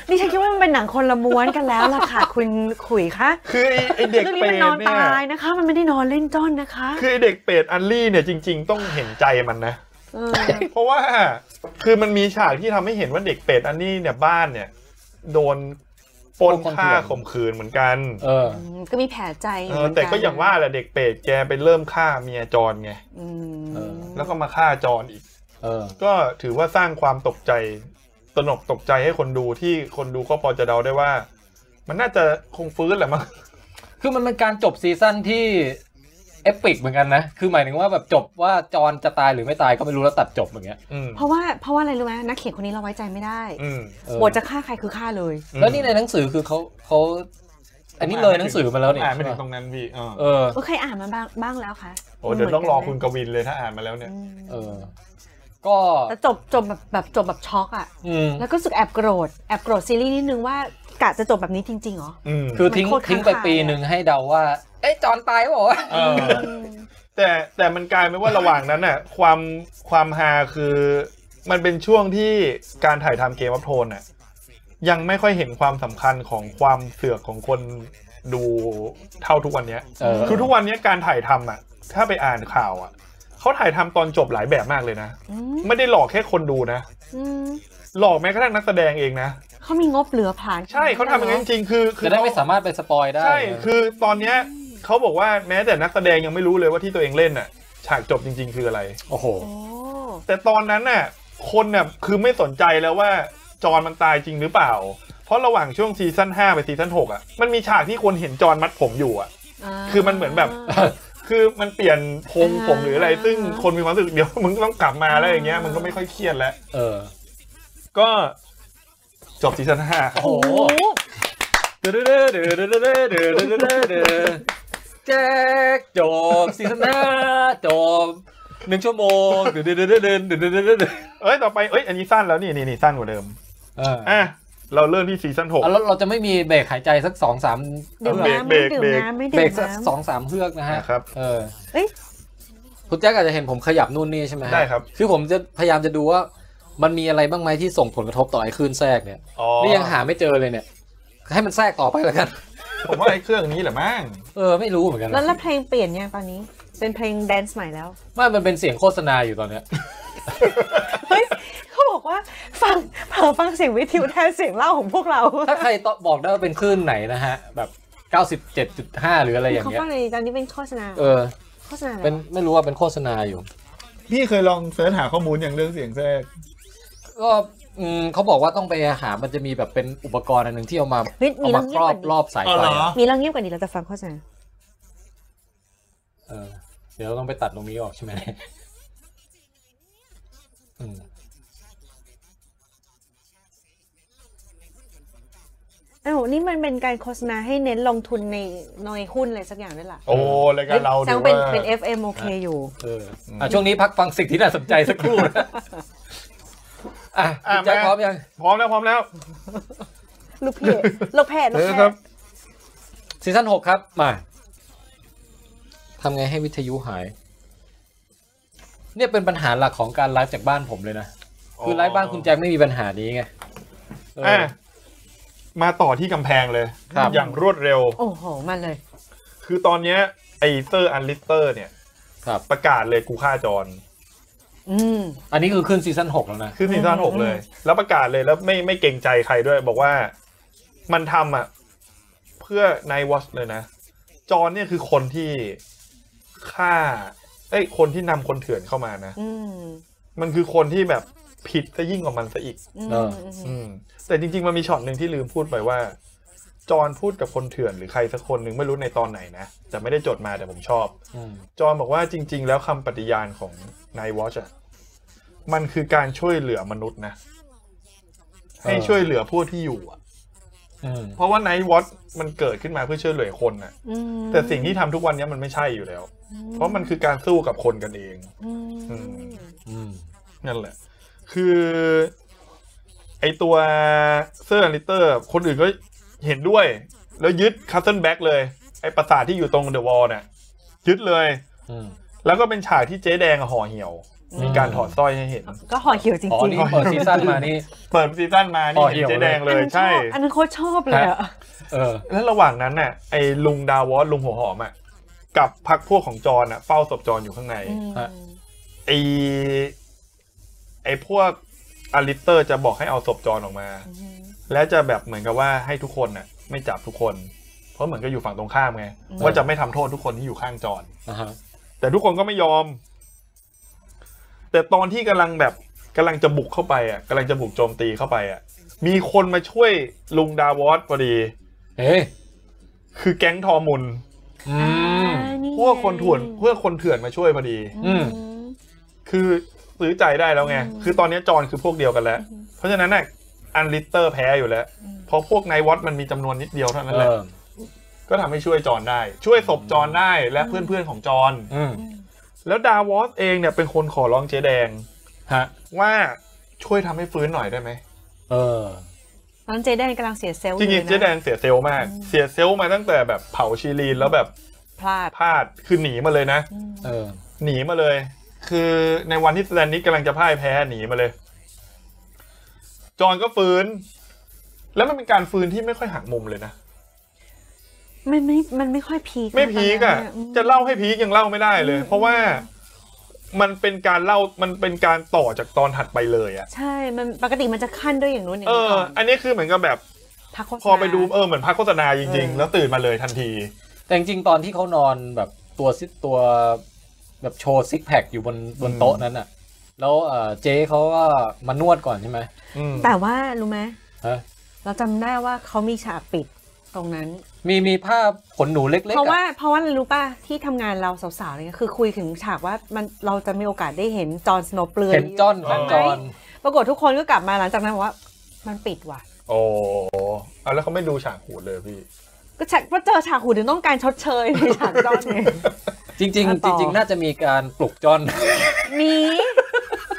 Speaker 3: นี่ฉันคิดว่ามันเป็นหนังคนละม้วนกันแล้วล่ะ ค่ะ คุณขุยคะ
Speaker 2: คือไอ้ไอเด็ก
Speaker 3: เรื่องนี้
Speaker 2: เปร
Speaker 3: มัน
Speaker 2: ต
Speaker 3: นอน
Speaker 2: เนี่
Speaker 3: ตาย ยนะคะ มันไม่ได้นอนเล่นจ้อนนะคะ
Speaker 2: คือไอเด็กเปรตอันลี่เนี่ยจริง ๆ ต้องเห็นใจมันนะ
Speaker 3: เออ
Speaker 2: เพราะว่าคือมันมีฉากที่ทำให้เห็นว่าเด็กเปรตอันลี่เนี่ยบ้านเนี่ย โดนปล้น
Speaker 1: ปล้นข่มขืน
Speaker 2: ฆ่าข่มขืนเหมือนกัน
Speaker 1: เออ
Speaker 3: อืมก็มีแผลใจ
Speaker 2: เอ
Speaker 3: เห
Speaker 2: อ
Speaker 3: มืนน
Speaker 2: แต่ก็อย่างว่าแหละเด็กเปรตแกไปเริ่มฆ่าเมียจรไง
Speaker 3: อืม
Speaker 1: เออ
Speaker 2: แล้วก็มาฆ่าจรอีก
Speaker 1: เออ
Speaker 2: ก็ถือว่าสร้างความตกใจตระหนกตกใจให้คนดูที่คนดูก็พอจะเดาได้ว่า มันน่าจะคงฟื้นแหละมั้ง
Speaker 1: คือมันเป็นการจบซีซั่นที่เอปิกเหมือนกันนะ คือหมายถึงว่าแบบจบว่าจอนจะตายหรือไม่ตายก็ไม่รู้แล้วตัดจบอย่างเงี้ย
Speaker 2: อืม
Speaker 3: เพราะว่าเพราะว่าอะไรรู้ไหมนักเขียนคนนี้เราไว้ใจไม่ได้
Speaker 2: อืม
Speaker 1: เออบ
Speaker 3: ทจะฆ่าใครคือฆ่าเลย
Speaker 1: แล้วนี่ในหนังสือคือเขาเขาอันนี้เลยหนังสือมาแล้วนี่
Speaker 2: อ่านไม่ถึงตรงนั้นพี่เออ
Speaker 1: เออ
Speaker 3: ก็เคยอ่านมาบ้างบ้างแล้วค่ะ
Speaker 2: โอ้เดี๋ยวต้องรอคุณ
Speaker 3: เหมืน
Speaker 2: กวินเลยถ้าอ่านมาแล้วเนี่ย
Speaker 3: กันนะ
Speaker 1: เออ ก็
Speaker 3: แต่จบจบแบบแบบจบแบบช็อกอ่ะ
Speaker 1: อืม
Speaker 3: แล้วก็รู้สึกแอบโกรธแอบโกรธซีรีส์นิดนึงว่ากะจะจบแบบนี้จริงๆเหรอ
Speaker 2: อืม
Speaker 1: คือทิ้ง
Speaker 3: มันโคตร
Speaker 1: ทิ้งไป
Speaker 3: ค้างคา
Speaker 1: ปีหนึ่งให้เดาว่า เอ้ยจอนตายบอกว่าวะ
Speaker 2: เออ แต่แต่มันกลายเป็นว่าระหว่างนั้นน่ะ ความความฮาคือมันเป็นช่วงที่การถ่ายทำเกมวัฟโทนน่ะยังไม่ค่อยเห็นความสำคัญของความเสือกของคนดูเท่าทุกวันเนี้ย
Speaker 1: เออ
Speaker 2: คือทุกวันเนี้ยการถ่ายทำอ่ะ ถ้าไปอ่านข่าวอ่ะเขาถ่ายทำตอนจบหลายแบบมากเลยนะ
Speaker 3: อืม
Speaker 2: ไม่ได้หลอกแค่คนดูนะ
Speaker 3: อืม
Speaker 2: หลอกแม้กระทั่งนักแสดงเองนะ
Speaker 3: เขามีงบเหลือผ่าน
Speaker 2: ใช่เขาทำอย่างนั้นจริงๆคือคื
Speaker 1: จะ
Speaker 2: อ
Speaker 1: ได้
Speaker 2: เขา
Speaker 1: ไม่สามารถไปสปอยได้
Speaker 2: ใช่ คือตอนเนี้ยเขาบอกว่าแม้แต่นักแสดงยังไม่รู้เลยว่าที่ตัวเองเล่นน่ะ ฉากจบจริง ๆ คืออะไร
Speaker 1: โอ้โห
Speaker 3: โอ้
Speaker 2: แต่ตอนนั้นน่ะ คนน่ะคือไม่สนใจแล้วว่าจอนมันตายจริงหรือเปล่า เพราะระหว่างช่วงซีซั่น5ไปซีซั่น6อ่ะ มันมีฉากที่คนเห็นจอนมัดผมอยู่อ่ะ
Speaker 3: า
Speaker 2: คือมันเหมือนแบบ คือมันเปลี่ยนพงผมหรืออะไร ซึ่งคนมีความรู้สึกเดี๋ยวมึงต้องกลับมาแล้วอย่างเงี้ย มันก็ไม่ค่อยเครียดแล้ว
Speaker 1: เออ
Speaker 2: ก็จบซีซั่นห้าครับ
Speaker 1: โอ้โหแจ็คจบซีซั่นห้าจบหนึ่งชั่วโมงเดินเดินเดินเดินเดินเดิน
Speaker 2: เอ้ยต่อไปเอ้ยอันนี้สั้นแล้วนี่นี่นี่สั้นกว่าเดิม
Speaker 1: เออ
Speaker 2: อ่ะ เราเริ่มที่ซีซั่นหก
Speaker 1: เอาแล้วเราจะไม่มีเบรกหายใจสักสองสาม
Speaker 3: ดื่ม
Speaker 1: เฮือก
Speaker 3: น้ำไม่ดื่ม
Speaker 2: เบรก
Speaker 3: น้ำไม่
Speaker 1: เบร
Speaker 3: ดื่
Speaker 1: ก
Speaker 3: ม
Speaker 1: สักสอง
Speaker 3: น้ำ
Speaker 1: สามเฮือกนะฮะ
Speaker 2: นะครับ
Speaker 1: เออ
Speaker 3: เอ้ย
Speaker 1: คุณแจ็คอาจจะเห็นผมขยับนู่นนี่ใช่ไหมฮะ
Speaker 2: ได้ครับ
Speaker 1: คือผมจะพยายามจะดูว่า มันมีอะไรบ้างไหมที่ส่งผลกระทบต่อไอ้คลื่นแทรกเนี่ย
Speaker 2: อ๋อ
Speaker 1: นี่ยังหาไม่เจอเลยเนี่ย ให้มันแทรกต่อไปแล้วกัน
Speaker 2: ผมว่าไอ้เครื่องนี้แหละมั้ง
Speaker 1: เออไม่รู้เหมือนกันนะ
Speaker 3: แล้วแล้วเพลงเปลี่ยนยังตอนนี้ เป็นเพลงแดนซ์ใหม่แล้ว
Speaker 1: ไม่มันเป็นเสียงโฆษณาอยู่ตอนเนี้ย
Speaker 3: เฮ้ยเขาบอกว่าฟังเผลอฟังเสียงวิทยุแทนเสียงเล่าของพวกเรา
Speaker 1: ถ้าใครตอบบอกได้ว่าเป็นคลื่นไหนนะฮะ แบบ 97.5 หรืออะไรอย่าง
Speaker 3: เขา
Speaker 1: เงี้ย
Speaker 3: ฟังในตอนนี้เป็นโฆษณา
Speaker 1: เออ
Speaker 3: โฆษณาอะไร
Speaker 1: เป็นไม่รู้ว่าเป็นโฆษณาอยู่
Speaker 2: พี่เคยลองเสิร์ชหาข้อมูลอย่างเรื่องเสียงแทรก
Speaker 1: ก็อืมเขาบอกว่าต้องไปหามันจะมีแบบเป็นอุปกรณ์อันหนึ่งที่เอามา
Speaker 3: เฮ้ยมี
Speaker 1: เอา
Speaker 3: เรา
Speaker 1: มา
Speaker 3: เงี
Speaker 1: ค
Speaker 3: ย
Speaker 1: ร
Speaker 3: บ
Speaker 1: อก บ
Speaker 3: ว่าร นี้
Speaker 1: อบสายไฟอะ
Speaker 3: มีเราเงียบกว่านี้เราจะฟังโฆษณา
Speaker 1: เออเดี๋ยวเราต้องไปตัดตรงนี้ออกใช่ไหมอืม
Speaker 3: อ้าวนี่มันเป็นการโฆษณาให้เน้นลงทุนในในหุ้นอะไรสักอย่างด้วยล่ะ
Speaker 2: โอ้รายการเรา
Speaker 3: แสด
Speaker 2: เนี่ย
Speaker 3: งว่าเป็นเป็น FM โอเคอยู่
Speaker 1: เอออ่ะช่วงนี้พักฟังสิ่งที่น่าสนใจสักครู่นะอ่ะคุณแจ็คพร้อมยัง
Speaker 2: พร้อมแล้วพร้อมแล้ว
Speaker 3: ลูกเพจลูกเพจลูกเพ
Speaker 2: เออครับ
Speaker 3: จ
Speaker 1: ซีซั่นหกครับ มาทำไงให้วิทยุหาย เนี่ยเป็นปัญหาหลักของการไลฟ์จากบ้านผมเลยนะ คือไลฟ์บ้านคุณแจ็คไม่มีปัญหานี้ไงเอออ
Speaker 2: อ่ะมาต่อที่กำแพงเลย
Speaker 1: ครับ
Speaker 2: อย่างรวดเร็ว
Speaker 3: โอ้โห มาเลย
Speaker 2: คือตอนเนี้ยไอเซอร์อันลิสเตอร์เนี่ย
Speaker 1: ครับ
Speaker 2: ประกาศเลยกูฆ่าจอน
Speaker 3: อืม
Speaker 1: อันนี้คือขึ้นซีซั่นหกแล้วนะ
Speaker 2: ขึ้นซีซั่นหกเลย แล้วประกาศเลยแล้วไม่ไม่เกรงใจใครด้วย บอกว่ามันทำอ่ะ เพื่อนายวัชเลยนะ จอนเนี่ยคือคนที่ฆ่าเอ้ยคนที่นำคนเถื่อนเข้ามานะ
Speaker 3: อืม
Speaker 2: มันคือคนที่แบบผิดซะยิ่งกว่ามันซะอีก
Speaker 3: อืม
Speaker 1: เออ
Speaker 3: ม
Speaker 2: อืม แต่จริง ๆ มันมีช็อตหนึ่งที่ลืมพูดไปว่า จอนพูดกับคนเถื่อนหรือใครสักคนหนึ่งไม่รู้ในตอนไหนนะแต่ไม่ได้จดมาแต่ผมชอบ
Speaker 1: อืม
Speaker 2: จอนบอกว่าจริง ๆ แล้วคำปฏิญาณของนายวอชอะมันคือการช่วยเหลือมนุษย์นะ ให้ช่วยเหลือผู้ที่อยู่อะ
Speaker 1: อืม
Speaker 2: เพราะว่านายวอชมันเกิดขึ้นมาเพื่อช่วยเหลือคนนะ
Speaker 3: อืม
Speaker 2: แต่สิ่งที่ทำทุกวันเนี้ยมันไม่ใช่อยู่แล้ว เพราะมันคือการสู้กับคนกันเอง
Speaker 3: อืม
Speaker 2: อืม
Speaker 1: อืม
Speaker 2: นั่นแหละ คือ ไอตัวเซอร์ลิเตอร์ คนอื่นก็เห็นด้วย แล้วยึดคัสเซิลแบ็กเลย ไอปราสาทที่อยู่ตรงเดอะวอลน่ะยึดเลย
Speaker 1: อืม
Speaker 2: แล้วก็เป็นฉากที่เจ๊แดงห่อเหี่ยว มีการถอดสร้อยให้เห็น
Speaker 3: ก็ห่อเหี่ยวจริง
Speaker 1: อ๋อ
Speaker 3: ๆ
Speaker 1: นี่เปิดซีซั่นมานี่
Speaker 2: เปิดซีซั่นมา
Speaker 1: ห่
Speaker 2: นี่
Speaker 1: อเหี่
Speaker 2: เห็
Speaker 1: ยว
Speaker 2: นเจ๊แดงเล
Speaker 3: อั
Speaker 2: ย
Speaker 3: นนั้นช
Speaker 2: ใช่
Speaker 3: อบอันนั้นโคตรชอบเลยอะ
Speaker 1: เออ
Speaker 2: แล้วระหว่างนั้นน่ะไอ้ลุงดาวอสลุงหัวหอมอ่ะกับพักพวกของจอนอ่ะเฝ้าศพจอนอยู่ข้างใน
Speaker 3: อืม
Speaker 1: ฮะ
Speaker 2: ไอ้ไอ้พวกอาริสเตอร์จะบอกให้เอาศพจอนออกมา
Speaker 3: อืม
Speaker 2: และจะแบบเหมือนกับว่าให้ทุกคนน่ะ ไม่จับทุกคน เพราะเหมือนก็อยู่ฝั่งตรงข้ามไง
Speaker 3: อืม
Speaker 2: ว่าจะไม่ทำโทษทุกคนที่อยู่ข้างจอน
Speaker 1: นะฮะ
Speaker 2: แต่ทุกคนก็ไม่ยอม แต่ตอนที่กำลังแบบกำลังจะบุกเข้าไปอ่ะกำลังจะบุกโจมตีเข้าไปอ่ะ มีคนมาช่วยลุงดาวอสพอดี
Speaker 1: เอ้ย
Speaker 2: คือแก๊งทอมุน
Speaker 1: อืม
Speaker 3: อ่า
Speaker 2: พวกคนเถื่อน
Speaker 3: ไง
Speaker 2: เพื่อคนเถื่อนมาช่วยพอดี
Speaker 1: อืม
Speaker 2: คือซื้อใจได้แล้วไง คือตอนนี้จอนคือพวกเดียวกันแล้ว เพราะฉะนั้นน่ะอันลิสเตอร์แพ้อยู่แล้ว เพราะพวกไนวอตมันมีจำนวนนิดเดียวเท่านั้น
Speaker 1: เอ
Speaker 2: แหละ
Speaker 1: อ
Speaker 2: ก็ทำให้ช่วยจอนได้ ช่วยศพจอนได้และเพื่อนๆของจอน
Speaker 1: อืม
Speaker 2: แล้วดาวอสเองเนี่ยเป็นคนขอร้องเจ๊แดง
Speaker 1: ฮะ
Speaker 2: ว่าช่วยทำให้ฟื้นหน่อยได้ไหม
Speaker 1: เออ
Speaker 3: ตอนนนเจแดนกำลังเสียเซลล์
Speaker 2: จริงๆเจ๊แดงเสียเซลล์มาก เสียเซลล์มาตั้งแต่แบบเผาชีลีนแล้วแบบ
Speaker 3: พลาด
Speaker 2: พลาด คือหนีมาเลยนะ
Speaker 3: อืม
Speaker 1: เออ
Speaker 2: หนีมาเลย คือในวันที่สแตนนิดกำลังจะพ่ายแพ้หนีมาเลย จอห์นก็ฟื้น แล้วมันเป็นการฟื้นที่ไม่ค่อยหักมุมเลยนะ
Speaker 3: มันไม่มันไม่ค่อยพีค
Speaker 2: ไม่พีกอ่ะ
Speaker 3: ตนนั้น
Speaker 2: จะเล่าให้พีกยังเล่าไม่ได้เลย เพราะว่ามันเป็นการเล่า มันเป็นการต่อจากตอนถัดไปเลยอ่ะ
Speaker 3: ใช่ มันปกติมันจะขั้นด้วยอย่างนู้นอย่าง
Speaker 2: เอ
Speaker 3: นี้
Speaker 2: อ
Speaker 3: ก่อน
Speaker 2: อันนี้คือเหมือนกับแบบ
Speaker 3: พักโฆษณา
Speaker 2: พอไปดูเออเหมือนพักโฆษณาจริง
Speaker 3: เอ
Speaker 2: ๆ
Speaker 3: อ
Speaker 2: แล้วตื่นมาเลยทันที
Speaker 1: แต่จริงๆตอนที่เขานอนแบบตัวซิตัวแบบโชว์ซิกแพคอยู่บนบนโต๊ะนั้นอ่ะ แล้วเอ่อเจ๊เขาก็มานวดก่อนใช่ไหม
Speaker 2: อืม
Speaker 3: แต่ว่ารู้ไหม
Speaker 1: ฮะ
Speaker 3: เราจำได้ว่าเขามีฉากปิดตรงนั้น
Speaker 1: มีมีผ้าขนหนูเล็กๆ
Speaker 3: เพราะ
Speaker 1: อะ
Speaker 3: ว่าเพราะว่าอะไรรู้ป่ะที่ทำงานเราสาวๆอะไรเนี่ยคือคุยถึงฉากว่ามันเราจะมีโอกาสได้เห็นจอห์นสโนว์เปลือย
Speaker 1: เห็นจอน
Speaker 2: เออ
Speaker 1: ข้างจอน
Speaker 3: ปรากฏทุกคนก็กลับมาหลังจากนั้นบอกว่ามันปิดว่ะ
Speaker 2: โอ้เอาแล้วเขาไม่ดูฉากหูดเลยพี่
Speaker 3: ก็ฉากว่าเจอฉากหูถึงต้องการชดเชยในฉากจอนเนี่ย
Speaker 1: จริง
Speaker 3: มา
Speaker 1: ๆ จ
Speaker 3: ต่อ
Speaker 1: ริง ๆ น่าจะมีการปลุกจอน
Speaker 3: หนี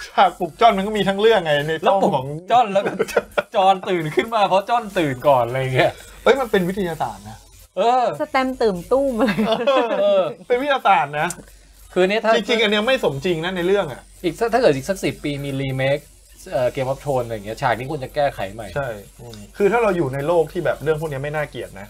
Speaker 2: ฉากปลุกจ้อนมันก็มีทั้งเรื่องไงใน
Speaker 1: แล้ว
Speaker 2: ต้อง
Speaker 1: ปลุก
Speaker 2: ของ
Speaker 1: จอนแล้วก็ จอนตื่นขึ้นมาเพราะจอนตื่นก่อนอะไรเงี้ย
Speaker 2: เอ้ยมันเป็นวิทยาศาสตร์นะ
Speaker 1: เออ
Speaker 3: สแตมป์ตื่มตุ้มอะไร
Speaker 1: เออ
Speaker 2: เป็นวิทยาศาสตร์นะ
Speaker 1: คือเนี้ยถ้า
Speaker 2: จริงๆอันเนี้ยไม่สมจริงนะในเรื่องอ่ะ
Speaker 1: อีกสักถ้าเกิดอีกสักสิปีมีรีเมคเกมออฟโทนอะไรอย่างเงี้ยฉากนี้ควรจะแก้ไขใหม่
Speaker 2: ใช่คือถ้าเราอยู่ในโลกที่แบบเรื่องพวกเนี้ยไม่น่าเกลียดนะ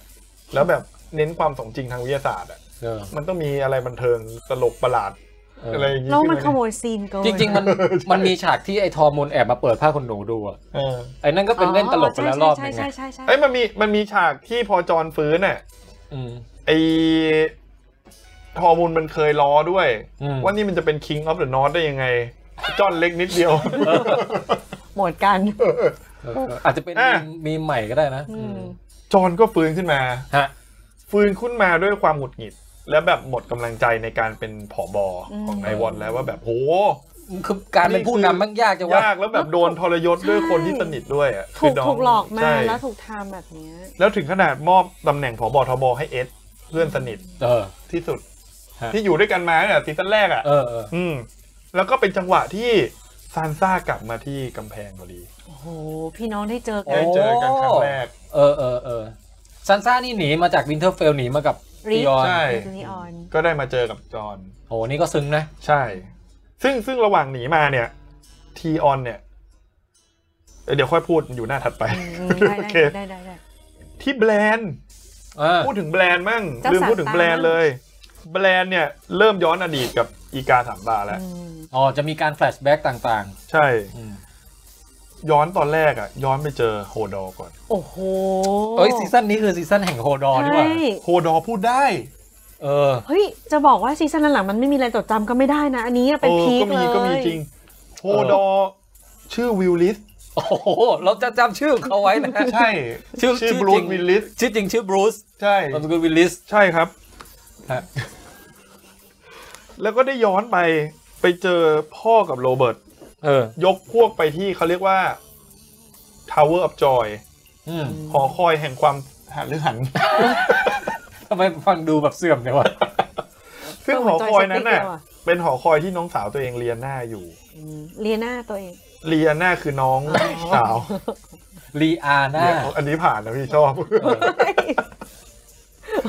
Speaker 2: แล้วแบบเน้นความสมจริงทางวิทยาศาสตร์อ่ะ
Speaker 1: เออ
Speaker 2: มันต้องมีอะไรบันเทิงตลกประหลาด
Speaker 1: เอออ
Speaker 2: อะไรอย่างงี้
Speaker 3: แล้วมันข
Speaker 2: ขึ้า
Speaker 3: โมยซีนเกิน
Speaker 1: จริง ๆ มันมันมีฉากที่ไอ้ทอมมนแอบมาเปิดผ้าขนหนูดูอะ
Speaker 2: เออ
Speaker 1: ไอ้นั่นก็เป็นเล่นตลกไปแล้วรอบหนึ
Speaker 3: ใช่
Speaker 1: งไง
Speaker 3: ใช่ใช่ใช่
Speaker 2: เอ้ยมันมีมันมีฉากที่พอจอนฟื้นน่ะ
Speaker 1: อืม
Speaker 2: ไอฮอร์โมนมันเคยล้อด้วย
Speaker 1: อืม
Speaker 2: ว่านี่มันจะเป็น King of the North ได้ยังไง จอนเล็กนิดเดียว
Speaker 3: หมดกัน
Speaker 1: เอออาจจะเป็น
Speaker 2: อ่ะ
Speaker 1: มีมมีมใหม่ก็ได้นะ
Speaker 3: อืม
Speaker 2: จอนก็ฟื้นขึ้นมา
Speaker 1: ฮะ
Speaker 2: ฟื้นขึ้นมาด้วยความหงุดหงิด และแบบหมดกำลังใจในการเป็นผอบอของนายวอนแล้วว่าแบบโห
Speaker 1: คือการเป็นผู้นำมันยากจะว่า
Speaker 2: ยากแล้วแบบโดนทรยศด้วยคนที่สนิทด้วยอ่ะ
Speaker 3: ถู
Speaker 2: คื
Speaker 3: ก
Speaker 2: น้ง
Speaker 3: ถูกหลอกมา
Speaker 2: ใช่
Speaker 3: แล้วถูกทำแบบเนี้ย
Speaker 2: แล้วถึงขนาดมอบตำแหน่งผอบอทบให้เอสเพื่อนสนิท
Speaker 1: เออ
Speaker 2: ที่สุด
Speaker 1: ฮะ
Speaker 2: ที่อยู่ด้วยกันมาเนี่ยซีซั่นแรกอ่ะ
Speaker 1: เออเออ
Speaker 2: อืม แล้วก็เป็นจังหวะที่ซานซ่ากลับมาที่กำแพงพอดี
Speaker 3: โอ้โหพี่น้องได้เจอกั
Speaker 2: ได้
Speaker 3: น
Speaker 2: เจอกันครั้งแรก
Speaker 1: เออเออเออซันซ่านี่หนีมาจากวินเทอร์เฟลหนีมากับ
Speaker 3: รี
Speaker 1: ริออน
Speaker 2: ใช่
Speaker 3: จูนีออน
Speaker 2: ก็ได้มาเจอกับจอห์น
Speaker 1: โหนี่ก็ซึ้งนะ
Speaker 2: ใช่ ซึ่งซึ่งระหว่างหนีมาเนี่ย ทีออนเนี่ยเอ้ยเดี๋ยวค่อยพูดอยู่หน้าถัดไป
Speaker 3: อืม
Speaker 2: โอเค
Speaker 3: ได้ได้ได้ได้
Speaker 2: ที่แบรนด์
Speaker 1: เออ
Speaker 2: พูดถึงแบรนด์มั่ง
Speaker 3: เจ้า
Speaker 2: ลืมพูดถึง
Speaker 3: สามตา
Speaker 2: แบรนด์เลย แบรนด์เนี่ยเริ่มย้อนอดีตกับอีกาสามตาแล้ว
Speaker 3: อืม
Speaker 1: อ๋อจะมีการแฟลชแบ็กต่าง
Speaker 2: ใช่
Speaker 1: ๆอืม
Speaker 2: ย้อนตอนแรกอะย้อนไปเจอโฮดอร์ก่อน
Speaker 3: โอ้โห
Speaker 1: เอ้ยซีซั่นนี้คือซีซั่นแห่งโฮดอร์นี่หว่า
Speaker 3: ใช่
Speaker 2: โฮดอร์พูดได้
Speaker 1: เออ
Speaker 3: เฮ้ย จะบอกว่าซีซั่นหลังๆมันไม่มีอะไรจดจำก็ไม่ได้นะ อันนี้เป็น
Speaker 2: ออ
Speaker 3: พี
Speaker 2: ก็
Speaker 3: คเล
Speaker 2: มี
Speaker 3: ย
Speaker 2: ก็มีจริง โฮดอร์ชื่อวิลลิส
Speaker 1: โอ้โห เราจะจำชื่อเขาไว้นะ
Speaker 2: ใช่
Speaker 1: ชื่อ
Speaker 2: ชื่อ
Speaker 1: ชื่อบ
Speaker 2: รู
Speaker 1: จริ
Speaker 2: ซ
Speaker 1: ง
Speaker 2: วิลลิส
Speaker 1: ชื่อจริงชื่อบรูซ
Speaker 2: ใช่
Speaker 1: นามสกุลวิลลิส
Speaker 2: ใช่ครับ
Speaker 1: ฮะ
Speaker 2: แล้วก็ได้ย้อนไปไปเจอพ่อกับโรเบิร์ต
Speaker 1: เออย
Speaker 2: กพวกไปที่เขาเรียกว่า Tower of Joy
Speaker 1: อืม
Speaker 2: หอคอยแห่งความหันหรือหัน
Speaker 1: ทำไมฟังดูแบบเสื่อมเนี่ยวะ
Speaker 2: ซึ่งหอคอยนั้นน่ะ เป็นหอคอยที่น้องสาวตัวเองเรียนหน้าอยู่
Speaker 3: อืมเลียน่าตัวเอง
Speaker 2: เรียนหน้าคือน้องสาว
Speaker 1: ลีอาน่า
Speaker 2: เดี๋ยวอันนี้ผ่านนะพี่ชอบ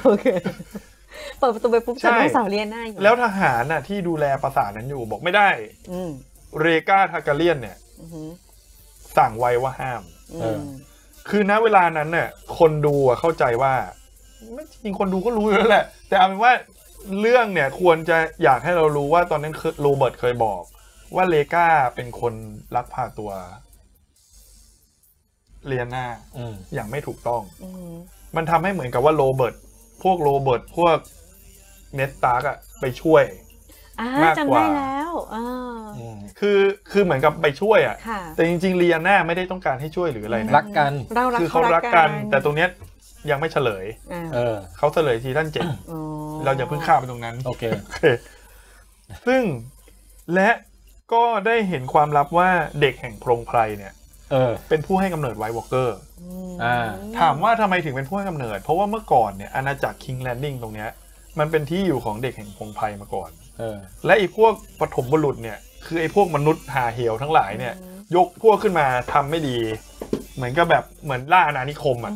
Speaker 3: โอเค เปิดประตูไปปุ๊บ
Speaker 2: ใช่
Speaker 3: เจะน้องสาวเลียน่าอยู่
Speaker 2: แล้วทหารน่ะที่ดูแลปราสาทนั้นอยู่บอกไม่ได้
Speaker 3: อืม
Speaker 2: เรกาทากาเลียนเนี่ย
Speaker 3: อือหือ
Speaker 2: สั่งไว้ว่าห้าม
Speaker 3: อืม
Speaker 2: คือณเวลานั้นเนี่ยคนดูอะเข้าใจว่าไม่จริงคนดูก็รู้อยู่แล้วแหละ แต่เอาเป็นว่าเรื่องเนี่ยควรจะอยากให้เรารู้ว่าตอนนั้นเคยโรเบิร์ตเคยบอก ว่าเลกาเป็นคนลักพาตัวเลียนา
Speaker 1: อืม
Speaker 2: อย่างไม่ถูกต้อง
Speaker 3: อืม
Speaker 2: มันทำให้เหมือนกับว่าโรเบิร์ตพวกโรเบิร์ตพวกเนสตาร์กอะไปช่วย
Speaker 3: อ่าม
Speaker 2: ากกว่า
Speaker 3: จำได้แล้วอ่า
Speaker 1: อืม
Speaker 2: คือคือเหมือนกับไปช่วยอะ
Speaker 3: ค่ะ
Speaker 2: แต่จริงๆเลียนาไม่ได้ต้องการให้ช่วยหรืออะไรนะ
Speaker 1: รักกัน
Speaker 3: เรารัก
Speaker 2: คือเขารักกัน แต่ต
Speaker 3: ตัว
Speaker 2: รงเนี้ยยังไม่เฉลย
Speaker 1: เออ
Speaker 2: เขาเฉลยซีซั่นเจ็ด เราอย่าเพิ่งข้ามไปตรงนั้น
Speaker 1: โอเค
Speaker 2: โอเค ซึ่งและก็ได้เห็นความลับว่าเด็กแห่งโพรงไพรเนี่ย
Speaker 1: เออ
Speaker 2: เป็นผู้ให้กำเนิดไวท์วอลเกอร์
Speaker 1: อ่า
Speaker 2: ถามว่าทำไมถึงเป็นผู้ให้กำเนิด เพราะว่าเมื่อก่อนเนี่ยอาณาจักรคิงแลนดิ้งตรงเนี้ยมันเป็นที่อยู่ของเด็กแห่งโพรงไพรมาก่อน
Speaker 1: เออ
Speaker 2: และไอ้พวกปฐมบุรุษเนี่ย คือไอ้พวกมนุษย์หาเหวทั้งหลายเนี่ย ยกพวกขึ้นมาทำไม่ดี เหมือนกับแบบเหมือนล่าอาณานิคมอ่ะ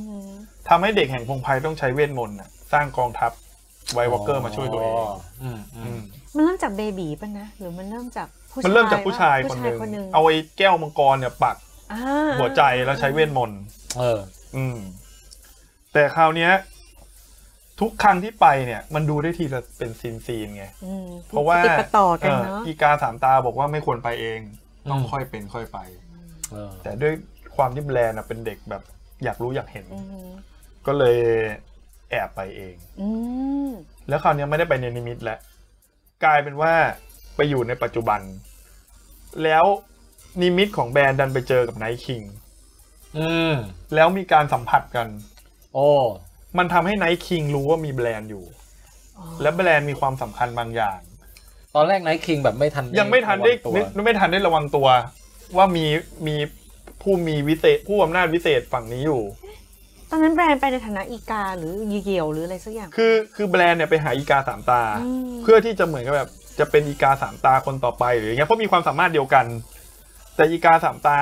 Speaker 2: ทำให้เด็กแห่งโพรงไพรต้องใช้เวทมนต์อะสร้างกองทัพไวท์วอลเกอร์มาช่วยตัวเอง
Speaker 1: อืมอื
Speaker 2: อื
Speaker 1: ม
Speaker 2: ม
Speaker 3: มันเริ่มจากเบบีป่ะนะ หรือมันเริ่มจากผู้ชาย
Speaker 2: มันเริ่มจากผู้ชาย
Speaker 3: ปะ
Speaker 2: คนห
Speaker 3: ผู้ชาย
Speaker 2: นึ่งเอาไอ้แก้วมังกรเนี่ยปัก
Speaker 3: อ่า
Speaker 2: หัวใจแล้วใช้เวทมนต์
Speaker 1: เออ
Speaker 2: อืม แต่คราวเนี้ย ทุกครั้งที่ไปเนี่ย มันดูได้ทีละเป็นซีนซีนๆไง
Speaker 3: อืม
Speaker 2: เพราะว่า
Speaker 3: ติดต่อกัน
Speaker 2: เอ
Speaker 3: เนาะ
Speaker 2: ออีกาสามตาบอกว่าไม่ควรไปเอง ต้อง
Speaker 1: อืม
Speaker 2: ค่อยเป็นค่อยไป
Speaker 1: เออ
Speaker 2: แต่ด้วยความที่แบรนด์อะเป็นเด็กแบบ อยากรู้อยากเห็น
Speaker 3: ม
Speaker 2: ก็เลยแอบไปเอง
Speaker 3: อืม
Speaker 2: แล้วคราวเนี้ยไม่ได้ไปในนิมิตแล้วกลายเป็นว่าไปอยู่ในปัจจุบัน แล้วนิมิตของแบรนด์ดันไปเจอกับไนท์คิง
Speaker 1: อืม
Speaker 2: แล้วมีการสัมผัสกัน
Speaker 1: โอ้
Speaker 2: มันทำให้ไนท์คิงรู้ว่ามีแบรนด์อยู่
Speaker 3: อ๋อ
Speaker 2: และแบรนด์มีความสำคัญบางอย่าง
Speaker 1: ตอนแรกไนท์คิงแบบไม่ทัน
Speaker 2: ยังไม่ทันได้
Speaker 1: ระวังตัว
Speaker 2: นึกไม่ทันได้ระวังตัว ว่ามีมีผู้มีวิเศษผู้อำนาจวิเศษฝั่งนี้อยู่
Speaker 3: ตอนนั้นแบรนด์ไปในฐานะอีกาหรือยีเกียวหรืออะไรสักอย่าง
Speaker 2: คือคือแบรนด์เนี่ยไปหาอีกาสามตา
Speaker 3: อืม
Speaker 2: เพื่อที่จะเหมือนกับแบบจะเป็นอีกาสามตาคนต่อไปหรืออย่างเงี้ยเพราะมีความสามารถเดียวกัน แต่อีกาสามตา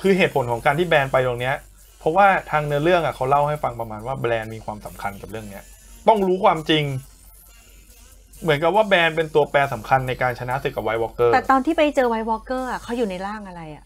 Speaker 2: คือเหตุผลของการที่แบรนด์ไปตรงเนี้ย เพราะว่าทางเนื้อเรื่องอ่ะเขาเล่าให้ฟังประมาณว่าแบรนด์มีความสำคัญกับเรื่องเนี้ย ต้องรู้ความจริง เหมือนกับว่าแบรนด์เป็นตัวแปรสำคัญในการชนะศึกกับไวท์วอลเกอร์
Speaker 3: แต่ตอนที่ไปเจอไวท์วอลเกอร์อ่ะเขาอยู่ในร่างอะไรอ่ะ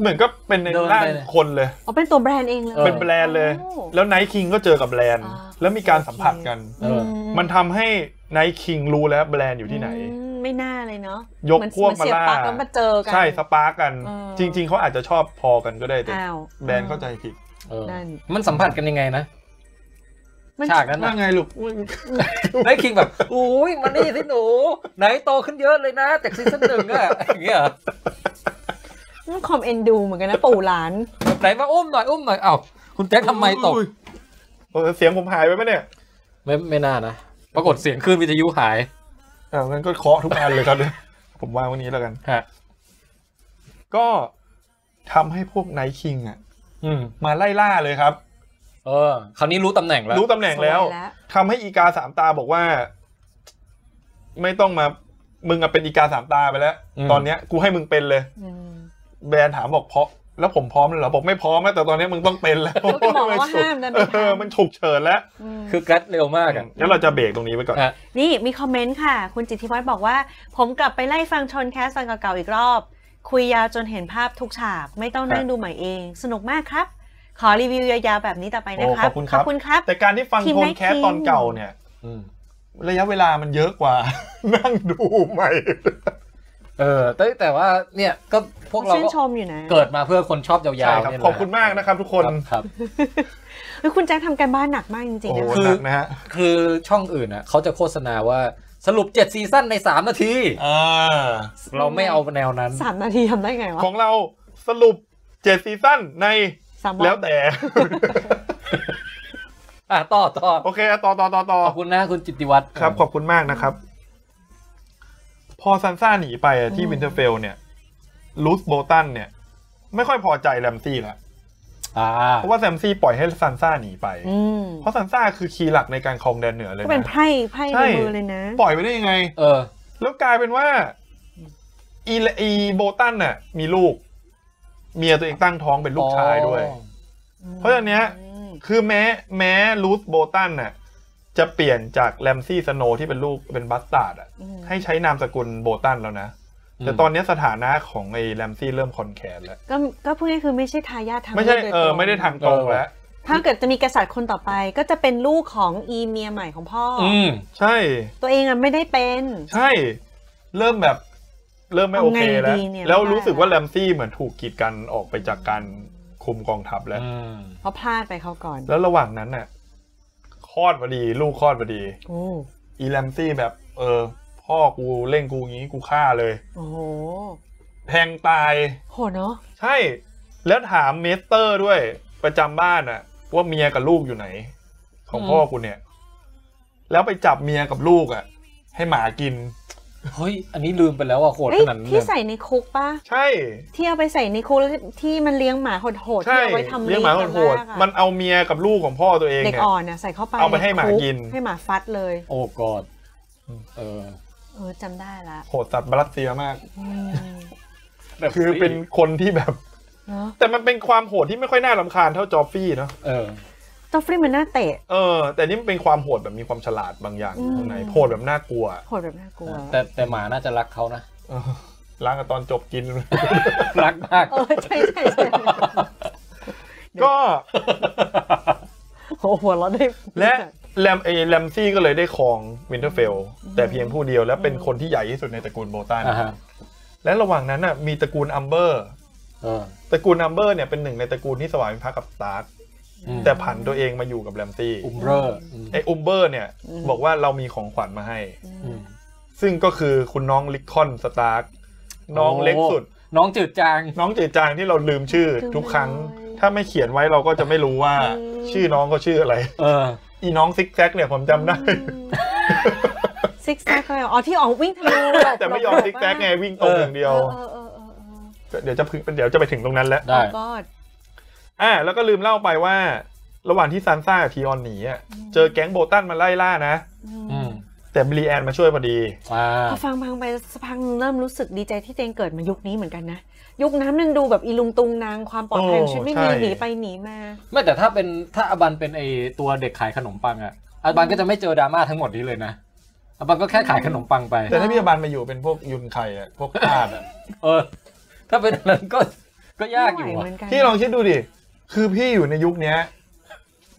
Speaker 2: เหมือนก็เป็นใน
Speaker 1: เดินไป
Speaker 2: ร่าง
Speaker 1: เลย
Speaker 2: คนเลย
Speaker 3: อ๋อเป็นตัวแบรนด์เองเลย
Speaker 1: ออ
Speaker 2: เป็นแบรนด์เลย
Speaker 3: โอ้
Speaker 2: แล้วไนท์คิงก็เจอกับแบรนด์
Speaker 3: อ่า
Speaker 2: แล้วมีการสัมผัสกัน
Speaker 1: เออ
Speaker 2: มันทำให้ไนท์คิงรู้แล้วแบรนด์อยู่ที่ไหน
Speaker 3: อืมไม่น่าเลยเนาะ
Speaker 2: ยก
Speaker 3: เหอน
Speaker 2: พวก
Speaker 3: เห
Speaker 2: มา
Speaker 3: อนเสียบ
Speaker 2: ล่า
Speaker 3: ปลั๊กแล้วมาเจอกัน
Speaker 2: ใช่สปาร์กกัน
Speaker 3: เออ
Speaker 2: จริง ๆ เขาอาจจะชอบพอกันก็ได้แต่
Speaker 3: อ้าว
Speaker 2: แบรนด์เข้าใจผิด
Speaker 1: เออ
Speaker 3: นั่น
Speaker 1: มันสัมผัสกันยังไงนะ
Speaker 3: มัน
Speaker 1: ฉากนั้น
Speaker 2: ว่า
Speaker 1: นะ
Speaker 2: ไงลูก
Speaker 1: ได้คิงแบบอุ้ยมันนี่สิหนู ไหนโตขึ้นเยอะเลยนะจากซีซั่นหนึ่งอะอย่างเงี้ยเหรอ
Speaker 3: มันคอมเอ็นดูเหมือนกันนะปู่หลาน
Speaker 1: แบบไหนมาอุ้มหน่อยอุ้มหน่อยเอ้าคุณแจ็คทำไมตก
Speaker 2: เออเสียงผมหายไปไหมเนี่ย
Speaker 1: ไม่ไม่น่านะ ปรากฏเสียงคลื่นวิทยุหาย
Speaker 2: อ่างั้นก็เคาะทุกอันเลยครับ เนี่ยผมวางวันนี้แล้วกัน
Speaker 1: ฮะ
Speaker 2: ก็ทำให้พวกไนคิงอ่ะ
Speaker 1: อืม
Speaker 2: มาไล่ล่าเลยครับ
Speaker 1: เออ คราวนี้รู้ตำแหน่งแล้ว
Speaker 2: รู้ ตำแหน่งแล้ว
Speaker 3: สวยแล้ว
Speaker 2: ทำให้อีกาสามตาบอกว่า ไม่ต้องมา มึงอะเป็นอีกาสามตาไปแล้ว
Speaker 1: อืม
Speaker 2: ตอนเนี้ยกูให้มึงเป็นเลย
Speaker 3: อืม
Speaker 2: แบรนด์ถามบอกเพราะ แล้วผมพร้อมเลยเหรอบอกไม่พร้อมนะแต่ตอนเนี้ยมึงต้องเป็นแล้ว
Speaker 3: แล้วก็บอกแล้วว่าห้ามนะไม่
Speaker 2: เออ
Speaker 3: ทำ
Speaker 2: มันฉุกเฉินแล้ว
Speaker 3: ม
Speaker 1: คือแกรดเร็วมากอะ
Speaker 2: งั้นเราจะเบรกตรงนี้ไว้ก่อน
Speaker 1: อ่ะ
Speaker 3: นี่มีคอมเมนต์ค่ะ คุณจิตธิวัฒน์บอกว่า ผมกลับไปไล่ฟังชนแคสตอนเก่าๆอีกรอบ คุยยาวจนเห็นภาพทุกฉาก ไม่ต้องนั่งดูใหม่เอง สนุกมากครับ ขอรีวิวยาวๆแบบนี้ต่อไปนะค
Speaker 2: โอ้ข
Speaker 3: รับ
Speaker 2: อบคุณครับ
Speaker 3: ขอบคุณครับ
Speaker 2: แต่การที่ฟัง
Speaker 3: ทีม
Speaker 2: โทนแคส
Speaker 3: Night King
Speaker 2: ตอนเก่าเนี่ย
Speaker 1: อืม
Speaker 2: ระยะเวลามันเยอะกว่า นั่งดูใหม่
Speaker 1: เออแต่แต่ว่าเนี่ยก็พวกเรา
Speaker 3: ชื่น
Speaker 1: ก็
Speaker 3: ชมอยู่นะ
Speaker 1: เกิดมาเพื่อคนชอบยาวๆ
Speaker 2: ใช่ครับ
Speaker 1: เนี่ยนะ
Speaker 2: ขอบคุณมากนะครับทุกคน
Speaker 1: รับครับ
Speaker 3: เฮ้ยคุณแจ็คทำการบ้านหนักมากจริงๆ
Speaker 2: โอ้
Speaker 3: นะ
Speaker 2: โห
Speaker 1: คือ
Speaker 3: คะ
Speaker 2: หนักนะฮะ
Speaker 1: คือช่องอื่นอ่ะเขาจะโฆษณาว่าสรุป 7 ซีซั่นใน 3 นาที
Speaker 2: อ่า
Speaker 1: เราไม่เอาแนวนั้น
Speaker 3: สามนาทีทำได้ไงวะ
Speaker 2: ของเราสรุปเจ็ดซีซั่นใน
Speaker 3: สามน
Speaker 2: แล้วแต่
Speaker 1: อ่ะ ต่อต่อ
Speaker 2: โอเคอะต่อต่อต่อต่อ
Speaker 1: ขอบคุณนะคุณจิตติวัฒน์
Speaker 2: ครับ ขอบคุณมากนะครับ พอซันซ่าหนีไปอะที่วินเทอร์เฟล เนี่ยลูสโบตันเนี่ย ไม่ค่อยพอใจแรมซี่ละ
Speaker 1: อ่า
Speaker 2: เพราะว่าแรมซี่ปล่อยให้ซันซ่าหนีไป
Speaker 3: อืม
Speaker 2: เพราะซันซ่าคือคีย์หลักในการครองแดนเหนือเลย
Speaker 3: ก็เป็น
Speaker 2: นะ
Speaker 3: ไพ่ไพ่
Speaker 2: ใช่
Speaker 3: ในมือเลยนะ
Speaker 2: ปล่อยไปได้ยังไง
Speaker 1: เออ
Speaker 2: แล้วกลายเป็นว่า อีเลอีโบตันน่ะ มีลูก เมียตัวเองตั้งท้องเป็นลูกชายด้วย เพราะฉะนั้นเนี้ย
Speaker 3: อืม
Speaker 2: คือแม้แม้ลูธโบตันน่ะ จะเปลี่ยนจากแรมซี่สโนว์ที่เป็นลูกเป็นบัสตาร์ดอ่ะ
Speaker 3: อืม
Speaker 2: ให้ใช้นามสกุลโบตันแล้วนะ
Speaker 1: อืม
Speaker 2: แต่ตอนเนี้ยสถานะของไอ้แรมซี่เริ่มคอนแคนแล้ว
Speaker 3: ก็ก็พูดง่ายๆคือไม่ใช่ทายาททาง
Speaker 2: ไม่ใช่
Speaker 3: ลืดโดย
Speaker 2: เออ
Speaker 3: ตรง
Speaker 2: ไม่ได้ทางตรงแล้ว
Speaker 3: ถ้าเกิดจะมีกษัตริย์คนต่อไปก็จะเป็นลูกของอีเมียใหม่ของพ่ออ
Speaker 1: อืม
Speaker 2: ใช่
Speaker 3: ตัวเองอะไม่ได้เป็น
Speaker 2: ใช่ เริ่มแบบ เริ่มไม่โอเคแล้ว
Speaker 3: เอาไงดีเนี่ย
Speaker 2: แล้ว
Speaker 3: ไม่ได้
Speaker 2: รู้สึกว่าแรมซี่เหมือนถูกกีดกันออกไปจากการคุมกองทัพแล้ว
Speaker 1: อืม
Speaker 3: เพราะพลาดไปเขาก่อน
Speaker 2: แล้วระหว่างนั้นน่ะคลอดพอดี ลูกคลอดพอดี
Speaker 3: โอ้
Speaker 2: อีแลมซี่แบบ เออ พ่อกูเล่นกูงี้กูฆ่าเลย
Speaker 3: โอ้โห
Speaker 2: แทงตาย
Speaker 3: โหเนาะ
Speaker 2: ใช่ แล้วถามเมสเตอร์ด้วย ประจำบ้านอะว่าเมียกับลูกอยู่ไหน ของ
Speaker 1: อืม
Speaker 2: พ่อกูเนี่ย แล้วไปจับเมียกับลูกอะให้หมากิน
Speaker 1: เฮ้ย อันนี้ลืมไปแล้วอ่ะโหด
Speaker 3: เอ้
Speaker 1: ข
Speaker 3: ย
Speaker 1: นาดนั้นเล
Speaker 3: ที่
Speaker 1: ย
Speaker 3: ใส่ในคุกปะ
Speaker 2: ใช่
Speaker 3: ที่เอาไปใส่ในคุกแล้วที่มันเลี้ยงหมาโหดๆที่
Speaker 2: ใช่
Speaker 3: เอาไว้ทำ
Speaker 2: เลี้ยงหมาโหด
Speaker 3: ตอแรกอะ
Speaker 2: ๆมันเอาเมียกับลูกของพ่อตัวเอง
Speaker 3: เด็ก
Speaker 2: เนี่ย
Speaker 3: อ่อนอะใส่เข้าไป
Speaker 2: เอาไปให้หมา
Speaker 3: คุ
Speaker 2: กิน
Speaker 3: ให้หมาฟัดเลย
Speaker 1: โอ้กอดเออ
Speaker 3: เออจำได้ละ
Speaker 2: โหดสัตว์บรัสเซียมาก
Speaker 3: อืม
Speaker 2: คือเป็นคนที่ แบบ
Speaker 3: เนาะ
Speaker 2: แต่มันเป็นความโหดที่ไม่ค่อยน่ารำคาญเท่าจอฟฟี่เนาะ
Speaker 1: เออ
Speaker 3: ตอฟรี่มันน่าเตะ
Speaker 2: เออแต่นี่มันเป็นความโหดแบบมีความฉลาดบางอย่างอยู่
Speaker 3: อืม
Speaker 2: ข้างในโหดแบบน่ากลัว
Speaker 3: โหดแบบน่ากลัว
Speaker 1: แต่แต่หมาน่าจะรักเขานะ
Speaker 2: เออล้างกับตอนจบกิน
Speaker 1: รักมาก
Speaker 3: เออใช่ใช่ใช่
Speaker 2: ก็
Speaker 3: โอ้โหหัวเราะได้
Speaker 2: และแลมเอแลมซี่ก็เลยได้ครองวินเทอร์เฟล แต่เพียงผู้เดียวและเป็นคนที่ใหญ่ที่สุดในตระกูลโบตัน
Speaker 1: อ่าฮะ
Speaker 2: และระหว่างนั้นน่ะมีตระกูลอัมเบอร์
Speaker 1: เออ
Speaker 2: ตระกูลอัมเบอร์เนี่ยเป็นหนึ่งในตระกูลที่สวามิภักดิ์กับสตาร์ค
Speaker 1: อืม
Speaker 2: แต่ผันตัวเองมาอยู่กับแลมซี่
Speaker 1: อุมเบอร์อืม
Speaker 2: ไออุมเบอร์เนี่ย
Speaker 3: อืม
Speaker 2: บอกว่าเรามีของขวัญมาให้
Speaker 1: อืม
Speaker 2: ซึ่งก็คือคุณน้องลิคคอนสตาร์คน้องเล็กสุด
Speaker 1: น้องจืดจาง
Speaker 2: น้องจืดจางที่เราลืมชื่อ
Speaker 3: ลืม
Speaker 2: ทุกครั้ง
Speaker 3: ไปเลย
Speaker 2: ถ้าไม่เขียนไว้เราก็จะไม่รู้ว่า
Speaker 3: อืม
Speaker 2: ชื่อน้องเขาชื่ออะไร
Speaker 1: เออ
Speaker 2: อีน้องซิกแซกเนี่ยผมจำได้
Speaker 3: ซิกแซกเลยเหรออ๋อที่ออกวิ่งทะลุหลบ
Speaker 2: แต่ไม่ยอม
Speaker 3: หลบ
Speaker 2: ซิกแซกไง
Speaker 3: บ้าง
Speaker 2: วิ่งตรงอย่างเดียว
Speaker 3: เออเออเออเออ
Speaker 2: เดี๋ยวจะพึ่งเดี๋ยวจะไปถึงตรงนั้นแล้ว
Speaker 1: ได้
Speaker 3: ก็อด
Speaker 2: อ่าแล้วก็ลืมเล่าไปว่า ระหว่างที่ซานซ่ากับทีออนหนีอะเจอแก๊งโบตันมาไล่ล่านะ
Speaker 3: อืม
Speaker 1: อืม
Speaker 2: แต่ แต่บรีแอนมาช่วยพอดี
Speaker 1: อ่า
Speaker 3: พอฟังฟังไปสักพักเริ่มรู้สึกดีใจที่เตงเกิดมายุคนี้เหมือนกันนะ ยุคนั้นนันดูแบบอีลุงตุงนางความปลอดภัย
Speaker 2: โอ้
Speaker 3: ของชีวิตไม่มี
Speaker 2: ใช่
Speaker 3: หนีไปหนีมา
Speaker 1: ไม่แต่ถ้าเป็นถ้าอบันเป็นไอตัวเด็กขายขนมปังอะอบันก็จะไม่เจอดราม่าทั้งหมดนี้เลยนะอบันก็แค่ขายขนมปังไป
Speaker 2: แต่ถ้าพี่อบันมาอยู่เป็นพวกยุนไข่อะพวกทาสอะ
Speaker 1: เออ ถ้าเป็นอันนั้นก็ก็ยากอยู่
Speaker 3: ไม่ไหว
Speaker 1: อะ
Speaker 3: เหมือนกัน
Speaker 2: พี่ลองคิดดูดิ คือพี่อยู่ในยุคเนี้ย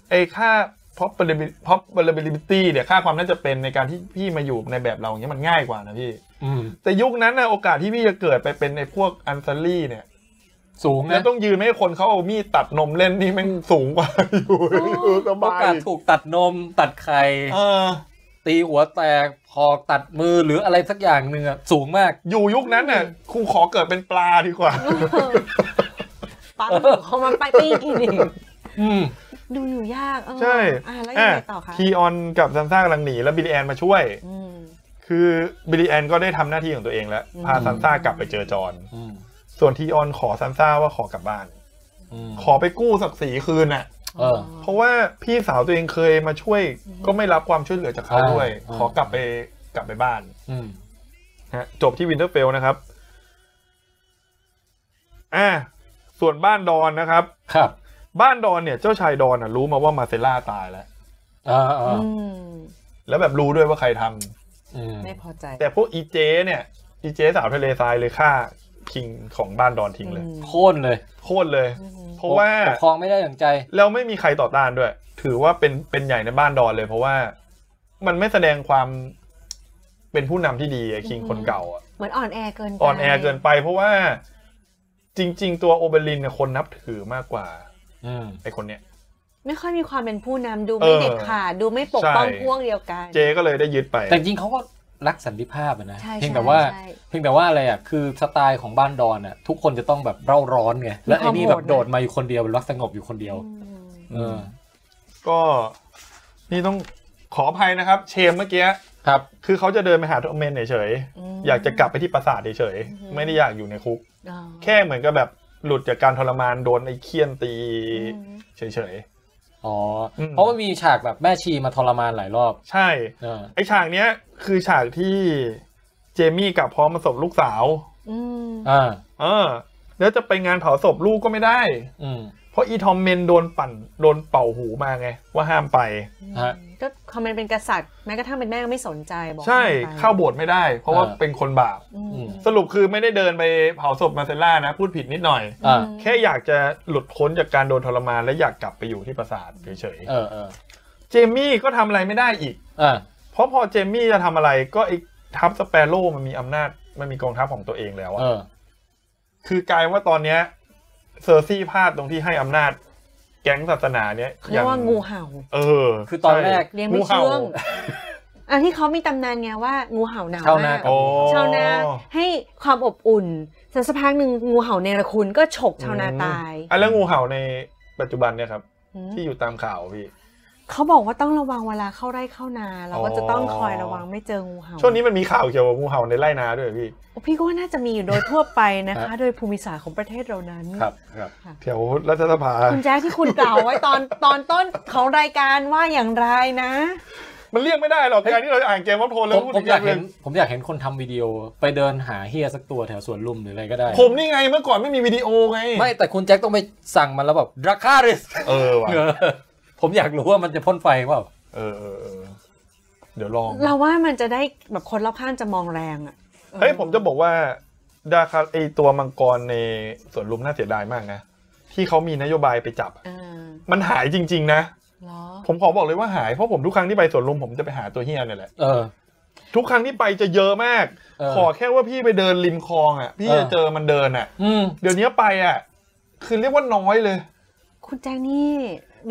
Speaker 2: ไอ้ค่า probability probability เนี่ยค่าความน่าจะเป็นในการที่พี่มาอยู่ในแบบเราอย่างเงี้ยมันง่ายกว่านะพี่
Speaker 1: อืม
Speaker 2: แต่ยุคนั้นนะโอกาสที่พี่จะเกิดไปเป็นในพวกอันซารี่เนี่ย
Speaker 1: สูง
Speaker 2: แล้
Speaker 1: นะ
Speaker 2: วต้องยืนไม่ให้คนเขาเอามีดตัดนมเล่นนี่แมันสูงกว่าอยู่อยู่ส
Speaker 1: โอบ
Speaker 2: าย
Speaker 1: กาสถูกตัดนมตัดไข่
Speaker 2: เออ
Speaker 1: ตีหัวแตกพอกตัดมือหรืออะไรสักอย่างหนึ่งอะสูงมาก
Speaker 2: อยู่ยุคนั้นน่ะครูขอเกิดเป็นปลาดีกว่า
Speaker 3: ปั๊มเขามาไปปิ้งกินอีก
Speaker 1: อืม
Speaker 3: ดูอยู่ยากเออ
Speaker 2: ใช่
Speaker 3: อ่ะแล้วยังไงต่อคะ
Speaker 2: คีออนกับซันซ่ากำลังหนีแล้วบิลลี่แอนมาช่วย
Speaker 3: อืม
Speaker 2: คือบิลลี่แอนก็ได้ทำหน้าที่ของตัวเองแล้ว
Speaker 3: อืม
Speaker 2: พาซันซ่ากลับไปเจอจอห์น
Speaker 1: อืม
Speaker 2: ส่วนทีออนขอซันซ่าว่าขอกลับบ้าน
Speaker 1: อืม
Speaker 2: ขอไปกู้ศักดิ์ศรีคืนน่ะ
Speaker 1: เออ
Speaker 2: เพราะว่าพี่สาวตัวเองเคยมาช่วยก็ไม่รับความช่วยเหลือจากเขาด้วย
Speaker 1: อ่า
Speaker 2: ขอกลับไปกลับไปบ้าน
Speaker 1: อืม
Speaker 2: ฮะจบที่วินเทอร์เฟลนะครับอ่าส่วนบ้านดอนนะครับ
Speaker 1: ครับ
Speaker 2: บ้านดอนเนี่ยเจ้าชายดอนน่ะรู้มาว่ามาเซลล่าตายแล้ว
Speaker 1: อ่าอ่า
Speaker 3: อืม
Speaker 2: แล้วแบบรู้ด้วยว่าใครทำ
Speaker 1: อืม
Speaker 3: ไม่พอใจ
Speaker 2: แต่พวกอีเจเนี่ยอีเจสาวทะเลทรายเลยฆ่าคิงของบ้านดอนทิ้งเลย
Speaker 3: อืม
Speaker 1: โค่นเลย
Speaker 2: โคตรเลย
Speaker 3: อืม
Speaker 2: เพราะว่า
Speaker 1: ปกครองไม่ได้อย่างใจ
Speaker 2: แล้วไม่มีใครต่อต้านด้วย ถือว่าเป็นเป็นใหญ่ในบ้านดอนเลย เพราะว่ามันไม่แสดงความเป็นผู้นำที่ดีไอ้คิงคนเก่าอะ
Speaker 3: เหมือนอ่อนแอเกินไป
Speaker 2: อ่อนแอเกินไป เพราะว่าจริง ๆ ตัวโอเบรินเนี่ยคนนับถือมากกว่า
Speaker 1: อืม
Speaker 2: ไอ้คนเนี้ย
Speaker 3: ไม่ค่อยมีความเป็นผู้นำดู
Speaker 2: เอ
Speaker 3: ไม่
Speaker 2: อ
Speaker 3: เด็ดขาดดูไม่ปกป้อง
Speaker 2: ใช่
Speaker 3: พวกเดียวกัน
Speaker 2: เจก็เลยได้ยึดไป
Speaker 1: แต่จริงเขาก็รักสันติภาพอะนะ
Speaker 3: ใช่
Speaker 1: เพียง
Speaker 3: ใช่
Speaker 1: แต่ว่า
Speaker 3: ใช่
Speaker 1: เพียงแต่ว่าอะไรอ่ะคือสไตล์ของบ้านดอนอ่ะทุกคนจะต้องแบบเร่าร้อนไงและไอ้นี่แบบโดดมาอยู่คนเดียวรักสงบอยู่คนเดียว
Speaker 3: อืม
Speaker 1: เออ
Speaker 2: ก็นี่ต้องขออภัยนะครับ เชมเมื่อกี้
Speaker 1: ครับ
Speaker 2: คือเขาจะเดินไปหาโทเมนเฉย
Speaker 3: ม
Speaker 2: ๆอยากจะกลับไปที่ปราสาทเฉย
Speaker 3: อือฮึ
Speaker 2: ๆไม่ได้อยากอยู่ในคุก
Speaker 3: อ๋อ
Speaker 2: แค่เหมือนกับแบบหลุดจากการทรมานโดนไอ้เคี่ยนตี
Speaker 3: อืม
Speaker 2: เฉย
Speaker 1: อ๋ออ
Speaker 2: ม
Speaker 1: เพราะว่ามีฉากแบบแม่ชีมาทรมานหลายรอบ
Speaker 2: ๆ ใช่
Speaker 1: เออ
Speaker 2: ไอ้ฉากเนี้ยคือฉากที่เจมี่กลับพร้อมมาศพลูกสาว
Speaker 3: อืม
Speaker 1: อ่า
Speaker 2: เออ แล้วจะไปงานเผาศพลูกก็ไม่ได้
Speaker 1: อืม
Speaker 2: เพราะอีทอมเมนโดนปั่นโดนเป่าหูมาไง ว่าห้ามไป
Speaker 1: ฮะ
Speaker 3: ก็คอมเมนต์เป็นกษัตริย์แม้กระทั่งเป็นแม่ก็ไม่สนใจบอก
Speaker 2: ใช่
Speaker 3: ห้มไป
Speaker 2: เข้าโบสถ์ไม่ได้ เพราะว่า
Speaker 1: เออ
Speaker 2: เป็นคนบาป
Speaker 3: อืม
Speaker 2: สรุปคือไม่ได้เดินไปเผาศพมาเซลล่านะ พูดผิดนิดหน่อย
Speaker 1: อ่า
Speaker 3: อืม
Speaker 2: แค่อยากจะหลุดพ้นจากการโดนทรมานและอยากกลับไปอยู่ที่ปราสาทเฉย
Speaker 1: เออเออ
Speaker 2: ๆ เจมี่ก็ทำอะไรไม่ได้อีก
Speaker 1: อ่า
Speaker 2: เพราะพอเจมี่จะทำอะไรก็ไอ้ทัพสเปโร่มันมีอำนาจ มันมีกองทัพของตัวเองแล้ว
Speaker 1: เออ
Speaker 2: อะคือกลายว่าตอนเนี้ยเซอร์ซี่พลาดตรงที่ให้อำนาจ แก๊งศาสนาเนี้ย
Speaker 3: เรียกว่างูเห่า
Speaker 2: เออ
Speaker 1: คือตอน
Speaker 2: ใช่
Speaker 1: แรก
Speaker 3: เลี้ยงไม่
Speaker 2: ห่า
Speaker 3: เชื่อง อันที่เขามีตำนานไงว่างูเห่าหนาว
Speaker 1: ชาวนา
Speaker 3: มา
Speaker 1: กั
Speaker 3: ก
Speaker 1: บ
Speaker 2: โอ้
Speaker 3: ชาวนาให้ความอบอุ่นสักสักพักหนึ่งงูเห่าเนรคุณก็ฉกชาวนาตาย
Speaker 2: อ่ะแล้วงูเห่าในปัจจุบันเนี่ยครับ
Speaker 3: อืม
Speaker 2: ที่อยู่ตามข่าวพี่
Speaker 3: เขาบอกว่าต้องระวังเวลาเข้าไร่เข้านาเราก็จะต้องคอยระวังไม่เจองูเห่า
Speaker 2: ช่วงนี้มันมีข่าวเกี่ยวกับงูเห่าในไร่นาด้วยพี่
Speaker 3: พี่ก็ว่าน่าจะมีอยู่โดยทั่วไปนะ
Speaker 1: ครั
Speaker 3: คะ
Speaker 1: บ
Speaker 3: โดยภูมิศาสตร์ของประเทศเรานั้น
Speaker 1: ครับครับ
Speaker 2: แถวรัฐสภา
Speaker 3: คุณแจ๊คที่คุณกล่าวไว้ตอนตอนต้นของรายการว่าอย่างไรนะ
Speaker 2: มันเรียกไม่ได้หรอกการที่เราอ่านเกมวอลโทนแล้
Speaker 1: ผ
Speaker 2: ว
Speaker 1: ม
Speaker 2: พูด
Speaker 1: ผมอยากเห็น
Speaker 2: รื่ง
Speaker 1: ผมอยากเห็นคนทำวิดีโอไปเดินหาเฮียสักตัวแถวสวนลุมหรืออะไรก็ได้
Speaker 2: ผมนี่ไงเมื่อก่อนไม่มีวิดีโอไง
Speaker 1: ไม่แต่คุณแจ็คต้องไปสั่งมันแล้วแบบดราคา ริส
Speaker 2: เออว่ะ
Speaker 1: ผมอยากรู้ว่ามันจะพ่นไฟเปล่า
Speaker 2: เออเออเออเดี๋ยวลอง
Speaker 3: เราว่ามันจะได้แบบคนรอบข้างจะมองแรงอ่ะ
Speaker 2: เฮ้ยผมจะบอกว่าดาคาไอตัวมังกรในสวนลุมน่าเสียดายมากนะที่เขามีนโยบายไปจับอะ
Speaker 3: เออ
Speaker 2: มันหายจริง ๆ นะ
Speaker 3: เหรอ
Speaker 2: ผมขอบอกเลยว่าหายเพราะผมทุกครั้งที่ไปสวนลุมผมจะไปหาตัวเฮียเนี่ยแหละ
Speaker 1: เออ
Speaker 2: ทุกครั้งที่ไปจะเยอะมาก
Speaker 1: เออ
Speaker 2: ขอแค่ว่าพี่ไปเดินริมคลองอ่ะพี่จะเจอมันเดินอ่ะ
Speaker 1: อืม
Speaker 2: เดี๋ยวนี้ไปอ่ะคือเรียกว่าน้อยเลย
Speaker 3: คุณแจ๊คนี่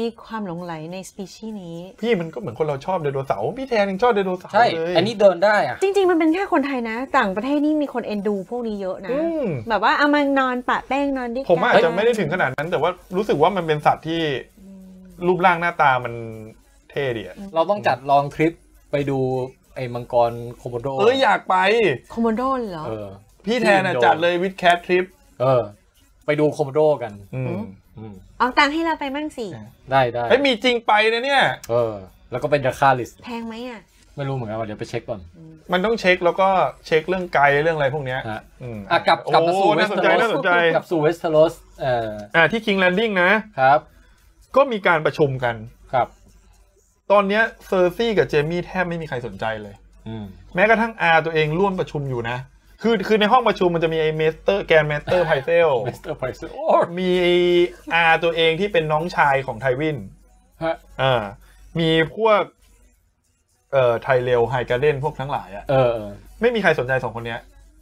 Speaker 3: มีความหลงไหลในสปีชีส์นี้
Speaker 2: พี่มันก็เหมือนคนเราชอบไดโนเสาร์พี่แทนยังชอบไดโนเสาร์
Speaker 1: ใช่
Speaker 2: เลย
Speaker 1: อันนี้เดินได้อ่ะ
Speaker 3: จริง ๆ มันเป็นแค่คนไทยนะ ต่างประเทศนี่มีคนเอ็นดูพวกนี้เยอะนะ
Speaker 2: อืม
Speaker 3: แบบว่าเอามานอนปะแป้งนอนด้วยกัน
Speaker 2: ผมอาจจะไม่ได้ถึงขนาดนั้น แต่ว่ารู้สึกว่ามันเป็นสัตว์ที่รูปร่างหน้าตามันเท่ดีอะ
Speaker 1: เราต้องจัดลองทริปไปดูไอ้มังกรโคโมโด
Speaker 2: เอออยากไป
Speaker 3: คอมโมโดนเหรอ
Speaker 1: เออ
Speaker 2: พี่แทนอะ
Speaker 1: ที่อินโด
Speaker 2: จัดเลยวิดแคททริป
Speaker 1: เออ ไปดูโคโมโดกัน
Speaker 2: อืม
Speaker 3: อืม
Speaker 1: อืม
Speaker 3: เอาตังค์ให้เราไปมั่งสิ
Speaker 1: ได้ได้
Speaker 2: เฮ้ยมีจริงไปนะเนี่ย
Speaker 1: เออ แล้วก็เป็นดราคาริส
Speaker 3: แพงไหมอ่ะ
Speaker 1: ไม่รู้เหมือนกันว่าเดี๋ยวไปเช็คก่อน
Speaker 2: มันต้องเช็คแล้วก็เช็คเรื่องไกลเรื่องอะไรพวกเนี้ย
Speaker 1: ฮะ
Speaker 2: อืม
Speaker 1: อ่ะกลับกลับมาสู่
Speaker 2: โอ้
Speaker 1: เว
Speaker 2: น่า
Speaker 1: ส
Speaker 2: สน
Speaker 1: เท
Speaker 2: ใจ
Speaker 1: อร
Speaker 2: น่าส
Speaker 1: ส
Speaker 2: นใจ
Speaker 1: กลับสู่เวสเทอรสเอ่อ
Speaker 2: อ่าที่คิงแลนดิ้งนะ
Speaker 1: ครับ
Speaker 2: ก็มีการประชุมกัน
Speaker 1: ครับ
Speaker 2: ตอนเนี้ยเซอร์ซี่กับเจมี่แทบไม่มีใครสนใจเลย
Speaker 1: อืม
Speaker 2: แม้กระทั่งอาตัวเองร่วมประชุมอยู่นะ คือคือในห้องประชุมมันจะมีไอ้เมสเตอร์แกนเมสเตอร์ไพเซ ล
Speaker 1: เวสเทอร์ไพรส์โอ้
Speaker 2: มีอาตัวเองที่เป็นน้องชายของไทวิน
Speaker 1: ฮะ
Speaker 2: อ่ามีพวก เอ่อไทเรลไฮการ์เดนพวกทั้งหลายอะ
Speaker 1: เออเออ
Speaker 2: ไม่มีใครสนใจสองคนเนี้ย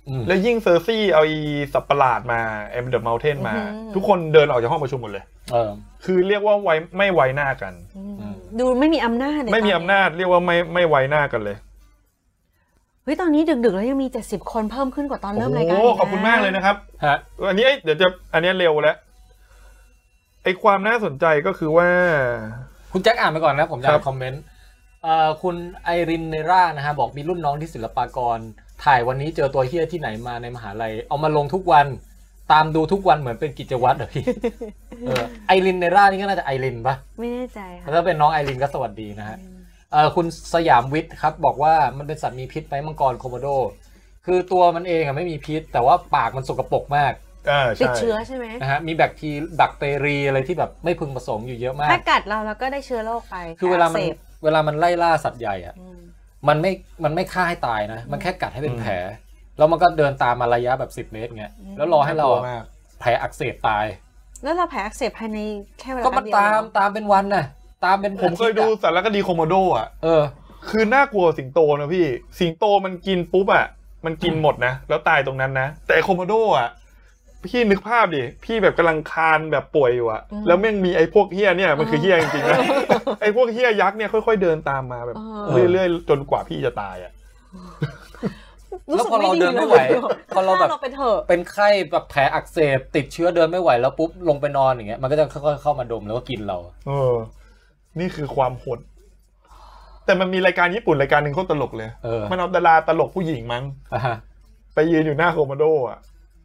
Speaker 1: อืม
Speaker 2: แล้วยิ่งเซอร์ซี่เอาอีสับประหลาดมาเอ็มเดอะมัลเทนมา
Speaker 3: อือหือ
Speaker 2: ทุกคนเดินออกจากห้องประชุมหมดเลย
Speaker 1: เออ
Speaker 2: คือเรียกว่าไว้ไม่ไว้หน้ากัน
Speaker 3: อืม
Speaker 1: อืม
Speaker 3: ดูไม่มีอำนาจเลย
Speaker 2: ไม่มี
Speaker 3: ต
Speaker 2: อำนาจเรียกว่าไม่ไม่ไว้หน้ากันเลย
Speaker 3: เฮ้ยตอนนี้ดึกๆแล้วยังมี 70 คนเพิ่มขึ้นกว่าตอนเริ่มรายการ
Speaker 2: โอ้โหขอบคุณมากเลยนะครับ
Speaker 1: ฮะ
Speaker 2: อันนี้เอ้ยเดี๋ยวจะอันนี้เร็วแล้วไอความน่าสนใจก็คือว่า
Speaker 1: คุณแจ็คอ่านไปก่อนนะผมจะ
Speaker 2: ครั
Speaker 1: อ่า
Speaker 2: บ
Speaker 1: นคอมเมนต์เอ่อคุณไอรินเนร่านะฮะบอกมีรุ่นน้องที่ศิลปากร ถ่ายวันนี้เจอตัวเฮี้ยที่ไหนมาในมหาลัย เอามาลงทุกวันตามดูทุกวันเหมือนเป็นกิจวัตรเหรอ พี่เออไอรินเนร่านี่ก็น่าจะไอรินปะ
Speaker 3: ไม่แน่ใจค่ะ
Speaker 1: ถ้าเป็นน้องไอรินก็สวัสดีนะฮะเอ่อคุณสยามวิทย์ครับ บอกว่ามันเป็นสัตว์มีพิษไหมมังกรโคโมโด คือตัวมันเองอะไม่มีพิษ แต่ว่าปากมันสกปรกมาก
Speaker 2: อ่า
Speaker 3: ติ
Speaker 2: ใช่
Speaker 3: ดเชื้อใช่ไหม
Speaker 1: นะฮะมีแบคทีแบคเตอรีอะไรที่แบบไม่พึงประสงค์อยู่เยอะมาก
Speaker 3: ถ้ากัดเราเราก็ได้เชื้อโรคไป
Speaker 1: คือเวลามัน
Speaker 3: สพ
Speaker 1: เวลามันไล่ล่าสัตว์ใหญ่อะ
Speaker 3: อืม
Speaker 1: มันไม่มันไม่ฆ่าให้ตายนะ มันแค่กัดให้เป็นแผล แล้วมันก็เดินตามมาระยะแบบ 10 เมตรเงี้ยแล้วรอให้เรา
Speaker 2: น่กลั
Speaker 1: อะ
Speaker 2: วมาก
Speaker 1: แผลอักเสบตาย
Speaker 3: แล้วเราแผลอักเสบภายในแค่เวลา
Speaker 1: ก็มัน
Speaker 3: แป๊บ
Speaker 1: ตา
Speaker 3: เดียว
Speaker 1: มตามเป็นวันน่ะตามเป็น
Speaker 2: ผมเคยดู
Speaker 1: อาทิตอะ
Speaker 2: สารคดีโคโมโดอ่ะ
Speaker 1: เออ
Speaker 2: คือน่ากลัวสิงโตนะพี่ สิงโตมันกินปุ๊บอ่ะ มันกินหมดนะ แล้วตายตรงนั้นนะ แต่โคโมโดอ่ะ พี่นึกภาพดิ พี่แบบกำลังคลานแบบป่วยอยู่อ่ะ แล้วแม่งมีไอ้พวกเฮียเนี่ยมันคือเฮียจริงๆนะ ไอ้พวกเฮียยักษ์เนี่ยค่อยๆเดินตามมาแบบ
Speaker 1: เออ
Speaker 2: เรื่อยๆ จนกว่าพี่จะตายอ่ะ
Speaker 3: รู้สึก
Speaker 1: แล้วพอเรา
Speaker 3: ไม่
Speaker 1: เดิ
Speaker 3: ดี
Speaker 1: น
Speaker 3: เล
Speaker 1: ไม่
Speaker 3: ย
Speaker 1: ไหวพอเราแบบ
Speaker 3: ฆ่เราเป็นเถอะ
Speaker 1: เป็นไข้แบบแผลอักเสบติดเชื้อเดินไม่ไหวแล้วปุ๊บลงไปนอนอย่างเงี้ยมันก็จะค่อยๆเข้ามาดมแล้วก็กินเรา
Speaker 2: เออ นี่คือความโหด แต่มันมีรายการญี่ปุ่นรายการหนึ่งโคตรตลกเลย
Speaker 1: เออ
Speaker 2: มันเอาดาราตลกผู้หญิงมั้ง
Speaker 1: อ่าฮะ
Speaker 2: ไปยืนอยู่หน้าโคโมโดอ่ะ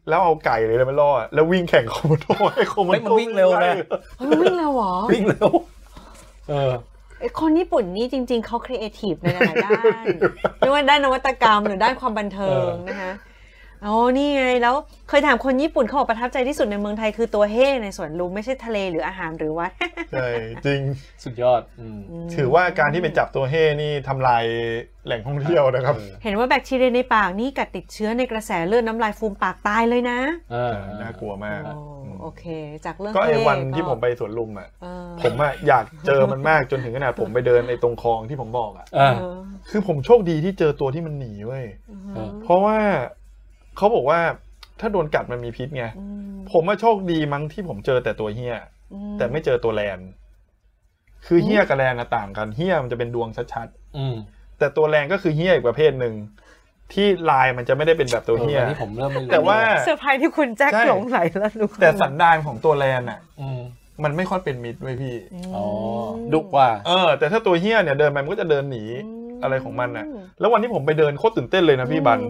Speaker 2: แล้วเอาไก่เลยนะไปล่ออะแล้ววิ่งแข่งโคโมโดให้โคโม
Speaker 1: เฮ้ย
Speaker 2: โด
Speaker 1: มันวิ่งเร็ว
Speaker 2: ไล่
Speaker 1: นะ
Speaker 3: เฮ้ยมันวิ่งแล้วเหรอ
Speaker 1: วิ่งเร็วเออ
Speaker 3: ไอ้คนญี่ปุ่นนี่จริง ๆเขาครีเอทีฟในหลายๆด้านไม่ว่าด้านนวัตกรรมหรือด้านความบันเทิง
Speaker 1: เออ
Speaker 3: นะคะโอ้นี่ไงแล้วเคยถามคนญี่ปุ่นเขาบอกประทับใจที่สุดในเมืองไทยคือตัวเฮ่ในสวนลุมไม่ใช่ทะเลหรืออาหารหรือวัด
Speaker 2: ใช่จริง
Speaker 1: สุดยอดอืม
Speaker 2: ถือว่าการที่ไปจับตัวเฮ่นี่ทำลายแหล่งท่องเที่ยวนะครับ
Speaker 3: เห็นว่าแบคทีเรียในปากนี่กัดติดเชื้อในกระแสเลือดน้ำลายฟูมปากตายเลยนะ
Speaker 1: เออเออ
Speaker 2: น่ากลัวมาก
Speaker 3: โอ้โอเค จากเรื่อง
Speaker 2: ก็ไอ้
Speaker 3: ทะเล
Speaker 2: วันที่ผมไปสวนลุมอ่ะ
Speaker 3: เออ
Speaker 2: ผมอะอยากเจอมันมากจนถึงขนาดผมไปเดินในตรงคลองที่ผมบอกอ่ะ
Speaker 1: เออ
Speaker 3: เออ
Speaker 2: คือผมโชคดีที่เจอตัวที่มันหนีเว้ย
Speaker 1: เออ
Speaker 2: เพราะว่าเขาบอกว่าถ้าโดนกัดมันมีพิษไง
Speaker 3: อืม
Speaker 2: ผมว่าโชคดีมั้งที่ผมเจอแต่ตัวเฮีย
Speaker 3: อื
Speaker 2: แต่ไม่เจอตัวแลน คือเฮียกับแลนอะต่างกันเฮียมันจะเป็นดวงชัด
Speaker 1: อืม
Speaker 2: ๆ แต่ตัวแลนก็คือเฮียอีกประเภทหนึ่งที่ลายมันจะไม่ได้เป็นแบบตัว
Speaker 1: เออ
Speaker 2: เฮีย
Speaker 1: อันนี้ผมเริ่มไม่รู้
Speaker 2: แต่ว่า
Speaker 3: เซอร์ไพรส์ที่คุณแจ็ค
Speaker 2: ใช่
Speaker 3: หลงไหลแล้วรู้
Speaker 2: แต่สันดานของตัวแลนอะ
Speaker 1: อืม
Speaker 2: มันไม่ค่อยเป็นมิตรเว้ยพี่
Speaker 1: อ๋อดุกว่า
Speaker 2: เออ แต่ถ้าตัวเฮียเนี่ยเดินไปมันก็จะเดินหนีอะไรของมันอะแล้ววันที่ผมไปเดินโคตรตื่นเต้นเลยนะพี่บัน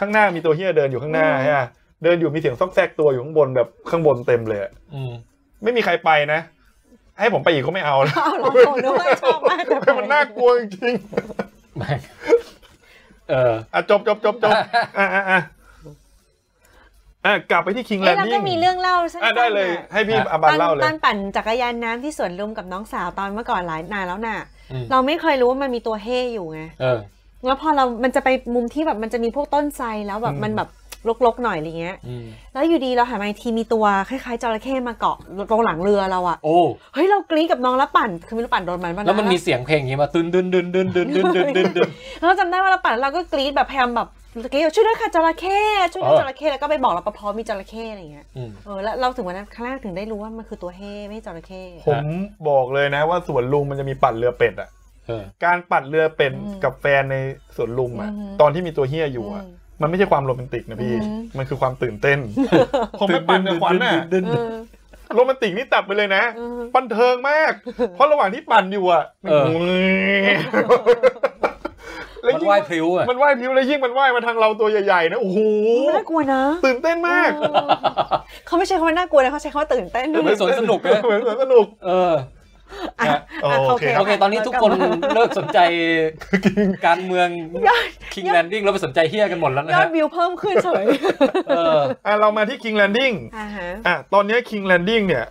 Speaker 2: ข้างหน้ามีตัวเฮียเดินอยู่ข้างหน้าฮะเดินอยู่มีเสียงซอกแซกตัวอยู่ข้างบนแบบข้างบนเต็มเลยอะ
Speaker 1: อืม
Speaker 2: ไม่มีใครไปนะ ให้ผมไปอีกก็ไม่เอานะ
Speaker 3: เอาเหรอโดนด้วยชอบมากแต่
Speaker 2: เฮ้ยมันน่ากลัวจริงๆ
Speaker 1: แม่งเออ
Speaker 2: อ่ะจบจบจบจบอ่ะอ่ะอ่ะอ่ะกลับไปที่คิงแล
Speaker 3: เอ้ย
Speaker 2: น
Speaker 3: เรา
Speaker 2: ดิ้
Speaker 3: ก็
Speaker 2: ง
Speaker 3: มีเรื่องเล่าสั้น
Speaker 2: อ่ะ
Speaker 3: ๆ
Speaker 2: ได้เลย
Speaker 3: น่ะ
Speaker 2: ให้พี่
Speaker 1: อ่ะ
Speaker 2: อาบันเล่าเล
Speaker 3: ต
Speaker 2: ย
Speaker 3: อนปั่นจักรยานน้ำที่สวนลุมกับน้องสาวตอนเมื่อก่อนหลายนานแล้วน่ะ
Speaker 1: อืม
Speaker 3: เราไม่เคยรู้ว่ามันมีตัวเฮ่อยู่ไง
Speaker 1: เออ
Speaker 3: แล้วพอเรา มันจะไปมุมที่แบบมันจะมีพวกต้นไทรแล้วแบบมันแบบรกๆหน่อยอะไรเงี้ย
Speaker 1: อืม
Speaker 3: แล้วอยู่ดีเราหันมาอีกทีมีตัวคล้ายๆจระเข้มาเกาะตรงหลังเรือเราอะ
Speaker 1: โอ้
Speaker 3: เฮ้ยเรากรี๊ดกับน้องแล้วปั่นคือไม่รู้ปั่นโดนมันปะนะ
Speaker 1: แล้วมันมีเสียงเพลงอย่างงี้มาตึนดึนดึนดึนดึนดึนดึนดึนดึน
Speaker 3: แล้วเราจำได้ว่าเราปั่นแล้วเราก็กรี๊ดแบบพยายามแบบกรี๊ดช่วยด้วยค่ะจระเข้ช่วยด้วย
Speaker 1: เออ
Speaker 3: จระเข้แล้วก็ไปบอกรปภมีจระเข้อะไรเงี้ย
Speaker 1: อืม
Speaker 3: เออแล้วเราถึงวันนั้นครั้งแรกถึงได้รู้ว่ามันคือตัวเฮ่ไม่ใช่จระเข้
Speaker 2: ผมบอกเลยนะว่าสวนลุมมันจะมีปั่นเรือเป็ดอ่ะ
Speaker 1: เออ
Speaker 2: การปั่นเรือเป็ด
Speaker 3: อืม
Speaker 2: กับแฟนในสวนลุมอ่ะ
Speaker 3: อืม
Speaker 2: ตอนที่มีตัวเฮียอยู่อ่ะ
Speaker 3: อืม
Speaker 2: มันไม่ใช่ความโรแมนติกนะพี่
Speaker 3: อืม
Speaker 2: มันคือความตื่นเต้น ผมไปปั่นกับขวัญน่ะ
Speaker 1: ดึน
Speaker 3: เอ
Speaker 1: ดึน
Speaker 3: อ
Speaker 2: โรแมนติกนี่ตัดไปเลยนะ
Speaker 3: อืม
Speaker 2: บันเทิงมาก เพราะระหว่างที่ปั่นอยู่อ่ะมัน
Speaker 1: เออ
Speaker 2: แล้ว
Speaker 1: มัน
Speaker 2: ยิ่ง
Speaker 1: ไหวพริ้วอ่ะ
Speaker 2: มันว่ายพิวแล้วยิ่งมันว่ายมาทางเราตัวใหญ่ๆนะโอ้โห
Speaker 3: น่ากลัวนะ
Speaker 2: ตื่นเต้นมาก
Speaker 3: เออเขาไม่ใช้คำว่าน่ากลัวนะเขาใช้คำว่าตื่นเต้น
Speaker 1: เหมือนสวนสนุกเลย
Speaker 2: เหมือนสวนสนุก
Speaker 1: เออ
Speaker 3: อ่ะ
Speaker 2: อ่ะ
Speaker 3: ะ
Speaker 2: โอเค
Speaker 1: โอเค ตอนนี้ทุกคนเลิกสนใจการเมือง
Speaker 3: ยอด
Speaker 1: คิงแลนดิ้งแล้วไปสนใจเฮียกันหมดแล้ว
Speaker 3: ย
Speaker 1: นะ
Speaker 3: อด
Speaker 1: ฮะ
Speaker 3: วิวเพิ่มขึ้นเฉย
Speaker 1: เออ
Speaker 2: อ่ะเรามาที่ King Landing
Speaker 3: อ่าฮะ
Speaker 2: อ่ะตอนเนี้ย King Landing เนี่ย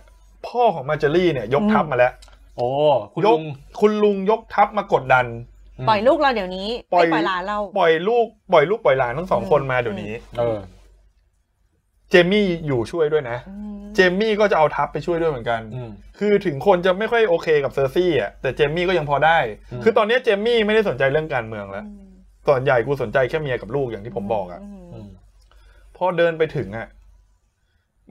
Speaker 2: พ่อของมาเจอรี่เนี่ยยกทัพมาแล้ว
Speaker 1: โอ้คุณ
Speaker 2: ย
Speaker 1: ลุ
Speaker 2: ก
Speaker 1: ง
Speaker 2: คุณลุงยกทัพมากดดัน
Speaker 3: ปล่อยลูกเราเดี๋ยวนี้
Speaker 2: ปล่อย
Speaker 3: ไม่ปล่อยหลานเรา
Speaker 2: ปล่อยลูกปล่อยลูกปล่อยหลานทั้งสอง
Speaker 3: อืม
Speaker 2: คนมาเดี๋ยวนี้
Speaker 1: เออ
Speaker 2: เจมี่อยู่ช่วยด้วยนะ
Speaker 3: อืม
Speaker 2: เจมี่ก็จะเอาทัพไปช่วยด้วยเหมือนกัน
Speaker 1: อืม
Speaker 2: คือถึงคนจะไม่ค่อยโอเคกับเซอร์ซี่อ่ะแต่เจมี่ก็ยังพอได้
Speaker 1: อืม
Speaker 2: คือตอนเนี้ยเจมี่ไม่ได้สนใจเรื่องการเมืองแล้ว
Speaker 3: อืม
Speaker 2: ส่วนใหญ่กูสนใจแค่เมียกับลูกอย่างที่ผมบอกอ่ะ
Speaker 3: ม
Speaker 1: อืม
Speaker 2: พอเดินไปถึงอ่ะ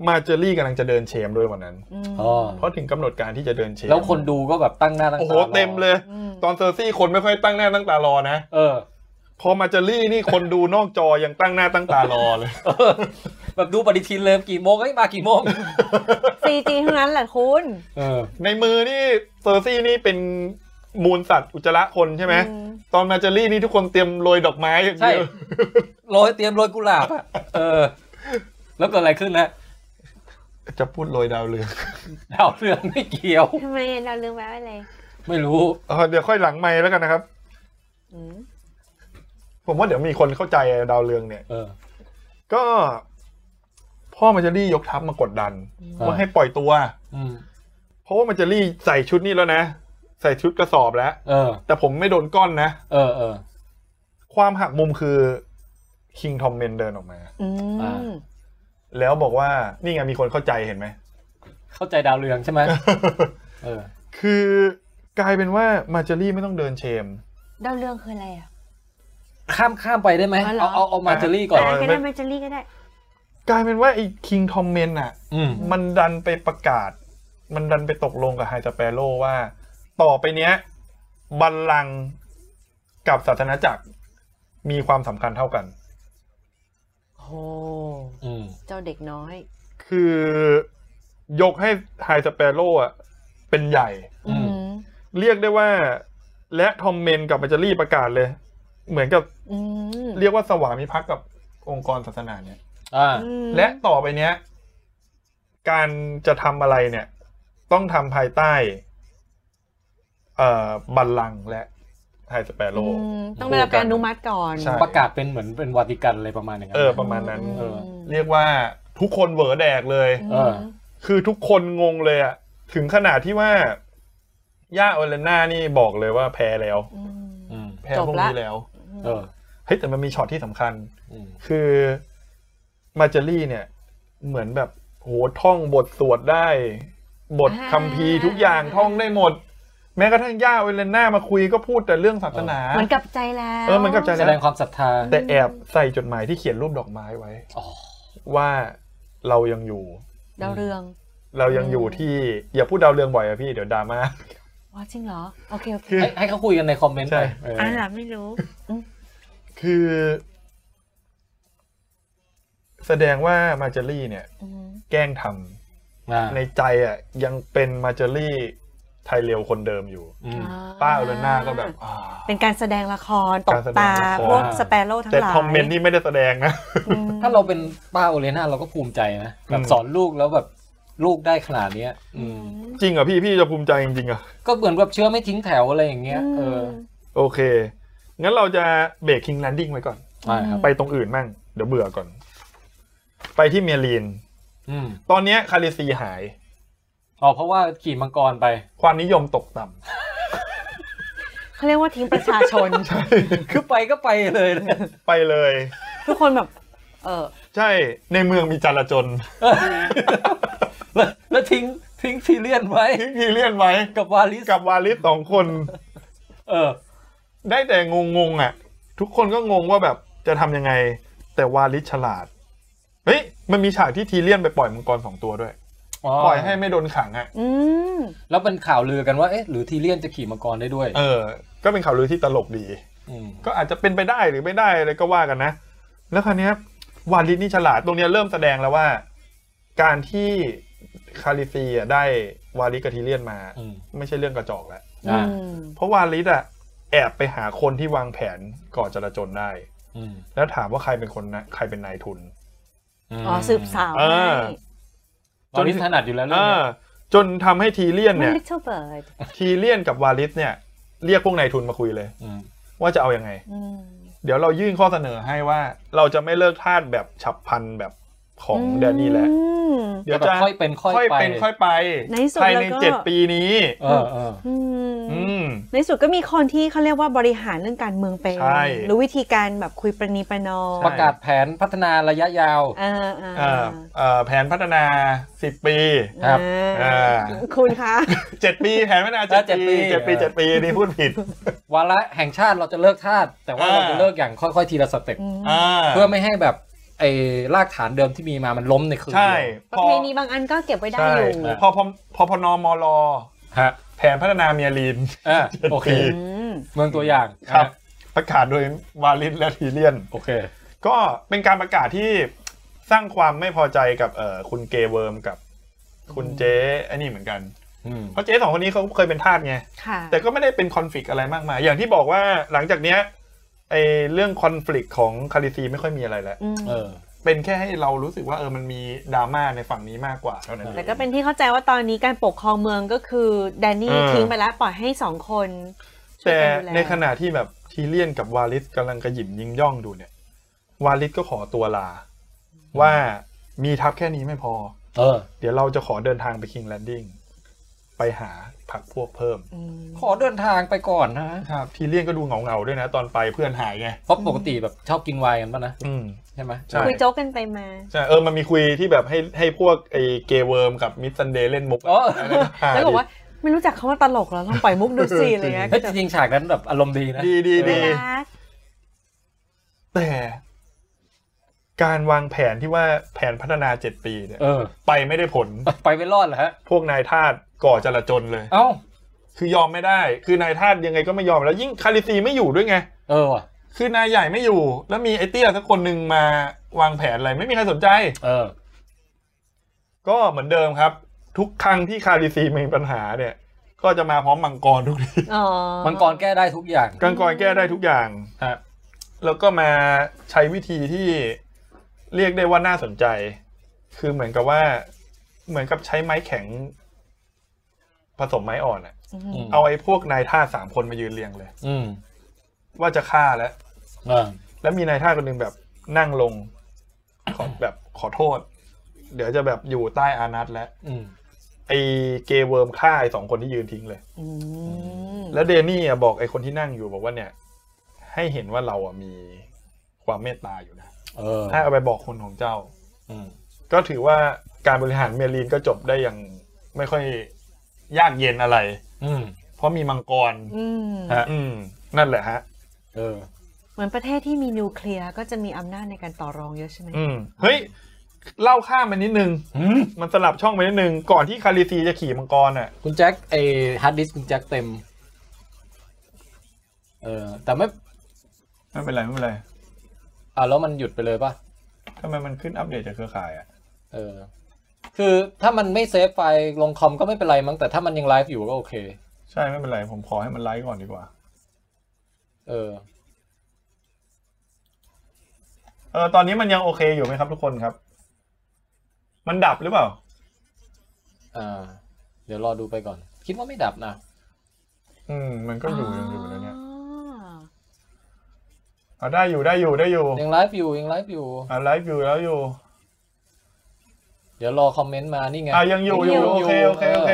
Speaker 2: มาเจอรี่กำลังจะเดินเชมด้วยวันนั้น
Speaker 3: ม
Speaker 1: อ๋อ
Speaker 2: เพราะถึงกำหนดการที่จะเดินเชม
Speaker 1: แล้วคนดูก็แบบตั้งหน้าตั้งตา
Speaker 2: โอ้โหเต็มเลย
Speaker 3: ม
Speaker 2: ตอนเซอร์ซี่คนไม่ค่อยตั้งหน้าตั้งตารอนะ
Speaker 1: เออ
Speaker 2: พอมาเจอรี่นี่คนดูนอกจอยังตั้งหน้าตั้งตารอเลย
Speaker 1: เออแบบดูปฏิทินเลยกี่โมงเอ้ยมากี่โมง
Speaker 3: ซีจีเท่านั้นแหละคุณ
Speaker 1: เออ
Speaker 2: ในมือนี่เซอร์ซี่นี่เป็นมูลสัตว์อุจจาระคนใช่ไหม
Speaker 3: อื
Speaker 2: ตอนมาเจอรี่นี่ทุกคนเตรียมโรยดอกไม้อย่าง
Speaker 1: ใช่
Speaker 2: เดียว
Speaker 1: โรยเตรียมโรยกุหลาบอะเออ แล้วเกิดอะไรขึ้นนะ
Speaker 2: จะพูดโรยดาวเรือง
Speaker 1: ดาวเรืองไม่เกี่ยว
Speaker 3: ทำไมเราลืมไว้อะไร
Speaker 1: ไม่รู้
Speaker 2: เออเดี๋ยวค่อยหลังไม้แล้วกันนะครับ
Speaker 3: อืม
Speaker 2: ผมว่าเดี๋ยวมีคนเข้าใจดาวเรืองเนี่ย
Speaker 1: เออ
Speaker 2: ก็ พ่อมาเจอรี่ยกทัพมากดดัน
Speaker 1: ครับ
Speaker 2: ว่าให้ปล่อยตัว
Speaker 1: อืม
Speaker 2: เพราะว่ามาเจอรี่ใส่ชุดนี้แล้วนะใส่ชุดกระสอบแล้ว
Speaker 1: เออ
Speaker 2: แต่ผมไม่โดนก้อนนะ
Speaker 1: เออเออ
Speaker 2: ความหักมุมคือคิงทอมเมนเดินออกมา
Speaker 3: อื
Speaker 1: อ่า
Speaker 3: ม
Speaker 2: แล้วบอกว่านี่ไงมีคนเข้าใจเห็นไหม
Speaker 1: เข้าใจดาวเรืองใช่ไหมเออ
Speaker 2: คือกลายเป็นว่ามาเจอรี่ไม่ต้องเดินเชม
Speaker 3: ดาวเรืองคืออะไรอ่ะ
Speaker 1: ข้ามข้ามไปได้ไหม
Speaker 3: อ๋อเหรอ
Speaker 1: เอาเอาเอามาเจอรี่ก่อน
Speaker 3: อะไรก็
Speaker 2: ไม่
Speaker 3: ได้แมนเจลลี่ก็ได้
Speaker 2: กลายเป็นว่าไอ้คิงทอมเมนอ่ะ
Speaker 1: อืม
Speaker 2: มันดันไปประกาศ มันดันไปตกลงกับไฮสเปโรว่า ต่อไปเนี้ยบัลลังก์กับศาสนาจักรมีความสำคัญเท่ากัน
Speaker 3: โอ้
Speaker 1: อืม
Speaker 3: เจ้าเด็กน้อย
Speaker 2: คือยกให้ไฮสเปโรอ่ะเป็นใหญ่
Speaker 1: อืม
Speaker 2: เรียกได้ว่า และทอมเมนกับมาเจอรี่ประกาศเลย เหมือนกับ
Speaker 3: อืม
Speaker 2: เรียกว่าสวามิภักดิ์กับองค์กรศาสนาเนี่ย
Speaker 1: อ่า
Speaker 3: อืม
Speaker 2: และต่อไปเนี้ย การจะทำอะไรเนี่ย ต้องทำภายใต้ เอ่อบัลลังก์และไฮสเปโร
Speaker 3: อืมต้องได้รับการอนุมัติก่อน
Speaker 2: ใช่
Speaker 1: ประกาศเป็นเหมือนเป็นวาติกันอะไรประมาณอย่างนั้
Speaker 2: เอน อ ประมาณนั้น
Speaker 1: เออ
Speaker 2: เรียกว่าทุกคนเหวอแดกเลย
Speaker 1: เออ
Speaker 2: คือทุกคนงงเลยอะถึงขนาดที่ว่า ย่าเอเลน่านี่บอกเลยว่าแพ้แล้ว
Speaker 1: อืม
Speaker 2: แพ้พวกนี้แล้ว
Speaker 1: เออ
Speaker 2: เฮ้ยแต่มันมีช็อตที่สำคัญ
Speaker 1: อืม
Speaker 2: คือมาเจอรี่เนี่ย เหมือนแบบโหท่องบทสวดได้ บท
Speaker 3: อ่า
Speaker 2: คัมภีร์ทุกอย่างท่องได้หมด แม้กระทั่งย่าเวเลน่ามาคุยก็พูดแต่เรื่องศาสนา
Speaker 3: เหมือนกับใจแล้ว
Speaker 2: เออเหมือนกับใจ
Speaker 1: แสดงความศรัทธา
Speaker 2: แต่แอบใส่จดหมายที่เขียนรูปดอกไม้ไว้
Speaker 1: อ๋อ
Speaker 2: ว่าเรายังอยู่
Speaker 3: ดาวเรือง
Speaker 2: เรายังอยู่ที่อย่าพูดดาวเรืองบ่อยอะพี่เดี๋ยวดราม่า
Speaker 3: ว่าจริงเหรอ โอเค โอเค
Speaker 2: คือ
Speaker 1: ให้ให้เขาคุยกันในคอมเมนต์ไป
Speaker 2: ใช่
Speaker 1: เออ
Speaker 3: อ่านหลับไม่รู้
Speaker 2: คือ แสดงว่ามาเจอรี่เนี่ย
Speaker 3: อืม
Speaker 2: แกล้งทำ
Speaker 1: อ่า
Speaker 2: ในใจอะยังเป็นมาเจอรี่ไทยเร็วคนเดิมอยู่
Speaker 1: อืม
Speaker 2: ป้าเอเลน่าก็แบบอ่า
Speaker 3: เป็นการแสดงละครต
Speaker 2: กา
Speaker 3: บ
Speaker 2: รแสดง
Speaker 3: ตา
Speaker 2: ละคร
Speaker 3: พวกสเปโร่ทั้ง
Speaker 2: แต่
Speaker 3: หลาย
Speaker 2: ทอมเมนต์นี่ไม่ได้แสดงนะ
Speaker 3: อืม
Speaker 1: ถ้าเราเป็นป้าโอเลน่าเราก็ภูมิใจนะแบบ
Speaker 2: อืม
Speaker 1: สอนลูกแล้วแบบลูกได้ขนาดเนี้ย อืม
Speaker 2: จริงเหรอพี่พี่จะภูมิใจจริงๆเหรอ
Speaker 1: ก็เหมือนกับเชื้อไม่ทิ้งแถวอะไรอย่างเงี้ยเออ
Speaker 2: โอเค งั้นเราจะเบรกคิงแลนดิ้งไว้ก่อน
Speaker 1: ใช่ครับ
Speaker 2: ไปตรงอื่นมั่ง เดี๋ยวเบื่อก่อน ไปที่เมียรีน
Speaker 1: อืม
Speaker 2: ตอนเนี้ยคาริซีหาย
Speaker 1: อ๋อเพราะว่าขี่มังกรไป
Speaker 2: ความนิยมตกต่
Speaker 3: เขาเรียกว่าทิ้งประชาชน
Speaker 1: คือไปก็ไปเลยนะ
Speaker 2: ำ ไปเลย
Speaker 3: ทุกคนแบบ เออ
Speaker 2: ใช่ ในเมืองมีจลาจล
Speaker 1: แล้ว แล้วทิ้งทิ้งทีเลียนไว้
Speaker 2: ทิ้งพีเลียนไว้
Speaker 1: กับวาลิส
Speaker 2: กับวาลิสสองคน
Speaker 1: เออ
Speaker 2: ได้แต่งงงๆอ่ะ ทุกคนก็งงว่าแบบจะทำยังไง แต่วาลิสฉลาด เฮ้ย มันมีฉากที่ทีเลียนไปปล่อยมังกรสองตัวด้วย ปล่อยให้ไม่โดนขังอ่ะ
Speaker 3: อืม
Speaker 1: แล้วเป็นข่าวลือกันว่าเอ๊ะหรือทีเลียนจะขี่มังกรได้ด้วย
Speaker 2: เออ ก็เป็นข่าวลือที่ตลกดี
Speaker 1: ม
Speaker 2: ก็อาจจะเป็นไปได้หรือไม่ได้อะไรก็ว่ากันนะ แล้วคราวเนี้ยวาลิสนี่ฉลาดตรงเนี้ยเริ่มแสดงแล้วว่า การที่คาลิซีอ่ะได้วาลิสกับทีเลียนมา
Speaker 1: อืม
Speaker 2: ไม่ใช่เรื่องกระจอกแล้ว
Speaker 1: อ่า
Speaker 3: อืม
Speaker 2: เพราะวาลิสอ่ะแอบไปหาคนที่วางแผนก่อจราจนได้
Speaker 1: อืม
Speaker 2: แล้วถามว่าใครเป็นคนนะใครเป็นนายทุน
Speaker 1: ม
Speaker 3: อ๋อสืบสาว
Speaker 2: เออ
Speaker 3: ให้
Speaker 1: วาลิสถนัดอยู่แล้ว
Speaker 2: เอ
Speaker 1: เรื่อง
Speaker 2: อ
Speaker 1: เนี้ย
Speaker 2: จนทำให้ทีเลียน
Speaker 3: มั
Speaker 2: เนี่
Speaker 3: น
Speaker 2: ย
Speaker 3: little bird
Speaker 2: ทีเลียนกับวาลิสเนี่ย เรียกพวกนายทุนมาคุยเลย
Speaker 1: อืม
Speaker 2: ว่าจะเอาอยัางไง
Speaker 3: อืม
Speaker 2: เดี๋ยวเรายื่นข้อเสนอให้ว่าเราจะไม่เลิกทาสแบบฉับพลันแบบของแดนนี่แหละ
Speaker 3: อืม
Speaker 2: เดี๋ยว
Speaker 1: แต่
Speaker 2: จะ
Speaker 1: แบบค่อยเป็นค่อย
Speaker 2: ค่อย
Speaker 1: ไป
Speaker 2: เป็นค่อยไป
Speaker 3: ในที่สุด
Speaker 2: ภายใน
Speaker 3: แล้วก็
Speaker 2: เจ็ดปีนี้
Speaker 1: เออเออ
Speaker 3: อืม
Speaker 2: อืม
Speaker 3: ในสุดก็มีคนที่เขาเรียกว่าบริหารเรื่องการเมืองเป็น
Speaker 2: ใช่
Speaker 3: รู้วิธีการแบบคุยประนีประนอม
Speaker 2: ใช่
Speaker 1: ประกาศแผนพัฒนาระยะยาว
Speaker 3: เออเออ
Speaker 2: เอ่อเอ่อแผนพัฒนาสิบปี
Speaker 1: ครับ
Speaker 3: เอ
Speaker 2: เอ่
Speaker 3: อ
Speaker 2: อ
Speaker 3: คุณคะ
Speaker 2: เจ็ดปีแผนพัฒนา
Speaker 1: เออเจ็
Speaker 2: เจ็
Speaker 1: ด
Speaker 2: ด
Speaker 1: ปี
Speaker 2: ปีเจ็ดปีเจ็ดปีนี่พูดผิด
Speaker 1: วาระแห่งชาติเราจะเลิกทาสแต่ว่า
Speaker 2: อ่า
Speaker 1: เราจะเลิกอย่างค่อยๆทีละสเต็ป
Speaker 2: อ่า
Speaker 1: เพื่อไม่ให้แบบไอ้รากฐานเดิมที่มีมามันล้มในคืนเดียว
Speaker 2: ใช่
Speaker 3: ประ
Speaker 2: พอ
Speaker 3: เพณีบางอันก็เก็บไว้ได้
Speaker 2: ใช่
Speaker 3: อยู่
Speaker 2: พอพอพอพอนอมอลอ
Speaker 1: ฮะ
Speaker 2: แผนพัฒนาเมียลีน
Speaker 1: อ่าโอเค
Speaker 2: อื
Speaker 3: อืม
Speaker 1: เมืองตัวอย่าง
Speaker 2: ครับ
Speaker 1: อ่ะ
Speaker 2: ประกาศโดยวาลิสและทีเลียน
Speaker 1: โอเค
Speaker 2: ก็เป็นการประกาศที่สร้างความไม่พอใจกับเอ่อคุณเกเวิร์มกับคุณเจ๊ไอ้นี่เหมือนกัน
Speaker 1: อืม
Speaker 2: เพราะเจ๊สองคนนี้เขาเคยเป็นทาสไง
Speaker 3: ค่ะ
Speaker 2: แต่ก็ไม่ได้เป็นคอน FLICT อะไรมากมาย อย่างที่บอกว่าหลังจากเนี้ยไอเรื่องคอน FLICT ของคาริซีไม่ค่อยมีอะไรแล้ว
Speaker 3: อืม
Speaker 1: เออ
Speaker 2: เป็นแค่ให้เรารู้สึกว่าเออมันมีดราม่าในฝั่งนี้มากกว่าเท่านั้นอง
Speaker 3: แต่ก็เป็นที่เข้าใจว่าตอนนี้การปกครองเมืองก็คือแดนนี่
Speaker 2: เออ
Speaker 3: ทิ้งไปแล้วปล่อยให้สองคนช่วย
Speaker 2: แต่
Speaker 3: กันดูแล
Speaker 2: ในขณะที่แบบทีเลียนกับวาลิสกำลังกระหยิมยิงย่องดูเนี่ย วาลิสก็ขอตัวลา ว่ามีทัพแค่นี้ไม่พอ
Speaker 1: เออ
Speaker 2: เดี๋ยวเราจะขอเดินทางไปคิงแลนดิ้งไปหาพักพวกเพิ่ม
Speaker 3: อืม
Speaker 1: ขอเดินทางไปก่อนนะครับ
Speaker 2: ทีเลียนก็ดูเหงาๆด้วยนะตอนไปเพื่อนหายไง
Speaker 1: เพราะปกติแบบชอบกินไวน์กันป่ะนะ
Speaker 2: อืม
Speaker 1: ใช่ไหม
Speaker 2: ใช่
Speaker 3: คุยโจ๊กกันไปมา
Speaker 2: ใช่เออมันมีคุยที่แบบให้ให้พวกไอ้เกย์เวิร์มกับมิสซันเดย์เล่นมุก
Speaker 1: โอ้
Speaker 2: ะ
Speaker 3: แล้วบอกว่าไม่รู้จักคำว่าตลกแล้วลองปล่อยมุกดูสิอะไรเงี้ย
Speaker 1: เฮ้ยจริงๆฉากนั้นแบบอารมณ์ดีนะ
Speaker 2: ดีดี
Speaker 1: เอ
Speaker 2: ดี
Speaker 1: อ
Speaker 3: รัก
Speaker 2: แต่การวางแผนที่ว่าแผนพัฒนาเจ็ดปีเนี่ย
Speaker 1: เออ
Speaker 2: ไปไม่ได้ผล
Speaker 1: ไปไม่รอดเหรอฮะ
Speaker 2: พวกนายทาสก่อจลาจลเลย
Speaker 1: เอ้า
Speaker 2: คือยอมไม่ได้ คือนายทาสยังไงก็ไม่ยอมแล้วยิ่งคาริซีไม่อยู่ด้วยไง
Speaker 1: เออว่ะ
Speaker 2: คือนายใหญ่ไม่อยู่ แล้วมีไอเตี้ยสักคนหนึ่งมาวางแผนอะไรไม่มีใครสนใจ
Speaker 1: เออ
Speaker 2: ก็เหมือนเดิมครับ ทุกครั้งที่คาริซีมีปัญหาเนี่ย ก็จะมาพร้อมมังกรทุกที
Speaker 3: อ๋อ
Speaker 1: มังกรแก้ได้ทุกอย่าง
Speaker 2: กังกรแก้ได้ทุกอย่างฮะแล้วก็มาใช้วิธีที่เรียกได้ว่าน่าสนใจ คือเหมือนกับว่า เหมือนกับใช้ไม้แข็ง ผสมไม้อ่อนอะ
Speaker 3: อืม
Speaker 1: ม
Speaker 2: เอาไอ้พวกนายท่าสามคนมายืนเรียงเลย
Speaker 1: อืม
Speaker 2: ว่าจะฆ่าแล้ว
Speaker 1: เออ
Speaker 2: แล้วมีนายท่าคนหนึ่งแบบนั่งลง ขอแบบขอโทษ เดี๋ยวจะแบบอยู่ใต้อานัตแล้ว
Speaker 1: อืม
Speaker 2: ไอ้เกเวิร์มฆ่าไอ้สองคนที่ยืนทิ้งเลย
Speaker 3: อืม
Speaker 2: แล้วเดนี่อะบอกไอ้คนที่นั่งอยู่บอกว่าเนี่ย ให้เห็นว่าเราอะมีความเมตตาอยู่นะ
Speaker 1: เออ
Speaker 2: ให้เอาไปบอกคนของเจ้า
Speaker 1: อืม
Speaker 2: ก็ถือว่าการบริหารเมลีนก็จบได้อย่างไม่ค่อยยากเย็นอะไร
Speaker 1: อืม
Speaker 2: เพราะมีมังกร
Speaker 3: อืม
Speaker 1: ฮะ
Speaker 2: อืม นั่นแหละฮะ
Speaker 1: เออ
Speaker 3: เหมือนประเทศที่มีนิวเคลียร์ก็จะมีอำนาจในการต่อรองเยอะใช่ไหม
Speaker 2: อืม เฮ้ย เล่าข้ามไปนิดนึง
Speaker 1: อืม
Speaker 2: มันสลับช่องไปนิดนึง ก่อนที่คาริซีจะขี่มังกรอ่ะ
Speaker 1: คุณแจ็คไอฮาร์ดดิสก์คุณแจ็คเต็ม เออ แต่ไม่
Speaker 2: ไม่เป็นไร ไม่เป็นไร
Speaker 1: อ่ะแล้วมันหยุดไปเลยป่ะ
Speaker 2: ทำไมมันขึ้นอัปเดตจากเครือข่ายอ่ะ
Speaker 1: เออ คือถ้ามันไม่เซฟไฟล์ลงคอมก็ไม่เป็นไรมั้ง แต่ถ้ามันยังไลฟ์อยู่ก็โอเค
Speaker 2: ใช่ ไม่เป็นไร ผมขอให้มันไลฟ์ก่อนดีกว่า
Speaker 1: เออ
Speaker 2: เออ ตอนนี้มันยังโอเคอยู่ไหมครับทุกคนครับ มันดับหรือเปล่า
Speaker 1: อ่า เดี๋ยวรอดูไปก่อน คิดว่าไม่ดับนะ
Speaker 2: อืม มันก็อยู่ยังอยู่แล้วเนี่ย
Speaker 3: อ๋อ
Speaker 2: เอาได้อยู่ได้อยู่ได้อยู่
Speaker 1: ยังไลฟ์อยู่ยังไลฟ์อยู่
Speaker 2: อ่าไลฟ์อยู่แล้วอยู่
Speaker 1: เดี๋ยวรอคอมเมนต์มานี่ไง
Speaker 2: อ่ะยังอยู่อยู่โอเคโอเคโอเค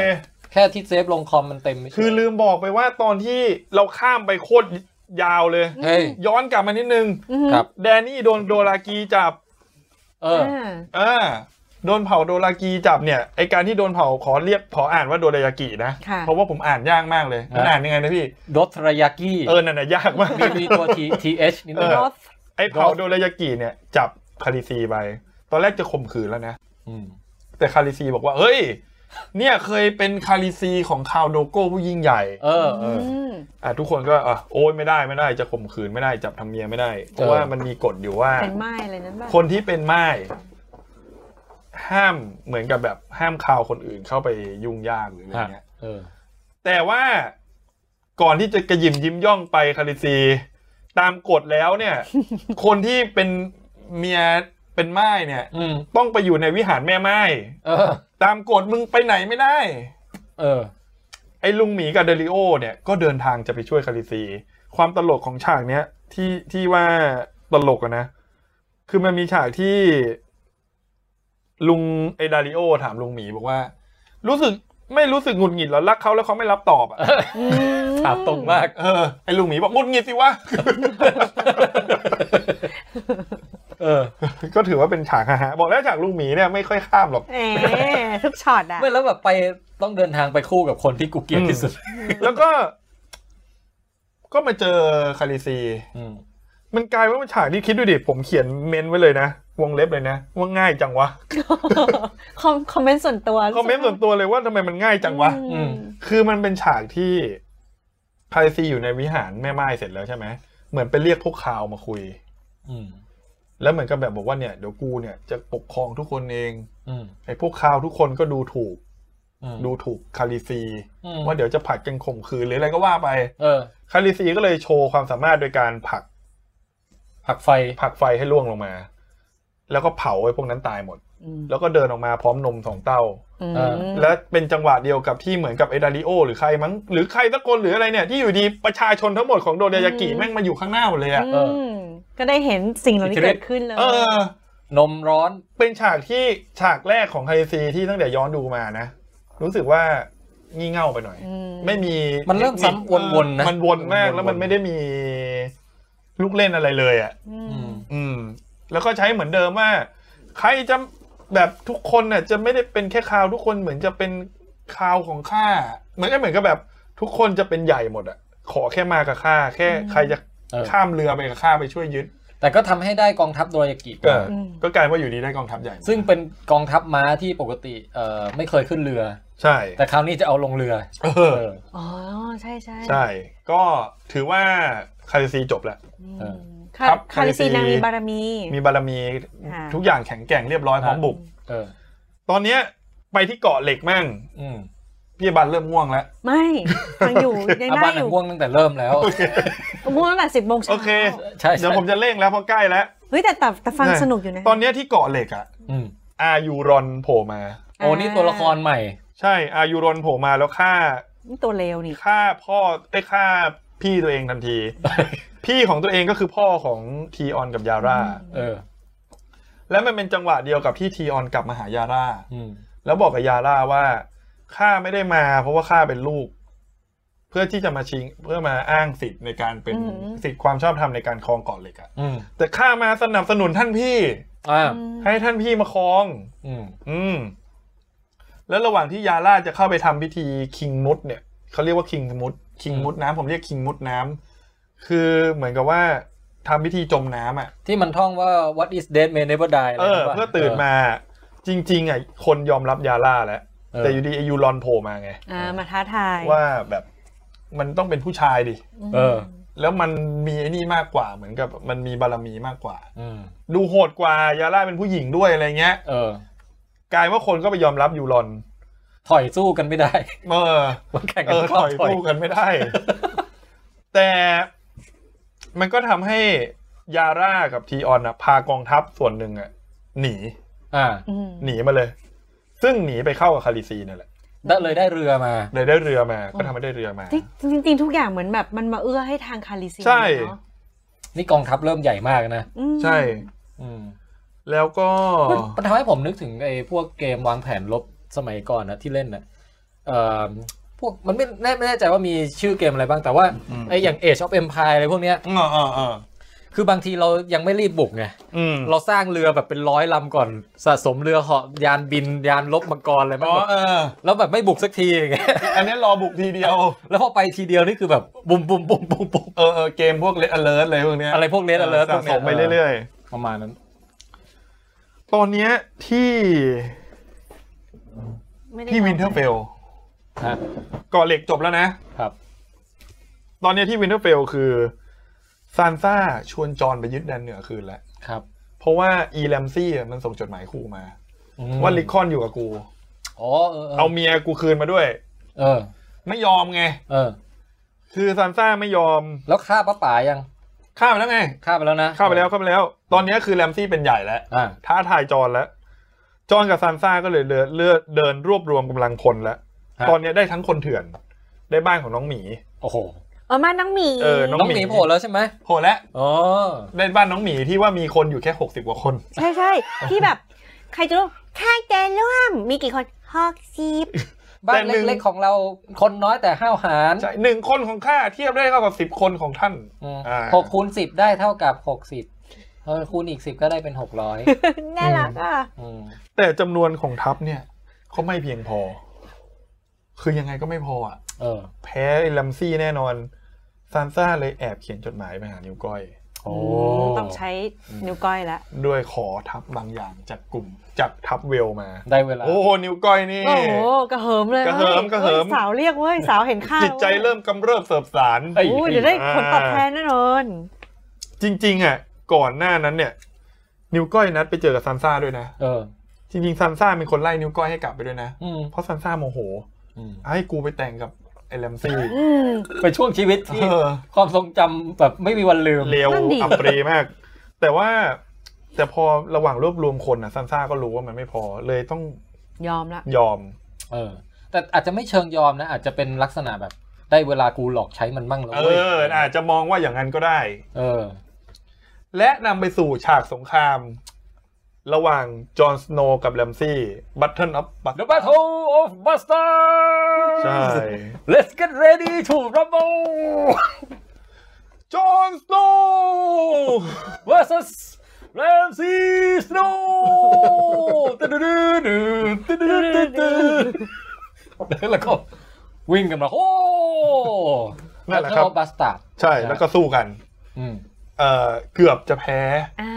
Speaker 1: แค่ที่เซฟลงคอมมันเต็มไม่ใช่
Speaker 2: คือลืมบอกไปว่าตอนที่เราข้ามไปโคตรยาวเลย
Speaker 1: เฮ้ย
Speaker 2: ย้อนกลับมานิดนึง
Speaker 3: อืม
Speaker 1: ครับ
Speaker 2: แดนนี่โดนโดรากีจับ
Speaker 1: เออ
Speaker 3: อ่า
Speaker 2: เอ่าโดนเผาโดรากีจับเนี่ยไอการที่โดนเผาขอเรียกขออ่านว่าโดรายากินะ
Speaker 3: ค่ะ
Speaker 2: เพราะว่าผมอ่านยากมากเลย
Speaker 1: นะ
Speaker 2: มันอ่านยังไงนะพี่
Speaker 1: ดอทรายากิ
Speaker 2: เออนั่นน่ะยากมาก
Speaker 1: มีมีตัวทีทีเอชนิดนึง
Speaker 2: เอ
Speaker 3: รถ
Speaker 2: ไอเผาโดรายากิเนี่ย จับคาริซีไปตอนแรกจะข่มขืนแล้วนะ
Speaker 1: ม
Speaker 2: แต่คาริซีบอกว่าเฮ้ย เนี่ยเคยเป็นคาริซีของคาวโดโก้ผู้ยิ่งใหญ่
Speaker 1: เออเออ
Speaker 3: ม
Speaker 2: อ่ะทุกคนก็อ่ะโอ้ยไม่ได้ไม่ได้จะข่มขืนไม่ได้จับทำเมียไม่ได้ เพ
Speaker 1: เอ
Speaker 2: ราะ
Speaker 1: อ
Speaker 2: ว่ามันมีกฎอยู่ว่า
Speaker 3: เป็นไม้อะไรนั้นป่ะ
Speaker 2: คนที่เป็นม่ายห้ามเหมือนกับแบบห้ามข่าวคนอื่นเข้าไปยุ่งยากหรืออะไร
Speaker 1: ฮะ
Speaker 2: เงี้ย
Speaker 1: เออ
Speaker 2: แต่ว่าก่อนที่จะกระหยิมยิ้มย่องไปคาริซี ตามกฎแล้วเนี่ย คนที่เป็นเมีย เป็นไม้เนี่ย
Speaker 1: อืม
Speaker 2: ต้องไปอยู่ในวิหารแม่ไม้
Speaker 1: เออ
Speaker 2: ตามกฎมึงไปไหนไม่ได้
Speaker 1: เออ
Speaker 2: ไอ้ลุงหมีกับเดลิโอเนี่ยก็เดินทางจะไปช่วยคาริซี ความตลกของฉากเนี้ยที่ที่ว่าตลกอะนะ คือมันมีฉากที่ ลุงไอ้ดาริโอถามลุงหมีบอกว่า รู้สึกไม่รู้สึกหงุดหงิดแล้วรักเขาแล้วเขาไม่รับตอบอะ
Speaker 3: อืม
Speaker 1: ถามตรงมาก
Speaker 2: เออไอ้ลุงหมีบอกหงุดหงิดสิวะ
Speaker 1: เออ
Speaker 2: ก็ถือว่าเป็นฉากฮะบอกแล้วฉากลุงหมีเนี่ยไม่ค่อยข้ามห รอก
Speaker 3: เอ๊ะทุกช็อตอะ
Speaker 1: ไม่แล้วแบบไปต้องเดินทางไปคู่กับคนที่กูเกลียดที่สุด
Speaker 2: แล้วก็ ก็มาเจอคาริซี
Speaker 1: อืม
Speaker 2: มันกลายว่ามันฉากที่คิดดูดิผมเขียนเมนไว้เลยนะ วงเล็บเลยนะ ว่าง่ายจังวะ
Speaker 3: คอมคอมเมนต์ส่วนตัว
Speaker 2: คอมเมนต์ส่วนตัวเลยว่าทำไมมันง่ายจังวะ
Speaker 3: อืม
Speaker 2: คือมันเป็นฉากที่คาริซีอยู่ในวิหารแม่ไม้เสร็จแล้วใช่ไหม เหมือนไปเรียกพวกข่าวมาคุย
Speaker 1: อืม
Speaker 2: แล้วเหมือนกับแบบบอกว่าเนี่ยเดี๋ยวกูเนี่ยจะปกครองทุกคนเอง
Speaker 1: อืม
Speaker 2: ไอ้พวกข่าวทุกคนก็ดูถูก
Speaker 1: อืม
Speaker 2: ดูถูกคาริซี
Speaker 1: อืม
Speaker 2: ว่าเดี๋ยวจะผลัดกันข่มขืนหรืออะไรก็ว่าไป
Speaker 1: เออ
Speaker 2: คาริซีก็เลยโชว์ความสามารถโดยการผลัก
Speaker 1: ผลักไฟ
Speaker 2: ผลักไฟให้ล่วงลงมา แล้วก็เผาไอ้พวกนั้นตายหมด
Speaker 3: อืม
Speaker 2: แล้วก็เดินออกมาพร้อมนมสองเต้า
Speaker 1: เออ
Speaker 2: และเป็นจังหวะเดียวกับที่เหมือนกับเอดาริโอหรือใครมั้งหรือใครสักคนหรืออะไรเนี่ย ที่อยู่ดีประชาชนทั้งหมดของโดเดยากิแม่งมาอยู่ข้างหน้าหมดเลยอะ
Speaker 1: เอออื
Speaker 3: มก็ได้เห็นสิ่งเหล่านี้เกิดขึ้นเลย
Speaker 2: เออ
Speaker 1: นมร้อน
Speaker 2: เป็นฉากที่ฉากแรกของไฮซีที่ตั้งแต่ย้อนดูมานะ รู้สึกว่างี่เง่าไปหน่อย
Speaker 3: อืม
Speaker 2: ไม่มี
Speaker 1: มันเริ่มซ้ำวนๆนะ
Speaker 2: มันวนมากแล้วมันไม่ได้มีลูกเล่นอะไรเลยอ่ะ
Speaker 3: อื
Speaker 1: อื
Speaker 3: ม
Speaker 1: ม
Speaker 2: อืม แล้วก็ใช้เหมือนเดิมว่า ใครจะแบบทุกคนน่ะจะไม่ได้เป็นแค่คราวทุกคนเหมือนจะเป็นคราวของข้าเหมือนก็เหมือนกับแบบ ทุกคนจะเป็นใหญ่หมดอ่ะ ขอแค่มากับข้าแค่ใครจะ
Speaker 1: เออ
Speaker 2: ข้ามเรือไปกับข้าไปช่วยยึด
Speaker 1: แต่ก็ทำให้ได้กองทัพโดรายากิ
Speaker 2: เอออก็กลายว่าอยู่ดีได้กองทัพใหญ่
Speaker 1: ซึ่งเป็นกองทัพม้าที่ปกติเอ่อไม่เคยขึ้นเรือ
Speaker 2: ใช่
Speaker 1: แต่คราวนี้จะเอาลงเรือ
Speaker 2: เอ
Speaker 1: เออ
Speaker 2: อ
Speaker 3: อ๋อ ใช่ใช่
Speaker 2: ใช่ ก็ถือว่าคาริซีจบแล้ว
Speaker 3: อืม
Speaker 1: เออ
Speaker 3: ค่ะ
Speaker 2: ครับ
Speaker 3: คาริซี
Speaker 2: คาริซี
Speaker 3: นางมีบารมี
Speaker 2: มีบารมี
Speaker 3: ค่ะ
Speaker 2: ทุกอย่างแข็งแกร่งเรียบร้อยพร้อมบุก
Speaker 1: เออ
Speaker 2: ตอนเนี้ยไปที่เกาะเหล็กมั่ง
Speaker 1: อืม
Speaker 2: พี่บันเริ่มง่วงแล้ว
Speaker 3: ไม่ฟังอยู่ ยัง
Speaker 1: อา
Speaker 3: ได้
Speaker 1: บาน
Speaker 3: อยู่
Speaker 1: ห่วงตั้งแต่เริ่มแล้ว
Speaker 3: ง่วงตั้งแต่สิบโมงเช้า
Speaker 2: โอเค
Speaker 1: ใช่
Speaker 2: เดี๋ยว
Speaker 1: ใช่
Speaker 2: ผมจะเร่งแล้วเพราะใกล้แล้ว
Speaker 3: เฮ้ยแต่แต่แต่ฟัง
Speaker 2: ใช่
Speaker 3: สนุกอยู่นะ
Speaker 2: ตอนเนี้ยที่เกาะเหล็กอะ
Speaker 1: อืม
Speaker 2: อายูรอนโผล่มา
Speaker 1: โอ้นี่ตัวละครใหม่
Speaker 2: ใช่อายูรอนโผล่มาแล้วฆ่า
Speaker 3: นี่ตัวเลวนี่
Speaker 2: ฆ่าพ่อไอ้ยฆ่าพี่ตัวเองทันที พี่ของตัวเองก็คือพ่อของทีออนกับยาร่า
Speaker 1: เออ
Speaker 2: และมันเป็นจังหวะเดียวกับที่ทีออนกลับมาหายาร่า
Speaker 1: อืม
Speaker 2: แล้วบอกกับยาร่าว่าข้าไม่ได้มา เพราะว่าข้าเป็นลูก เพื่อที่จะมาชิงเพื่อมาอ้างสิทธิ์ในการเป็น
Speaker 3: อืม
Speaker 2: สิทธิ์ความชอบธรรมในการครองเกาะเหล็กอะ
Speaker 1: อืม
Speaker 2: แต่ข้ามาสนับสนุนท่านพี่
Speaker 1: อ่า
Speaker 3: อืม
Speaker 2: ให้ท่านพี่มาครอง
Speaker 1: อืม
Speaker 2: อืม แล้วระหว่างที่ยาร่าจะเข้าไปทำพิธีคิงมุดเนี่ยเขาเรียกว่าคิงมุดคิงมุดน้ำผมเรียกคิงมุดน้ำคือเหมือนกับว่าทำพิธีจมน้ำอ่ะ
Speaker 1: ที่มันท่องว่า what is dead may never die ะ
Speaker 2: เอ
Speaker 1: ไร
Speaker 2: อ
Speaker 1: นั่นปะ
Speaker 2: เพื่อตื่นมา จริง ๆอ่ะคนยอมรับยาร่าแล้ว
Speaker 1: เออ
Speaker 2: แต่อยู่ดีไอ้ยูรอนโผล่มาไง
Speaker 3: อ่ามาท้าทาย
Speaker 2: ว่าแบบมันต้องเป็นผู้ชายดิ
Speaker 1: เออ
Speaker 2: แล้วมันมีไอ้นี่มากกว่าเหมือนกับมันมีบารมีมากกว่า
Speaker 1: อืม
Speaker 2: ดูโหดกว่ายาร่าเป็นผู้หญิงด้วยอะไรเงี้ย
Speaker 1: เออ
Speaker 2: กลายว่าคนก็ไปยอมรับยูรอน
Speaker 1: ถอยสู้กันไม่ได้
Speaker 2: เออ
Speaker 1: มันแข่ง
Speaker 2: เอ
Speaker 1: กัน
Speaker 2: อ
Speaker 1: ข้
Speaker 2: ถอย
Speaker 1: ถอย
Speaker 2: สู้กันไม่ ได้ แต่มันก็ทำให้ยาร่ากับทีออนนะพากองทัพส่วนหนึ่งอะหนี
Speaker 1: อ่า
Speaker 3: อืม
Speaker 2: หนีมาเลย ซึ่งหนีไปเข้ากับคาริซีนั่นแหละ
Speaker 1: ได้เลยได้เรือมา
Speaker 2: เลยได้เรือมา ก็ทำให้ได้เรือมา
Speaker 3: จริงจริง ๆ ทุกอย่างเหมือนแบบมันมาเอื้อให้ทางคาริซี
Speaker 2: ใช่
Speaker 3: เนอะ
Speaker 1: นี่กองทัพเริ่มใหญ่มากนะ
Speaker 3: อืม
Speaker 2: ใช่
Speaker 1: อืม
Speaker 2: แล้วก็
Speaker 1: มันทำให้ผมนึกถึงไอ้พวกเกมวางแผนลบสมัยก่อนนะที่เล่นนะเอ่อพวกมันไม่แน่ไม่แน่ใจว่ามีชื่อเกมอะไรบ้างแต่ว่า
Speaker 2: อืม
Speaker 1: ไอ้อย่าง Age of Empire อะไรพวกเนี้ย
Speaker 2: เออเออเออ
Speaker 1: คือบางทีเรายังไม่รีบบุกไง
Speaker 2: อืม
Speaker 1: เราสร้างเรือแบบเป็นร้อยลำก่อนสะสมเรือเหาะยานบินยานลบมังกรอะไร
Speaker 2: อ๋
Speaker 1: บ้า
Speaker 2: อง เออ
Speaker 1: แล้วแบบไม่บุกสักทีอย่างเงี้ย
Speaker 2: อันนี้รอบุกทีเดียว
Speaker 1: แล้วพอไปทีเดียวนี่คือแบบบุมบุมบุมบุมบุม
Speaker 2: เออเออเกมพวกเลดอเลิร์อะไรพวกเนี้ย
Speaker 1: อะไรพวก Red Alert พว
Speaker 2: สะ
Speaker 1: กเนี้
Speaker 2: ส
Speaker 1: ย
Speaker 2: มไปเรื่อย
Speaker 1: ประมาณนั้น
Speaker 2: ๆ ตอนเนี้ยที่
Speaker 3: ไม่ได้
Speaker 2: ที่วินเทอร์เฟล
Speaker 1: ฮะ
Speaker 2: ก่อเหล็กจบแล้วนะ
Speaker 1: ครับ
Speaker 2: ตอนเนี้ยที่วินเทอร์เฟลคือซานซ่าชวนจอห์นไปยึดแดนเหนือคืนแล้ว
Speaker 1: ครับ
Speaker 2: เพราะว่าอีแลมซี่อะมันส่งจดหมายคู่มา
Speaker 1: อืม
Speaker 2: ว่าลิคอนอยู่กับกู
Speaker 1: อ๋อเออ
Speaker 2: เอาเมียกูคืนมาด้วย
Speaker 1: เออ
Speaker 2: ไม่ยอมไง
Speaker 1: เออ
Speaker 2: คือซานซ่าไม่ยอม
Speaker 1: แล้วฆ่าป้าป๋ายัง
Speaker 2: ฆ่าไปแล้วไง
Speaker 1: ฆ่าไปแล้วนะ
Speaker 2: ฆ่าไปแล้วฆ่าไปแล้ว ตอนนี้คือแรมซี่เป็นใหญ่แล้ว
Speaker 1: อ่า
Speaker 2: ท้าทายจอนแล้ว จอนกับซานซ่าก็เลยเลือเลือเดินรวบรวมกำลังคนแล้ว
Speaker 1: ฮะ
Speaker 2: ตอนนี้ได้ทั้งคนเถื่อน ได้บ้านของน้องหมี
Speaker 1: โอ้โห
Speaker 3: เออมาน้องหมี
Speaker 2: เออน้
Speaker 1: น้องหมีโผล่แล้วใช่ไหม
Speaker 2: โหแล้ว
Speaker 1: อ๋อ
Speaker 2: ได้บ้านน้องหมีที่ว่ามีคนอยู่แค่หกสิบกว่าคน
Speaker 3: ใช่ใช่ที่แบบ ใครจะรู้ค่ายแกร่วม มีกี่คนฮอกซีบ
Speaker 1: บ้า
Speaker 2: แต่
Speaker 1: น
Speaker 2: หนึ่ง
Speaker 1: เล็กๆของเราคนน้อยแต่ห้าวหาญ
Speaker 2: ใช่หนึ่งคนของข้าเทียบได้เท่ากับสิบคนของท่าน
Speaker 1: อืม
Speaker 2: อ่า
Speaker 1: หกคูณสิบได้เท่ากับหกสิบเออคูณอีกสิบก็ได้เป็นหกร้ อย
Speaker 3: น่ารักอ่ะ
Speaker 1: อืม
Speaker 2: แต่จำนวนของทัพเนี่ยเขาไม่เพียงพอ คือยังไงก็ไม่พออ่ะ
Speaker 1: เออ
Speaker 2: แพ้ไอ้ลัมซี่แน่นอนซานซ่าเลยแอบเขียนจดหมายไปหานิวก้อย
Speaker 1: โอ้
Speaker 3: ต้องใช้นิ้วก้อยละ
Speaker 2: ด้วยขอทัพบางอย่างจากกลุ่มจากทัพเวลมา
Speaker 1: ได้เวลา
Speaker 2: โอ้โหนิวก้อยนี่
Speaker 3: โอ้โหกระเหิมเลย
Speaker 2: กระเหิม
Speaker 3: ว้ย
Speaker 2: กระเหิม
Speaker 3: ว้ยสาวเรียกเว้ยสาวเห็นข้าว
Speaker 2: จิตใจ
Speaker 3: ว้ย
Speaker 2: เริ่มกำเริบเสบสาร
Speaker 1: เอ้ย
Speaker 3: โอ้ยเดี๋ยวได้ผลตอบแทนแน่นอน
Speaker 2: จริงๆอ่ะก่อนหน้านั้นเนี่ย นิวก้อยนัดไปเจอกับซานซ่าด้วยนะ
Speaker 1: เออ
Speaker 2: จริงๆซานซ่าเป็นคนไล่นิวก้อยให้กลับไปด้วยนะ
Speaker 1: อืม
Speaker 2: เพราะซานซ่าโมโห
Speaker 1: อืม
Speaker 2: ให้กูไปแต่งกับไอ้แรมซี่
Speaker 3: อืม
Speaker 1: เป็นช่วงชีวิตที่
Speaker 2: เออ
Speaker 1: ความทรงจำแบบไม่มีวันลืม
Speaker 2: เลว
Speaker 3: นั่นดิ
Speaker 2: อับปรีมาก แต่ว่าแต่พอระหว่างรวบรวมคนนะซานซ่าก็รู้ว่ามันไม่พอเลยต้อง
Speaker 3: ยอมละ
Speaker 2: ยอม
Speaker 1: เออ แต่อาจจะไม่เชิงยอมนะ อาจจะเป็นลักษณะแบบ ได้เวลากูหลอกใช้มันบ้างแล้ว
Speaker 2: เอ
Speaker 1: ว้ย
Speaker 2: ออาจจะมองว่าอย่างนั้นก็ได้
Speaker 1: เออ
Speaker 2: และนำไปสู่ฉากสงคราม ระหว่างจอห์นสโนว์กับแรมซี่บัตเทิลออฟบัต
Speaker 1: The Battle of Busters
Speaker 2: ใช่
Speaker 1: Let's get ready to rumble
Speaker 2: จอห์นสโนว์
Speaker 1: versus Ramsey Snow ตึ๊ดดึ๊ดดึ๊ดตึ๊ดดึ๊ดดึ๊ดดึ๊ดแล้วก็วิ่งกันมาโอ้
Speaker 2: นั่นแหละครับ
Speaker 1: บัสตาร์
Speaker 2: ใช่แล้วก็สู้กัน
Speaker 1: อืม
Speaker 2: เออเกือบจะแพ้
Speaker 3: อ่า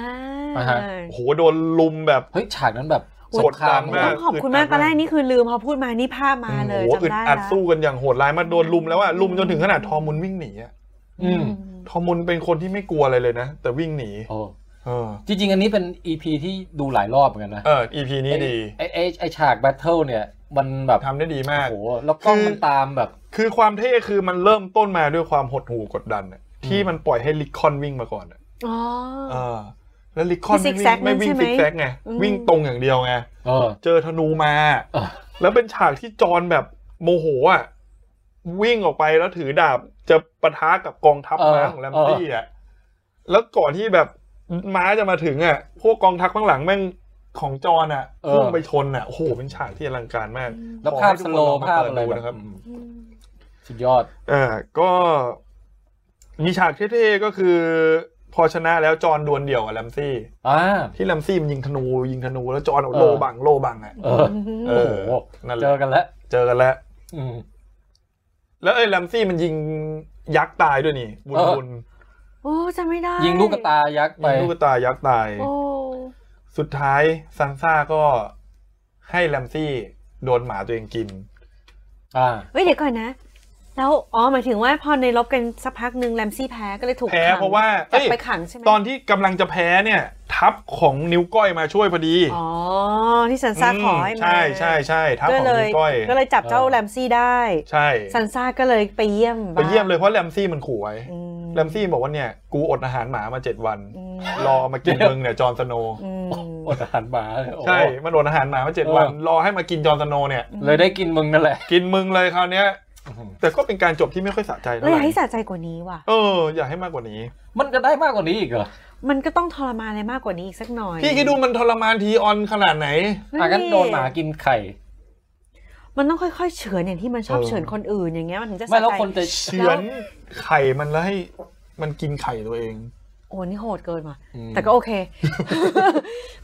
Speaker 1: อ่าฮะ
Speaker 2: โอ้โหโดนลุมแบบ
Speaker 1: เฮ้ยฉากนั้นแบบ
Speaker 2: โหดร้ายมาก
Speaker 3: ต้องขอบคุณมากตอนแรกนี่คือลืมพอพูดมานี่ภาพมาเล
Speaker 2: โอ้
Speaker 3: ย
Speaker 2: โหอึ
Speaker 3: จำ
Speaker 2: ด
Speaker 3: ได้
Speaker 2: อัด
Speaker 3: ละ
Speaker 2: สู้กันอย่างโหดร้ายมากโดนลุมแล้วอะลุมจนถึงขนาดทอมุนวิ่งหนีอะ
Speaker 1: อืม
Speaker 2: ทอมุนเป็นคนที่ไม่กลัวอะไรเลยนะ แต่วิ่งหนี
Speaker 1: โอ้
Speaker 2: เออ
Speaker 1: จริง ๆ อันนี้เป็น EP ที่ดูหลายรอบเหมือนกันนะ
Speaker 2: เออ EP นี้ดี
Speaker 1: ไอไอไอฉากแบทเทิลเนี่ย มันแบบ
Speaker 2: ทำได้ดี
Speaker 1: โอ้
Speaker 2: มาก
Speaker 1: โหแล้วกล้องมันตามแบบ
Speaker 2: คือความเท่คือมันเริ่มต้นมาด้วยความหดหู่กดดันอะที่มันปล่อยให้ลิคคอนวิ่งมาก่อนอะ
Speaker 3: อ๋อ
Speaker 2: เออ แล้วลิคคอน
Speaker 3: ที่
Speaker 2: ไม่วิ่ง
Speaker 3: zigzag
Speaker 2: ไม่วิ่ง
Speaker 3: นั่
Speaker 2: ซิก
Speaker 3: นใช่ไหม
Speaker 2: แซกไง
Speaker 3: อืม
Speaker 2: วิ่งตรงอย่างเดียวไง
Speaker 1: เออ
Speaker 2: เจอธนูมา
Speaker 1: เออ
Speaker 2: แล้วเป็นฉากที่จอนแบบโมโหอ่ะวิ่งออกไปแล้วถือดาบจะปะทะกับกองทัพม้าของแรมตี้อ่ะแล้วก่อนที่แบบม้าจะมาถึงอ่ะพวกกองทัพข้างหลังแม่งของจอนอ่ะ
Speaker 1: เออ
Speaker 2: พุ่งไปชนอ่ะโอ้โหเป็นฉากที่อลังการมาก
Speaker 1: แล้ว
Speaker 2: ขอ
Speaker 1: ภาพ
Speaker 2: ให้ทุ
Speaker 1: ส
Speaker 2: กคน
Speaker 1: โล
Speaker 2: ลอง
Speaker 1: ว์
Speaker 2: มา
Speaker 1: ภาพ
Speaker 2: เปิด
Speaker 1: อะไร
Speaker 2: ดู
Speaker 1: แบบ
Speaker 2: นะครับ
Speaker 1: อืม
Speaker 3: อืม
Speaker 1: สุดยอด
Speaker 2: อ่าก็มีฉากเท่ๆก็คือ พอชนะแล้วจอนดวลเดี่ยวกับแรมซี่
Speaker 1: อ่า
Speaker 2: ที่แรมซี่มันยิงธนูยิงธนูแล้วจอนเอา
Speaker 1: เออ
Speaker 2: โลบังโลบังอ่ะ
Speaker 1: เออ
Speaker 2: เออ
Speaker 1: โอ้โห
Speaker 2: นั่นแห
Speaker 1: เจอ
Speaker 2: ละ
Speaker 1: กันแล้ว
Speaker 2: เจอกันแล้ว
Speaker 1: อืม
Speaker 2: แล้วไอ้แรมซี่มันยิงยักษ์ตายด้วยนี่บุญ
Speaker 1: เออ
Speaker 2: บุญ
Speaker 3: โอ้จะไม่ได้
Speaker 1: ยิงลูกกระตายักษ์ไป
Speaker 2: ยิงลูกกระตายยักษ์ตาย
Speaker 3: โอ้
Speaker 2: สุดท้ายซันซ่าก็ให้แรมซี่โดนหมาตัวเองกิน
Speaker 1: อ่า
Speaker 3: เฮ้ยเดี๋ยวก่อนนะ แล้วอ๋อหมายถึงว่าพอในรบกันสักพักหนึ่งแรมซี่แพ้ก็เลยถูก
Speaker 2: แพ้
Speaker 3: ขัง
Speaker 2: เพราะว่า
Speaker 3: จับ
Speaker 2: เย
Speaker 3: ไปขังใช่ไหม
Speaker 2: ตอนที่กำลังจะแพ้เนี่ย ทัพของนิ้วก้อยมาช่วยพอดี
Speaker 3: อ๋อที่ซันซ่าขอให้
Speaker 2: ม
Speaker 3: มา
Speaker 2: ใช่ใช่ใช่ทัพ
Speaker 3: ก็
Speaker 2: ของ
Speaker 3: เลย
Speaker 2: นิ้วก้อย
Speaker 3: ก็เลยจับเจ้า
Speaker 1: เออ
Speaker 3: แรมซี่ได้
Speaker 2: ใช่
Speaker 3: ซันซ่าก็เลยไปเยี่ยม
Speaker 2: ไปเยี่ยมเลยเพราะแรมซี่มันขู่ไว้
Speaker 3: อืม
Speaker 2: แรมซี่บอกว่าเนี่ย กูอดอาหารหมามาเจ็ดวัน
Speaker 3: อืม
Speaker 2: รอมากินมึงเนี่ยจอร์นสโนว์
Speaker 3: อืม
Speaker 1: อดอาหารหมาเลยโอ้โห
Speaker 2: ใช่มันอดอาหารหมามาเจ็ดวัน
Speaker 1: เออ
Speaker 2: รอให้มากินจอร์นสโนว์เนี่ย
Speaker 1: เลยได้กินมึงนั่นแหละ
Speaker 2: กินมึงเลยคราวเนี้ย แต่ก็เป็นการจบที่ไม่ค่อยสะใจ
Speaker 3: เรา
Speaker 2: เท่า
Speaker 3: อ
Speaker 2: ไห
Speaker 3: ยาก
Speaker 2: ร่
Speaker 3: ให้สะใจกว่านี้ว่ะ
Speaker 2: เออ อยากให้มากกว่านี้
Speaker 1: มันจะได้มากกว่านี้อีกเหรอ
Speaker 3: มันก็ต้องทรมานอะไรมากกว่านี้อีกสักหน่อย
Speaker 2: พี่คิดดูมันทรมานทีออนขนาดไหน
Speaker 1: อ่ะงั้นโดนหมากินไข่
Speaker 3: มันต้องค่อยๆเฉือนอย่างที่มันชอบ
Speaker 2: เออ
Speaker 3: เฉือนคนอื่นอย่างเงี้ยมันถึงจะ
Speaker 1: ไม่
Speaker 3: สะ
Speaker 1: แล้ว
Speaker 3: ใจ
Speaker 1: คนจะ
Speaker 2: เฉือนไข่มันแล้วให้มันกินไข่ตัวเอง
Speaker 3: โอ้นี่โหดเกินว่ะ
Speaker 1: อืม
Speaker 3: แต่ก็ โอเค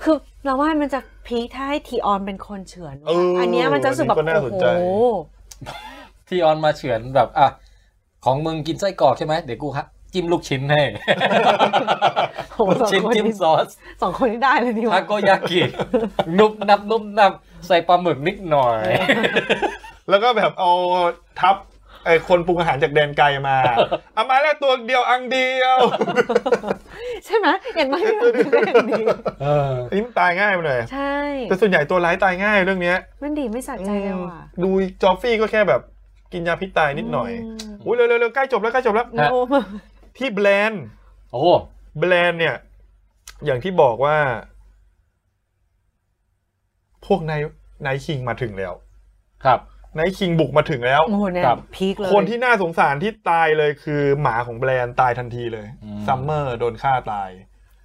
Speaker 3: คือเราว่ามันจะพีคถ้าให้ทีออนเป็นคนเฉือนว่ะ
Speaker 2: เอออั
Speaker 3: นเนี้ยมันจะรู้สึกแบบ
Speaker 2: อันนี้ก็น่าส
Speaker 3: โอ้
Speaker 2: น
Speaker 3: โห
Speaker 2: ใจ
Speaker 1: ที่ออนมาเฉือนแบบอ่ะของมึงกินไส้กรอกใช่ไหมเดี๋ยวกูฮะจิ้มลูกชิ้นให้
Speaker 3: โอ้โห
Speaker 1: ลูก
Speaker 3: สอง
Speaker 1: ชิ้น
Speaker 3: คน
Speaker 1: จิ้ม
Speaker 3: นี้
Speaker 1: ซอส
Speaker 3: สองคนนี้ได้เลยนี่
Speaker 1: ทา
Speaker 3: ว่ะ
Speaker 1: โกยา กิ นุบนับนุบนับใส่ปลาหมึกนิดหน่อย
Speaker 2: แล้วก็แบบเอาทับไอ้คนปรุงอาหารจากแดนไกลมาเอามาแล้วตัวเดียวอังเดียว
Speaker 3: ใช่ไหมอย่างไม่มีคนเป็นแบบนี้
Speaker 1: เออ
Speaker 2: อันนี้มันตายง่ายไปหน่อย
Speaker 3: ใช่
Speaker 2: แต่ส่วนใหญ่ตัวร้ายตายง่ายเรื่องเนี้ย
Speaker 3: มันดีไม่สะใจเลยว่ะ
Speaker 2: ดูจอฟฟี่ก็แค่แบบกินยาพิษตายนิดหน่อย
Speaker 3: ม
Speaker 2: อุ้ยเร็วๆๆใกล้จบแล้วใกล้จบแล้ว
Speaker 1: ฮะ
Speaker 3: โอ้
Speaker 2: ที่แบรนด์
Speaker 1: โอ้
Speaker 2: แบรนด์เนี่ย อย่างที่บอกว่า พวกนายนายคิงมาถึงแล้ว
Speaker 1: ครับ
Speaker 2: นายคิงบุกมาถึงแล้ว
Speaker 3: โอ้โหเนี่ย
Speaker 1: ครับ
Speaker 3: พีคเลย
Speaker 2: คนที่น่าสงสารที่ตายเลยคือหมาของแบรนด์ตายทันทีเลย
Speaker 1: อืม
Speaker 2: ซัมเมอร์โดนฆ่าตาย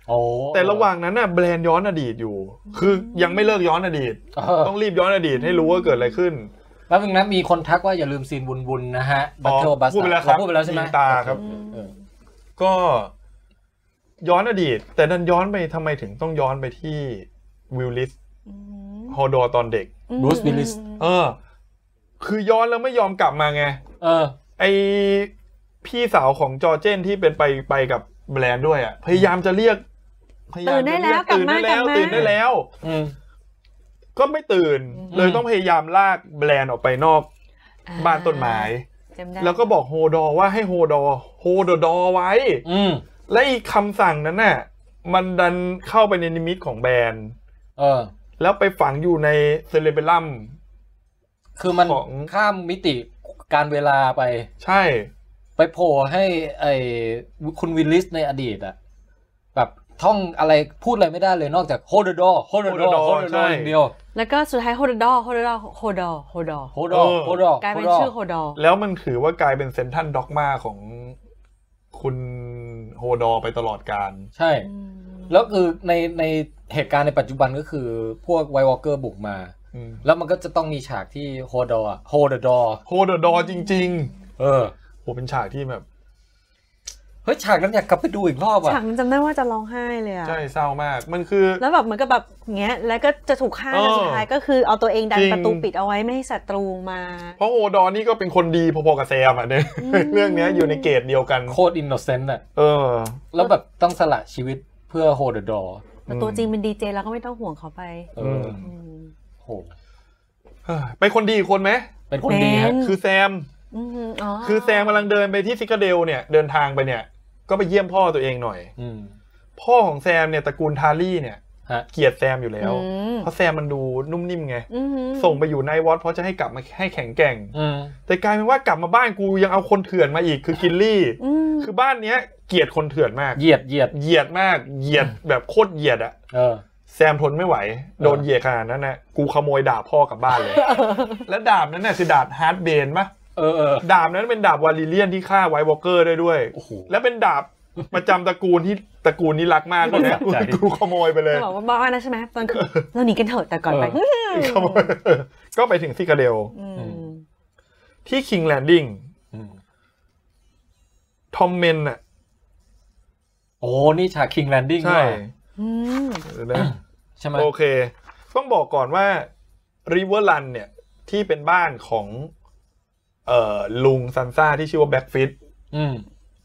Speaker 1: โอ้
Speaker 2: แต่ระหว่างนั้นน่ะแบรนด์ย้อนอดีตอยู่ คือยังไม่เลิกย้อนอดีต
Speaker 1: เออ
Speaker 2: ต้องรีบย้อนอดีตให้รู้ว่าเกิดอะไรขึ้น
Speaker 1: แล้วนึงนะมีคนทักว่าอย่าลืมซีนบุญๆนะฮะบัตเทิลบัส
Speaker 2: พูดไปแล้วครับ
Speaker 1: พูดไปแล้วใช่ไหม
Speaker 2: ยิงตาครับ
Speaker 1: เออ
Speaker 2: ก็ย้อนอดีต แต่นั้นย้อนไปทำไมถึงต้องย้อนไปที่วิลลิสฮอดอตอนเด็ก
Speaker 1: บรูซวิลลิส
Speaker 2: เออ คือย้อนแล้วไม่ยอมกลับมาไง
Speaker 1: เออ
Speaker 2: ไอพี่สาวของจอร์เจนที่เป็นไปไปกับแบรนด์ด้วยอ่ะ พยายามจะเรียกพยายามจะเรีย
Speaker 3: ตื่
Speaker 2: ตื่
Speaker 3: น
Speaker 2: น
Speaker 3: ได้
Speaker 2: ได้
Speaker 3: แล้
Speaker 2: แล้ว ว
Speaker 3: กลับมา
Speaker 2: ตื่นได้แล้ว
Speaker 1: อืม
Speaker 2: ก็ไม่ตื่น
Speaker 1: อืม
Speaker 2: เลยต้องพยายามลากแบรนด์ออกไปนอกบ้านต้นไม้
Speaker 3: จำได้
Speaker 2: แล้วก็บอกโฮดอร์ว่าให้โฮดอร์โฮดอดอร์ไว้
Speaker 1: อืม
Speaker 2: และอีกคำสั่งนั้นน่ะ มันดันเข้าไปในนิมิตของแบรนด์
Speaker 1: เออ
Speaker 2: แล้วไปฝังอยู่ในเซเลเบลัม
Speaker 1: คือมัน
Speaker 2: ของ
Speaker 1: ข้ามมิติการเวลาไป
Speaker 2: ใช่
Speaker 1: ไปโผล่ให้ไอ้คุณวิลลิสในอดีตอะแบบท่องอะไรพูดอะไรไม่ได้เลยนอกจากโฮเดอร์โฮเดอร์
Speaker 2: Hold the
Speaker 1: โฮ
Speaker 2: door
Speaker 1: เดอ
Speaker 2: ใช่
Speaker 1: ร์อย่างเดียว
Speaker 3: แล้วก็สุดท้ายโฮดดอโฮดดอโฮดอโฮดอ
Speaker 1: โฮเดอร์
Speaker 2: เออ
Speaker 1: โฮเดอร์
Speaker 3: กลายเป็นชื่อโฮดอ
Speaker 2: แล้วมันถือว่ากลายเป็นเซนทันด็อกมาของคุณโฮดอร์ไปตลอดการ
Speaker 1: ใช่ แล้วคือในในเหตุการณ์ในปัจจุบันก็คือพวกไววอลเกอร์บุกมา แล้วมันก็จะต้องมีฉากที่โฮเดอร์โฮเดอร์
Speaker 2: โฮดอดอจริง
Speaker 1: เออ
Speaker 2: ๆโหเป็นฉากที่แบบ
Speaker 1: เฮ้ยฉากนั้นอยากกลับไปดูอีกรอบอ่ะ
Speaker 3: ฉากนั้นจำได้ว่าจะร้องไห้เลยอะ
Speaker 2: ใช่เศร้ามาก มันคือ
Speaker 3: แล้วแบบเหมือนกับแบบอย่างเงี้ย แล้วก็จะถูกฆ่า
Speaker 2: เออ
Speaker 3: แต่สุดท้ายก็คือเอาตัวเองดัน
Speaker 2: จริง
Speaker 3: ประตูปิดเอาไว้ไม่ให้ศัตรูมา
Speaker 2: เพราะโฮดอนี่ก็เป็นคนดีพอๆกับแซมอ่ะเนี่ย
Speaker 3: อืม
Speaker 2: เรื่องเนี้ยอยู่ในเกรดเดียวกัน
Speaker 1: โคตรอินโนเซนต์อ่ะ
Speaker 2: เออ
Speaker 1: แล้วแบบต้องสละชีวิตเพื่อโฮเดอร์
Speaker 3: แต่ตัวจริงเป็นดีเจแล้วก็ไม่ต้องห่วงเขาไป
Speaker 1: เออ
Speaker 2: ม
Speaker 3: อืม
Speaker 1: โห
Speaker 2: เฮ้ยไปคนดีอีกคนไหม
Speaker 1: เป็นคนดีฮะ
Speaker 2: คือแซม
Speaker 3: อืมอ๋อ
Speaker 2: คือแซมกำลังเดินไปที่ซิกาเดลเนี่ย เดินทางไปเนี่ย ก็ไปเยี่ยมพ่อตัวเองหน่อย
Speaker 1: อืม
Speaker 2: พ่อของแซมเนี่ยตระกูลทารี่เนี่ย
Speaker 1: ฮะ
Speaker 2: เกลียดแซมอยู่แล้ว
Speaker 3: อืม
Speaker 2: เพราะแซมมันดูนุ่มนิ่มไง
Speaker 3: อืม
Speaker 2: ส่งไปอยู่ในวอตเพราะจะให้กลับมาให้แข็งแกร่ง
Speaker 1: อืม
Speaker 2: แต่กลายเป็นว่ากลับมาบ้านกูยังเอาคนเถื่อนมาอีกคือกิลลี่
Speaker 3: อืม
Speaker 2: คือบ้านเนี้ยเกลียดคนเถื่อนมาก
Speaker 1: เหยียดเหยียด
Speaker 2: เหยียดมากเหยียดแบบโคตรเหยียดอะ
Speaker 1: เออ
Speaker 2: แซมทนไม่ไหว โดนเหยียดขนาดนั้นนะกูขโมยดาบพ่อกลับบ้านเลย และดาบนั้นน่ะคือดาบฮาร์ดเบนปะ
Speaker 1: เออเออ
Speaker 2: ดาบนั้นเป็นดาบวาลิเลียนที่ฆ่าไวท์วอลเกอร์ได้ด้วย
Speaker 1: โอ้โห
Speaker 2: และเป็นดาบประจำตระกูลที่ตระกูลนี้รักมากเลยนะ
Speaker 1: ไม่สะใจ
Speaker 2: กูขโมยไปเลย
Speaker 3: จะบอกว่าบ้านะใช่ไหมตอนคืน เราหนีกันเถอะแต่ก่อนไป
Speaker 1: เอ
Speaker 2: ขโมย ก็ไปถึงซิกาเดล
Speaker 3: อืม
Speaker 2: ที่คิงแลนดิ้ง
Speaker 1: อืม
Speaker 2: ทอมเมนน่ะ
Speaker 1: โอ้นี่ฉากคิงแลนดิ้ง
Speaker 2: ใช่
Speaker 3: อืม
Speaker 2: เดี๋ยวนะ
Speaker 1: ใช่ไหม
Speaker 2: โอเค ต้องบอกก่อนว่าริเวอร์ลันเนี่ยที่เป็นบ้านของเอ่อลุงซันซ่าที่ชื่อว่าแบ็กฟิต
Speaker 1: อืม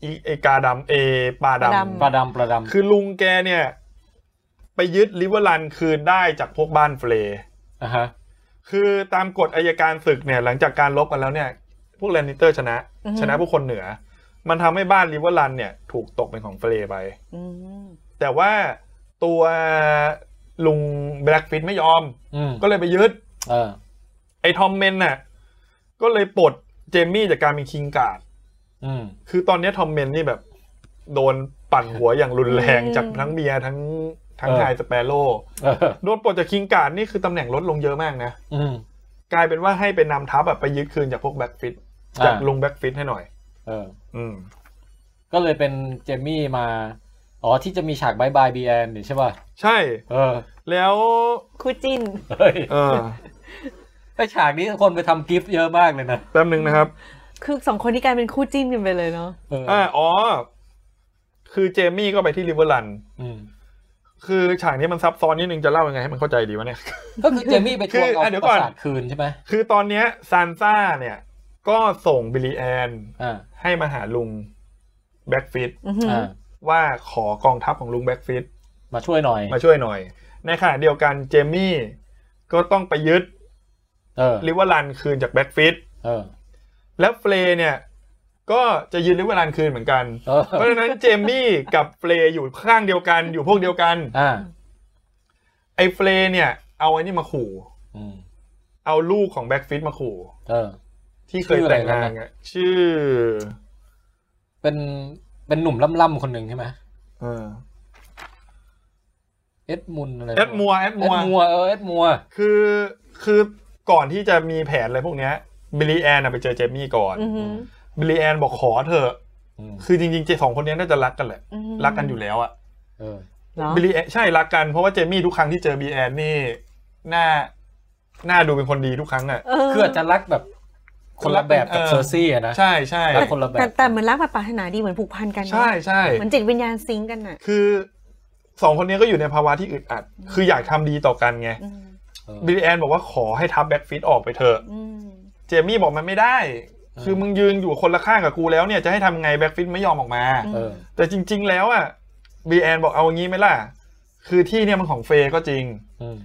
Speaker 2: อีเอกาดำเอปลาด
Speaker 1: ประดำประด
Speaker 2: ำคือลุงแกเนี่ย ไปยึดริเวอร์ลันคืนได้จากพวกบ้านเฟลย์
Speaker 1: ำอ่ะฮะ
Speaker 2: คือตามกฎอายการศึกเนี่ย หลังจากการลบกันแล้วเนี่ย พวกแลนนิเตอร์ชนะ ชนะพวกคนเหนือ มันทำให้บ้านริเวอร์ลันเนี่ย ถูกตกเป็นของเฟลย์ไป
Speaker 3: อืม
Speaker 2: แต่ว่าตัวลุงแบล็กฟิตไม่ยอม
Speaker 1: อืม
Speaker 2: ก็เลยไปยึด
Speaker 1: เออ
Speaker 2: ไอ้ทอมเมนน่ะก็เลยปลดเจมมี่จากการเป็นคิงการ์ด
Speaker 1: อืม
Speaker 2: คือตอนเนี้ยทอมเมนนี่แบบ โดนปั่นหัวอย่างรุนแรงจากทั้งเมียทั้งทั้งไฮสเปโร่
Speaker 1: เออ
Speaker 2: โดนปลดจากคิงการ์ดนี่คือตำแหน่งลดลงเยอะมากนะ
Speaker 1: อืม
Speaker 2: กลายเป็นว่าให้เป็นนำทัพแบบไปยึดคืนจากพวกแบ็กฟิต
Speaker 1: อ่ะ
Speaker 2: จากลุงแบ็กฟิตให้หน่อย
Speaker 1: เออ
Speaker 2: อืม
Speaker 1: ก็เลยเป็นเจมมี่มา อ๋อที่จะมีฉากบายบายบีแอนนี่ใช่ป่ะ
Speaker 2: ใช่
Speaker 1: เออ
Speaker 2: แล้ว
Speaker 3: คู่จิ้น
Speaker 1: เฮ้ย
Speaker 2: เออ
Speaker 1: ไอฉากนี้คนไปทำกิฟต์เยอะมากเลยนะ
Speaker 2: แป๊บนึงนะครับ
Speaker 3: คือสองคนที่กลายเป็นคู่จิ้นกันไปเลยเนาะ
Speaker 1: เออ
Speaker 2: อ่าอ๋อ คือเจมี่ก็ไปที่ริเวอร์ลัน
Speaker 1: อืม
Speaker 2: คือฉากนี้มันซับซ้อนนิดนึงจะเล่ายังไงให้มันเข้าใจดีวะเนี่ย
Speaker 1: ก็คือเจมมี่ไปทวง
Speaker 2: คือ
Speaker 1: เอา
Speaker 2: อ่ะเดี๋ยว
Speaker 1: ป
Speaker 2: ก่
Speaker 1: ระ
Speaker 2: อน
Speaker 1: สาทคืนใช่ไหม
Speaker 2: คือตอนเนี้ยซานซ่าเนี่ย ก็ส่งบิลลีแอน
Speaker 1: อ่า
Speaker 2: ให้มาหาลุงแบ็กฟิต
Speaker 3: อือหือ
Speaker 1: อ่า
Speaker 2: ว่าขอกองทัพของลุงแบ็กฟิต
Speaker 1: มาช่วยหน่อย
Speaker 2: มาช่วยหน่อย ในขณะเดียวกันเจมี่ก็ต้องไปยึด
Speaker 1: เออ
Speaker 2: ลิเวอร์ลันคืนจากแบ็กฟิต
Speaker 1: เออ
Speaker 2: และเฟลย์เนี่ย ก็จะยึดลิเวอร์ลันคืนเหมือนกัน
Speaker 1: เออ
Speaker 2: เพราะฉะนั้นเจมี่กับเฟลย์อยู่ข้างเดียวกันอยู่พวกเดียวกัน
Speaker 1: อ่า
Speaker 2: ไอ้เฟลย์เนี่ย เอาไอ้นี่มาขู่
Speaker 1: อืม
Speaker 2: เอาลูกของแบ็กฟิตมาขู่
Speaker 1: เออ
Speaker 2: ที่เคยแต่งงานไงชื่อ
Speaker 1: เป็น เป็นหนุ่มล่ำๆคนหนึ่งใช่ไหม
Speaker 2: เออ
Speaker 1: เอ็ดมุนอะไร
Speaker 2: เอ็ดมัวเอ็ด
Speaker 1: เอ็
Speaker 2: มั
Speaker 1: ด
Speaker 2: ว
Speaker 1: มัวเออเอ็ดมัว
Speaker 2: คือคือก่อนที่จะมีแผนอะไรพวกเนี้ยบิลลี่แอนนะไปเจอเจมี่ก่อน
Speaker 3: อือหือ
Speaker 2: บิลลี่แอนบอกขอเถอะ
Speaker 1: อืม
Speaker 2: คือจริงๆเจสองคนเนี้ยน่าจะรักกันแหละ
Speaker 3: อือหื
Speaker 2: รักกันอยู่แล้วอะ
Speaker 1: เออ
Speaker 3: เหรอ
Speaker 2: บิลลี่แอนใช่รักกันเพราะว่าเจมี่ทุกครั้งที่เจอบิลลี่แอนนี่หน้าหน้าดูเป็นคนดีทุกครั้งอะ
Speaker 3: เออ
Speaker 1: คืออาจจะรักแบบคนละแบบกับ
Speaker 2: เออ
Speaker 1: เซอร์ซี่อะนะ
Speaker 2: ใช่ใช่
Speaker 1: รักคนละแบ
Speaker 3: แต่
Speaker 1: บ
Speaker 3: แต่เหมือนรักแบบปรารถนาดีเหมือนผูกพันกันเนอะ
Speaker 2: ใช่ใช่
Speaker 3: เหมือนจิตวิญญาณซิงก์กันอ่ะ
Speaker 2: คือสองคนนี้ก็อยู่ในภาวะที่อึดอัด คืออยากทำดีต่อกันไง
Speaker 3: อืม
Speaker 1: เออ
Speaker 2: บิลลี่แอนบอกว่าขอให้ทับแบ็กฟิตออกไปเถอะ
Speaker 3: อืม
Speaker 2: เจมี่บอกมันไม่ได้
Speaker 1: เออ
Speaker 2: คือมึงยืนอยู่คนละข้างกับกูแล้วเนี่ยจะให้ทำไงแบ็กฟิตไม่ยอมออกมา
Speaker 1: เออ
Speaker 2: แต่จริง ๆ แล้วอ่ะบีแอนบอกเอางี้ไหมล่ะ คือที่เนี่ยมันของเฟย์ก็จริง
Speaker 1: อืม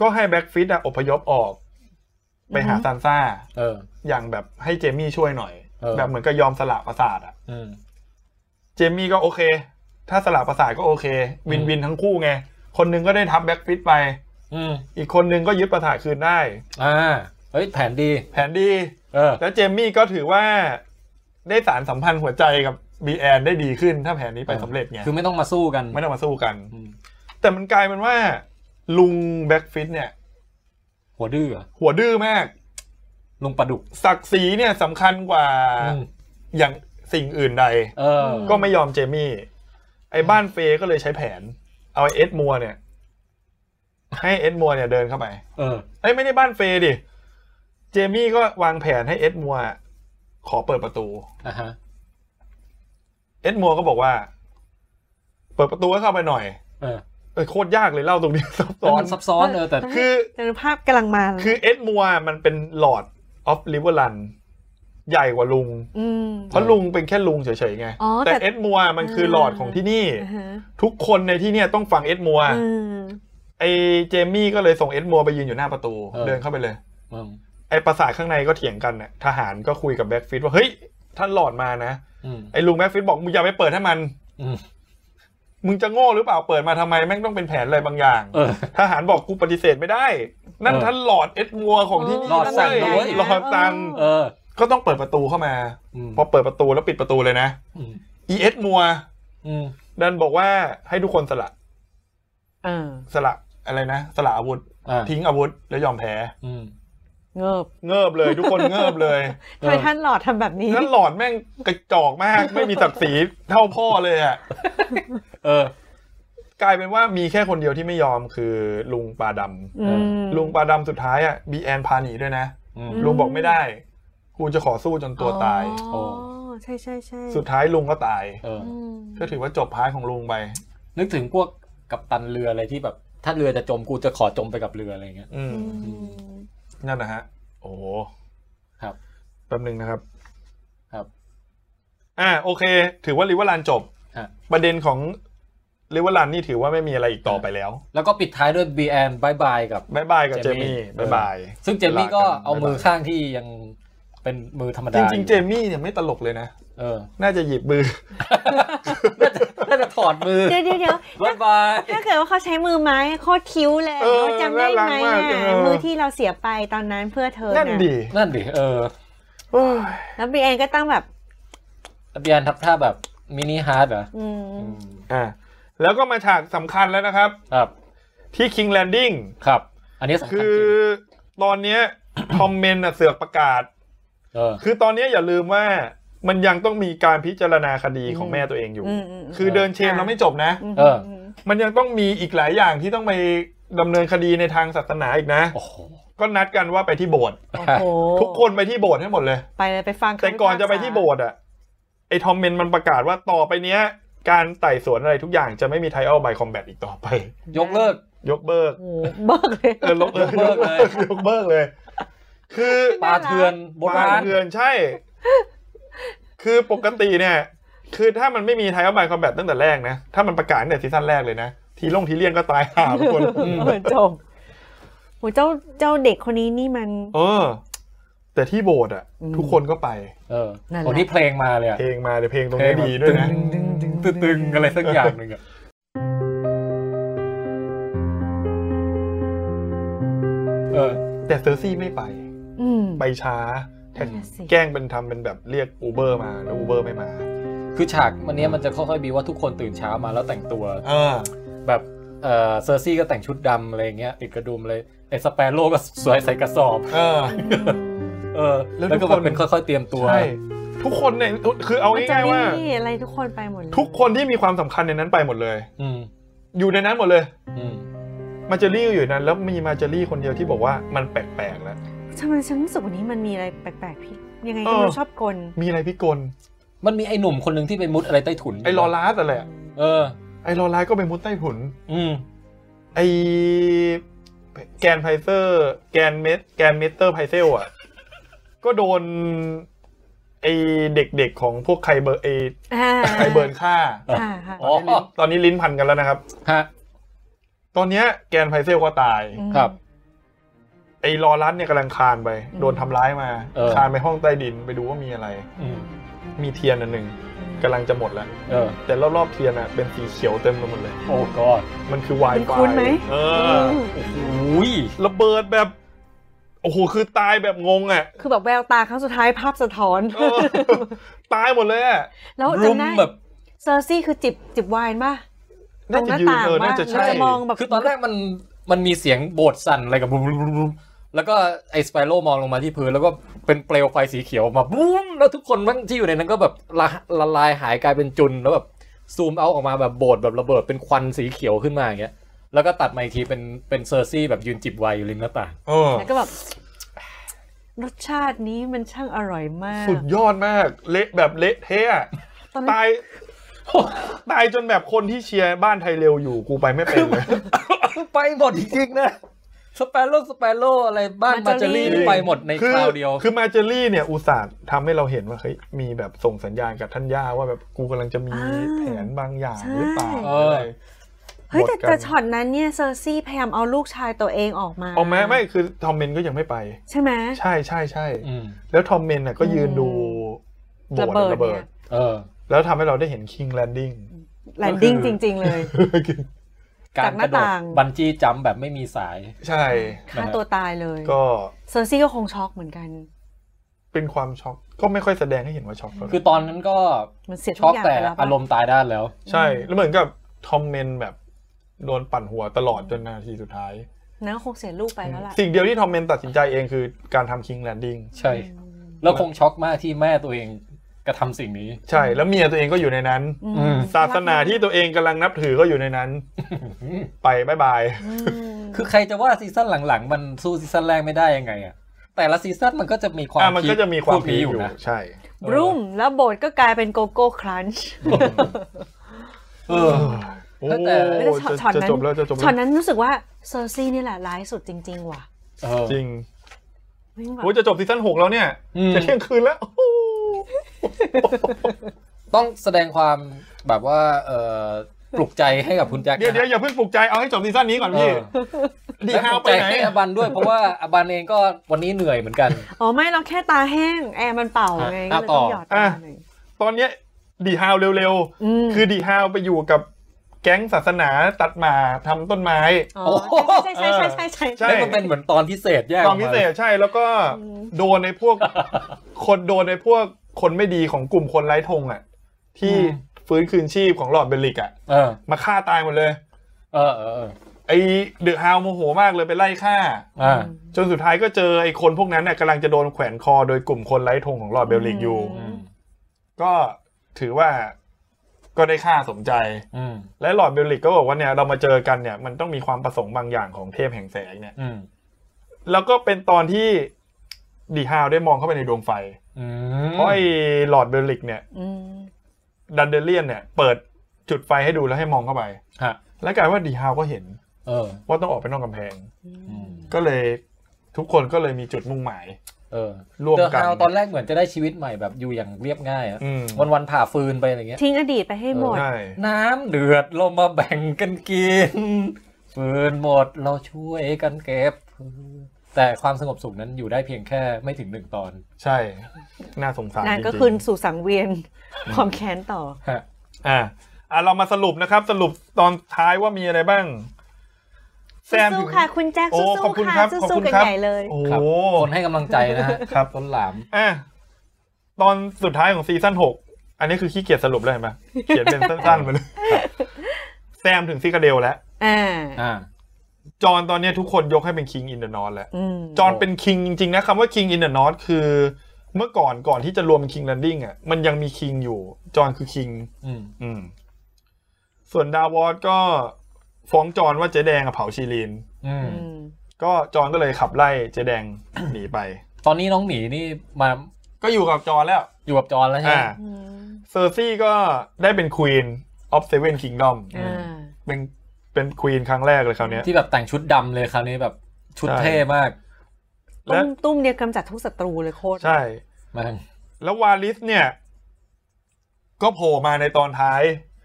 Speaker 2: ก็ให้แบ็กฟิตอ่ะอพยพออก ไปหาซานซ่า
Speaker 1: เออ
Speaker 2: อย่างแบบให้เจมี่ช่วยหน่อย
Speaker 1: เออ
Speaker 2: แบบเหมือนก็ยอมสละประสาทอ่ะ
Speaker 1: อืม
Speaker 2: เจมี่ก็โอเค ถ้าสละประสาทก็โอเค วิน
Speaker 1: อืม
Speaker 2: วินทั้งคู่ไง คนหนึงก็ได้ทับแบ็กฟิตไป
Speaker 1: อืม
Speaker 2: อีกคนหนึงก็ยึดประสาทคืนได้
Speaker 1: อ่าเฮ้ยแผนดี
Speaker 2: แผนดี
Speaker 1: เออ
Speaker 2: แล้วเจมี่ก็ถือว่าได้สารสัมพันธ์หัวใจกับบีแอนได้ดีขึ้น ถ้าแผนนี้ไปสำเร็จไง
Speaker 1: คือไม่ต้องมาสู้กัน
Speaker 2: ไม่ต้องมาสู้กัน
Speaker 1: อืม
Speaker 2: แต่มันกลายเป็นว่าลุงแบ็กฟิตเนี่ย
Speaker 1: หัวดื้อเหรอ
Speaker 2: หัวดื้อมาก
Speaker 1: ลุงปลาดุก
Speaker 2: ศักดิ์ศรีเนี่ยสำคัญกว่า
Speaker 1: อืม
Speaker 2: อย่างสิ่งอื่นใด
Speaker 1: เออ
Speaker 2: ก็ไม่ยอมเจมี่ ไอ้บ้านเฟย์ก็เลยใช้แผน เอาไอ้เอ็ดมัวร์เนี่ย ให้เอ็ดมัวร์เนี่ยเดินเข้าไป
Speaker 1: เออ
Speaker 2: ไอ้ยไม่ได้บ้านเฟย์ดิเจมี่ก็วางแผนให้เอ็ดมัวร์ขอเปิดประตู
Speaker 1: อ่ะฮะ
Speaker 2: เอ็ดมัวร์ก็บอกว่า เปิดประตูให้เข้าไปหน่อย
Speaker 1: เออ
Speaker 2: เอ้ยโคตรยากเลยเล่าตรงนี้ซับ
Speaker 1: แล้ว
Speaker 2: ซ้อน
Speaker 1: มันซับซ้อนเออแต่
Speaker 2: คือ
Speaker 3: แต่ภาพกำลังมา
Speaker 2: คือเอ็ดมัวร์มันเป็นหลอดออฟลิเวอร์ลันใหญ่กว่าลุง
Speaker 3: ม
Speaker 2: เพราะลุงเป็นแค่ลุงเฉยๆไง
Speaker 3: อ๋อแต่
Speaker 2: แต่เอ็ดมัวร์มันคือหลอดของที่นี่
Speaker 3: าฮะ
Speaker 2: ทุกคนในที่เนี่ยต้องฟังเอ็ดมัวร์
Speaker 3: อืม
Speaker 2: ไอ้เจมี่ก็เลยส่งเอ็ดมัวร์ไปยืนอยู่หน้าประตู
Speaker 1: เออ
Speaker 2: เดินเข้าไปเลย
Speaker 1: อืม
Speaker 2: ไอ้ประสาทข้างในก็เถียงกันน่ะทหารก็คุยกับแบ็กฟิตว่าเฮ้ยท่านหลอดมานะ
Speaker 1: อืม
Speaker 2: ไอ้ลุงแบ็กฟิตบอกมึงอย่าไปเปิดให้มัน
Speaker 1: อืม
Speaker 2: มึงจะโง่หรือเปล่าเปิดมาทำไมแม่งต้องเป็นแผนอะไรบางอย่าง
Speaker 1: เออ
Speaker 2: ทหารบอกกูปฏิเสธไม่ได้ นั่น
Speaker 1: เออ
Speaker 2: ท่านหลอดเอ็ดมัวร์ของที่นี่
Speaker 1: หลอดสั่ง
Speaker 2: นะ
Speaker 1: เลย
Speaker 2: หลอดสั่ง
Speaker 1: เออ
Speaker 2: ก็ต้องเปิดประตูเข้ามา
Speaker 1: อืม
Speaker 2: พอเปิดประตูแล้วปิดประตูเลยนะ
Speaker 1: อืม
Speaker 2: อีเอ็ดมัวร์
Speaker 1: อืม
Speaker 2: ดันบอกว่าให้ทุกคนสละ
Speaker 3: เออ
Speaker 2: สละอะไรนะ สละอาวุธ
Speaker 1: อ่า
Speaker 2: ทิ้งอาวุธ แล้วยอมแพ้
Speaker 1: อืม
Speaker 3: เงิบ
Speaker 2: เงิบเลยทุกคน เงิบเลย
Speaker 3: ทำไมท่านหลอดทำแบบนี้
Speaker 2: นั่นหลอนแม่งกระจอกมาก ไม่มีศักดิ์ศรีเท่าพ่อเลยอ่ะ
Speaker 1: เออ
Speaker 2: กลายเป็นว่ามีแค่คนเดียวที่ไม่ยอมคือลุงปลาดำ
Speaker 3: อืม
Speaker 2: ลุงปลาดำสุดท้ายอ่ะบีแอนพาหนีด้วยนะ
Speaker 1: อืม
Speaker 3: อืม
Speaker 2: ลุงบอกไม่ได้ กูจะขอสู้จนตัวตาย
Speaker 3: อ๋อใช่ใช่ใช่
Speaker 2: สุดท้ายลุงก็ตาย
Speaker 1: เออ
Speaker 3: อืม
Speaker 2: ก็ถือว่าจบพาร์ทของลุงไป
Speaker 1: นึกถึงพวกกัปตันเรืออะไรที่แบบ ถ้าเรือจะจมกูจะขอจมไปกับเรืออะไรอย่างเงี้ย
Speaker 2: อืม
Speaker 3: อืม
Speaker 2: นั่นนะฮะ โอ้โห
Speaker 1: ครับ
Speaker 2: แป๊บหนึ่งนะครับ
Speaker 1: ครับ
Speaker 2: อ่าโอเค ถือว่าลิเวอร์ลันจบ
Speaker 1: ฮะ
Speaker 2: ประเด็นของลิเวอร์ลันนี่ถือว่าไม่มีอะไรอีกต่อไปแล้ว
Speaker 1: แล้วก็ปิดท้ายด้วยบีแอนบายบายกับ
Speaker 2: บายบายกับเจมี่
Speaker 1: เจมี่
Speaker 2: บายบาย
Speaker 1: ซึ่งเจมี่ก็
Speaker 2: ลน
Speaker 1: เอามือข้างที่ยังเป็นมือธรรม
Speaker 2: จ
Speaker 1: ดา
Speaker 2: ริง
Speaker 1: อ
Speaker 2: ๆ
Speaker 1: ยู่
Speaker 2: เจมี่เนี่ยไม่ตลกเลยนะ
Speaker 1: เออ
Speaker 2: น่าจะหยิบมือ
Speaker 1: น่าจะน่าจะถอดมือ
Speaker 3: เดี๋ยวเดี๋ยวเดี๋ยว
Speaker 1: บายบาย
Speaker 3: ถ้าเกิดว่าเขาใช้มือไม้โคตรคิ้วเลย
Speaker 2: เออ
Speaker 3: เขาจำได้
Speaker 2: น่ารัก
Speaker 3: ไหม
Speaker 2: มา
Speaker 3: อ่ะ
Speaker 2: กเออ
Speaker 3: มือที่เราเสียไปตอนนั้นเพื่อเธอ
Speaker 2: นั่น
Speaker 3: น่ะ
Speaker 2: ดี
Speaker 1: นั่นดิเออ
Speaker 2: โอ้ย
Speaker 3: แล้วบีแอนก็ตั้งแบบ
Speaker 1: บีแอนทำท่าแบบมินิฮาร์ดเหรอ
Speaker 3: อืม
Speaker 1: อืม
Speaker 2: อ่าแล้วก็มาฉากสำคัญแล้วนะครับ
Speaker 1: ครับ
Speaker 2: ที่คิงแลนดิ้ง
Speaker 1: ครับ อันนี้สำคัญจ
Speaker 2: คื
Speaker 1: ริ
Speaker 2: อง ตอนเนี้ย ทอมเมนน่ะเสือกประกาศ
Speaker 1: เออ
Speaker 2: คือตอนเนี้ยอย่าลืมว่ามันยังต้องมีการพิจารณาคดีของ
Speaker 3: อืม
Speaker 2: แม่ตัวเองอยู่
Speaker 3: อืมอืม
Speaker 2: คือเดินเชนเราไม่จบนะ
Speaker 3: ม
Speaker 1: เออ
Speaker 3: ม
Speaker 2: มันยังต้องมีอีกหลายอย่างที่ต้องไปดำเนินคดีในทางศาสนาอีกนะ
Speaker 1: โอ้โห
Speaker 2: ก็นัดกันว่าไปที่โบสถ์
Speaker 3: โอ้โห
Speaker 2: ทุกคนไปที่โบสถ์ให้หมดเลย
Speaker 3: ไปเลยไปฟังคำ
Speaker 2: แต่ก่อนจะไป
Speaker 3: พิากษา
Speaker 2: ที่โบสถ์อ่ะไอทอมเมนมันประกาศว่าต่อไปเนี้ย การไต่สวนอะไรทุกอย่างจะไม่มีไท l e ล y คอมแบทอีกต่อไป
Speaker 1: ยกเลิก
Speaker 2: ยกเบิก
Speaker 3: โอ้โหเบิกเลย
Speaker 2: เออลบเออย
Speaker 1: กเลิกเลย
Speaker 2: ยกเบิกเลย คือ
Speaker 1: ปลาเทือนโบราณ
Speaker 2: เถื่อนใช่ คือปกติเนี่ย คือถ้ามันไม่มีไท l e ล y คอมแบทตั้งแต่แรกนะถ้ามันประกาศตั้งแต่ซีซั่นแรกเลยนะทีล่งทีเลี่ยงก็ตายห่าทุกคน
Speaker 3: เออจบโหเจ้าเจ้าเด็กคนนี้นี่มัน
Speaker 2: เออ แต่ที่โบสถ์อ่ะ
Speaker 3: อืม
Speaker 2: ทุกคนก็ไป
Speaker 1: เออ
Speaker 3: นั่นแหละ
Speaker 1: โอ้นี่เพลงมาเลยอะ
Speaker 2: เพลงมาเลยเพลงตรงนี้ดีด้วยนะ
Speaker 1: ตึงตึงตึงตึงอะไรสักอย่างหนึ่งอะเออ
Speaker 2: แต่เซอร์ซี่ไม่ไป
Speaker 3: อืม
Speaker 2: ไปช้าแทน
Speaker 3: นั่นน่ะสิ
Speaker 2: แกล้งเป็นทำเป็นแบบเรียกอูเบอร์มาแล้วอูเบอร์ไม่มา
Speaker 1: คือฉากวันเนี้ยมันจะค่อยๆบีว่าทุกคนตื่นเช้ามาแล้วแต่งตัว
Speaker 2: เออ
Speaker 1: แบบเออเซอร์ซี่ก็แต่งชุดดำอะไรอย่างเงี้ยติดกระดุมเลยไอ้สเปโร่ก็สวยใส่กระสอบ
Speaker 2: เออ
Speaker 1: เออ
Speaker 2: แล้
Speaker 1: แล้ว ว
Speaker 2: ทุก
Speaker 1: ก็
Speaker 2: ค
Speaker 1: แบบ
Speaker 2: น
Speaker 1: เป็นค่อยๆเตรียมตัว
Speaker 2: ใช่ทุกคนเนี่ยคือเอา
Speaker 3: จา
Speaker 2: ง่ายๆว่า
Speaker 3: รี่อะไรทุกคนไปหมดเลย
Speaker 2: ทุกคนที่มีความสำคัญในนั้นไปหมดเลย
Speaker 1: อืม
Speaker 2: อยู่ในนั้นหมดเลย
Speaker 1: อืม
Speaker 2: มาเจอรี่ก็อยู่ในนั้น แล้วมีมาเจอรี่คนเดียวที่บอกว่ามันแปลกๆแล้ว
Speaker 3: ทำไมฉันรู้สึกวันนี้มันมีอะไรแปลกๆพี่ ยังไง
Speaker 2: เออ
Speaker 3: ก็ไม่รู้ชอบกล
Speaker 2: มีอะไรพี่กล
Speaker 1: มันมีไอ้หนุ่มคนหนึ่งที่ไปมุดอะไรใต้ถุน
Speaker 2: ไอ้ลอลาสอะไรอะ
Speaker 1: เออ
Speaker 2: ไอ้ลอลาสก็ไปมุดใต้ถุน
Speaker 1: อืม
Speaker 2: ไอแกนไพเซอร์ แกนเมสแกนเมสเตอร์ไพเซลอ่ะ ก็โดน ไอเด็กๆของพวกใครเบอร์ไอ
Speaker 3: อ่า
Speaker 2: ใครเบิร์นฆ่า
Speaker 3: ค่ะค่ะ
Speaker 1: อ๋อ
Speaker 2: ตอนนี้ลิ้นพันกันแล้วนะครับ
Speaker 1: ฮะ
Speaker 2: ตอนเนี้ยแกนไพเซลก็ตาย
Speaker 3: อืม
Speaker 1: ครับ
Speaker 2: ไอลอรัสเนี่ยกำลังคานไป
Speaker 3: อืม
Speaker 2: โดนทำร้ายมา
Speaker 1: เออ
Speaker 2: คานไปห้องใต้ดินไปดูว่ามีอะไร
Speaker 1: อืม
Speaker 2: มีเทียนอันหนึ่งกำลังจะหมดแล้ว
Speaker 1: เออ
Speaker 2: แต่รอบๆเทียนอ่ะเป็นสีเขียวเต็มไปหมดเลย
Speaker 1: โอ้กอด
Speaker 2: มันคือ Wi-Fi
Speaker 3: มันคุ้นไหม
Speaker 2: เอ
Speaker 3: อื
Speaker 2: อ
Speaker 3: ม
Speaker 1: อุ้ย
Speaker 2: ระเบิดแบบ โอ้โหคือตายแบบงงอ่ะ
Speaker 3: คือแบบแววตาครั้งสุดท้ายภาพสะท้อน
Speaker 2: เออตายหมดเลยอะ
Speaker 3: แล้ว
Speaker 1: รุม
Speaker 3: จำได้
Speaker 1: แบบ
Speaker 3: เซอร์ซี่คือจิบจิบไวน์ป่ะ
Speaker 2: น่าจะยืนเออน่าจะ
Speaker 3: แล้ว
Speaker 2: ใช่
Speaker 3: จะมองแบบ
Speaker 1: คือตอนแรกมันมันมีเสียงโบดสั่นอะไรกับบูมบูมบูมบูมแล้วก็ไอ้สไปโรมองลงมาที่พื้นแล้วก็เป็นเปลวไฟสีเขียวมาบูมแล้วทุกคนทั้งที่อยู่ในนั้นก็แบบละละลายหายกลายเป็นจุนแล้วแบบซูมเอาออกมาแบบโบดแบบระเบิดเป็นควันสีเขียวขึ้นมาอย่างเงี้ยแล้วก็ตัดมาอีกทีเป็นเป็นเซอร์ซี่แบบยืนจิบไวน์อยู่ริมหน้าต่าง
Speaker 2: เออ
Speaker 3: แล้วก็แบบ รสชาตินี้มันช่างอร่อยมาก
Speaker 2: สุดยอดมาก เละแบบเละเทะอะ
Speaker 3: ตอนนั้น
Speaker 2: ตายตายจนแบบคนที่เชียร์บ้านไทยเร็วอยู่กูไปไม่เป็นเลย
Speaker 1: ไปหมดจริงๆนะสเปโร่สเปโร่อะไรบ้านมาเจอรี่
Speaker 3: มาเจอรี่
Speaker 1: ไปหมดใน
Speaker 2: คือ
Speaker 1: คราวเดียว
Speaker 2: คือมาเจอรี่เนี่ยอุตส่าห์ทำให้เราเห็นว่าเฮ้ยมีแบบส่งสัญญาณกับท่านย่าว่าแบบกูกำลังจะมี
Speaker 3: อ่า
Speaker 2: แผนบางอย่างหรือเปล่า
Speaker 3: ใช่
Speaker 1: เออ
Speaker 3: เฮ้ยแต่
Speaker 2: หมดกัน
Speaker 3: แต่ช็อตนั้นเนี่ยเซอร์ซี่พยายามเอาลูกชายตัวเองออกมา
Speaker 2: เอาไหมไม่คือทอมเมนก็ยังไม่ไป
Speaker 3: ใช่ไหม
Speaker 2: ใช่ใช่ใช่
Speaker 1: อืม
Speaker 2: แล้วทอมเมนน่ะก็ยืนดูโบสถ์
Speaker 3: ระเบิด
Speaker 2: ระเบิ
Speaker 3: เนี่
Speaker 2: ด
Speaker 3: ย
Speaker 1: เออ
Speaker 2: แล้วทำให้เราได้เห็นคิงแลนดิ้ง
Speaker 3: แลนดิ้ง
Speaker 2: ก็คือ
Speaker 3: จริง ๆ เลย
Speaker 1: การกระโดด
Speaker 3: จากหน้าต่าง
Speaker 1: บันจี้จัมป์แบบไม่มีสาย
Speaker 2: ใช่
Speaker 3: ฆ่าตัวตายเลย
Speaker 2: ก็
Speaker 3: เซอร์ซี่ก็คงช็อกเหมือนกัน
Speaker 2: เป็นความช็อกก็ไม่ค่อยแสดงให้เห็นว่าช็อกเท่าไห
Speaker 1: คื
Speaker 2: ร่
Speaker 1: อตอนนั้นก็
Speaker 3: มันเสียทุ
Speaker 1: ช็อก ก
Speaker 3: อย่าง
Speaker 1: แต่
Speaker 3: ไปแล้วปะ
Speaker 1: อารมณ์ตายด้านแล้ว
Speaker 2: ใช่แล้วเหมือนกับทอมเมนแบบโดนปั่นหัวตลอดจนนาทีสุดท้าย
Speaker 3: นะคงเสียลูกไปแล้วล่ะ
Speaker 2: สิ่งเดียวที่ทอมเมนตัดสินใจเองคือการทำคิงแลนดิ้ง
Speaker 1: ใช่ แล้วคงช็อกมากที่แม่ตัวเองกระทำสิ่งนี้
Speaker 2: ใช่ แล้วเมียตัวเองก็อยู่ในนั้น
Speaker 3: อื
Speaker 1: อื
Speaker 3: ม
Speaker 1: ม
Speaker 2: ศาสนาที่ตัวเองกำลังนับถือก็อยู่ในนั้น ไปบายบาย
Speaker 3: อืม
Speaker 1: คือใครจะว่าซีซั่นหลังๆ มันสู้ซีซั่นแรกไม่ได้ยังไงอะแต่ละซีซั่นมันก็จะมีความ
Speaker 2: อ่ะมันก็จะมีความ
Speaker 1: พว
Speaker 2: ผี
Speaker 1: นี้
Speaker 2: อ
Speaker 1: อยู่ ยู่นะ
Speaker 2: ใช่
Speaker 3: บรูมแล้วโบสถ์ก็กลายเป็นโกโก้ครันช์
Speaker 1: เออ
Speaker 2: โอ้
Speaker 1: ตั้งแต่
Speaker 3: ไม่ได้ช็อต
Speaker 2: จะ
Speaker 3: ช็อต
Speaker 2: จะ
Speaker 3: นั้น
Speaker 2: จบแล้วจะจบ
Speaker 3: ช็อ
Speaker 2: แล้ว
Speaker 3: ตนั้นรู้สึกว่าเซอร์ซี่นี่แหละร้ายสุดจริง ๆ ว่ะ
Speaker 1: เออ
Speaker 2: จริง
Speaker 3: แม่งแบบ
Speaker 2: โอ้ยจะจบซีซั่นหกแล้วเนี่ย
Speaker 1: อืม
Speaker 2: จะเที่ยงคืนแล้วโอ้โห
Speaker 1: ต้องแสดงความแบบว่าเออปลุกใจให้กับคุณแจ็คนะ
Speaker 2: เดี๋ยวเดี๋ยวอย่าเพิ่งปลุกใจเอาให้จบซีซั่นนี้ก่อน
Speaker 1: เอ
Speaker 2: พี่
Speaker 1: อ
Speaker 2: ดี
Speaker 1: และ
Speaker 2: ฮาว
Speaker 1: ถูก
Speaker 2: ไป
Speaker 1: ใจ
Speaker 2: ไหน
Speaker 1: ให้อบันด้วยเพราะว่าอบันเองก็วันนี้เหนื่อยเหมือนกัน
Speaker 3: อ๋อไม่เราแค่ตาแห้ง แอร์มันเป่าไงก็
Speaker 1: อ่ะต่
Speaker 3: เลยต้อ
Speaker 1: อ
Speaker 3: งหยอดตาหน่อย
Speaker 2: ตอนเนี้ยดีฮาวเร็ว
Speaker 3: อืม
Speaker 2: ๆ คือดีฮาวไปอยู่กับแก๊งศาสนาตัดหมาทำต้นไม้
Speaker 3: อ๋อ
Speaker 1: โอ้โห
Speaker 3: ใช่ใช่ใช่ใช่ใช่
Speaker 2: ใช่
Speaker 3: ใช่
Speaker 1: แล้วมันเป็นเหมือนตอนพิเศษแยก
Speaker 2: ตอนพิเศษใช่แล้วก็
Speaker 3: อืม
Speaker 2: โดนในพ วก คนโดนในพวกคนไม่ดีของกลุ่มคนไร้ธงอ่ะ ที่ฟื้นคืนชีพของหลอดเบลลิกอ่ะ
Speaker 1: เออ
Speaker 2: มาฆ่าตายหมดเลย
Speaker 1: เออเออเออ
Speaker 2: ไอเดอะฮาวโมโหมากเลยไปไล่ฆ่า
Speaker 1: อ่า
Speaker 2: จนสุดท้ายก็เจอไอคนพวกนั้นน่ะกำลังจะโดนแขวนคอโดยกลุ่มคนไร้ธงของหลอดเบลลิกอยู่
Speaker 3: อืม
Speaker 2: ก็ถือว่าก็ได้ฆ่าสมใจ
Speaker 1: อืม
Speaker 2: และหลอดเบลลิกก็บอกว่าเนี่ยเรามาเจอกันเนี่ยมันต้องมีความประสงค์บางอย่างของเทพแห่งแสงเนี่ย
Speaker 1: อืม
Speaker 2: แล้วก็เป็นตอนที่ดีฮาวได้มองเข้าไปในดวงไฟ
Speaker 1: อืม
Speaker 2: เพราะไอ้หลอร์ดเบลลิกเนี่ย
Speaker 3: อืม
Speaker 2: ดันเดเลียนเนี่ยเปิดจุดไฟให้ดูแล้วให้มองเข้าไป
Speaker 1: ฮะ
Speaker 2: และกลายว่าดีฮาวก็เห็น
Speaker 1: เออ
Speaker 2: ว่าต้องออกไปนอกกำแพง
Speaker 3: อื
Speaker 1: อื
Speaker 3: ม
Speaker 1: ม
Speaker 2: ก็เลยทุกคนก็เลยมีจุดมุ่งหมาย
Speaker 1: เออ
Speaker 2: ร่วมกัน
Speaker 1: เดอะฮาวตอนแรกเหมือนจะได้ชีวิตใหม่แบบอยู่อย่างเรียบง่ายอะ
Speaker 2: อืม
Speaker 1: วันวันๆผ่าฟืนไปอะไรเงี้ย
Speaker 3: ทิ้งอดีตไปให้หมด
Speaker 2: ใช่
Speaker 1: น้ำเดือดเรามาแบ่งกันกิน ฟืนหมดเราช่วยกันเก็บ แต่ความสงบสุขนั้นอยู่ได้เพียงแค่ไม่ถึงหนึ่งตอน
Speaker 2: ใช่ น่าสงสาร
Speaker 3: นาง
Speaker 2: จริงๆ
Speaker 3: ก็คืนสู่สังเวียน ความแค้นต่อ
Speaker 1: ฮะ
Speaker 2: อ่ะอ่ะเรามาสรุปนะครับ สรุปตอนท้ายว่ามีอะไรบ้าง แซม
Speaker 3: สู้
Speaker 2: ถึง
Speaker 3: ๆค่ะ คุณแจ็ค
Speaker 2: โอ้
Speaker 3: สู้
Speaker 2: ขอบคุณ
Speaker 3: ๆ
Speaker 2: ครั
Speaker 3: ค่ะ
Speaker 2: บขอบ
Speaker 3: สู้
Speaker 2: คุณ
Speaker 3: ๆ
Speaker 2: ค
Speaker 3: กัน
Speaker 2: รับ
Speaker 3: ใหญ่เลย
Speaker 2: โอ้
Speaker 1: ครับคนให้กำลังใจนะฮะ
Speaker 2: ครับ
Speaker 1: ต้นหลาม
Speaker 2: อ่ะตอนสุดท้ายของซีซั่นหก อันนี้คือขี้เกียจสรุปเลยเห็นปะเขียนเป็นสั้นๆไปเลย แซมถึงซิกาเดลแล้ว
Speaker 3: อ่า
Speaker 1: อ่า
Speaker 2: จอห์นตอนเนี้ยทุกคนยกให้เป็นคิงอินเดอะนอตแล้ว
Speaker 3: อืม
Speaker 2: จอห์นเป็นคิงจริงๆนะคำว่าคิงอินเดอะนอตคือเมื่อก่อนก่อนที่จะรวมคิงแลนดิ้งอ่ะมันยังมีคิงอยู่ จอห์นคือคิง
Speaker 1: อืม
Speaker 2: อืม ส่วนดาวอสก็ฟ้องจอห์นว่าเจ๊แดงอะเผาชีลีน
Speaker 1: อืม
Speaker 3: อืม
Speaker 2: ก็จอห์นก็เลยขับไล่เจ๊แดง หนีไป
Speaker 1: ตอนนี้น้องหมีนี่มา
Speaker 2: ก็อยู่กับจอห์นแล้ว
Speaker 1: อยู่กับจอห์นแล้วใช่ไหม
Speaker 2: อ่า
Speaker 3: อืม
Speaker 2: เซอร์ซี่ก็ได้เป็นควีนออฟเซเว่นคิงดอม
Speaker 3: อ่า
Speaker 2: เป็นเป็นควีนครั้งแรกเลยคราวเนี้ย
Speaker 1: ที่แบบแต่งชุดดำเลยคราวนี้แบบชุด
Speaker 2: ใช่
Speaker 1: เท่มาก
Speaker 2: และ
Speaker 3: ตุ้มตุ้มเดียวกำจัดทุกศัตรูเลยโคตร
Speaker 2: ใช่
Speaker 1: มาทาง
Speaker 2: แล้ววาลิสเนี่ย ก็โผล่มาในตอนท้าย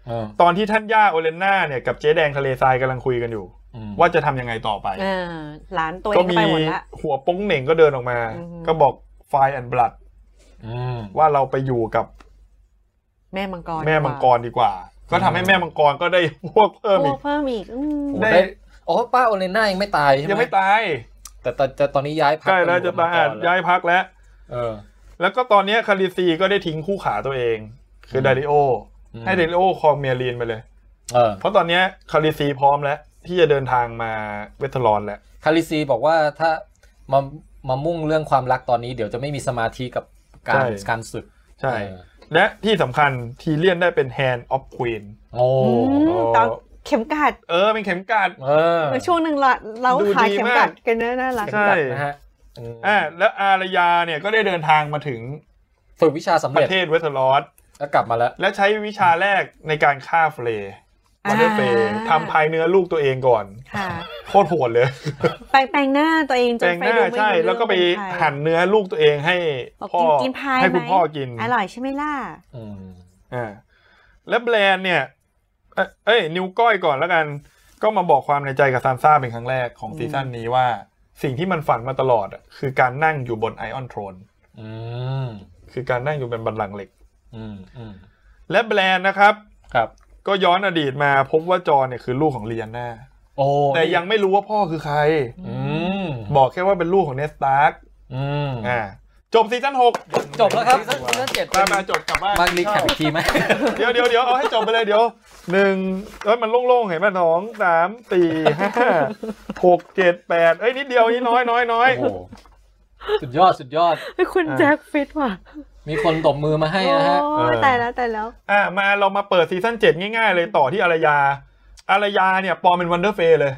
Speaker 1: เออ
Speaker 2: ตอนที่ท่านย่าโอเลนนาเนี่ยกับเจ๊แดงทะเลทรายกำลังคุยกันอยู่
Speaker 1: อืม
Speaker 2: ว่าจะทำยังไงต่อไป
Speaker 3: อ่าหลานตัวเอ
Speaker 2: ก็
Speaker 3: งก็
Speaker 2: มี
Speaker 3: ไปหมดละ
Speaker 2: หัวโป้งเหน่งก็เดินออกมา
Speaker 3: อือหือ
Speaker 2: ก็บอกไฟแอนบลัด
Speaker 1: อืม
Speaker 2: ว่าเราไปอยู่กับ
Speaker 3: แม่มังกร
Speaker 2: แม่มังกรดีกว่า ก็ทำให้แม่มังกรก็ได้ พวกเพิ่ม
Speaker 3: พ
Speaker 2: อี
Speaker 3: วก
Speaker 2: ก
Speaker 3: เพิ่มอีกอืม
Speaker 1: โอ้
Speaker 2: ได้
Speaker 1: ได้อ๋อป้าโอเลน่ายังไม่ตายใช่ไหม
Speaker 2: ยังไม่ตาย
Speaker 1: แต่ตอนแต่ตอนนี้ย้ายพั
Speaker 2: ใกล้แล้วจะตายอ่ะย้ายพักแล้ว
Speaker 1: เออ
Speaker 2: แล้วก็ตอนเนี้ยคาริซีก็ได้ทิ้งคู่ขาตัวเอง คืออ
Speaker 1: ม
Speaker 2: ดาริโอ ให้ดาริโอครองเมียรีนไปเลย
Speaker 1: เออ
Speaker 2: เพราะตอนเนี้ยคาริซีพร้อมแล้ว ที่จะเดินทางมาเวทลอนแล้ว
Speaker 1: คาริซีบอกว่าถ้ามามามุ่งเรื่องความรักตอนนี้ เดี๋ยวจะไม่มีสมาธิกับการ
Speaker 2: ใช่
Speaker 1: การศึก
Speaker 2: ใช่
Speaker 1: เออ
Speaker 2: และที่สำคัญทีเลียนได้เป็น Hand of Queen
Speaker 1: โอ้
Speaker 3: อืมตอนเข็มกัด
Speaker 2: เออ เป็นเข็มกลัด
Speaker 1: เออ
Speaker 3: เออช่วงหนึ่งละเรา
Speaker 2: ดู
Speaker 3: ขาย
Speaker 2: ดี
Speaker 3: เข็ม
Speaker 2: มาก
Speaker 3: กัดกันเนอะน่ารัก
Speaker 2: ใช่
Speaker 1: จัดนะฮะม
Speaker 2: อ่าแล้วอารยาเนี่ยก็ได้เดินทางมาถึง
Speaker 1: ฝึกวิชาสำ
Speaker 2: ป
Speaker 1: เร็จ
Speaker 2: ระเทศเวสเทอร์ลอส
Speaker 1: แล้วกลับมาแล้ว
Speaker 2: และใช้วิชาแรกในการฆ่าเฟลวันเดอร์เฟล
Speaker 3: อ่า
Speaker 2: ทำภายเนื้อลูกตัวเองก่อน
Speaker 3: ค่ะ
Speaker 2: โคตรโหดเลย
Speaker 3: แปรงแปรงหน้าตัวเองจ
Speaker 2: แปล
Speaker 3: น
Speaker 2: งห
Speaker 3: ไฟ
Speaker 2: น้า
Speaker 3: ดูไม่
Speaker 2: ใช่
Speaker 3: รู้เรื่อง
Speaker 2: แล้วก็ไป
Speaker 3: เป็นใคร
Speaker 2: หั่นเนื้อลูกตัวเองให้
Speaker 3: บอก
Speaker 2: พ่อ
Speaker 3: กินกินพาย
Speaker 2: ให้
Speaker 3: ไหม
Speaker 2: คุณพ่อกิน
Speaker 3: อร่อยใช่ไหมล่ะ
Speaker 1: อืม
Speaker 2: อ่าและแบรนด์เนี่ยเอ้ยเอ้ยนิวก้อยก่อนแล้วกัน ก็มาบอกความในใจกับซานซ่าเป็นครั้งแรกของ
Speaker 3: อืม
Speaker 2: ซีซั่นนี้ว่า สิ่งที่มันฝันมาตลอดอะคือการนั่งอยู่บนไอออนโทรน
Speaker 1: อืม
Speaker 2: คือการนั่งอยู่บนบัลลังก์เหล็ก
Speaker 1: อืมอืม
Speaker 2: และแบรนด์นะครับ
Speaker 1: ครับ
Speaker 2: ก็ย้อนอดีตมาพบว่าจอเนี่ยคือลูกของเรียนนา
Speaker 1: โอ้
Speaker 2: แต่ยังไม่รู้ว่าพ่อคือใคร
Speaker 1: อืม
Speaker 2: บอกแค่ว่าเป็นลูกของเนสตาร์ก
Speaker 1: อืม
Speaker 2: อ่าจบซีซั่นหก
Speaker 1: จบแล้วครับซีซั่นเจ็ด
Speaker 2: มามาจบกลับบ้าน
Speaker 1: มารีแคปอีกทีไหม
Speaker 2: เดี๋ยวเดี๋ยวเดี๋ยวเอาให้จบไปเลยเดี๋ยวหนึ่งเอ้ยมันโล่งๆเห็นไหมสองสามสี่ห้าหกเจ็ดแปดเอ้ยนิดเดียวนี่น้อยน้อยน้อย
Speaker 1: โอ้โหสุดยอดสุดยอด
Speaker 3: ไอ้คุณ
Speaker 2: อ่า
Speaker 3: แจ็คฟิตว่ะ
Speaker 1: มีคนตบมือมาให้นะฮะ
Speaker 3: โอ้ย
Speaker 2: เออ
Speaker 3: ตายแล้วตายแล้ว
Speaker 2: อ่ามาเรามาเปิดซีซั่นเจ็ดง่ายๆ เลยต่อที่อารยา อารยาเนี่ยปลอมเป็นวันเดอร์เฟย์เลย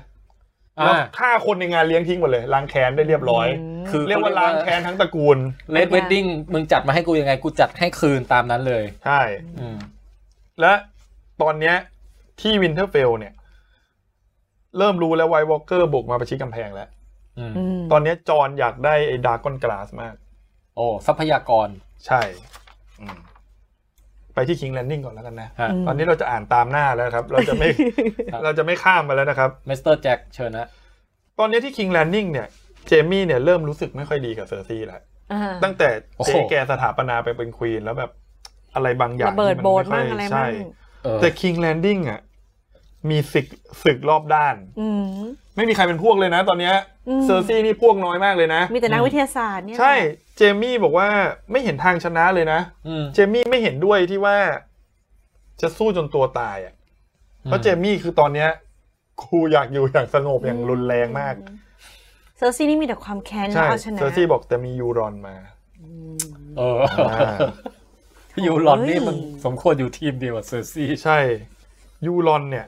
Speaker 1: อ่า
Speaker 2: แล้วฆ่าคนในงานเลี้ยงทิ้งหมดเลยล้างแค้นได้เรียบร้อย
Speaker 1: คือ
Speaker 2: เรียกว่าล้างแค้นทั้งตระกูล
Speaker 1: เลดเวดดิ้งมึงจัดมาให้กูยังไง กูจัดให้คืนตามนั้นเลย
Speaker 2: ใช่
Speaker 1: อืม
Speaker 2: และตอนเนี้ยที่วินเทอร์เฟลเนี่ย เริ่มรู้แล้วไวท์วอลเกอร์บุกมาประชิดกำแพงแล้ว
Speaker 1: อืม
Speaker 3: อืม
Speaker 2: ตอนเนี้ยจอห์นอยากได้ไอ้ดากอนกลาสมาก
Speaker 1: โอ้ทรัพยากร
Speaker 2: ใช่อืมไปที่คิงแลนดิ้งก่อนแล้วกันนะ
Speaker 1: ฮะ
Speaker 2: ตอนนี้เราจะอ่านตามหน้าแล้วครับ เราจะไม่ เราจะไม่ข้ามไปแล้วนะครับ
Speaker 1: มิสเตอร์แจ็คเชิญนะ
Speaker 2: ตอนเนี้ยที่คิงแลนดิ้งเนี่ย เจมี่เนี่ยเริ่มรู้สึกไม่ค่อยดีกับเซอร์ซี่แล้ว
Speaker 3: อ่า
Speaker 2: ตั้งแต่เจ๊แกสถาปนาไปเป็นควีนแล้วแบบอะไรบางอย่าง
Speaker 3: ระเบิด
Speaker 2: ที่มัน
Speaker 3: โบสถ์
Speaker 2: ม่
Speaker 3: มั่ง
Speaker 2: ค่ย
Speaker 3: อะไร
Speaker 2: ใช่
Speaker 3: มั่ง
Speaker 1: เออ
Speaker 2: แต่ King Landing อ่ะมีศึกศึกรอบด้าน
Speaker 3: อืม
Speaker 2: ไม่มีใครเป็นพวกเลยนะ ตอนเนี้ย
Speaker 3: อืม
Speaker 2: เซอร์ซี่นี่พวกน้อยมากเลยนะ
Speaker 3: มีแต่นักวิทยาศาสตร์เนี่ย
Speaker 2: ใช่เจมี่บอกว่าไม่เห็นทางชนะเลยนะ
Speaker 1: อืม
Speaker 2: เจมี่ไม่เห็นด้วยที่ว่า จะสู้จนตัวตายอ่ะเพราะเจมี่คือตอนเนี้ยครูอยากอยู่อย่างสงบอย่างรุนแรงมาก
Speaker 3: เซอร์ซี่นี่มีแต่ความแค้นแล้ว
Speaker 2: ใช่
Speaker 3: เอาชนะ
Speaker 2: เซอร์ซี่บอกแต่มียูรอนมา
Speaker 1: เออ
Speaker 2: อ่า
Speaker 1: ยูหลอนนี่มันสมควรอยู่ทีมเดียวกับเซอร์ซี่
Speaker 2: ใช่ยูรอนเนี่ย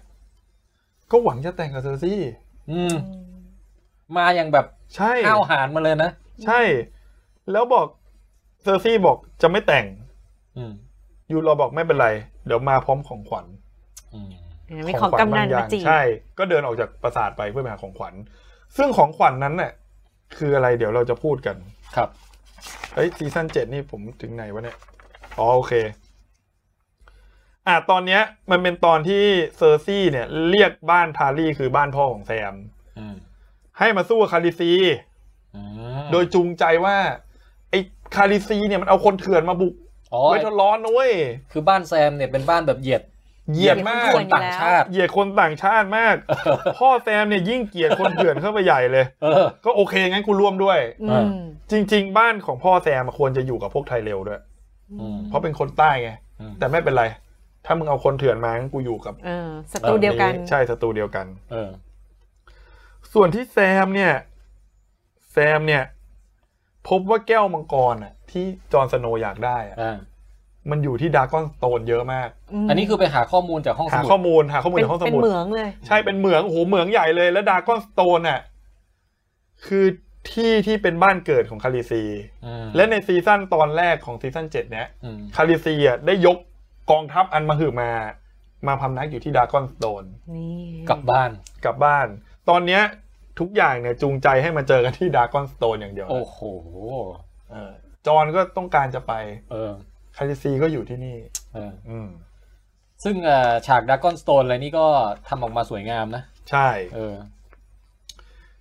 Speaker 2: ก็หวังจะแต่งกับเซอร์ซี่
Speaker 1: อืมมาอย่างแบบ
Speaker 2: ใช่
Speaker 1: ข้าวหารมาเลยนะ
Speaker 2: ใช่ แล้วบอกเซอร์ซี่บอกจะไม่แต่ง
Speaker 1: อืม
Speaker 2: ยูโรบอกไม่เป็นไร เดี๋ยวมาพร้อมของขวัญ
Speaker 1: อืม
Speaker 3: อืมมีของกำนันมาจีบ
Speaker 2: ใช่ ก็เดินออกจากปราสาทไปเพื่อไปหาของขวัญ ซึ่งของขวัญนั้นน่ะคืออะไรเดี๋ยวเราจะพูดกัน
Speaker 1: ครับ
Speaker 2: เฮ้ยซีซั่นเจ็ดนี่ผมถึงไหนวะเนี่ยอ๋อโอเค อ่ะตอนเนี้ย มันเป็นตอนที่เซอร์ซี่เนี่ย เรียกบ้านทารี่คือบ้านพ่อของแซม
Speaker 1: อืม
Speaker 2: ให้มาสู้กับคาริซี
Speaker 1: อืม
Speaker 2: โดยจูงใจว่าไอ้คาริซีเนี่ยมันเอาคนเถื่อนมาบุก
Speaker 1: อ๋อ
Speaker 2: เวทร้อนนะเว้ย
Speaker 1: คือบ้านแซมเนี่ยเป็นบ้านแบบเหยียด
Speaker 2: เหยียดมาก
Speaker 1: คนต่างชาติ
Speaker 2: เหยียดคนต่างชาติมาก พ่อแซมเนี่ยยิ่งเกลียดคนเถื่อนเข้าไปใหญ่เลย
Speaker 1: เออ
Speaker 2: ก็โอเคงั้นกูร่วมด้วย
Speaker 3: อืม
Speaker 2: จริง ๆ บ้านของพ่อแซมควรจะอยู่กับพวกไทยเร็วด้วย
Speaker 1: อืม
Speaker 2: เพราะเป็นคนใต้ไง
Speaker 1: อืม
Speaker 2: แต่ไม่เป็นไร ถ้ามึงเอาคนเถื่อนมางั้นกูอยู่กับ
Speaker 3: เออศัตรูเดียวกัน
Speaker 2: ใช่ศัตรูเดียวกัน
Speaker 1: เออ
Speaker 2: ส่วนที่แซมเนี่ย แซมเนี่ย พบว่าแก้วมังกรอ่ะ ที่จอร์นสโนว์อยากได้อะ
Speaker 1: อ่า
Speaker 2: มันอยู่ที่ดากอนสโตนเยอะมาก
Speaker 1: อันนี้คือไปหาข้อมูลจากห้องส
Speaker 2: หา
Speaker 1: มุด
Speaker 2: ข้อมูลหาข้อมูล
Speaker 3: เป็น
Speaker 2: จากห้องส
Speaker 3: เป็น
Speaker 2: มุด
Speaker 3: เหมืองเลย
Speaker 2: ใช่เป็นเหมืองโอ้โหเหมืองใหญ่เลย แล้วดากอนสโตนอ่ะคือที่ที่เป็นบ้านเกิดของคาริซี
Speaker 1: อืม
Speaker 2: และในซีซั่นตอนแรกของซีซั่นเจ็ดเนี้ย
Speaker 1: อืม
Speaker 2: คาริเซียได้ยกกองทัพอันมหึมา มาพำนักอยู่ที่ดากอนสโตน
Speaker 3: นี่
Speaker 1: กลับบ้าน
Speaker 2: กลับบ้าน ตอนเนี้ยทุกอย่างเนี่ยจูงใจให้มาเจอกันที่ดากอนสโตนอย่างเดียวนะ
Speaker 1: โอ้โห
Speaker 2: เออจอห์นก็ต้องการจะไป
Speaker 1: เออ
Speaker 2: คาริเซียก็อยู่ที่นี่
Speaker 1: เออ
Speaker 2: อืม
Speaker 1: ซึ่งเอ่อฉากดากอนสโตนอะไรนี่ก็ทำออกมาสวยงามนะ
Speaker 2: ใช่
Speaker 1: เออ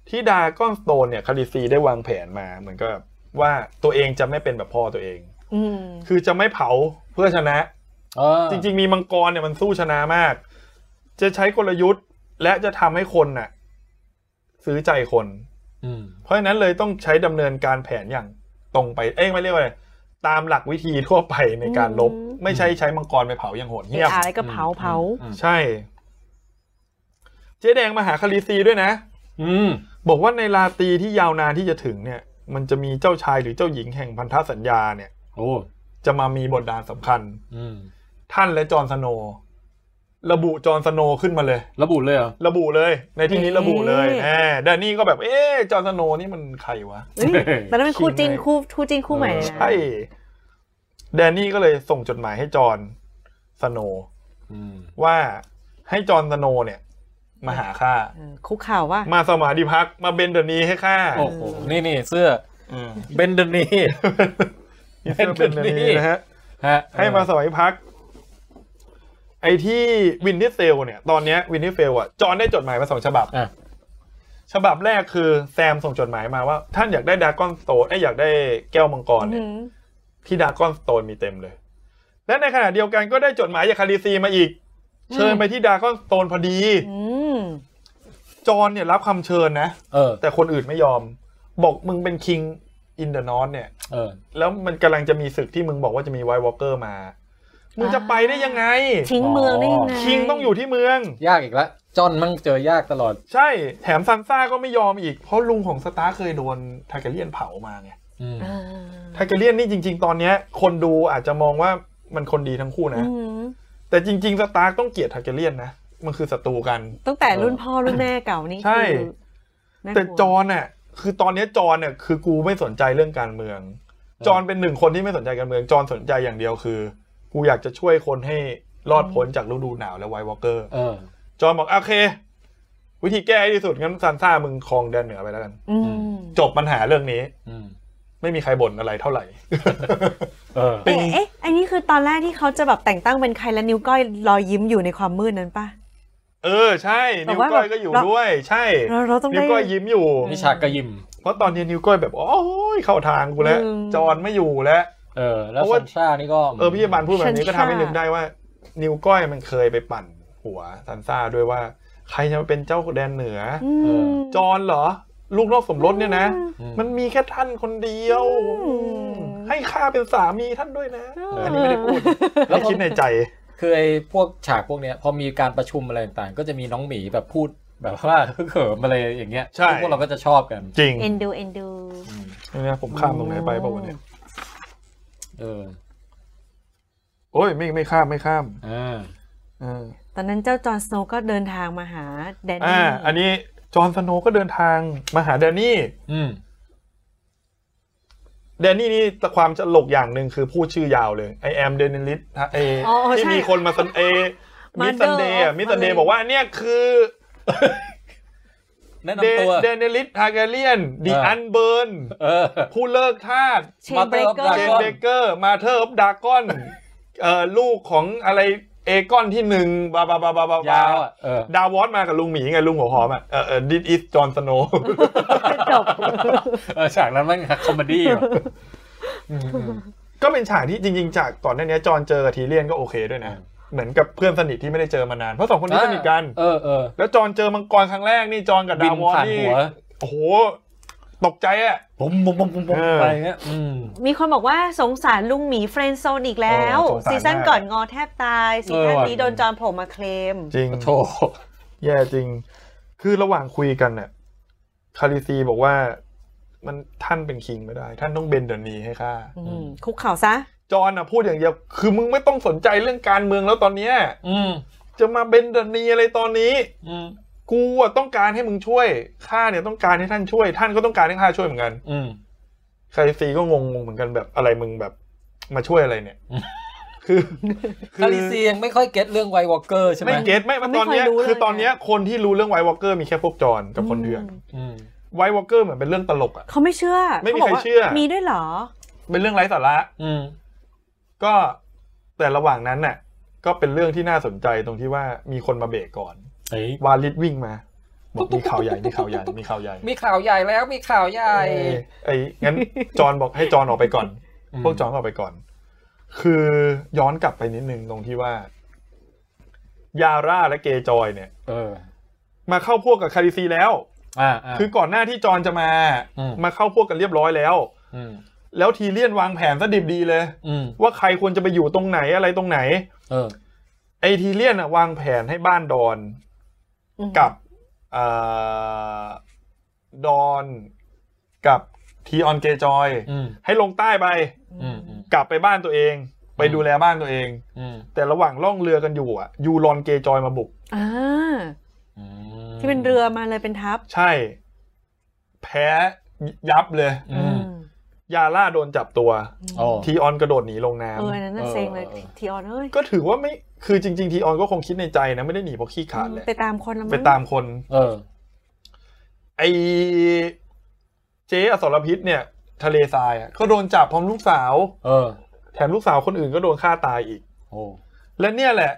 Speaker 2: ที่ดากอนสโตนเนี่ยคาริเซียได้วางแผนมาเหมือนกับว่าตัวเองจะไม่เป็นแบบพ่อตัวเอง
Speaker 3: อืม
Speaker 2: คือจะไม่เผาเพื่อชนะ
Speaker 1: เออ
Speaker 2: จริงๆมีมังกรเนี่ยมันสู้ชนะมาก จะใช้กลยุทธ์และจะทำให้คนน่ะ ซื้อใจคน
Speaker 1: อืม
Speaker 2: เพราะฉะนั้นเลยต้องใช้ดำเนินการแผนอย่างตรงไป เอ้ยไม่เรียกว่าอะไรตามหลักวิธีทั่วไปในการลบ ไม่ใช่ใช้มังกรไปเผาอย่างโหดเหี้ยม
Speaker 3: อะไรก็เผาเผา
Speaker 1: อืม
Speaker 2: ใช่ เจ๊แดงมาหาคาริซีด้วยนะ
Speaker 1: อืม
Speaker 2: บอกว่าในราตรีที่ยาวนานที่จะถึงเนี่ย มันจะมีเจ้าชายหรือเจ้าหญิงแห่งพันธสัญญาเนี่ย
Speaker 1: โอ้
Speaker 2: จะมามีบทดาลสำคัญ
Speaker 1: อืม
Speaker 2: ท่านและจอร์นสโนว์ระบุจอร์นสโนว์ขึ้นมาเลย
Speaker 1: ระบุเลยเหรอ
Speaker 2: ระบุเลย ในที่นี้ระบุเลยแหมแดนนี่ก็แบบเอ๊ะจอร์นสโนว์นี่มันใครวะ
Speaker 3: เอ้ยแต่นั้นเป็นคู่จิ้นคู่คู่จิ้นคู่ใหม่เลยนะ
Speaker 2: ใช่ แดนนี่ก็เลยส่งจดหมายให้จอห์นสโนว์
Speaker 1: อืม
Speaker 2: ว่าให้จอห์นสโนว์เนี่ย มาหาข้า
Speaker 3: เออคุกเข่าวว่า
Speaker 2: มาสมาดิพักมาเบนเดอร์นีให้ข้า
Speaker 1: โอ้โห นี่นี่เสื้อ
Speaker 2: อืม
Speaker 1: เบนเดอร์นี่
Speaker 2: นี่เสื้อเบนเดอร์นีนะฮะ
Speaker 1: ฮะ
Speaker 2: ให้มาสมัยพัก ไอที่วินเทเซลเนี่ย ตอนเนี้ยวินเทเซลอ่ะ จอห์นได้จดหมายมาสองฉบับ
Speaker 1: อ่ะ
Speaker 2: ฉบับแรกคือแซมส่งจดหมายมาว่า ท่านอยากได้ดากอนสโตนไอยอยากได้แก้วมังกรเนี่ย ที่ดากอนสโตนมีเต็มเลย และในขณะเดียวกันก็ได้จดหมายจากคาริซีมาอีก
Speaker 3: อืม
Speaker 2: เชิญไปที่ดากอนสโตนพอดี
Speaker 3: อืม
Speaker 2: จอห์นเนี่ยรับคำเชิญนะ
Speaker 1: เออ
Speaker 2: แต่คนอื่นไม่ยอม บอกมึงเป็นคิงอินเดอะนอตเนี่ย
Speaker 1: เออ
Speaker 2: แล้วมันกำลังจะมีศึกที่มึงบอกว่าจะมีไวท์วอลเกอร์มา มึงจะไปได้ยังไง
Speaker 3: ทิ้งเมืองได้ยังไง
Speaker 2: คิงต้องอยู่ที่เมือง
Speaker 1: ยากอีกละจอนมั่งเจอยากตลอด
Speaker 2: ใช่ แถมซันซ่าก็ไม่ยอมอีก เพราะลุงของสตาร์เคยโดนทาเกเลียนเผามาไง
Speaker 1: อืม
Speaker 3: เออ
Speaker 2: ทาเกเลียนนี่จริง ๆ ตอนเนี้ยคนดูอาจจะมองว่ามันคนดีทั้งคู่นะ
Speaker 3: อืม
Speaker 2: แต่จริง ๆ สตาร์กต้องเกลียดทาเกเลียนนะ มันคือศัตรูกัน
Speaker 3: ตั้งแต่รุ่นพ่อรุ่นแม่เก่านี่
Speaker 2: ใช่
Speaker 3: คือน่ากลัว
Speaker 2: แต่จอห์นน่ะคือตอนเนี้ยจอห์นน่ะคือกูไม่สนใจเรื่องการเมือง
Speaker 1: ออ
Speaker 2: จอห์นเป็นหนึ่งคนที่ไม่สนใจการเมือง จอห์นสนใจอย่างเดียวคือ กูอยากจะช่วยคนให้รอดพ้นจากฤดูหนาวและไวท์วอลเกอร์
Speaker 1: เออ
Speaker 2: จอห์นบอกโอเค วิธีแก้ให้ดีสุดงั้นซานซ่ามึงครองแดนเหนือไปแล้วกัน
Speaker 3: อืม
Speaker 2: จบปัญหาเรื่องนี้
Speaker 1: อืม
Speaker 2: ไม่มีใครบ่นอะไรเท่าไหร่
Speaker 1: เออ
Speaker 2: เป็น
Speaker 3: เอ๊ะเอ๊ะอันนี้คือตอนแรกที่เขาจะแบบแต่งตั้งเป็นใครแล้วนิ้วก้อยรอยยิ้มอยู่ในความมืดนั้นปะ
Speaker 2: เออใช่นิ้วก้อยก็อยู่
Speaker 3: เรา
Speaker 2: ด้วย ใช่
Speaker 3: เราเราต้อง
Speaker 2: นิ้
Speaker 3: ได้
Speaker 2: วก้อยยิ้มอยู่
Speaker 1: นี่ฉากกระยิม
Speaker 2: เพราะตอนนี้นิ้วก้อยแบบ โอ้ยเข้าทางกูแล้ว
Speaker 3: อืม
Speaker 2: จอห์นไม่อยู่แล้ว
Speaker 1: เออ แล้ว
Speaker 2: เพราะว่า
Speaker 1: ซันซ่านี่ก็
Speaker 2: เออพี่บานพูดแบบนี้
Speaker 3: ฉัน
Speaker 2: ก็ทำให้
Speaker 3: ค่ะ
Speaker 2: นึกได้ว่า นิ้วก้อยมันเคยไปปั่นหัวซันซ่าด้วยว่า ใครจะมาเป็นเจ้าแดนเหนืออ
Speaker 3: อืม
Speaker 2: จอห์นเหรอ ลูกนอกสมรสเนี่ยนะ
Speaker 1: อืม
Speaker 2: มันมีแค่ท่านคนเดียว
Speaker 3: อืม
Speaker 2: ให้ข้าเป็นสามีท่านด้วยนะ
Speaker 1: เอออั
Speaker 2: อันนี้ไม่ได้พูด
Speaker 1: แล้
Speaker 2: แล้ว ว
Speaker 1: พอ
Speaker 2: คิดในใจ
Speaker 1: คือไอ้พวกฉากพวกเนี้ย พอมีการประชุมอะไรต่างๆ ก็จะมีน้องหมีแบบพูดแบบว่าฮึกเหิมอะไรอย่างเงี้ย
Speaker 2: ใช่
Speaker 1: ซึ่งพวกเราก็จะชอบกัน
Speaker 2: จริง
Speaker 3: เอ็นดูเอ็นดู
Speaker 2: เนี่ยผมข้ามตรงไหนไปเปล่าวะเนี่ย
Speaker 1: เออ
Speaker 2: โอ้ยไม่ไม่ข้ามไม่ข้าม
Speaker 1: อ่า
Speaker 2: เออ
Speaker 3: ตอนนั้นเจ้าจอห์นสโนว์ก็เดินทางมาหาแดน
Speaker 2: อ่า
Speaker 3: นี่
Speaker 2: อันนี้จอห์นสโนว์ก็เดินทางมาหาแดนนี่
Speaker 1: อืม
Speaker 2: แดนนี่นี่แต่ความจะหลกอย่างหนึ่งคือพูดชื่อยาวเลย I am d e n i l i s เอ
Speaker 3: อ๋อ
Speaker 2: ที่
Speaker 3: ใช่
Speaker 2: มีคนมาสันเอมิสซันเดย์มิสซันเดย์
Speaker 3: มาเลย
Speaker 2: บอกว่าเนี่ยคือ
Speaker 1: แนะ
Speaker 2: เด
Speaker 1: นำตัว
Speaker 2: เดนิลิสทาเกเลียนดี
Speaker 1: เออ
Speaker 2: อันเบิร์น
Speaker 1: เออ
Speaker 2: ผู้เลิกทาส
Speaker 3: เชนเบรกเกอ
Speaker 1: Mother
Speaker 2: เจน
Speaker 1: of
Speaker 2: เบ
Speaker 1: Dragon
Speaker 2: เกอร์มาเธอร์ดากอนเอ่อลูกของอะไรเอกอนที่หนึ่งบาบาบาบาบาย
Speaker 1: าวอ่ะ เออ
Speaker 2: ดาวอสมากับลุงหมีไงลุงหัวหอมอ่ะเออเออดิสอิสจอห์นสโน
Speaker 3: ร์จบ
Speaker 1: เออฉากนั้นมันคอมเม ดี้อยู่อืมอืม
Speaker 2: ก็เป็นฉากที่จริงๆ จากก่อนหน้านี้จอห์นเจอกับทีเลียนก็โอเคด้วยนะ
Speaker 1: อืม
Speaker 2: เหมือนกับเพื่อนสนิทที่ไม่ได้เจอมานาน เพราะสองคนนี้สนิทกัน
Speaker 1: เออเออ
Speaker 2: แล้วจอห์นเจอมังกรครั้งแรกนี่จอห์นกับ
Speaker 1: บิ
Speaker 2: ดาน วอน
Speaker 1: ผ่าน
Speaker 2: นี่
Speaker 1: หัว
Speaker 2: โอ้โห ตกใจอ่ะ
Speaker 1: ผมผมผมผม
Speaker 2: เออ
Speaker 1: ไปอย่างเงี้ยอืม
Speaker 3: มีคนบอกว่าสงสารลุงหมีเฟรนด์โซนอีกแล้ว
Speaker 2: โอ้สงสารมาก
Speaker 3: ซีซั่นก่อนงอแทบตาย ซีซั่น
Speaker 1: เออว่ะ
Speaker 3: นี้โดนจอมโผล่มาเคลม
Speaker 2: จริง
Speaker 1: โถ
Speaker 2: แย่จริง คือระหว่างคุยกันเนี่ยคาริซีบอกว่า มันท่านเป็นคิงไม่ได้ ท่านต้องเบนเดอร์นีให้ข้า
Speaker 3: อืมคุกเข่าซะ
Speaker 2: จอห์นอ่ะพูดอย่างเดียว คือมึงไม่ต้องสนใจเรื่องการเมืองแล้วตอนเนี้ย
Speaker 1: อืม
Speaker 2: จะมาเบนเดอร์นีอะไรตอนนี้
Speaker 1: อืม
Speaker 2: กูอะต้องการให้มึงช่วย ข้าเนี่ยต้องการให้ท่านช่วย ท่านก็ต้องการให้ข้าช่วยเหมือนกัน
Speaker 1: อืม
Speaker 2: คาริซีก็งงๆเหมือนกันแบบอะไรมึงแบบมาช่วยอะไรเนี่ย
Speaker 1: อืม
Speaker 2: คือ
Speaker 1: คาริเซียยังไม่ค่อยเก็ตเรื่องไววอลเกอร์ใช่ไหม
Speaker 2: ไม่เก็ตไม่มาตอนเนี้ย
Speaker 3: ไม่ค่อยรู้เลย
Speaker 2: คือตอนเนี้ยคนที่รู้เรื่องไวท์วอลเกอร์มีแค่พวกจอห์นกับคนเถื่อน
Speaker 3: ม
Speaker 1: อืม
Speaker 2: ไวท์วอลเกอร์เหมือนเป็นเรื่องตลกอะ
Speaker 3: เขาไม่เชื่อ
Speaker 2: ไม่มี
Speaker 3: ขาบอก
Speaker 2: ใคร
Speaker 3: ว่า
Speaker 2: เชื่อ
Speaker 3: มีด้วยเหรอ
Speaker 2: เป็นเรื่องไร้สาระ
Speaker 1: อืม
Speaker 2: ก็แต่ระหว่างนั้นน่ะ ก็เป็นเรื่องที่น่าสนใจตรงที่ว่ามีคนมาเบรกก่อน
Speaker 1: เฮ้ยว
Speaker 2: าลิดวิ่งมาบอกมีข่าวใหญ่มีข่าวใหญ่มีข่าวใหญ่
Speaker 1: มีข่าวใหญ่แล้วมีข่าวใหญ่
Speaker 2: ไอ้ไอ้งั้นจอห์นบอกให้จอห์นออกไปก่อน
Speaker 1: อืม
Speaker 2: พวกจอห์นออกไปก่อน คือย้อนกลับไปนิดนึงตรงที่ว่า ยาร่าและเกย์จอยเนี่ย
Speaker 1: เออ
Speaker 2: มาเข้าพวกกับคาริซีแล้ว
Speaker 1: อ่าอ่า
Speaker 2: คือก่อนหน้าที่จอห์นจะมา
Speaker 1: อืม
Speaker 2: มาเข้าพวกกันเรียบร้อยแล้ว
Speaker 1: อืม
Speaker 2: แล้วทีเลียนวางแผนซะดิบดีเลย
Speaker 1: อืม
Speaker 2: ว่าใครควรจะไปอยู่ตรงไหนอะไรตรงไหน
Speaker 1: เออ
Speaker 2: ไอทีเลียนอะวางแผนให้บ้านดอน
Speaker 3: อืม
Speaker 2: กับเอ่อดอนกับทีออนเกจอย
Speaker 1: อืม
Speaker 2: ให้ลงใต้ไป
Speaker 1: อืมอืม
Speaker 2: กลับไปบ้านตัวเอง ไปดูแลบ้านตัวเอง
Speaker 1: อืม
Speaker 2: แต่ระหว่างล่องเรือกันอยู่อะยูรอนเกจอยมาบุก
Speaker 3: อ่า
Speaker 1: อืม
Speaker 3: ที่เป็นเรือมาเลยเป็นทัพ
Speaker 2: ใช่ แพ้ยับเลย
Speaker 1: อืม
Speaker 2: ยาล่าโดนจับตัว
Speaker 1: โอ้
Speaker 2: ทีออนกระโดดหนีลงน้ำ
Speaker 3: เอออันนั้นน่ะ
Speaker 1: เออ
Speaker 3: เซ็งเลย
Speaker 1: เออ
Speaker 3: ทีออนเอ้ย
Speaker 2: ก็ถือว่าไม่คือจริง ๆ ทีออนก็คงคิดในใจนะไม่ได้หนีเพราะขี้ขลาดแหละ
Speaker 3: ไปตามคนละมั้ง
Speaker 2: ไปตามคน
Speaker 1: เออ
Speaker 2: ไอเจ๊อสรพิษเนี่ย ทะเลทรายอะก็โดนจับพร้อมลูกสาว
Speaker 1: เออ
Speaker 2: แถมลูกสาวคนอื่นก็โดนฆ่าตายอีก
Speaker 1: โอ้
Speaker 2: และเนี่ยแหละ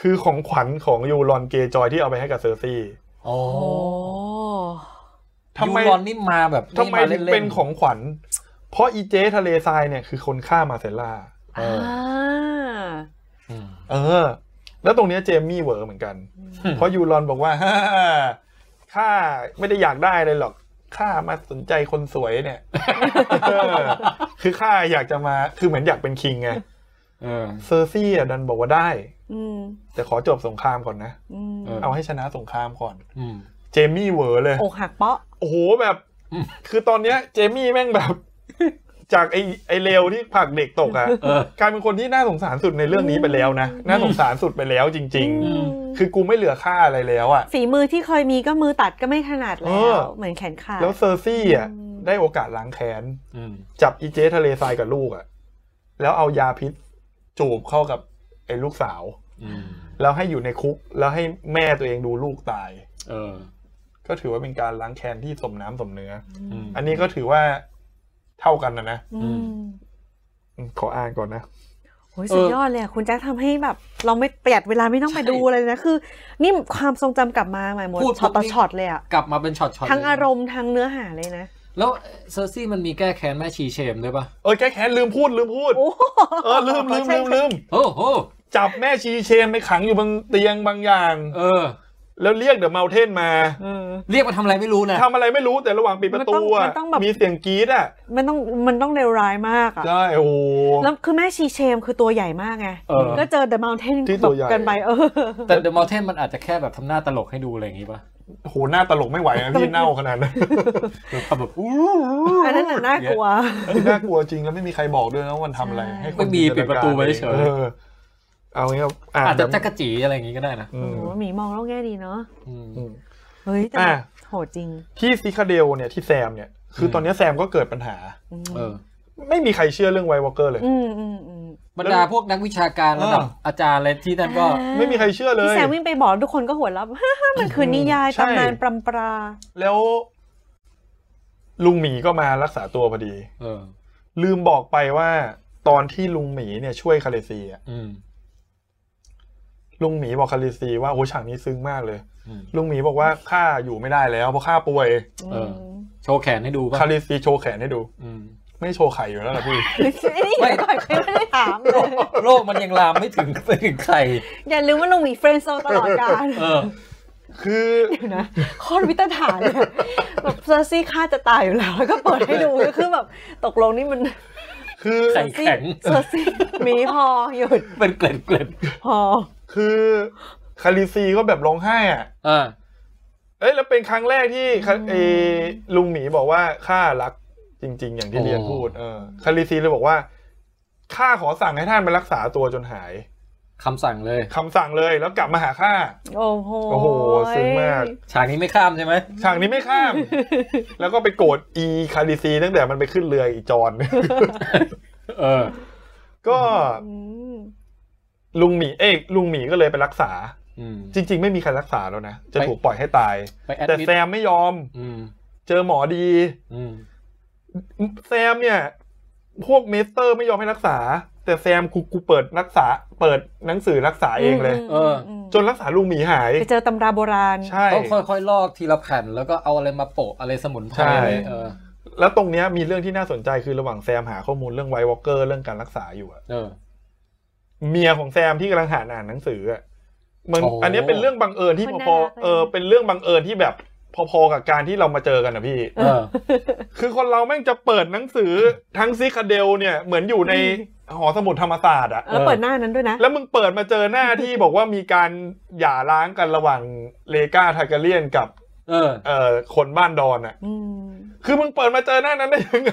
Speaker 2: คือของขวัญของยูรอนเกย์จอยที่เอาไปให้กับเซอร์ซี่
Speaker 1: โอ้
Speaker 3: โอ้
Speaker 2: ทำไม
Speaker 1: ยูรอนนี่มาแบบ
Speaker 2: ทำไมาถึ
Speaker 1: ล่ๆ
Speaker 2: งเป็นของขวัญ เพราะอีเจ๊ทะเลทรายเนี่ยคือคนฆ่ามาเซลล่า
Speaker 1: เอ
Speaker 3: อ่า
Speaker 1: ออืม
Speaker 2: เออ แล้วตรงเนี้ยเจมมี่เหวอเหมือนกัน เพราะยูรอนบอกว่า ฮ่าข้าไม่ได้อยากได้เลยหรอกข้ามาสนใจคนสวยเนี่ย เออคือข้าอยากจะมา คือเหมือนอยากเป็นคิงไง
Speaker 1: เออ
Speaker 2: เซอร์ซี่อ่ะดันบอกว่าได้
Speaker 3: อืม
Speaker 2: แต่ขอจบสงครามก่อนนะ
Speaker 3: อืม
Speaker 1: เออ
Speaker 2: เอาให้ชนะสงครามก่อน
Speaker 1: อืม
Speaker 2: เจมี่เหวอเลย
Speaker 3: อกหักเปาะ
Speaker 2: โอ้โหแบบ
Speaker 1: อืม
Speaker 2: คือตอนเนี้ย เจมี่แม่งแบบ จากไอไอเลวที่ผลักเด็กตกอะ
Speaker 1: เออ
Speaker 2: กลายเป็นคนที่น่าสงสารสุดในเรื่องนี้ไปแล้วนะ น่าสงสารสุดไปแล้วจริง
Speaker 1: อืม
Speaker 2: ๆ คือกูไม่เหลือค่าอะไรแล้วอะ
Speaker 3: ฝีมือที่เคยมีก็มือตัดก็ไม่ถนัดแล้
Speaker 2: เออ
Speaker 3: ว เหมือนแขนขาด
Speaker 2: แล้วเซอร์ซี่อ่ะ
Speaker 3: อืม
Speaker 2: ได้โอกาสล้างแค้น
Speaker 1: อืม
Speaker 2: จับอีเจทะเลทรายกับลูกอ่ะ แล้วเอายาพิษจูบเข้ากับไอ้ลูกสาว
Speaker 1: อืม
Speaker 2: แล้วให้อยู่ในคุก แล้วให้แม่ตัวเองดูลูกตาย
Speaker 1: เออ
Speaker 2: ก็ถือว่าเป็นการล้างแค้นที่สมน้ำสมเนื้อ
Speaker 1: อืม
Speaker 2: อันนี้ก็ถือว่าเท่ากันนะนะ
Speaker 3: อื
Speaker 1: อื
Speaker 3: ม
Speaker 1: ม
Speaker 2: อืมขออ่านก่อนนะ
Speaker 3: โอ้ย
Speaker 1: เออ
Speaker 3: สุดยอดเลยอะคุณแจ๊คทำให้แบบ เราไม่ประหยัดเวลาไม่ต้องไปดูเลยนะ คือ นี่ความทรงจำกลับมาใหม่หมด
Speaker 1: พูด
Speaker 3: ช็อตต่อ
Speaker 1: ปุ๊บนี่
Speaker 3: ช็อตเลยอะ
Speaker 1: กลับมาเป็นช็อตช็อต
Speaker 3: ทั้งอารมณ์ทั้งเนื้อหาเลยนะ
Speaker 1: แล้วเซอร์ซี่มันมีแก้แค้นแม่ชีเชมด้วยป่ะ
Speaker 2: เออแก้แค้นลืมพูดลืมพูด
Speaker 3: โอ้
Speaker 2: เออลืมลืมลื
Speaker 3: ใช่
Speaker 2: มลืม
Speaker 1: โอ้โห
Speaker 2: จับแม่ชีเชนไปขังอยู่บนเตียงบางอย่าง
Speaker 1: เออ
Speaker 2: แล้วเรียกเดอะเมลเทนมา
Speaker 3: เออ
Speaker 1: เรียกมาทำอะไรไม่รู้นะ
Speaker 2: ทำอะไรไม่รู้แต่ระหว่างปิดประตูอะ
Speaker 3: มันต้องมันต้องแบบ
Speaker 2: มีเสียงกรี๊ดอ่ะ
Speaker 3: มันต้องมันต้องเร็วร้ายมากอะ
Speaker 2: ใช่โอ้โห
Speaker 3: แล้วคือแม่ชีเชมคือตัวใหญ่มากไง
Speaker 1: เออ
Speaker 3: ก็เจอ The Mountain
Speaker 2: ที่ตัวใหญ่
Speaker 3: แบบเกันไปเออ
Speaker 1: แต่เดอะมอลเทนมันอาจจะแค่แบบทำหน้าตลกให้ดูอะไรอย่างงี้ป่ะ
Speaker 2: โหหน้าตลกไม่ไหว นะพี่ เน่าขนาดนั้น
Speaker 1: แบบทำแบบอู้
Speaker 3: อันนั้นน่ะน่ากลัว
Speaker 2: น่ากลัวจริงแล้วไม่มีใครบอกด้วยนะว่ามันทำอะไร
Speaker 3: ใช่
Speaker 2: ให้คน
Speaker 1: ไม่มี
Speaker 2: จิน
Speaker 1: ปิด
Speaker 2: นา
Speaker 1: ประตูไว้เฉ
Speaker 2: เอย อเอางี้ครับอ่า
Speaker 1: อาจจะ
Speaker 2: น
Speaker 1: จักรจีอะไรอย่างงี้ก็ได้นะ
Speaker 2: อื
Speaker 3: โอ้
Speaker 2: ม
Speaker 3: โหหมีมองโลกแง่ดีเนาะ
Speaker 1: อืม
Speaker 2: อืม
Speaker 3: เฮ้ยแต่
Speaker 2: อ่ะ
Speaker 3: โหดจริง
Speaker 2: ที่ซิคาเดลเนี่ยที่แซมเนี่ย คืออ
Speaker 1: ม
Speaker 2: ตอนเนี้ยแซมก็เกิดปัญหา
Speaker 3: อืม
Speaker 1: เออ
Speaker 2: ไม่มีใครเชื่อเรื่องไววอลเกอร์เลย
Speaker 3: อืมอืมอืม
Speaker 1: บรรดาพวกนักวิชาการระดับ
Speaker 2: เอออ
Speaker 1: อาจารย์อะไรที่นั่นก็
Speaker 3: อ่า
Speaker 2: ไม่มีใครเชื่อเล
Speaker 3: พี่
Speaker 2: ย
Speaker 3: แซมวิ่งไปบอกทุกคนก็หัวเราะ ฮ่าฮ่ามันคือนิยาย
Speaker 2: ใช่
Speaker 3: ตำนานปรำปรา
Speaker 2: แล้วลุงหมีก็มารักษาตัวพอดี
Speaker 1: เออ
Speaker 2: ลืมบอกไปว่า ตอนที่ลุงหมีเนี่ยช่วยคาเลซีอะ
Speaker 1: อืม
Speaker 2: ลุงหมีบอกคาเลซีว่าโอ้ฉากนี้ซึ้งมากเลย
Speaker 1: อืม
Speaker 2: ลุงหมีบอกว่าข้าอยู่ไม่ได้แล้วเพราะข้าป่วย
Speaker 1: เออ โชว์แขนให้ดูป่ะ
Speaker 2: คาเลซีโชว์แขนให้ดู
Speaker 1: อืม
Speaker 2: ไม่โชว์ไข่อยู่แล้วล่ะพี่
Speaker 3: ไอ้นี่
Speaker 1: ไม่
Speaker 3: เดี๋ยวก่อนใครไม่ได้ถามเลย
Speaker 1: โรคมันยังลามไม่ถึงไปถึงใคร
Speaker 3: อย่าลืมว่าลุงหมีเฟรนด์โซนตลอดกาล
Speaker 1: เออ
Speaker 2: คือ
Speaker 3: เดี๋ยวนะโคตรวิตถาเลยอะแบบเซอร์ซี่ฆ่าจะตายอยู่แล้ว แล้วก็เปิดให้ดูก็คือแบบตกลงนี่มัน
Speaker 2: คือ
Speaker 1: ใส่
Speaker 3: เซอร์ซี่
Speaker 1: แข็ง
Speaker 3: เซอร์ซี่หมีพอหยุด
Speaker 1: เป็นเกล็ดเกล็ด
Speaker 3: พอ
Speaker 2: คือคาริซีก็แบบร้องไห้อ่ะ
Speaker 1: อ่า
Speaker 2: เอ้ยแล้วเป็นครั้งแรกที่คา
Speaker 3: อืม
Speaker 2: เออลุงหมีบอกว่าข้ารักจริง ๆ อย่างที่เรียนพูดเออคาริซีเลยบอกว่าข้าขอสั่งให้ท่านไปรักษาตัวจนหาย
Speaker 1: คำสั่งเลย
Speaker 2: คำสั่งเลยแล้วกลับมาหาข้า
Speaker 3: โอ้โห
Speaker 2: โอ้โหซึ้งมาก
Speaker 1: ฉากนี้ไม่ข้ามใช่ไหม
Speaker 2: ฉากนี้ไม่ข้าม แล้วก็ไปโกรธอีคาริซีตั้งแต่มันไปขึ้นเรืออีจอน
Speaker 1: เออ
Speaker 2: ก็
Speaker 3: อืม
Speaker 2: ลุงหมีเอกลุงหมีก็เลยไปรักษา
Speaker 1: อืม
Speaker 2: จริง ๆ ไม่มีใครรักษาแล้วนะ จะ
Speaker 1: ไป
Speaker 2: ถูกปล่อยให้ตาย
Speaker 1: ไปแอด
Speaker 2: แต่
Speaker 1: มิด
Speaker 2: แซมไม่ยอม
Speaker 1: อืม
Speaker 2: เจอหมอดี
Speaker 1: อืม
Speaker 2: แซมเนี่ย พวกเมสเตอร์ไม่ยอมให้รักษา แต่แซมกูกูเปิดรักษา เปิดหนังสือรักษาเองเลย
Speaker 3: มมม
Speaker 2: จนรักษาลุงหมีหาย
Speaker 3: ไปเจอตำราโบราณ
Speaker 2: ใช่
Speaker 1: ต้องค่อยๆลอกทีละแผ่นแล้วก็เอาอะไรมาโปะอะไรสมุนไพร
Speaker 2: ใช่
Speaker 1: อะไรเออ
Speaker 2: แล้วตรงเนี้ยมีเรื่องที่น่าสนใจคือระหว่างแซมหาข้อมูลเรื่องไวท์วอลเกอร์เรื่องการรักษาอยู่อะ
Speaker 1: เออ
Speaker 2: เมียของแซมที่กำลังหาอ่านหนังสืออะมัน
Speaker 1: โอ้
Speaker 2: อันเนี้ยเป็นเรื่องบังเอิญที่
Speaker 3: คน
Speaker 2: พอพอ
Speaker 3: น่ารักเลย
Speaker 2: เออเป็นเรื่องบังเอิญที่แบบพอๆกับการที่เรามาเจอกันนะพี่
Speaker 1: เออ
Speaker 2: คือคนเราแม่งจะเปิดหนังสือทั้งซิคาเดลเนี่ยเหมือนอยู่ในหอสมุดธรรมศาสตร์อะ
Speaker 3: แล้วเปิดหน้านั้นด้วยนะ
Speaker 2: แล้วมึงเปิดมาเจอหน้าที่บอกว่ามีการหย่าร้างกันระหว่างเลกาทาการเลียนกับ
Speaker 1: เออ
Speaker 2: เอ่อคนบ้านดอนอ่ะ
Speaker 3: อืม
Speaker 2: คือมึงเปิดมาเจอหน้านั้นได้ยังไง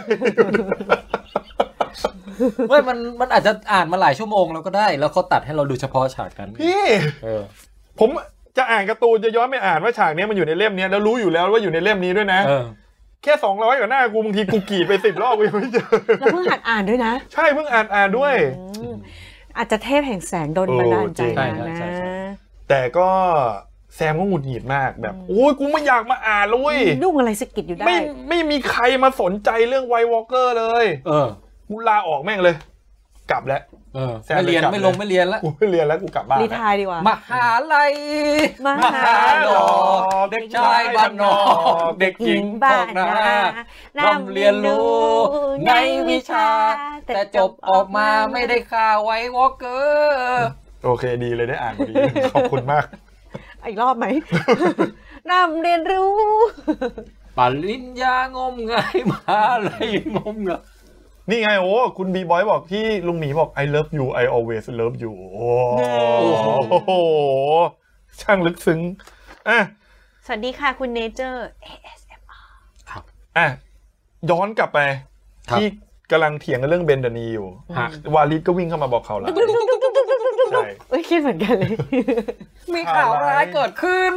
Speaker 1: เว้ยมันมันอาจจะอ่านมาหลายชั่วโมงแล้วก็ได้ แล้วเขาตัดให้เราดูเฉพาะฉากนั้น
Speaker 2: พี่
Speaker 1: เออ
Speaker 2: ผมจะอ่านการ์ตูนจะย้อนไปอ่านว่าฉากเนี้ยมันอยู่ในเล่มเนี้ยแล้วรู้อยู่แล้วว่าอยู่ในเล่มนี้ด้วยนะ
Speaker 1: เออ
Speaker 2: แค่สองร้อยกว่าหน้ากูบางทีกูกรีดไปสิบรอบกูยังไม่เจอ
Speaker 3: แล้วเพิ่งหัดอ่านด้วยนะ
Speaker 2: ใช่เพิ่งอ่านอ่านด้วย
Speaker 3: อืมอาจจะเทพแห่งแสงโดนบันดาลใจ
Speaker 1: โอ้
Speaker 3: มา
Speaker 1: จริง
Speaker 3: นะ
Speaker 1: ใช่ใช่ใช่
Speaker 2: แต่ก็แซมก็หงุดหงิดมากแบบโอ้ยกูไม่อยากมาอ่านเลวเว้ย
Speaker 3: นุ่งอะไรสะกิดอยู่ได้
Speaker 2: ไม่ไม่มีใครมาสนใจเรื่องไววอลเกอร์เลย
Speaker 1: เออ
Speaker 2: กูลาออกแม่งเลย กลับแล้ว
Speaker 1: เออ
Speaker 2: แซม
Speaker 1: ไม่เรียน
Speaker 2: เลยกลับ
Speaker 1: ไม่ลง
Speaker 2: เลย
Speaker 1: ไม่เรียนละ
Speaker 2: กูไม่เรียนแล้วกูกลับบ้าน
Speaker 3: รี
Speaker 2: แล้ว
Speaker 3: ทายดีกว่า
Speaker 1: มหาลัย
Speaker 3: มหา
Speaker 1: หลอกเด็กชายบ้านนอกเด็กหญิงบ้านนาร่ำเรียนรู้ในวิชา แต่จบออกมาไม่ได้ค่าไว้วอเกอร์
Speaker 2: โอเคดีเลยได้อ่านพอดี ขอบคุณมาก
Speaker 3: อีกรอบ ไหม นำเรียนรู้
Speaker 1: ปริญญางมงายมหาลัยงมงาย
Speaker 2: นี่ไงโอ้คุณบีบอยบอกที่ลุงหมีบอก I love you I always love you โอ้
Speaker 3: แน่
Speaker 2: โห ช่างลึกซึ้งอ่ะ
Speaker 3: สวัสดีค่ะคุณเนเจอร์ ASM
Speaker 2: อ่ะย้อนกลับไป
Speaker 1: ครับ
Speaker 2: ที่กำลังเถียงกันเรื่องเบนเดนีอยู่
Speaker 1: ฮะ
Speaker 2: วาลิดก็วิ่งเข้ามาบอกเขาแล้วใช่
Speaker 3: เอ้ยคิดเหมือนกันเลย
Speaker 1: มีข่าวร้ายเกิดขึ้น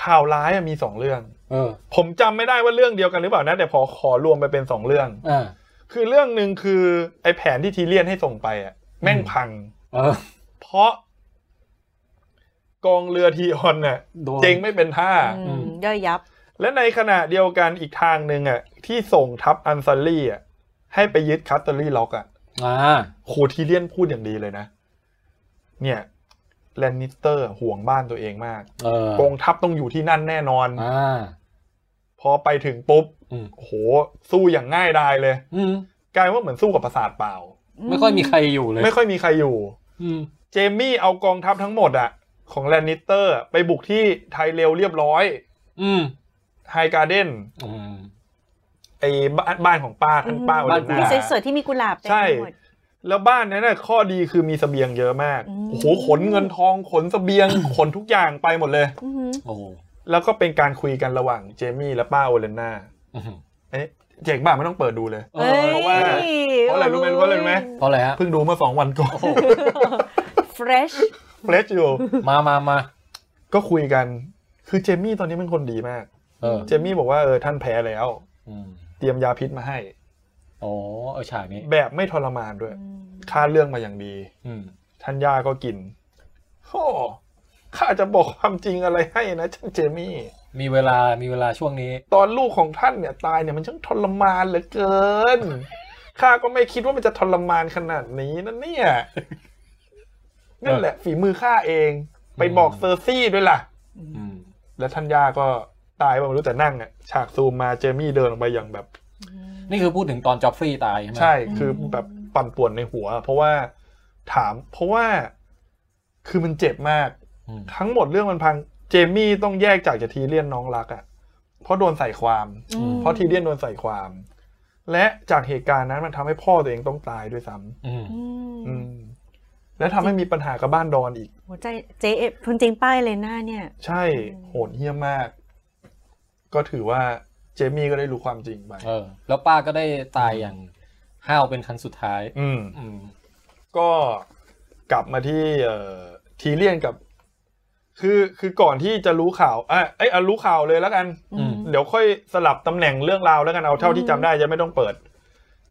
Speaker 2: ข่าวร้ายอะมีสองเรื่อง
Speaker 1: เออ
Speaker 2: ผมจำไม่ได้ว่าเรื่องเดียวกันหรือเปล่านะ แต่พอขอรวมไปเป็นสองเรื่อง
Speaker 1: อ่า
Speaker 2: คือเรื่องหนึ่งคือไอ้แผนที่ทีเลียนให้ส่งไปอ่ะแม่งพัง
Speaker 1: เออ
Speaker 2: เพราะ กองเรือทีออนน่ะ
Speaker 1: โดน
Speaker 2: เจงไม่เป็นท่า
Speaker 3: อืมย่อยยับ
Speaker 2: และในขณะเดียวกันอีกทางหนึ่งอ่ะที่ส่งทัพอันซัลลี่อ่ะให้ไปยึดคัสเตอรี่ล็อกอ่ะ
Speaker 1: อ่า
Speaker 2: โคทีเลียนพูดอย่างดีเลยนะ เนี่ยแลนนิสเตอร์ห่วงบ้านตัวเองมาก
Speaker 1: เออก
Speaker 2: องทัพต้องอยู่ที่นั่นแน่นอน
Speaker 1: อ่า
Speaker 2: พอไปถึงปุ๊บ
Speaker 1: อืม
Speaker 2: โหสู้อย่างง่ายดายเลย
Speaker 1: อืม
Speaker 2: กลายว่าเหมือนสู้กับประสาทเปล่า
Speaker 1: ไม่ค่อยมีใครอยู่เลย
Speaker 2: ไม่ค่อยมีใครอยู่
Speaker 1: อืม
Speaker 2: เจมี่เอากองทัพทั้งหมดอะของแลนนิสเตอร์ไปบุกที่ไทเรลเรียบร้อย
Speaker 1: อืม
Speaker 2: ไฮการ์เด้น
Speaker 1: อืม
Speaker 2: ไอ้บ้านบ้านของป้าทั้งป้า
Speaker 3: อื
Speaker 2: โอ
Speaker 3: ม
Speaker 2: ลิ
Speaker 1: บ้าน
Speaker 2: นา
Speaker 1: คุณ
Speaker 3: ที่สวยๆที่มีกุหลาบเต็ม
Speaker 2: ใช่
Speaker 3: ไปหมด
Speaker 2: แล้วบ้านนั้นน่ะข้อดีคือมีเสบียงเยอะมาก
Speaker 3: อืม
Speaker 2: โอ้โหขนเงินทองขนเสบียง ขนทุกอย่างไปหมดเลย
Speaker 3: อื้อหือ
Speaker 1: โอ้โห
Speaker 2: แล้วก็เป็นการคุยกันระหว่างเจมี่และป้าโอเลนา
Speaker 1: อืม
Speaker 2: เอ๊ะเจ๋งบ้ากไม่ต้องเปิดดูเลย
Speaker 1: เอ
Speaker 3: เอ้
Speaker 1: อย
Speaker 2: พราะว่าเพราะอะไรรู้ไหมเพราะอะไรรู้ไหม
Speaker 1: เพราะอะไรฮะ
Speaker 2: เพิ่งดูเมื่อสองวันก่ อน
Speaker 3: เฟรช
Speaker 2: เฟรชอยู่
Speaker 1: มามามา
Speaker 2: ก็คุยกันคือเจมี่ตอนนี้เป็นคนดีมาก
Speaker 1: เออ
Speaker 2: เจมี่บอกว่าเออท่านแพ้แล้ว
Speaker 1: อืม
Speaker 2: เตรียมยาพิษมาให้
Speaker 1: อ๋อเออฉากนี้
Speaker 2: แบบไม่ทรมานด้วย ค่าเรื่องมาอย่างดี
Speaker 1: อืม
Speaker 2: ท่านย่าก็กินโอ้ข้าจะบอกความจริงอะไรให้นะท่านเจมี่
Speaker 1: มีเวลา มีเวลาช่วงนี้
Speaker 2: ตอนลูกของท่านเนี่ย ตายเนี่ยมันช่างทรมานเหลือเกิน ข้าก็ไม่คิดว่ามันจะทรมานขนาดนี้นะเนี่ย นั่นแหละ ฝีมือข้าเอง ไปบอกเซอร์ซี่ด้วยล่ะ
Speaker 1: อืม
Speaker 2: แล้วท่านย่าก็ตายไปไม่รู้แต่นั่งอะฉากซูมมาเจมี่เดินออกไปอย่างแบบ
Speaker 1: นี่คือพูดถึงตอนจอฟฟรีย์ตายใช่ไหม
Speaker 2: ใช่คือแบบปั่นป่วนในหัว เพราะว่าถาม เพราะว่า คือมันเจ็บมาก
Speaker 1: อืม
Speaker 2: ทั้งหมดเรื่องมันพัง เจมี่ต้องแยกจากจากทีเลียนน้องรักอ่ะเพราะโดนใส่ความ
Speaker 3: อืม
Speaker 2: เพราะทีเลียนโดนใส่ความ และจากเหตุการณ์นั้นมันทำให้พ่อตัวเองต้องตายด้วยซ้ำ
Speaker 1: อืม
Speaker 3: อืม
Speaker 2: อืม และทำให้มีปัญหากับบ้านดอนอีก
Speaker 3: หัวใจเจ๊เอฟคุณจริงป้ายเลยหน้าเนี่ย
Speaker 2: ใช่ โหดเหี้ยมมาก ก็ถือว่าเจมี่ก็ได้รู้ความจริงไป
Speaker 1: เออ แล้วป้าก็ได้ตายอย่างห้าวเป็นครั้งสุดท้าย
Speaker 2: อืม
Speaker 1: อืม
Speaker 2: ก็กลับมาที่เอ่อทีเลียนกับ คือคือก่อนที่จะรู้ข่าวอ่ะเอ้ยเอารู้ข่าวเลยแล้วกัน
Speaker 1: อืม
Speaker 2: เดี๋ยวค่อยสลับตำแหน่งเรื่องราวแล้วกันเอาเท่าที่จำได้จะไม่ต้องเปิด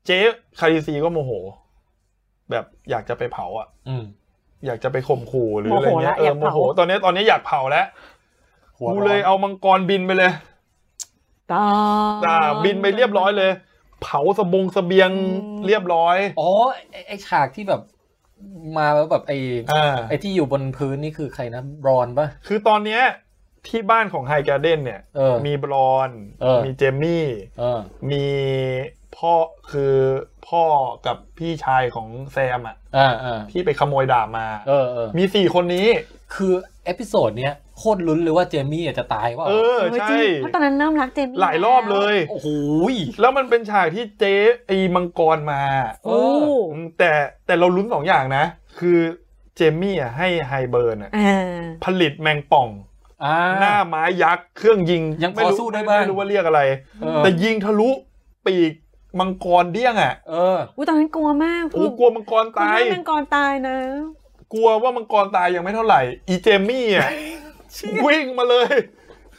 Speaker 2: เจ๊คาริซีก็โมโห แบบอยากจะไปเผาอ่ะ
Speaker 1: อืม
Speaker 2: อยากจะไปข่มขู่หรืออะไรเงี้ย
Speaker 3: โมโหละ
Speaker 2: เออย
Speaker 3: อาก
Speaker 2: โม
Speaker 3: เผา
Speaker 2: โห ตอนนี้ตอนนี้อยากเผาแล้ว
Speaker 1: หัว
Speaker 2: กู
Speaker 1: ร้น
Speaker 2: เลยเอามังกรบินไปเลย
Speaker 3: ตอน
Speaker 2: อ่าบินไปเรียบร้อยเลย เผาสบงเสบียง
Speaker 3: อืม
Speaker 2: เรียบร้อย
Speaker 1: อ๋อไอ้ไอฉากที่แบบมาแล้วแบบไอ
Speaker 2: อ่า
Speaker 1: ไอที่อยู่บนพื้นนี่คือใครนะบรอนปะ
Speaker 2: คือตอนเนี้ยที่บ้านของไฮการ์เดนเนี่ย
Speaker 1: เออ
Speaker 2: มีบรอน
Speaker 1: เออ
Speaker 2: มีเจมมี่
Speaker 1: เออ
Speaker 2: มีพ่อคือพ่อกับพี่ชายของแซมอ่ะ
Speaker 1: อ่าอ่า
Speaker 2: ที่ไปขโมยดาบมา
Speaker 1: เออเออ
Speaker 2: มีสี่คนนี้
Speaker 1: คือเอพิโซดเนี้ยโคตรลุ้นเลยว่าเจมี่อาจจะตายว่า
Speaker 2: เออ
Speaker 3: เออ
Speaker 2: ใช่
Speaker 3: จริงเพราะตอนนั้นเริ่มรักเจมี่
Speaker 2: หลายรอบเลย
Speaker 1: โอ้โหย
Speaker 2: แล้วมันเป็นฉากที่เจ๊ไอ้มังกรมา
Speaker 1: เอ
Speaker 3: โอ้
Speaker 1: อ
Speaker 2: อืมแต่แต่เราลุ้นสองอย่างนะ คือเจมมี่อ่ะให้ไฮเบิร์นอ่ะ
Speaker 3: เออ
Speaker 2: ผลิตแมงป่อง
Speaker 1: อ่า
Speaker 2: หน้าไม้ยักษ์ เครื่องยิง
Speaker 1: ยังพอ
Speaker 2: ม่รู้
Speaker 1: สู้ได้บ้าง
Speaker 2: ม่รู้ว่าเรียกอะไร
Speaker 1: เออ
Speaker 2: แต่ยิงทะลุปีกมังกรเดี้ยงอ่ะ
Speaker 1: เออ
Speaker 3: อุ้ยตอนนั้นกลัวมาก
Speaker 2: โอ้กลัวมังกร
Speaker 3: ตา
Speaker 2: ตาย ย
Speaker 3: มังกรตายนะ
Speaker 2: กลัวว่ามังกรตายยังไม่เท่าไหร่ อีเจมมี่อ่ะวิ่งมาเลย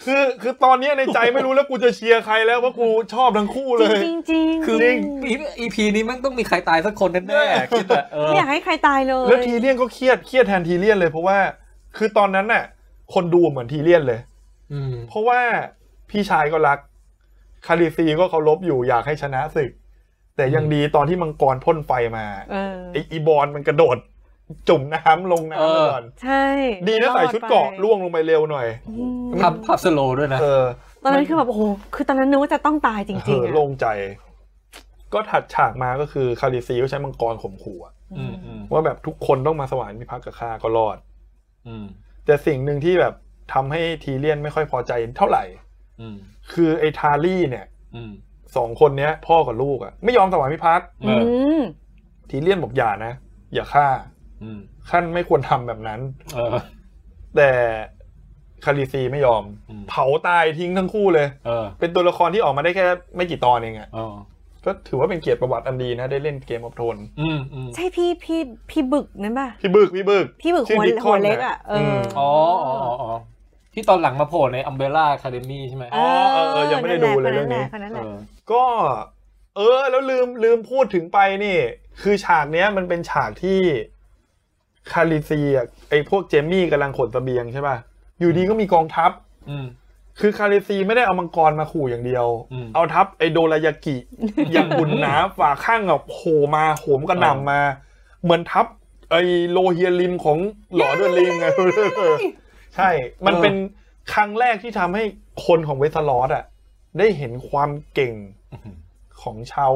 Speaker 2: คือคือตอนเนี้ยในใจไม่รู้แล้วกูจะเชียร์ใครแล้วว่ากูชอบทั้งคู่
Speaker 3: จ
Speaker 2: เล
Speaker 3: ริง
Speaker 2: ย
Speaker 3: จริงจริง
Speaker 1: คืออีพีนี้แมันต้องมีใครตายสักคน
Speaker 2: เนี่
Speaker 1: แน่
Speaker 2: ย
Speaker 1: ๆคิดอะเออ
Speaker 3: ไม่อยากให้ใครตายเลย
Speaker 2: แล้วทีเลียนก็เครียดเครียดแทนทีเลียนเลยเพราะว่า คือตอนนั้นน่ะ คนดูเหมือนทีเลียนเลย
Speaker 1: อืม
Speaker 2: เพราะว่าพี่ชายก็รัก คาริซีก็เคารพอยู่อยากให้ชนะศึก แต่ยังดีตอนที่มังกรพ่นไฟมา
Speaker 3: เออ
Speaker 2: ไออีบอลมันกระโดด จุ่มน้ำลงน้ำไปก่อน
Speaker 3: ใช่
Speaker 2: ดีนะใส่ชุดเกราะล่วงลงไปเร็วหน่อย
Speaker 3: อืม
Speaker 1: ภาพภาพสโลว์ด้วยนะ
Speaker 2: เออ
Speaker 3: ตอนนั้นคือแบบโอ้โหคือตอนนั้นนึกว่าจะต้องตายจ
Speaker 2: เอ
Speaker 3: ริง
Speaker 2: อ
Speaker 3: ๆอะ
Speaker 2: โล่งใจ ก็ถัดฉากมาก็คือคาริซีก็ใช้มังกรข่มขู่อะ
Speaker 1: อืมอืม
Speaker 2: ว่าแบบทุกคนต้องมาสวรรค์มิพักกับข้าก็รอด
Speaker 1: อืม
Speaker 2: แต่สิ่งหนึ่งที่แบบทำให้ทีเลียนไม่ค่อยพอใจเท่าไหร่
Speaker 1: อืม
Speaker 2: คือไอ้ทารี่เนี่ย
Speaker 1: อืม
Speaker 2: สองคนเนี้ย พ่อกับลูกอะไม่ยอมสวรรค์มิพัก
Speaker 1: เอ
Speaker 3: อื
Speaker 1: อ
Speaker 3: ม
Speaker 2: ทีเลียนบอกอย่านะ อย่าฆ่า
Speaker 1: อืม
Speaker 2: ขั้นไม่ควรทำแบบนั้น
Speaker 1: เออ
Speaker 2: แต่คาริซีไม่ยอม
Speaker 1: อืม
Speaker 2: เผาตายทิ้งทั้งคู่เลย
Speaker 1: เออ
Speaker 2: เป็นตัวละครที่ออกมาได้แค่ไม่กี่ตอนเองอะ
Speaker 1: เออ
Speaker 2: ก็ถือว่าเป็นเกียรติประวัติอันดีนะ ได้เล่นเกมออฟโทน
Speaker 1: อืมอืม
Speaker 3: ใช่พี่พี่พี่บึกนั่นป่ะ
Speaker 2: พี่บึกพี่บึก
Speaker 3: พี่บึก
Speaker 2: ชื่อ
Speaker 3: หัว
Speaker 2: Nikon
Speaker 3: หัวเล็กอ่ะเออ
Speaker 2: ม
Speaker 3: อ
Speaker 1: อ๋ออ๋ออ๋ออ๋อที่ตอนหลังมาโผล่ในอัมเบร่าคาเดมี่ใช่ไหม
Speaker 2: อ๋อเออเออยังไม่ได้ดูเลยเรื่องนี้
Speaker 3: คนนั้นแห
Speaker 1: เอ
Speaker 3: ละ
Speaker 1: อ
Speaker 2: ก็ เออ แล้วลืมลืมพูดถึงไปนี่ คือฉากเนี้ยมันเป็นฉากที่คาริซีอะไอพวกเจมมี่กำลังขนเสบียงใช่ป่ะอยู่ดีก็มีกองทัพ
Speaker 1: อืม
Speaker 2: คือคาเรซีไม่ได้เอามังกรมาขู่อย่างเดียว
Speaker 1: อืม
Speaker 2: เอาทับไอโดรายากิ อย่างบุญหนาฝ่าข้างอะโผล่มาโหมกระหน่ำมา เหมือนทับไอโลเฮียริมของหลอเดอร์ลิงไง ใช่ มันเป็นครั้งแรกที่ทำให้คนของเวสเทอร์ลอสอะได้เห็นความเก่งของชาว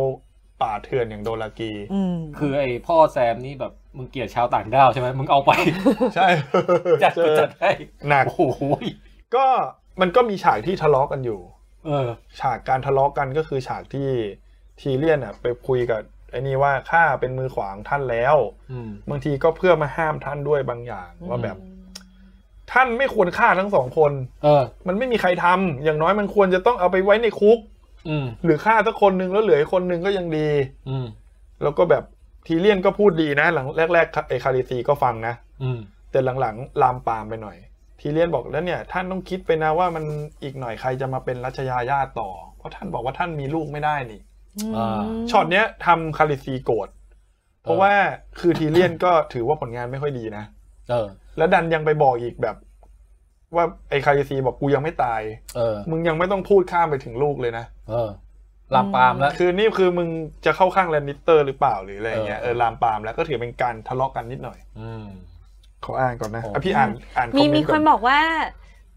Speaker 2: ป่าเถื่อนอย่างโดรากี
Speaker 3: อืม
Speaker 1: คือไอพ่อแซมนี่แบบมึงเกลียดชาวต่างด้าวใช่ไหมมึงเอาไป
Speaker 2: ใช่
Speaker 1: จัด
Speaker 2: เจ
Speaker 1: กู
Speaker 2: อ
Speaker 1: จัดให้
Speaker 2: หนัก
Speaker 1: โอ้โหย
Speaker 2: ก็มันก็มีฉากที่ทะเลาะกันอยู่
Speaker 1: เออ
Speaker 2: ฉากการทะเลาะกันก็คือฉากที่ทีเลียนอ่ะไปคุยกับไอ้นี่ว่าข้าเป็นมือขวางท่านแล้ว
Speaker 1: อืม
Speaker 2: บางทีก็เพื่อมาห้ามท่านด้วยบางอย่าง
Speaker 3: อืม
Speaker 2: ว่าแบบ ท่านไม่ควรฆ่าทั้งสองคน
Speaker 1: เออ
Speaker 2: มันไม่มีใครทำอย่างน้อยมันควรจะต้องเอาไปไว้ในคุก
Speaker 1: อืม
Speaker 2: หรือฆ่าสักคนหนึ่งแล้วเหลืออีกคนหนึ่งก็ยังดี
Speaker 1: อืม
Speaker 2: แล้วก็แบบทีเลียนก็พูดดีนะ หลังแรกๆไอ้คาริซีก็ฟังนะ
Speaker 1: อืม
Speaker 2: แต่หลังๆลามปามไปหน่อย ทีเลียนบอกแล้วเนี่ย ท่านต้องคิดไปนะว่ามันอีกหน่อยใครจะมาเป็นรัชยาญาติต่อ เพราะท่านบอกว่าท่านมีลูกไม่ได้นี่
Speaker 1: อ่า
Speaker 2: ช็อตเนี้ยทำคาริซีโกรธเพราะว่าคือทีเลียนก็ถือว่าผลงานไม่ค่อยดีนะ
Speaker 1: เออ
Speaker 2: แล้วดันยังไปบอกอีกแบบ ว่าไอ้คาริซีบอกกูยังไม่ตาย
Speaker 1: เออ
Speaker 2: มึงยังไม่ต้องพูดข้ามไปถึงลูกเลยนะ
Speaker 1: เออ ลามปามแล้ว
Speaker 2: คือนี่คือมึงจะเข้าข้างแลนนิสเตอร์หรือเปล่าหรืออะไรเงี้ย
Speaker 1: เออ
Speaker 2: เออลามปามแล้วก็ถือเป็นการทะเลาะกันนิดหน่อย
Speaker 1: อืม
Speaker 2: ขออ่านก่อนนะ
Speaker 1: โอ้
Speaker 2: อ่ะพี่อ่านอ่านคอม
Speaker 3: มี
Speaker 2: เมน
Speaker 3: มี
Speaker 2: ต์
Speaker 3: ค
Speaker 2: ก่อน น
Speaker 3: บอกว่า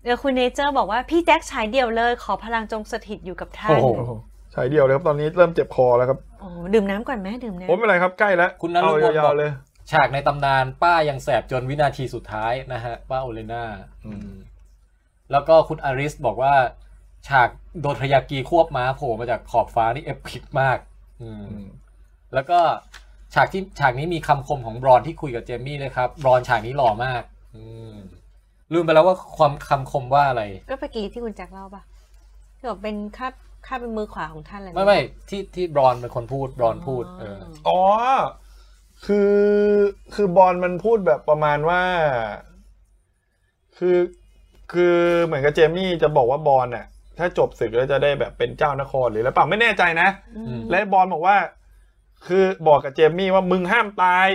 Speaker 3: เออคุณเนเจอร์บอกว่าพี่แจ็คฉายเดี่ยวเลย ขอพลังจงสถิตอยู่กับท่าน
Speaker 1: โอ้โห
Speaker 2: โอ้โหฉายเดียวเลยครับตอนนี้เริ่มเจ็บคอแล้วครับ
Speaker 3: โอ้โหดื่มน้ำก่อนไหมดื่มน้ำ
Speaker 2: โอ้ไม่เป็นไรครับใกล้แล้ว
Speaker 1: คุณนฤ
Speaker 2: เอา
Speaker 1: พล
Speaker 2: ยา
Speaker 1: บอ
Speaker 2: ว
Speaker 1: ก
Speaker 2: ๆเลย
Speaker 1: ฉากในตำนานป้ายังแสบจนวินาทีสุดท้ายนะฮะ ป้าโอเลน่า อืม แล้วก็คุณอาริสบอกว่า ฉากโดนทรยากีควบม้าโผล่มาจากขอบฟ้านี่เอพิกมาก อืม
Speaker 2: อืม
Speaker 1: แล้วก็ฉากที่ฉากนี้มีคำคมของบรอนที่คุยกับเจมี่เลยครับ บรอนฉากนี้หล่อมาก อืมลืมไปแล้วว่าความคำคมว่าอะไร
Speaker 3: ก็ไปกี้ที่คุณแจ็คเล่าปะที่บอกเป็นข้าข้าเป็นมือขวาของท่านอะไร
Speaker 1: ไม่ไม่ที่ที่บรอนเป็นคนพูดบรอนพูดเออ
Speaker 2: อ๋อ คือคือบอลมันพูดแบบประมาณว่า คือคือเหมือนกับเจมี่จะบอกว่าบอลน่ะ ถ้าจบศึกแล้วจะได้แบบเป็นเจ้านครหรือแล้วเปล่าไม่แน่ใจนะ
Speaker 3: อืม
Speaker 2: และบอลบอกว่า คือบอกกับเจมี่ว่ามึงห้ามตาย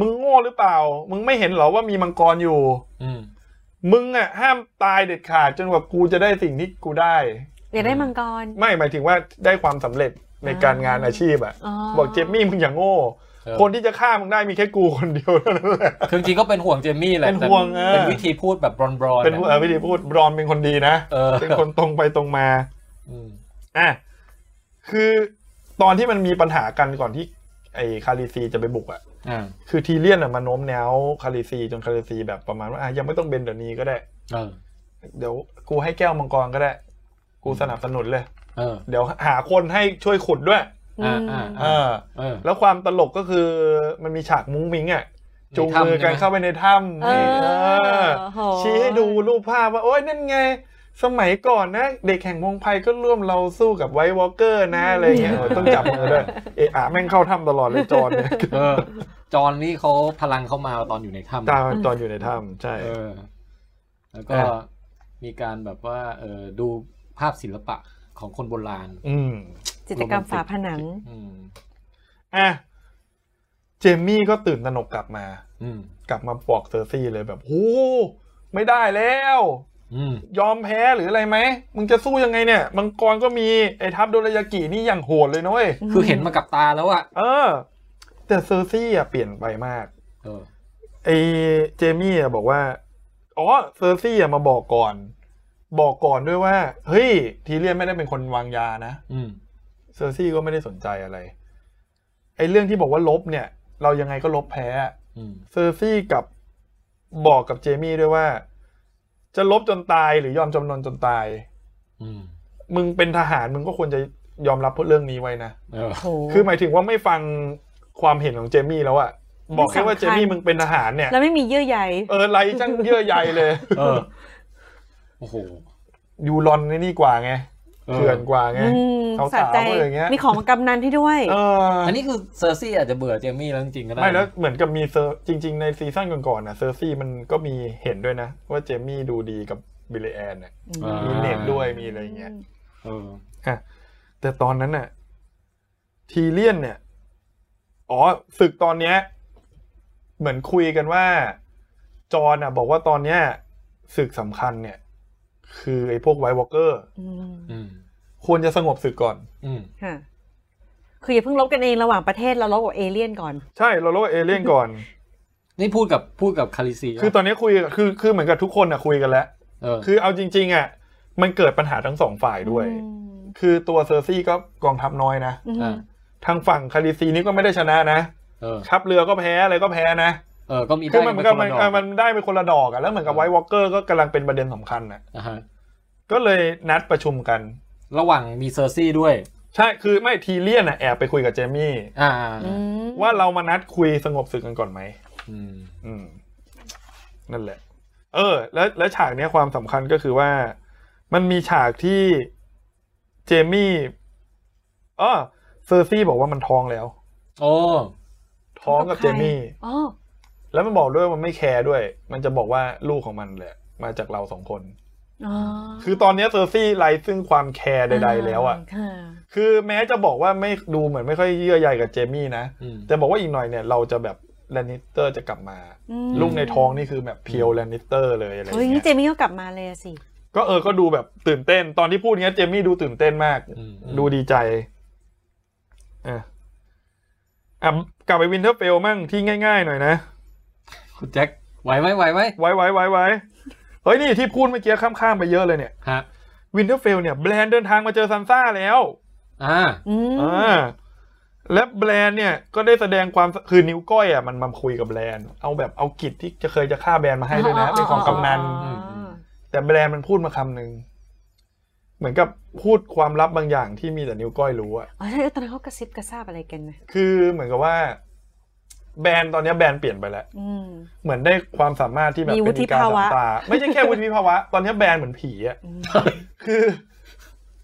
Speaker 2: มึงโง่หรือเปล่า มึงไม่เห็นเหรอว่ามีมังกรอยู่
Speaker 1: อืม
Speaker 2: มึงอ่ะห้ามตายเด็ดขาดจนกว่ากูจะได้สิ่งที่กูได้
Speaker 3: อยากได้มังกร
Speaker 2: ไม่หมายถึงว่าได้ความสำเร็จในการงานอาชีพอ่ะ บอกเจมี่มึงอย่างโง่
Speaker 1: เออ
Speaker 2: คนที่จะฆ่ามึงได้มีแค่กูคนเดียวเท่ านั้นแหละ
Speaker 1: คือจริงๆก็เป็นห่วงเจมี่แหละ
Speaker 2: เป็น
Speaker 1: แต่
Speaker 2: ห่วงอ่ะ
Speaker 1: เป็นวิธีพูดแบบบรอนบรอน
Speaker 2: เป็นผู้เออวิธีพูดบรอนเป็นคนดีนะ
Speaker 1: เออ
Speaker 2: เป็นคนตรงไปตรงมา
Speaker 1: อืม
Speaker 2: อ่ะคือตอนที่มันมีปัญหากันก่อนที่ไอ้คาริซีจะไปบุกอ่ะ
Speaker 1: อ่า
Speaker 2: คือทีเลียนอะมาโน้มแนวคาริซีจนคาริซีแบบประมาณว่าอ่ะยังไม่ต้องเบนเดี๋ยวนี้ก็ได้
Speaker 1: เออ
Speaker 2: เดี๋ยวกูให้แก้วมังกรก็ได้ กูสนับสนุนเลย
Speaker 1: เออ
Speaker 2: เดี๋ยวหาคนให้ช่วยขุดด้วย
Speaker 1: อ่าอ่า
Speaker 2: เออ
Speaker 1: เออ
Speaker 2: แล้วความตลกก็คือมันมีฉากมุ้งมิ้งอ่ะจูงมือกัน
Speaker 1: ในถ้ำใช่ไหม
Speaker 2: เข้าไปในถ้ำ
Speaker 3: เออ
Speaker 2: เออ
Speaker 3: โห
Speaker 2: ชี้ให้ดูรูปภาพว่าโอ๊ยนั่นไง สมัยก่อนนะ เด็กแห่งวงไพก็ร่วมเราสู้กับไวท์วอลเกอร์นะอะไรเงี้ยเออต้องจับมือด้วยเอะอะแม่งเข้าถ้ำตลอดเลยจอนเนี่ย
Speaker 1: เออ จอห์นนี่เขาพลังเข้ามาตอนอยู่ในถ้ำ
Speaker 2: ตาจอนอยู่ในถ้ำใช่
Speaker 1: เออ แล้วก็
Speaker 2: อ่ะ
Speaker 1: มีการแบบว่าเออดูภาพศิลปะของคนโบราณ
Speaker 2: อืม
Speaker 3: จิตรกรรมฝาผนัง
Speaker 1: อืม
Speaker 2: อ่ะเจมมี่ก็ตื่นตระหนกกลับมา
Speaker 1: อืม
Speaker 2: กลับมาบอกเซอร์ซี่เลยแบบโอ้โหไม่ได้แล้ว
Speaker 1: อืม
Speaker 2: ยอมแพ้หรืออะไรไหม มึงจะสู้ยังไงเนี่ย มังกรก็มีไอ้ทัพโดรายากินี่อย่างโหดเลยนะเว้ย
Speaker 1: คือเห็นมากับตาแล้วอะ
Speaker 2: เออ แต่เซอร์ซี่อะเปลี่ยนไปมาก
Speaker 1: เออ
Speaker 2: ไอ้เจมี่อะบอกว่า อ๋อเซอร์ซี่อะมาบอกก่อน บอกก่อนด้วยว่า เฮ้ย ทีเรียนไม่ได้เป็นคนวางยานะ
Speaker 1: อืม
Speaker 2: เซอร์ซี่ก็ไม่ได้สนใจอะไร ไอ้เรื่องที่บอกว่าลบเนี่ย เรายังไงก็ลบแพ้อะ
Speaker 1: อืม
Speaker 2: เซอร์ซี่กับบอกกับเจมี่ด้วยว่า จะลบจนตายหรือยอมจำนนจนตาย
Speaker 1: อืม
Speaker 2: มึงเป็นทหารมึงก็ควรจะยอมรับเรื่องนี้ไว้นะ
Speaker 1: เออ
Speaker 3: โห
Speaker 2: คือหมายถึงว่าไม่ฟังความเห็นของเจมี่แล้วอะบอกแค่ว่า
Speaker 3: ไม่สำคัญ
Speaker 2: เจมี่มึงเป็นทหารเนี่ย
Speaker 3: แล้วไม่มีเยื่อใย
Speaker 2: เออไรจังเยื่อใยเลย
Speaker 1: เออ โอ้โห
Speaker 2: ยูรอนนี่กว่าไงเถื่อนกว่าไง
Speaker 3: อืม
Speaker 2: สาวๆ
Speaker 3: สะใจ
Speaker 2: อะไรอย่างเงี้ย
Speaker 3: มีของมากำนันที่ด้วย
Speaker 2: เออ
Speaker 1: อันนี้คือเซอร์ซี่อาจจะเบื่อเจมี่แล้วจริงๆก็ได้
Speaker 2: ไม่แล้วเหมือนกับมีเซอร์จริง ๆ ในซีซั่นก่อนๆนะเซอร์ซี่มันก็มีเห็นด้วยนะ ว่าเจมี่ดูดีกับบิลเลแอนเนี่ย
Speaker 1: อ่า
Speaker 2: มีเน็ตด้วยมีอะไรอย่างเงี้ย
Speaker 1: เออ
Speaker 2: อ่ะแต่ตอนนั้นน่ะ ทีเลียนเนี่ย อ๋อศึกตอนเนี้ย เหมือนคุยกันว่า จอห์นอ่ะ บอกว่าตอนเนี้ยศึกสำคัญเนี่ย คือไอ้พวกไวท์วอลเกอร์
Speaker 3: อืม
Speaker 1: อืม
Speaker 2: ควรจะสงบศึกก่อน
Speaker 1: อืม
Speaker 3: ค่ะ คืออย่าเพิ่งลบกันเองระหว่างประเทศเราลบกับเอเลี่ยนก่อน
Speaker 2: ใช่ เราเรียกว่าเอเลี่ยนก่ อน
Speaker 1: นี่พูดกับพูดกับคาริซี
Speaker 2: คือตอนนี้คุยคือคือเหมือนกับทุกคนอ่ะคุยกันแล้ว
Speaker 1: เออ
Speaker 2: คือเอาจริง ๆ อ่ะ มันเกิดปัญหาทั้งสองฝ่ายด้วย คือตัวเซอร์ซี่ก็กองทัพน้อยนะ
Speaker 3: อืม
Speaker 1: อ่า
Speaker 2: ทางฝั่งคาริซีนี่ก็ไม่ได้ชนะนะ
Speaker 1: เออ
Speaker 2: ทัพเรือก็แพ้อะไรก็แพ้นะ
Speaker 1: เออ ก็มีได้
Speaker 2: คือมันเหมือนกับ
Speaker 1: ค
Speaker 2: มัน
Speaker 1: ละดก
Speaker 2: เออมันได้เป็นคนละดอกอะแล้วเหมือนกับไวท์วอลเกอร์ก็กำลังเป็นประเด็นสำคัญอะ
Speaker 1: อ่าฮะ
Speaker 2: ก็เลยนัดประชุมกัน
Speaker 1: ระหว่างมีเซอร์ซี่ด้วย
Speaker 2: ใช่คือไม่ทีเลียนอะแอบไปคุยกับเจมี่
Speaker 1: อ่า
Speaker 3: อืม
Speaker 2: ว่าเรามานัดคุยสงบศึกกันก่อนไหม
Speaker 1: อืม
Speaker 2: อืม นั่นแหละ เออ แล้วแล้วฉากเนี้ยความสำคัญก็คือว่า มันมีฉากที่เจมี่อ๋อเซอร์ซี่บอกว่ามันท้องแล้ว
Speaker 1: โอ้
Speaker 2: ท้องกับเจมี่
Speaker 3: อ๋อ
Speaker 2: แล้วมันบอกด้วยว่ามันไม่แคร์ด้วย มันจะบอกว่าลูกของมันแหละ มาจากเราสองคน
Speaker 3: อ๋อ
Speaker 2: คือตอนเนี้ยเซอร์ซี่ไร้ซึ่งความแคร์ใดๆแล้วอ่ะ
Speaker 3: ค่
Speaker 2: คือแม้จะบอกว่าไม่ดูเหมือนไม่ค่อยเยื่อใยกับเจมี่นะ
Speaker 1: อืม
Speaker 2: แต่บอกว่าอีกหน่อยเนี่ยเราจะแบบแลนนิสเตอร์จะกลับมา
Speaker 3: อืม
Speaker 2: ลูกในท้องนี่คือแบบเพียวแลนนิสเตอร์เลยอะไรอ
Speaker 3: เฮ้ย
Speaker 2: ย่าง
Speaker 3: นี่
Speaker 2: เงี้
Speaker 3: เจ
Speaker 2: ย
Speaker 3: มี่ก็กลับมาเลยอะสิ
Speaker 2: ก็เออ ก็ดูแบบตื่นเต้น ตอนที่พูดเงี้ยเจมี่ดูตื่นเต้นมาก
Speaker 1: อืม
Speaker 2: ดูดีใจ อ่ะอ่ะกลับไปวินเทอร์เฟลมั่งที่ง่ายๆหน่อยนะ
Speaker 1: คุณแจ็คไหวไหมไหวไหม
Speaker 2: ไว้ไว้ไว้ไว้เฮ้ยนี่ที่พูดเมื่อกี้ข้ามๆไปเยอะเลยเนี่ย
Speaker 1: ฮะ
Speaker 2: วินเทอร์เฟลเนี่ยแบรนด์เดินทางมาเจอซันซ่าแล้ว
Speaker 1: อ่า
Speaker 3: อืม
Speaker 2: อ่าและแบรนด์เนี่ยก็ได้แสดงความคือนิ้วก้อยอ่ะมันมาคุยกับแบรนด์ เอาแบบเอากิจที่จะเคยจะฆ่าแบรนด์มาให้ด้วยนะ เป็นของกำนัน
Speaker 3: อ๋อ
Speaker 2: แต่แบรนด์มันพูดมาคำหนึ่งเหมือนกับพูดความลับบางอย่างที่มีแต่นิ้วก้อยรู้อะ
Speaker 3: อ๋อแล้วตอนนั้นเขากระซิบกระซาบอะไรกันนะ
Speaker 2: คือเหมือนกับว่า แบรนด์ตอนเนี้ยแบรนด์เปลี่ยนไปแล้ว
Speaker 3: อืม
Speaker 2: เหมือนได้ความสามารถที่แบบ
Speaker 3: มี
Speaker 2: เป็น
Speaker 3: วุฒิภาวะ
Speaker 2: กรสนตาไม่ใช่แค่วุ ฒิภาวะ ตอนเนี้ยแบรนด์เหมือนผีอะ
Speaker 3: อืม
Speaker 2: คือ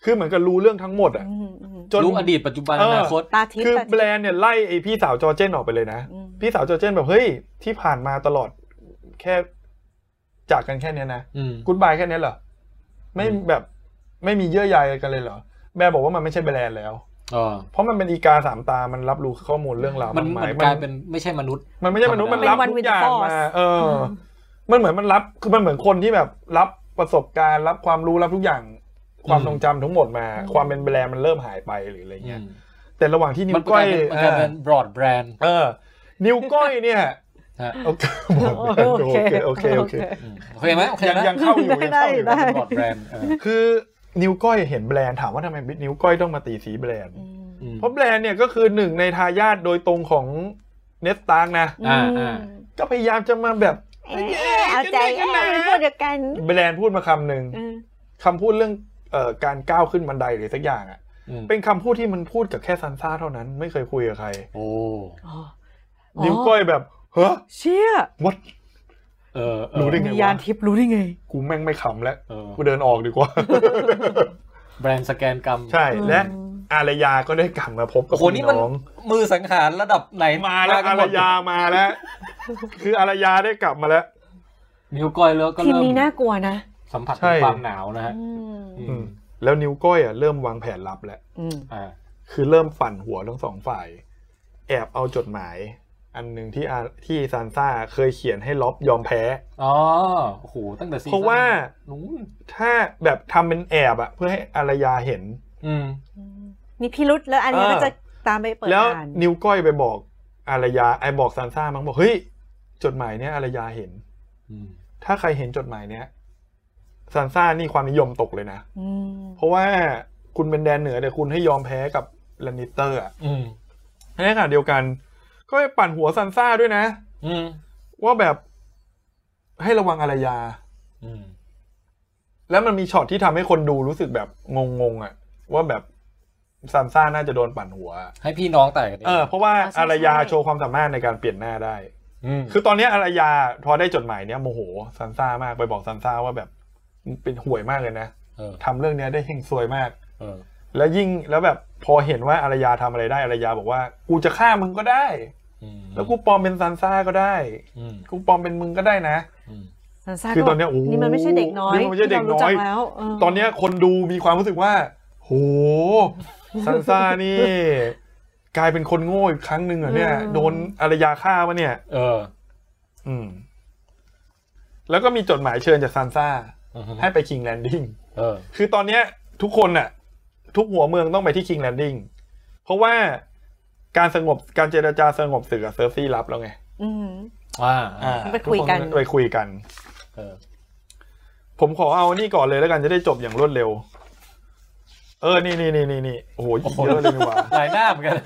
Speaker 2: คือเหมือนกับรู้เรื่องทั้งหมดอะ
Speaker 3: อืมอืม
Speaker 2: จน
Speaker 1: รู้อดีตปัจจุบัน
Speaker 2: เอ
Speaker 1: อ
Speaker 2: ออ
Speaker 1: นาคต
Speaker 3: ตาทิพย์
Speaker 2: คือ
Speaker 3: ตาทิพย์
Speaker 2: แบรนด์เนี่ยไล่ไอพี่สาวจอร์เจนออกไปเลยนะ
Speaker 3: อืม
Speaker 2: พี่สาวจอร์เจนแบบเฮ้ยที่ผ่านมาตลอดแค่จากกันแค่เนี้ยนะ
Speaker 1: อืม
Speaker 2: กูดบายแค่เนี้ยเหรอไม่
Speaker 1: อืม
Speaker 2: แบบไม่มีเยื่อใยกันเลยเหรอแบรนด์บอกว่ามันไม่ใช่แบรนด์แล้ว
Speaker 1: อ๋อ
Speaker 2: เพราะมันเป็นอีกาสามตามันรับรู้ข้อมูลเรื่องราว
Speaker 1: มัน
Speaker 2: มากมา
Speaker 1: มัน
Speaker 2: ย
Speaker 1: ก
Speaker 2: มั
Speaker 1: ลาย
Speaker 2: น
Speaker 1: เป็นไม่ใช่มนุษย์
Speaker 2: มันไม่ใช่มนุษย์มันรับ
Speaker 3: เป็น one
Speaker 2: ทุ
Speaker 3: with
Speaker 2: กอย่าง
Speaker 3: the force
Speaker 2: มาเอออ
Speaker 3: ม
Speaker 2: มันเหมือนมันรับคือมันเหมือนคนที่แบบรับประสบการณ์ รับความรู้รับทุกอย่าง ความ
Speaker 1: อืม
Speaker 2: ทรงจำทั้งหมดมา
Speaker 3: อืม
Speaker 2: ความเป็นแบรนด์มันเริ่มหายไปหรืออะไรเงี้ย
Speaker 1: อืม
Speaker 2: แต่ระหว่างที่นิ้
Speaker 1: มั
Speaker 2: วน
Speaker 1: ก
Speaker 2: ก้อ
Speaker 1: ลาย
Speaker 2: ย
Speaker 1: เป็นมันกลายเป็น broad brand
Speaker 2: เออ นิ้วก้อยเนี่ย
Speaker 1: ฮะ
Speaker 2: โอเคโอเคโอเคโอเค
Speaker 1: อืมโอเคไหมโอเค
Speaker 2: ยัง
Speaker 1: นะ
Speaker 2: ยังเข้าอยู่ ยัง
Speaker 3: ได้
Speaker 2: เข้าอยู่
Speaker 3: ได้ได้
Speaker 1: เป็น broad brand เออ
Speaker 2: คือนิ้วก้อยเห็นแบรนด์ถามว่าทำไมนิ้วก้อยต้องมาตีสีแบรนด์
Speaker 3: อืม
Speaker 1: อืม
Speaker 2: เพราะแบรนด์เนี่ยก็คือหนึ่งในทายาทโดยตรงของเนสตาร์นะ
Speaker 1: อ่าอ่า
Speaker 2: ก็พยายามจะมาแบบ
Speaker 3: เอ๊ะเอาใจเอ๊ะเป็นพวกเดียวกัน
Speaker 2: แบรนด์พูดมาคำหนึ่ง
Speaker 3: เออ
Speaker 2: คำพูดเรื่องเอ่อการก้าวขึ้นบันไดหรือสักอย่างอ่ะ
Speaker 1: อืม
Speaker 2: เป็นคำพูดที่มันพูดกับแค่ซันซ่าเท่านั้น ไม่เคยคุยกับใคร
Speaker 1: โอ้
Speaker 3: อ๋อ
Speaker 2: นิ้วก้อยแบบเฮ้อ
Speaker 3: เชี่ย
Speaker 2: what
Speaker 1: เออเออ
Speaker 2: รู้ได้ไง
Speaker 3: มียานทิพย์รู้ได้ไง
Speaker 2: กูแม่งไม่ขำแล้ว
Speaker 1: เออ
Speaker 2: กูเดินออกดีกว่า
Speaker 1: แบรนด์สแกนกรรม
Speaker 2: ใช่ และอารยาก็ได้กลับมาพบกับ
Speaker 1: โอ้โหนี่มัน
Speaker 2: น้อง
Speaker 1: มือสังหารระดับไหน
Speaker 2: มาแล้ว
Speaker 1: กั
Speaker 2: อาน
Speaker 1: ห
Speaker 2: ร
Speaker 1: มด
Speaker 2: ยามาแล้ว คืออารยาได้กลับมาแล้ว
Speaker 1: นิ้วก้อยแล้วก็
Speaker 3: ทีม
Speaker 1: เริ่ม
Speaker 3: นี้น่ากลัวนะ
Speaker 1: สัมผัสถึ
Speaker 2: ใช่
Speaker 1: งความหนาวนะฮะ
Speaker 3: อืม
Speaker 2: อื
Speaker 1: อื
Speaker 2: ม
Speaker 1: ม
Speaker 2: แล้วนิ้วก้อยอ่ะเริ่มวางแผนลับแล้ว
Speaker 3: อืม
Speaker 1: อ่า
Speaker 2: คือเริ่มปั่นหัวทั้งสองฝ่าย แอบเอาจดหมาย อันหนึ่งที่อาที่ซานซ่าเคยเขียนให้ล็อบยอมแพ้
Speaker 1: อ๋อโอ้โหตั้งแต่ซีซั่น
Speaker 2: เพราะว่า
Speaker 1: นู้น
Speaker 2: ถ้าแบบทำเป็นแอบอะเพื่อให้อารยาเห็น
Speaker 1: อืม
Speaker 3: มีพิรุษแล้วอันนี้
Speaker 2: เออ
Speaker 3: ก็จะตามไปเปิด
Speaker 2: แล้ว
Speaker 3: อ่าน
Speaker 2: นิ้วก้อยไปบอกอารยาไอบอกซานซ่ามั้งบอกเฮ้ยจดหมายเนี้ยอารยาเห็น
Speaker 1: อืม
Speaker 2: ถ้าใครเห็นจดหมายเนี้ยซานซ่านี่ความนิยมตกเลยนะ
Speaker 3: อืม
Speaker 2: เพราะว่าคุณเป็นแดนเหนือแต่คุณให้ยอมแพ้กับแลนนิสเตอร์อะ
Speaker 1: อืม
Speaker 2: ในขณะเดียวกัน ก็ไปปั่นหัวซานซ่าด้วยนะ
Speaker 1: อืม
Speaker 2: ว่าแบบให้ระวังอารยา
Speaker 1: อืม
Speaker 2: แล้วมันมีช็อตที่ทำให้คนดูรู้สึกแบบงงๆอะว่าแบบซานซ่าน่าจะโดนปั่นหัวอะ
Speaker 1: ให้พี่น้องแต่กันง
Speaker 2: เออเพราะว่าอารยาโชว์ความสามารถในการเปลี่ยนหน้าได้
Speaker 1: ม
Speaker 2: คือตอนเนี้ยอารยาพอได้จดหมายเนี้ยโมโหซานซ่ามากไปบอกซานซ่าว่าแบบมึงเป็นห่วยมากเลยนะ
Speaker 1: เออ
Speaker 2: ทำเรื่องเนี้ยได้เฮงซวยมาก
Speaker 1: เออ
Speaker 2: แล้วยิ่งแล้วแบบพอเห็นว่าอารยาทำอะไรได้อารยาบอกว่ากูจะฆ่ามึงก็ได้
Speaker 1: อืม
Speaker 2: แล้วกูปลอมเป็นซานซ่าก็ได้
Speaker 1: อืม
Speaker 2: กูปลอมเป็นมึงก็ได้นะ
Speaker 1: อืม
Speaker 3: ซันซ่า
Speaker 2: คือ
Speaker 3: ก็
Speaker 2: ตอนเนี้ยโอ้โห
Speaker 3: นี่มันไม่ใช่เด็กน้อย
Speaker 2: นี่มันไม่ใช่เด็กน้อย
Speaker 3: ที่รารู้จัแล้วเ
Speaker 2: ตอนเนี้ยคนดูมีความรู้สึกว่า โหซันซ่านี่ กลายเป็นคนโง่อีกครั้งหนึ่งเหรอเนี่ย
Speaker 3: อืม
Speaker 2: โดนอารยาฆ่ามาเนี่ย
Speaker 1: เออ
Speaker 2: อืม แล้วก็มีจดหมายเชิญจากซันซ่า
Speaker 1: อืม
Speaker 2: ให้ไปคิงแลนดิ้ง
Speaker 1: เออ
Speaker 2: คือตอนเนี้ยทุกคนน่ะ ทุกหัวเมืองต้องไปที่คิงแลนดิ้งเพราะว่าการสงบการเจรจาสงบศึกกับเซอร์ซี่รับแล้วไง
Speaker 3: อืม
Speaker 1: อ่า
Speaker 2: อ่า
Speaker 3: ไปคุยกัน
Speaker 2: ทุคไปคุยกัน
Speaker 1: เออ
Speaker 2: ผมขอเอานี่ก่อนเลยแล้วกันจะได้จบอย่างรวดเร็ว เออ นี่นี่นี่นี่นี่โอ้โหเยอะเลยนี่หว่า
Speaker 1: หลายหน้าเหมือนกัน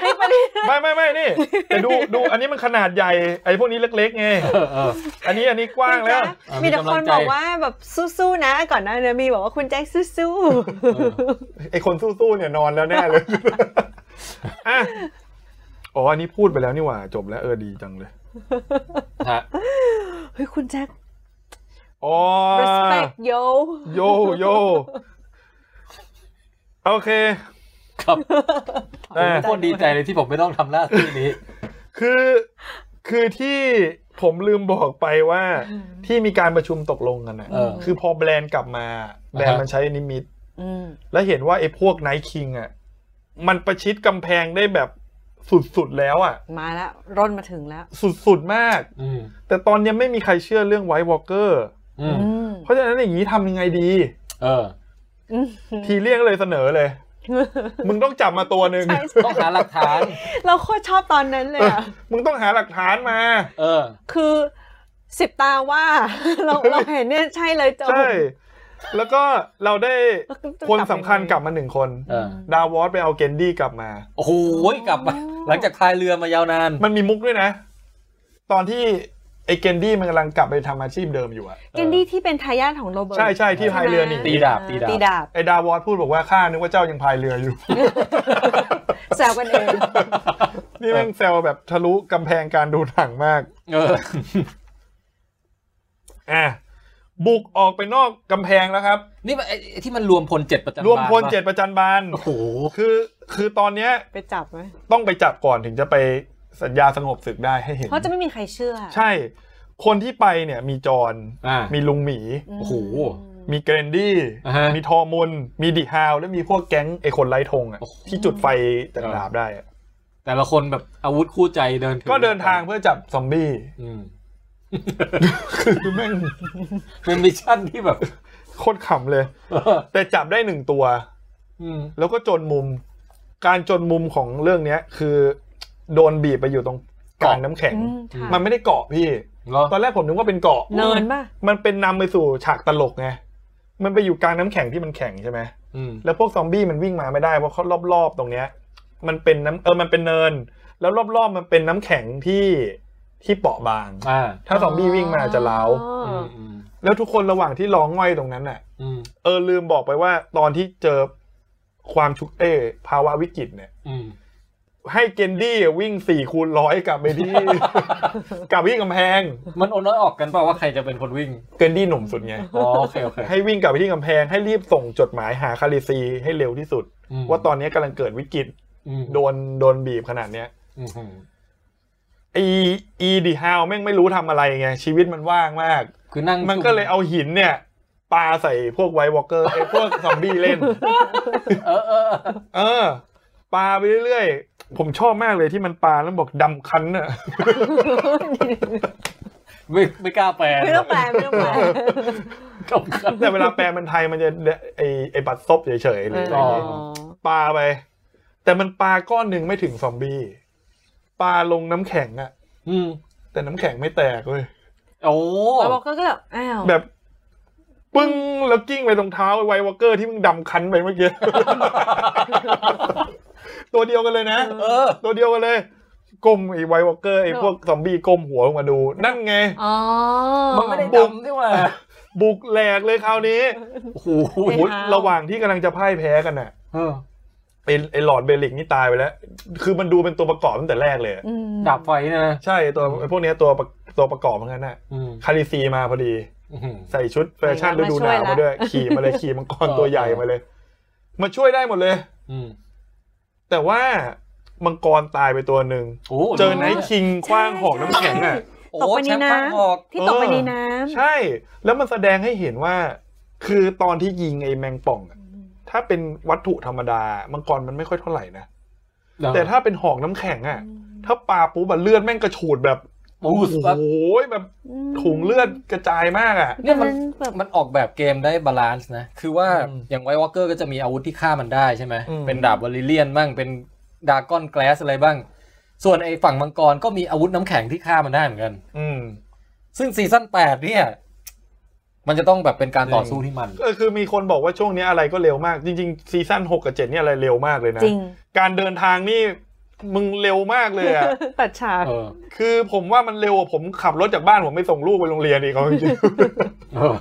Speaker 3: ให้ประเด็น
Speaker 2: ไม่ไม่ไม่นี่ แต่ดูดูอันนี้มันขนาดใหญ่ ไอ้พวกนี้เล็กๆไง
Speaker 1: เออเออ
Speaker 2: อันนี้อันนี้กว้างแล้ว
Speaker 1: อ่ะมี
Speaker 3: มีแต่
Speaker 1: กำลั
Speaker 3: ค
Speaker 1: ง
Speaker 3: น
Speaker 1: ใจ
Speaker 3: บอกว่าแบบสู้ๆนะ ก่อนหน้านี้มีบอกว่าคุณแจ็คสู้
Speaker 1: เออ
Speaker 2: ไอ้คนสู้ๆเนี่ยนอนแล้วแน่เลย อ่ะอ๋ออันนี้พูดไปแล้วนี่หว่า จบแล้วเออดีจังเลย
Speaker 1: ฮะ
Speaker 3: ๆเฮ้ยคุณแจ็ค
Speaker 2: อ๋อ
Speaker 3: respect yo
Speaker 2: โยโยโอเค
Speaker 1: ครับ
Speaker 2: อ่า
Speaker 1: ผมโคตรดีใจเลยที่ผมไม่ต้องทำหน้าที่นี้
Speaker 2: คือคือที่ผมลืมบอกไปว่า ที่มีการประชุมตกลงกันน่ะ
Speaker 1: เออ
Speaker 2: คือพอแบรนด์กลับมา แบรนด์มันใช้นิมิต
Speaker 3: อืม
Speaker 2: และเห็นว่าไอ้พวกไนคิงอ่ะ มันประชิดกำแพงได้แบบสุดๆแล้วอ่ะ
Speaker 3: มาแล้วร่นมาถึงแล้ว
Speaker 2: สุดๆมาก
Speaker 1: อืม
Speaker 2: แต่ตอนเนี้ยไม่มีใครเชื่อเรื่องไวท์วอลเกอร์
Speaker 1: อืม
Speaker 3: อืม
Speaker 2: เพราะฉะนั้นอย่างนี้ทำยังไงดี
Speaker 1: เออ
Speaker 3: อืม
Speaker 2: ทีเรียกเลยเสนอเลย มึงต้องจับมาตัวหนึ่ง
Speaker 3: ใช่
Speaker 1: ต้องหาหลักฐาน
Speaker 3: เราโคตรชอบตอนนั้นเลย
Speaker 2: เออ
Speaker 3: อ่ะ
Speaker 2: มึงต้องหาหลักฐานมา
Speaker 1: เออ
Speaker 3: คือสิบตาว่า เราเราเห็นเนี่ยใช่เลยโจ
Speaker 2: ใช่ แล้วก็เราได้คนสำคัญกลับมาหนึ่งคน
Speaker 1: เออ
Speaker 2: ดาวอสไปเอาเกนดี้กลับมา
Speaker 1: โอ้โหกลับมาหลังจากพายเรือมายาวนาน
Speaker 2: มันมีมุกด้วยนะ ตอนที่ ไอ้เกนดี้มันกำลังกลับไปทำอาชีพเดิมอยู่อะ
Speaker 3: เกนดี้ที่เป็นทายาทของโรเบิร์ต
Speaker 2: ใช่ใช่ที่พายเรือหนี
Speaker 3: ใช่ไม
Speaker 1: ตีดาบตีดาบ
Speaker 3: ตีดาบ
Speaker 2: ไอ้ดาวอสพูดบอกว่าข้านึกว่าเจ้ายังพายเรืออยู่
Speaker 3: แซวกันเอง
Speaker 2: นี่แม่งแซวแบบทะลุกำแพงการดูหนังมาก
Speaker 1: เออ
Speaker 2: อ่ะบุกออกไปนอกกำแพงแล้วครับ
Speaker 1: นี่มันไอ้ไอ้ที่มันรวมพลเจ็ดประจำบาน
Speaker 2: รวมพล
Speaker 1: ปะ
Speaker 2: เจ็ดประจันบาน
Speaker 1: โอ้โห
Speaker 2: คือคือตอนเนี้ย
Speaker 3: ไปจับไหม
Speaker 2: ต้องไปจับก่อนถึงจะไปสัญญาสงบศึกได้ให้เห็น
Speaker 3: เพราะจะไม่มีใครเชื่อ
Speaker 2: ใช่ คนที่ไปเนี่ยมีจอน
Speaker 1: อ่ามี
Speaker 2: มีลุงหมี
Speaker 3: ม
Speaker 1: โอ้โห
Speaker 2: มีเกรนดี้
Speaker 1: อ่าฮะ
Speaker 2: มีทอมุนมีดิฮาว และมีพวกแก๊งไอคนไร้ธงอ่ะ
Speaker 1: โอ้โห
Speaker 2: ที่จุดไฟจากดาบได้อะ
Speaker 1: แต่ละคนแบบอาวุธคู่ใจเดินถือ
Speaker 2: ก็เดินทางเพื่อจับซอมบี้
Speaker 1: อื ม
Speaker 2: คือแม่ง
Speaker 1: เป็นมิชชั่นที่แบบ
Speaker 2: โคตรขำเลย
Speaker 1: เออ
Speaker 2: แต่จับได้หนึ่งตัว
Speaker 1: อืม
Speaker 2: แล้วก็จนมุม การจนมุมของเรื่องเนี้ย คือโดนบีบไปอยู่ตรงกลางน้ำแข็ง
Speaker 3: อืมค่ะ
Speaker 2: มันไม่ได้เกาะพี่
Speaker 1: เหรอ
Speaker 2: ตอนแรกผมนึกว่าเป็นเกาะ
Speaker 3: เนินป่ะ
Speaker 2: มันเป็นนำไปสู่ฉากตลกไง มันไปอยู่กลางน้ำแข็งที่มันแข็งใช่ไหม
Speaker 1: อืม
Speaker 2: แล้วพวกซอมบี้มันวิ่งมาไม่ได้เพราะเขารอบๆตรงเนี้ย มันเป็นน้ำเออมันเป็นเนิน แล้วรอบๆมันเป็นน้ำแข็งที่ที่เปราะบาง
Speaker 1: อ่า
Speaker 2: ถ้าซอมบี้วิ่งมาจะเล้าว
Speaker 3: อ๋ออ
Speaker 1: มอืม
Speaker 2: แล้วทุกคนระหว่างที่ร้องไห้ตรงนั้นน่ะ
Speaker 1: อืม
Speaker 2: เออลืมบอกไปว่าตอนที่เจอความชุกเอยภาวะวิกฤตเนี่ย
Speaker 1: อืม
Speaker 2: ให้เกนดี้วิ่งสี่คูณร้อยกลับไปที่ กลับวิ่งกำแพง
Speaker 1: มันโอนน้อยออกกันเปล่าว่าใครจะเป็นคนวิ่ง
Speaker 2: เกนดี้หนุ่มสุดไง
Speaker 1: อ๋อโอเคโอเค
Speaker 2: ให้วิ่งกลับไปที่กำแพงให้รีบส่งจดหมายหาคาริซีให้เร็วที่สุด
Speaker 1: ม
Speaker 2: ว่าตอนนี้กำลังเกิดวิกฤต
Speaker 1: อืม
Speaker 2: โดนโดนบีบขนาดเนี้ย
Speaker 1: อืมอืม
Speaker 2: อีอีดีฮาวแม่งไม่รู้ทำอะไรไง ชีวิตมันว่างมาก
Speaker 1: คือนั่ง
Speaker 2: มันก็เลยเอาหินเนี่ยปาใส่พวกไวท์วอลเกอร์ไอ้พวกซอมบี้เล่น
Speaker 1: เออเออเออ
Speaker 2: เออปาไปเรื่อยๆ ผมชอบมากเลยที่มันปาแล้วบอกดำคันน่ะ
Speaker 1: ไม่ไม่กล้าแปล
Speaker 3: ไม่ต้องแปลไม่ต้องแปล
Speaker 1: ขำขัน
Speaker 2: แต่เวลาแปลมันไทยมันจะไอไอบัตรซบเฉยๆหรืออะไรอย่างเงี้ย
Speaker 1: อ๋อ
Speaker 2: ปาไป แต่มันปาก้อนหนึ่งไม่ถึงซอมบี้ปาลงน้ำแข็งอะ
Speaker 1: อืม
Speaker 2: แต่น้ำแข็งไม่แตกเลย
Speaker 1: โอ้
Speaker 3: ไวท์วอลเกอร์ก็แบบอ้าว
Speaker 2: แบบปึ้งแล้วกิ้งไปตรงเท้าไวท์วอลเกอร์ที่มึงดำคันไปเมื่อกี้ ตัวเดียวกันเลยนะ
Speaker 1: เออ
Speaker 2: ตัวเดียวกันเลยก้มไอ้ไวท์วอลเกอร์ไอ้พวกซอมบี้ก้มหัวลงมาดู นั่นไง
Speaker 3: อ๋อ
Speaker 1: มันไม่ได้ดำนี่หว่า
Speaker 2: บุกแหลกเลยคราวนี้
Speaker 1: โอ้โห
Speaker 2: โอ้โหระหว่างที่กำลังจะพ่ายแพ้กันน่ะ
Speaker 1: เออ
Speaker 2: ไอ้ไอ้หลอดเบลิกนี่ตายไปแล้ว คือมันดูเป็นตัวประกอบตั้งแต่แรกเลย
Speaker 3: อืม
Speaker 1: ดาบไฟนะ
Speaker 2: ใช่ตัวไอ้พวกเนี้ยตัวประตัวประกอบทั้งนั้นน่ะ
Speaker 1: อืม
Speaker 2: คาริซีมาพอดี
Speaker 1: อื้อหือ
Speaker 2: ใส่ชุดแฟชั่นฤดูหนาวมาด้วย ขี่มาเลยขี่มังกรตัวใหญ่มาเลย มาช่วยได้หมดเลย
Speaker 1: อืม
Speaker 2: แต่ว่ามังกรตายไปตัวหนึ่ง
Speaker 1: โอ้
Speaker 2: เจอไนท์คิงคว้างของน้ำแข็งอ่ะ
Speaker 1: โอ้
Speaker 3: ตกไปใน
Speaker 1: แชมป์
Speaker 3: น้
Speaker 1: ข้างออก
Speaker 3: ำที่ตกไปในน้
Speaker 2: ใช่แล้วมันแสดงให้เห็นว่า คือตอนที่ยิงไอ้แมงป่องอะ
Speaker 3: ำ
Speaker 2: ถ้าเป็นวัตถุธรรมดา มังกรมันไม่ค่อยเท่าไหร่นะแต่ถ้าเป็นหอกน้ำแข็งอ่ะ ถ้าปาปุ๊บอะเลือดแม่งกระฉูดแบบ
Speaker 1: ปู
Speaker 2: โอ้
Speaker 1: ด
Speaker 2: โห
Speaker 1: ปั๊บ
Speaker 2: แบบถุงเลือดกระจายมากอ่ะ
Speaker 1: เนี่ยมัน
Speaker 3: แบบ
Speaker 1: มันออกแบบเกมได้บาลานซ์นะ คือว่า
Speaker 2: อืม
Speaker 1: อย่างไววอลเกอร์ก็จะมีอาวุธที่ฆ่ามันได้ใช่ไหม
Speaker 2: อืม
Speaker 1: เป็นดาบวอลลิเลียนบ้าง เป็นดราก้อนแกลสอะไรบ้าง ส่วนไอ้ฝั่งมังกรก็มีอาวุธน้ำแข็งที่ฆ่ามันได้เหมือนกัน
Speaker 2: อืม
Speaker 1: ซึ่งซีซั่น8เนี่ย มันจะต้องแบบเป็นการต่อสู้ที่มัน
Speaker 2: ก็คือมีคนบอกว่าช่วงนี้อะไรก็เร็วมาก จริงๆซีซั่นหกกับเจ็ดนี่อะไรเร็วมากเลยนะ
Speaker 3: จริง
Speaker 2: การเดินทางนี่มึงเร็วมากเลยอ่ะ
Speaker 3: ตัดฉาก
Speaker 1: เออ
Speaker 2: คือผมว่ามันเร็วกว่าผมขับรถจากบ้านผมไปส่งลูกไปโรงเรียนอีกเอาจริง
Speaker 1: เออ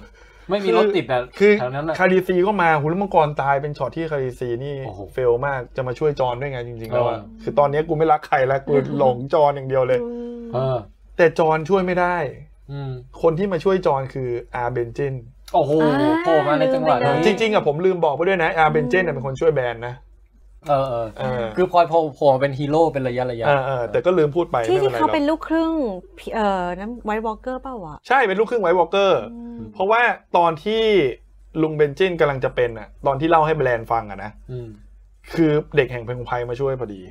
Speaker 1: ไม่มีรถติดอะ
Speaker 2: ๆ คือ
Speaker 1: แถวนั้นอะ
Speaker 2: คาริซีก็มาหูแล้วมังกรตายเป็นช็อตที่คาริซีนี่
Speaker 1: โอ้โห
Speaker 2: เฟลมากจะมาช่วยจอนด้วยไงจริงๆแล้วอะ
Speaker 1: เออ
Speaker 2: คือตอนนี้กูไม่รักใครแล้วกูหลงจอนอย่างเดียวเลย
Speaker 1: เออ
Speaker 2: แต่จอนช่วยไม่ได้
Speaker 1: อืม
Speaker 2: คนที่มาช่วยจอนคืออาร์เบนจิน
Speaker 1: โอ้โหโผล่มาในจังหวะนี้
Speaker 2: จริงๆอะผมลืมบอกไปด้วยนะอาร์เบนจินเป็นคนช่วยแบนนะ
Speaker 1: เออเออ
Speaker 2: เออ
Speaker 1: คือพลอยโผล่โผล่มาเป็นฮีโร่เป็นระยะระยะ
Speaker 2: เออเออแต่ก็ลืมพูดไป
Speaker 3: ที่
Speaker 2: ไม่
Speaker 3: ที่
Speaker 2: เป็นไรหร
Speaker 3: เขา
Speaker 2: อก
Speaker 3: เป็นลูกครึ่งพี่เอ่อน้ำไวท์วอลเกอร์เปล่าวะ
Speaker 2: ใช่เป็นลูกครึ่งไวท์วอลเกอร์
Speaker 3: อืม
Speaker 2: เพราะว่าตอนที่ลุงเบนจินกำลังจะเป็นอะตอนที่เล่าให้แบรนด์ฟังอะนะ
Speaker 1: อืม
Speaker 2: คือเด็กแห่งพงไพรมาช่วยพอดี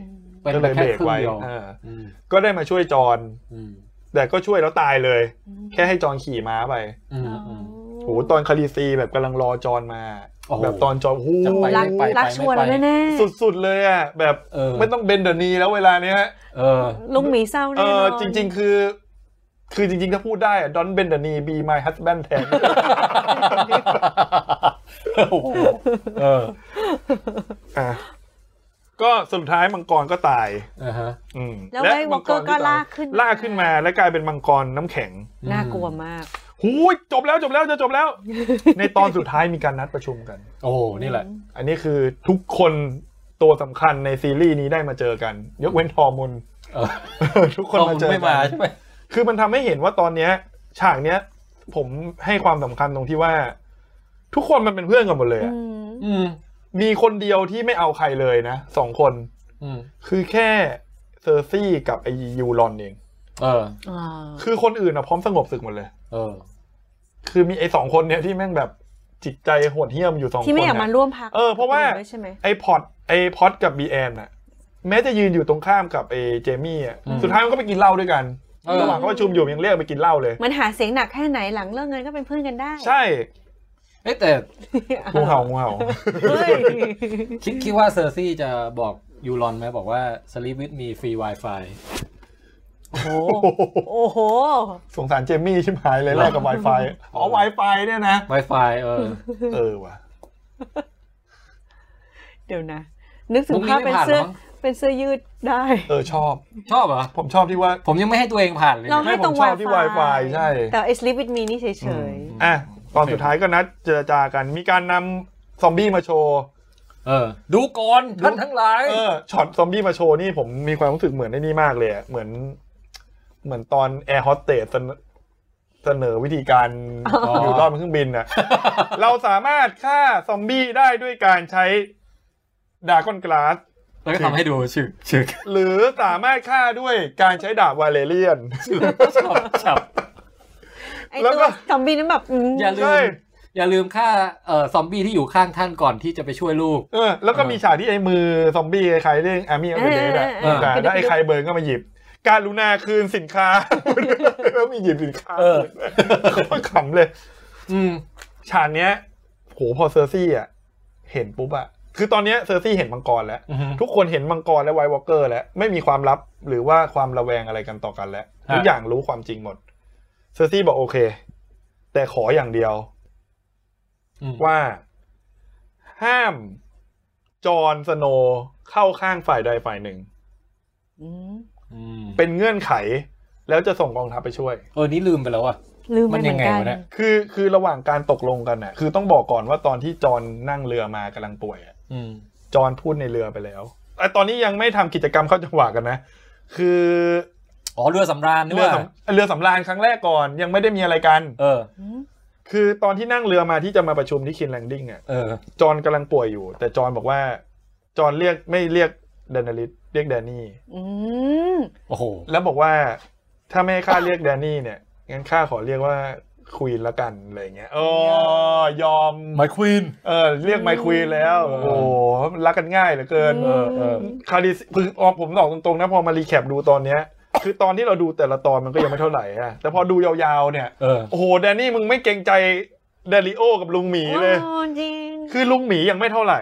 Speaker 1: เป็น
Speaker 2: ก็เลย
Speaker 1: แค่
Speaker 2: เบรก
Speaker 1: ครึ่ง
Speaker 2: ไว้
Speaker 1: เดียว
Speaker 2: อ่า
Speaker 1: อืม
Speaker 2: ก็ได้มาช่วยจอน
Speaker 1: อืม
Speaker 2: แต่ก็ช่วยแล้วตายเลย
Speaker 3: อืม
Speaker 2: แค่ให้จอนขี่ม้าไป
Speaker 1: อืม
Speaker 3: อ๋อ
Speaker 1: อืม
Speaker 2: โหตอนคาริซีแบบกำลังรอจอนมา
Speaker 1: โอ้โห
Speaker 2: แบบตอนจอนโห
Speaker 1: จะไป
Speaker 3: รัก
Speaker 1: ไป
Speaker 3: รักชัวร์แล้วแน่
Speaker 2: สุดๆเลยอ่ะแบบ
Speaker 1: เออ
Speaker 2: ไม่ต้องเบนเดอร์นีแล้วเวลาเนี้ย
Speaker 1: เออ
Speaker 3: ๆลุงหมีเศร้า
Speaker 2: เอ
Speaker 3: แน่น
Speaker 2: อ
Speaker 3: อน
Speaker 2: จริง ๆ คือ คือจริง ๆ ถ้าพูดได้ดอนเบนเดอร์นีบีมายฮัตแบนแทน
Speaker 1: โอ้โหเออ
Speaker 2: อ่ะ ก็สุดท้ายมังกรก็ตาย
Speaker 1: อ่าฮะ
Speaker 2: อืม
Speaker 3: แล้วไว้วอลเกอร์ก็
Speaker 2: มังตย
Speaker 3: ลากขึ้นมา
Speaker 2: ลากขึ้นมาและกลายเป็นมังกรน้ำแข็ง
Speaker 3: น่ากลัวมาก
Speaker 2: หูยจบแล้วจบแล้วจะจบ แล้ว ในตอนสุดท้ายมีการนัดประชุมกัน
Speaker 1: โอ้โหนี่แหละ
Speaker 2: อันนี้คือทุกคนตัวสำคัญในซีรีส์นี้ได้มาเจอกัน ยกเว้นทอมุน
Speaker 1: เออ
Speaker 2: ทุกคนมาเจอ
Speaker 1: ไม่
Speaker 2: กั
Speaker 1: มาน ใช่ไหม
Speaker 2: คือมันทำให้เห็นว่าตอนเนี้ย ฉากเนี้ย ผมให้ความสำคัญตรงที่ว่า ทุกคนมันเป็นเพื่อนกันหมดเลยอะ
Speaker 3: อืม
Speaker 1: อืม
Speaker 2: มีคนเดียวที่ไม่เอาใครเลยนะสองคน
Speaker 1: อืม
Speaker 2: คือแค่เซอร์ซี่กับไอยูรอนเอง
Speaker 1: เออ
Speaker 3: อ่า
Speaker 2: คือคนอื่นอะพร้อมสงบศึกหมดเลย
Speaker 1: เออ
Speaker 2: คือมีไอ้สองคนเนี้ยที่แม่งแบบจิตใจโหดเหี้ยมอยู่สองคน
Speaker 3: ที่ไม่อยากมา
Speaker 2: น่ะ
Speaker 3: ร่วมพัก
Speaker 2: เออเพราะว่า
Speaker 3: ด้วยใช่ไหม
Speaker 2: ไอ้พอดไอ้พอดกับบีแอนน่ะ แม้จะยืนอยู่ตรงข้ามกับไอ้เจมี่อ่ะ
Speaker 1: อืม
Speaker 2: สุดท้ายมันก็ไปกินเหล้าด้วยกัน
Speaker 1: เออ
Speaker 2: ระหว่างเขาประชุมอยู่ยังเรียกไปกินเหล้าเลย
Speaker 3: มันหาเสียงหนักแค่ไหนหลังเลิกเงินก็เป็นเพื่อนกันได้
Speaker 2: ใช่
Speaker 1: เอ้ยแต่
Speaker 2: งูเห่างูเห่า
Speaker 3: เฮ้ย
Speaker 1: คิดคิดว่าเซอร์ซี่จะบอกยูรอนไหมบอกว่า sleep with me free wifi
Speaker 3: โอ้โหโอ้โห
Speaker 2: สงสารเจมี่ชิบหายเลยแลกกับ Wi-Fi อ๋อ Wi-Fi เนี่ยนะ
Speaker 1: wifi เออ
Speaker 2: เออว่ะ
Speaker 3: เดี๋ยวนะ นึกถึ
Speaker 1: มุ
Speaker 3: ง
Speaker 1: กนี้
Speaker 3: ภาพ
Speaker 1: ไม่
Speaker 3: เป็น
Speaker 1: ผ่าน
Speaker 3: เสื้อ
Speaker 1: หรอ
Speaker 3: เป็นเสื้อยืดได้
Speaker 2: เออชอบ
Speaker 1: ชอบเหรอ
Speaker 2: ผมชอบที่ว่า
Speaker 1: ผมยังไม่ให้ตัวเองผ่านเลย
Speaker 3: เรา
Speaker 1: นะ
Speaker 3: ให้ตรง
Speaker 2: ผมชอบที่ Wi-Fi ใช่
Speaker 3: แต่ไอ้ sleep with me นี่เฉย
Speaker 2: อ่ะตอนสุดท้ายก็นัดเจรจากัน มีการนำซอมบี้มาโชว์
Speaker 1: เออ ดูก่อนท่านทั้งหลาย
Speaker 2: เออช็อตซอมบี้มาโชว์นี่ผมมีความรู้สึกเหมือนไอ้นี่มากเลยอะเหมือน เหมือนตอนแอร์โฮสเตสเสนอวิธีการ
Speaker 1: อ๋ออ
Speaker 2: อยู่รอดบนเครื่องบินนะ เราสามารถฆ่าซอมบี้ได้ด้วยการใช้ดาก้อนกลาส
Speaker 1: แล้วก็ทำให้ดูฉึกฉึก
Speaker 2: หรือสามารถฆ่าด้วยการใช้ดาบวาเลเรียน
Speaker 1: ฉับฉับ
Speaker 3: ๆ ไอ้
Speaker 2: แล้ว
Speaker 3: ตัว
Speaker 2: ก็
Speaker 3: ซอมบี้นั้นแบบอืม
Speaker 1: อย่าลื
Speaker 2: ใช่
Speaker 1: ม อย่าลืมฆ่าเอ่อซอมบี้ที่อยู่ข้างท่านก่อนที่จะไปช่วยลูก
Speaker 2: เออแล้วก็มีฉากที่ไอ้มือซอมบี้ใครเรื่องอามี่อเดดอะ
Speaker 1: เออเออ
Speaker 2: แล้วไอ้ใครเบิร์นก็มาหยิบ การลุนาคืนสินค้า แล้วมีหยิบสินค้า
Speaker 1: เออ
Speaker 2: โคตรขำเลย
Speaker 1: อืม
Speaker 2: ฉากเนี้ยโหพอเซอร์ซี่อ่ะเห็นปุ๊บอ่ะคือตอนเนี้ยเซอร์ซี่เห็นมังกรแล้ว
Speaker 1: อือฮึ
Speaker 2: ทุกคนเห็นมังกรและไวท์วอลเกอร์แล้ว ไม่มีความลับหรือว่าความระแวงอะไรกันต่อกันแล้ว
Speaker 1: ฮะ
Speaker 2: ทุกอย่างรู้ความจริงหมด เซอร์ซี่บอกโอเค แต่ขออย่างเดียว
Speaker 1: อืม
Speaker 2: ว่า ห้ามจอห์นสโนว์เข้าข้างฝ่ายใดฝ่ายหนึ่ง
Speaker 3: อืม
Speaker 1: อืม
Speaker 2: เป็นเงื่อนไข แล้วจะส่งกองทัพไปช่วย
Speaker 1: เออนี่ลืมไปแล้วอ่ะ
Speaker 3: ลืมไป
Speaker 1: มัน
Speaker 3: เห
Speaker 1: ยั
Speaker 3: มืองน
Speaker 1: ไง
Speaker 3: กัน
Speaker 1: วะเนี่ย
Speaker 2: คือคือระหว่างการตกลงกันน่ะ คือต้องบอกก่อนว่าตอนที่จอห์นนั่งเรือมากำลังป่วยอะ
Speaker 1: อืม
Speaker 2: จอห์นพูดในเรือไปแล้วแต่ตอนนี้ยังไม่ทำกิจกรรมเข้าจังหวะกันนะ คือ
Speaker 1: อ๋อเรือสำราญด้ว
Speaker 2: เรือย สำเรือสำราญครั้งแรกก่อนยังไม่ได้มีอะไรกัน
Speaker 1: เออ
Speaker 3: อืม
Speaker 2: คือตอนที่นั่งเรือมาที่จะมาประชุมที่คินแลนดิ้งอ่ะ
Speaker 1: เออ
Speaker 2: จอห์นกำลังป่วยอยู่ แต่จอห์นบอกว่า จอห์นเรียกไม่เรียกแดนนาริสเรียกแดนนี่
Speaker 3: อืม
Speaker 1: โอ้โห
Speaker 2: แล้วบอกว่าถ้าไม่ให้ข้าเรียกแดนนี่เนี่ย งั้นข้าขอเรียกว่าควีนละกันอะไรอย่างเงี้ยโอ้ยอม
Speaker 1: My Queen
Speaker 2: เออเรียกไมค์ควีนแล้ว โอ้โหรักกันง่ายเหลือเกิน
Speaker 1: เออเออ
Speaker 2: คาริสคืออ๋อผมบอกตรงๆนะพอมารีแคปดูตอนเนี้ย คือตอนที่เราดูแต่ละตอนมันก็ยังไม่เท่าไหร่อะแต่พอดูยาวๆเนี่ย
Speaker 1: เออ
Speaker 2: โอ้โหแดนนี่มึงไม่เกรงใจเดลิโอ กับลุงหมีเลย
Speaker 3: โอ้จริง
Speaker 2: คือลุงหมียังไม่เท่าไหร่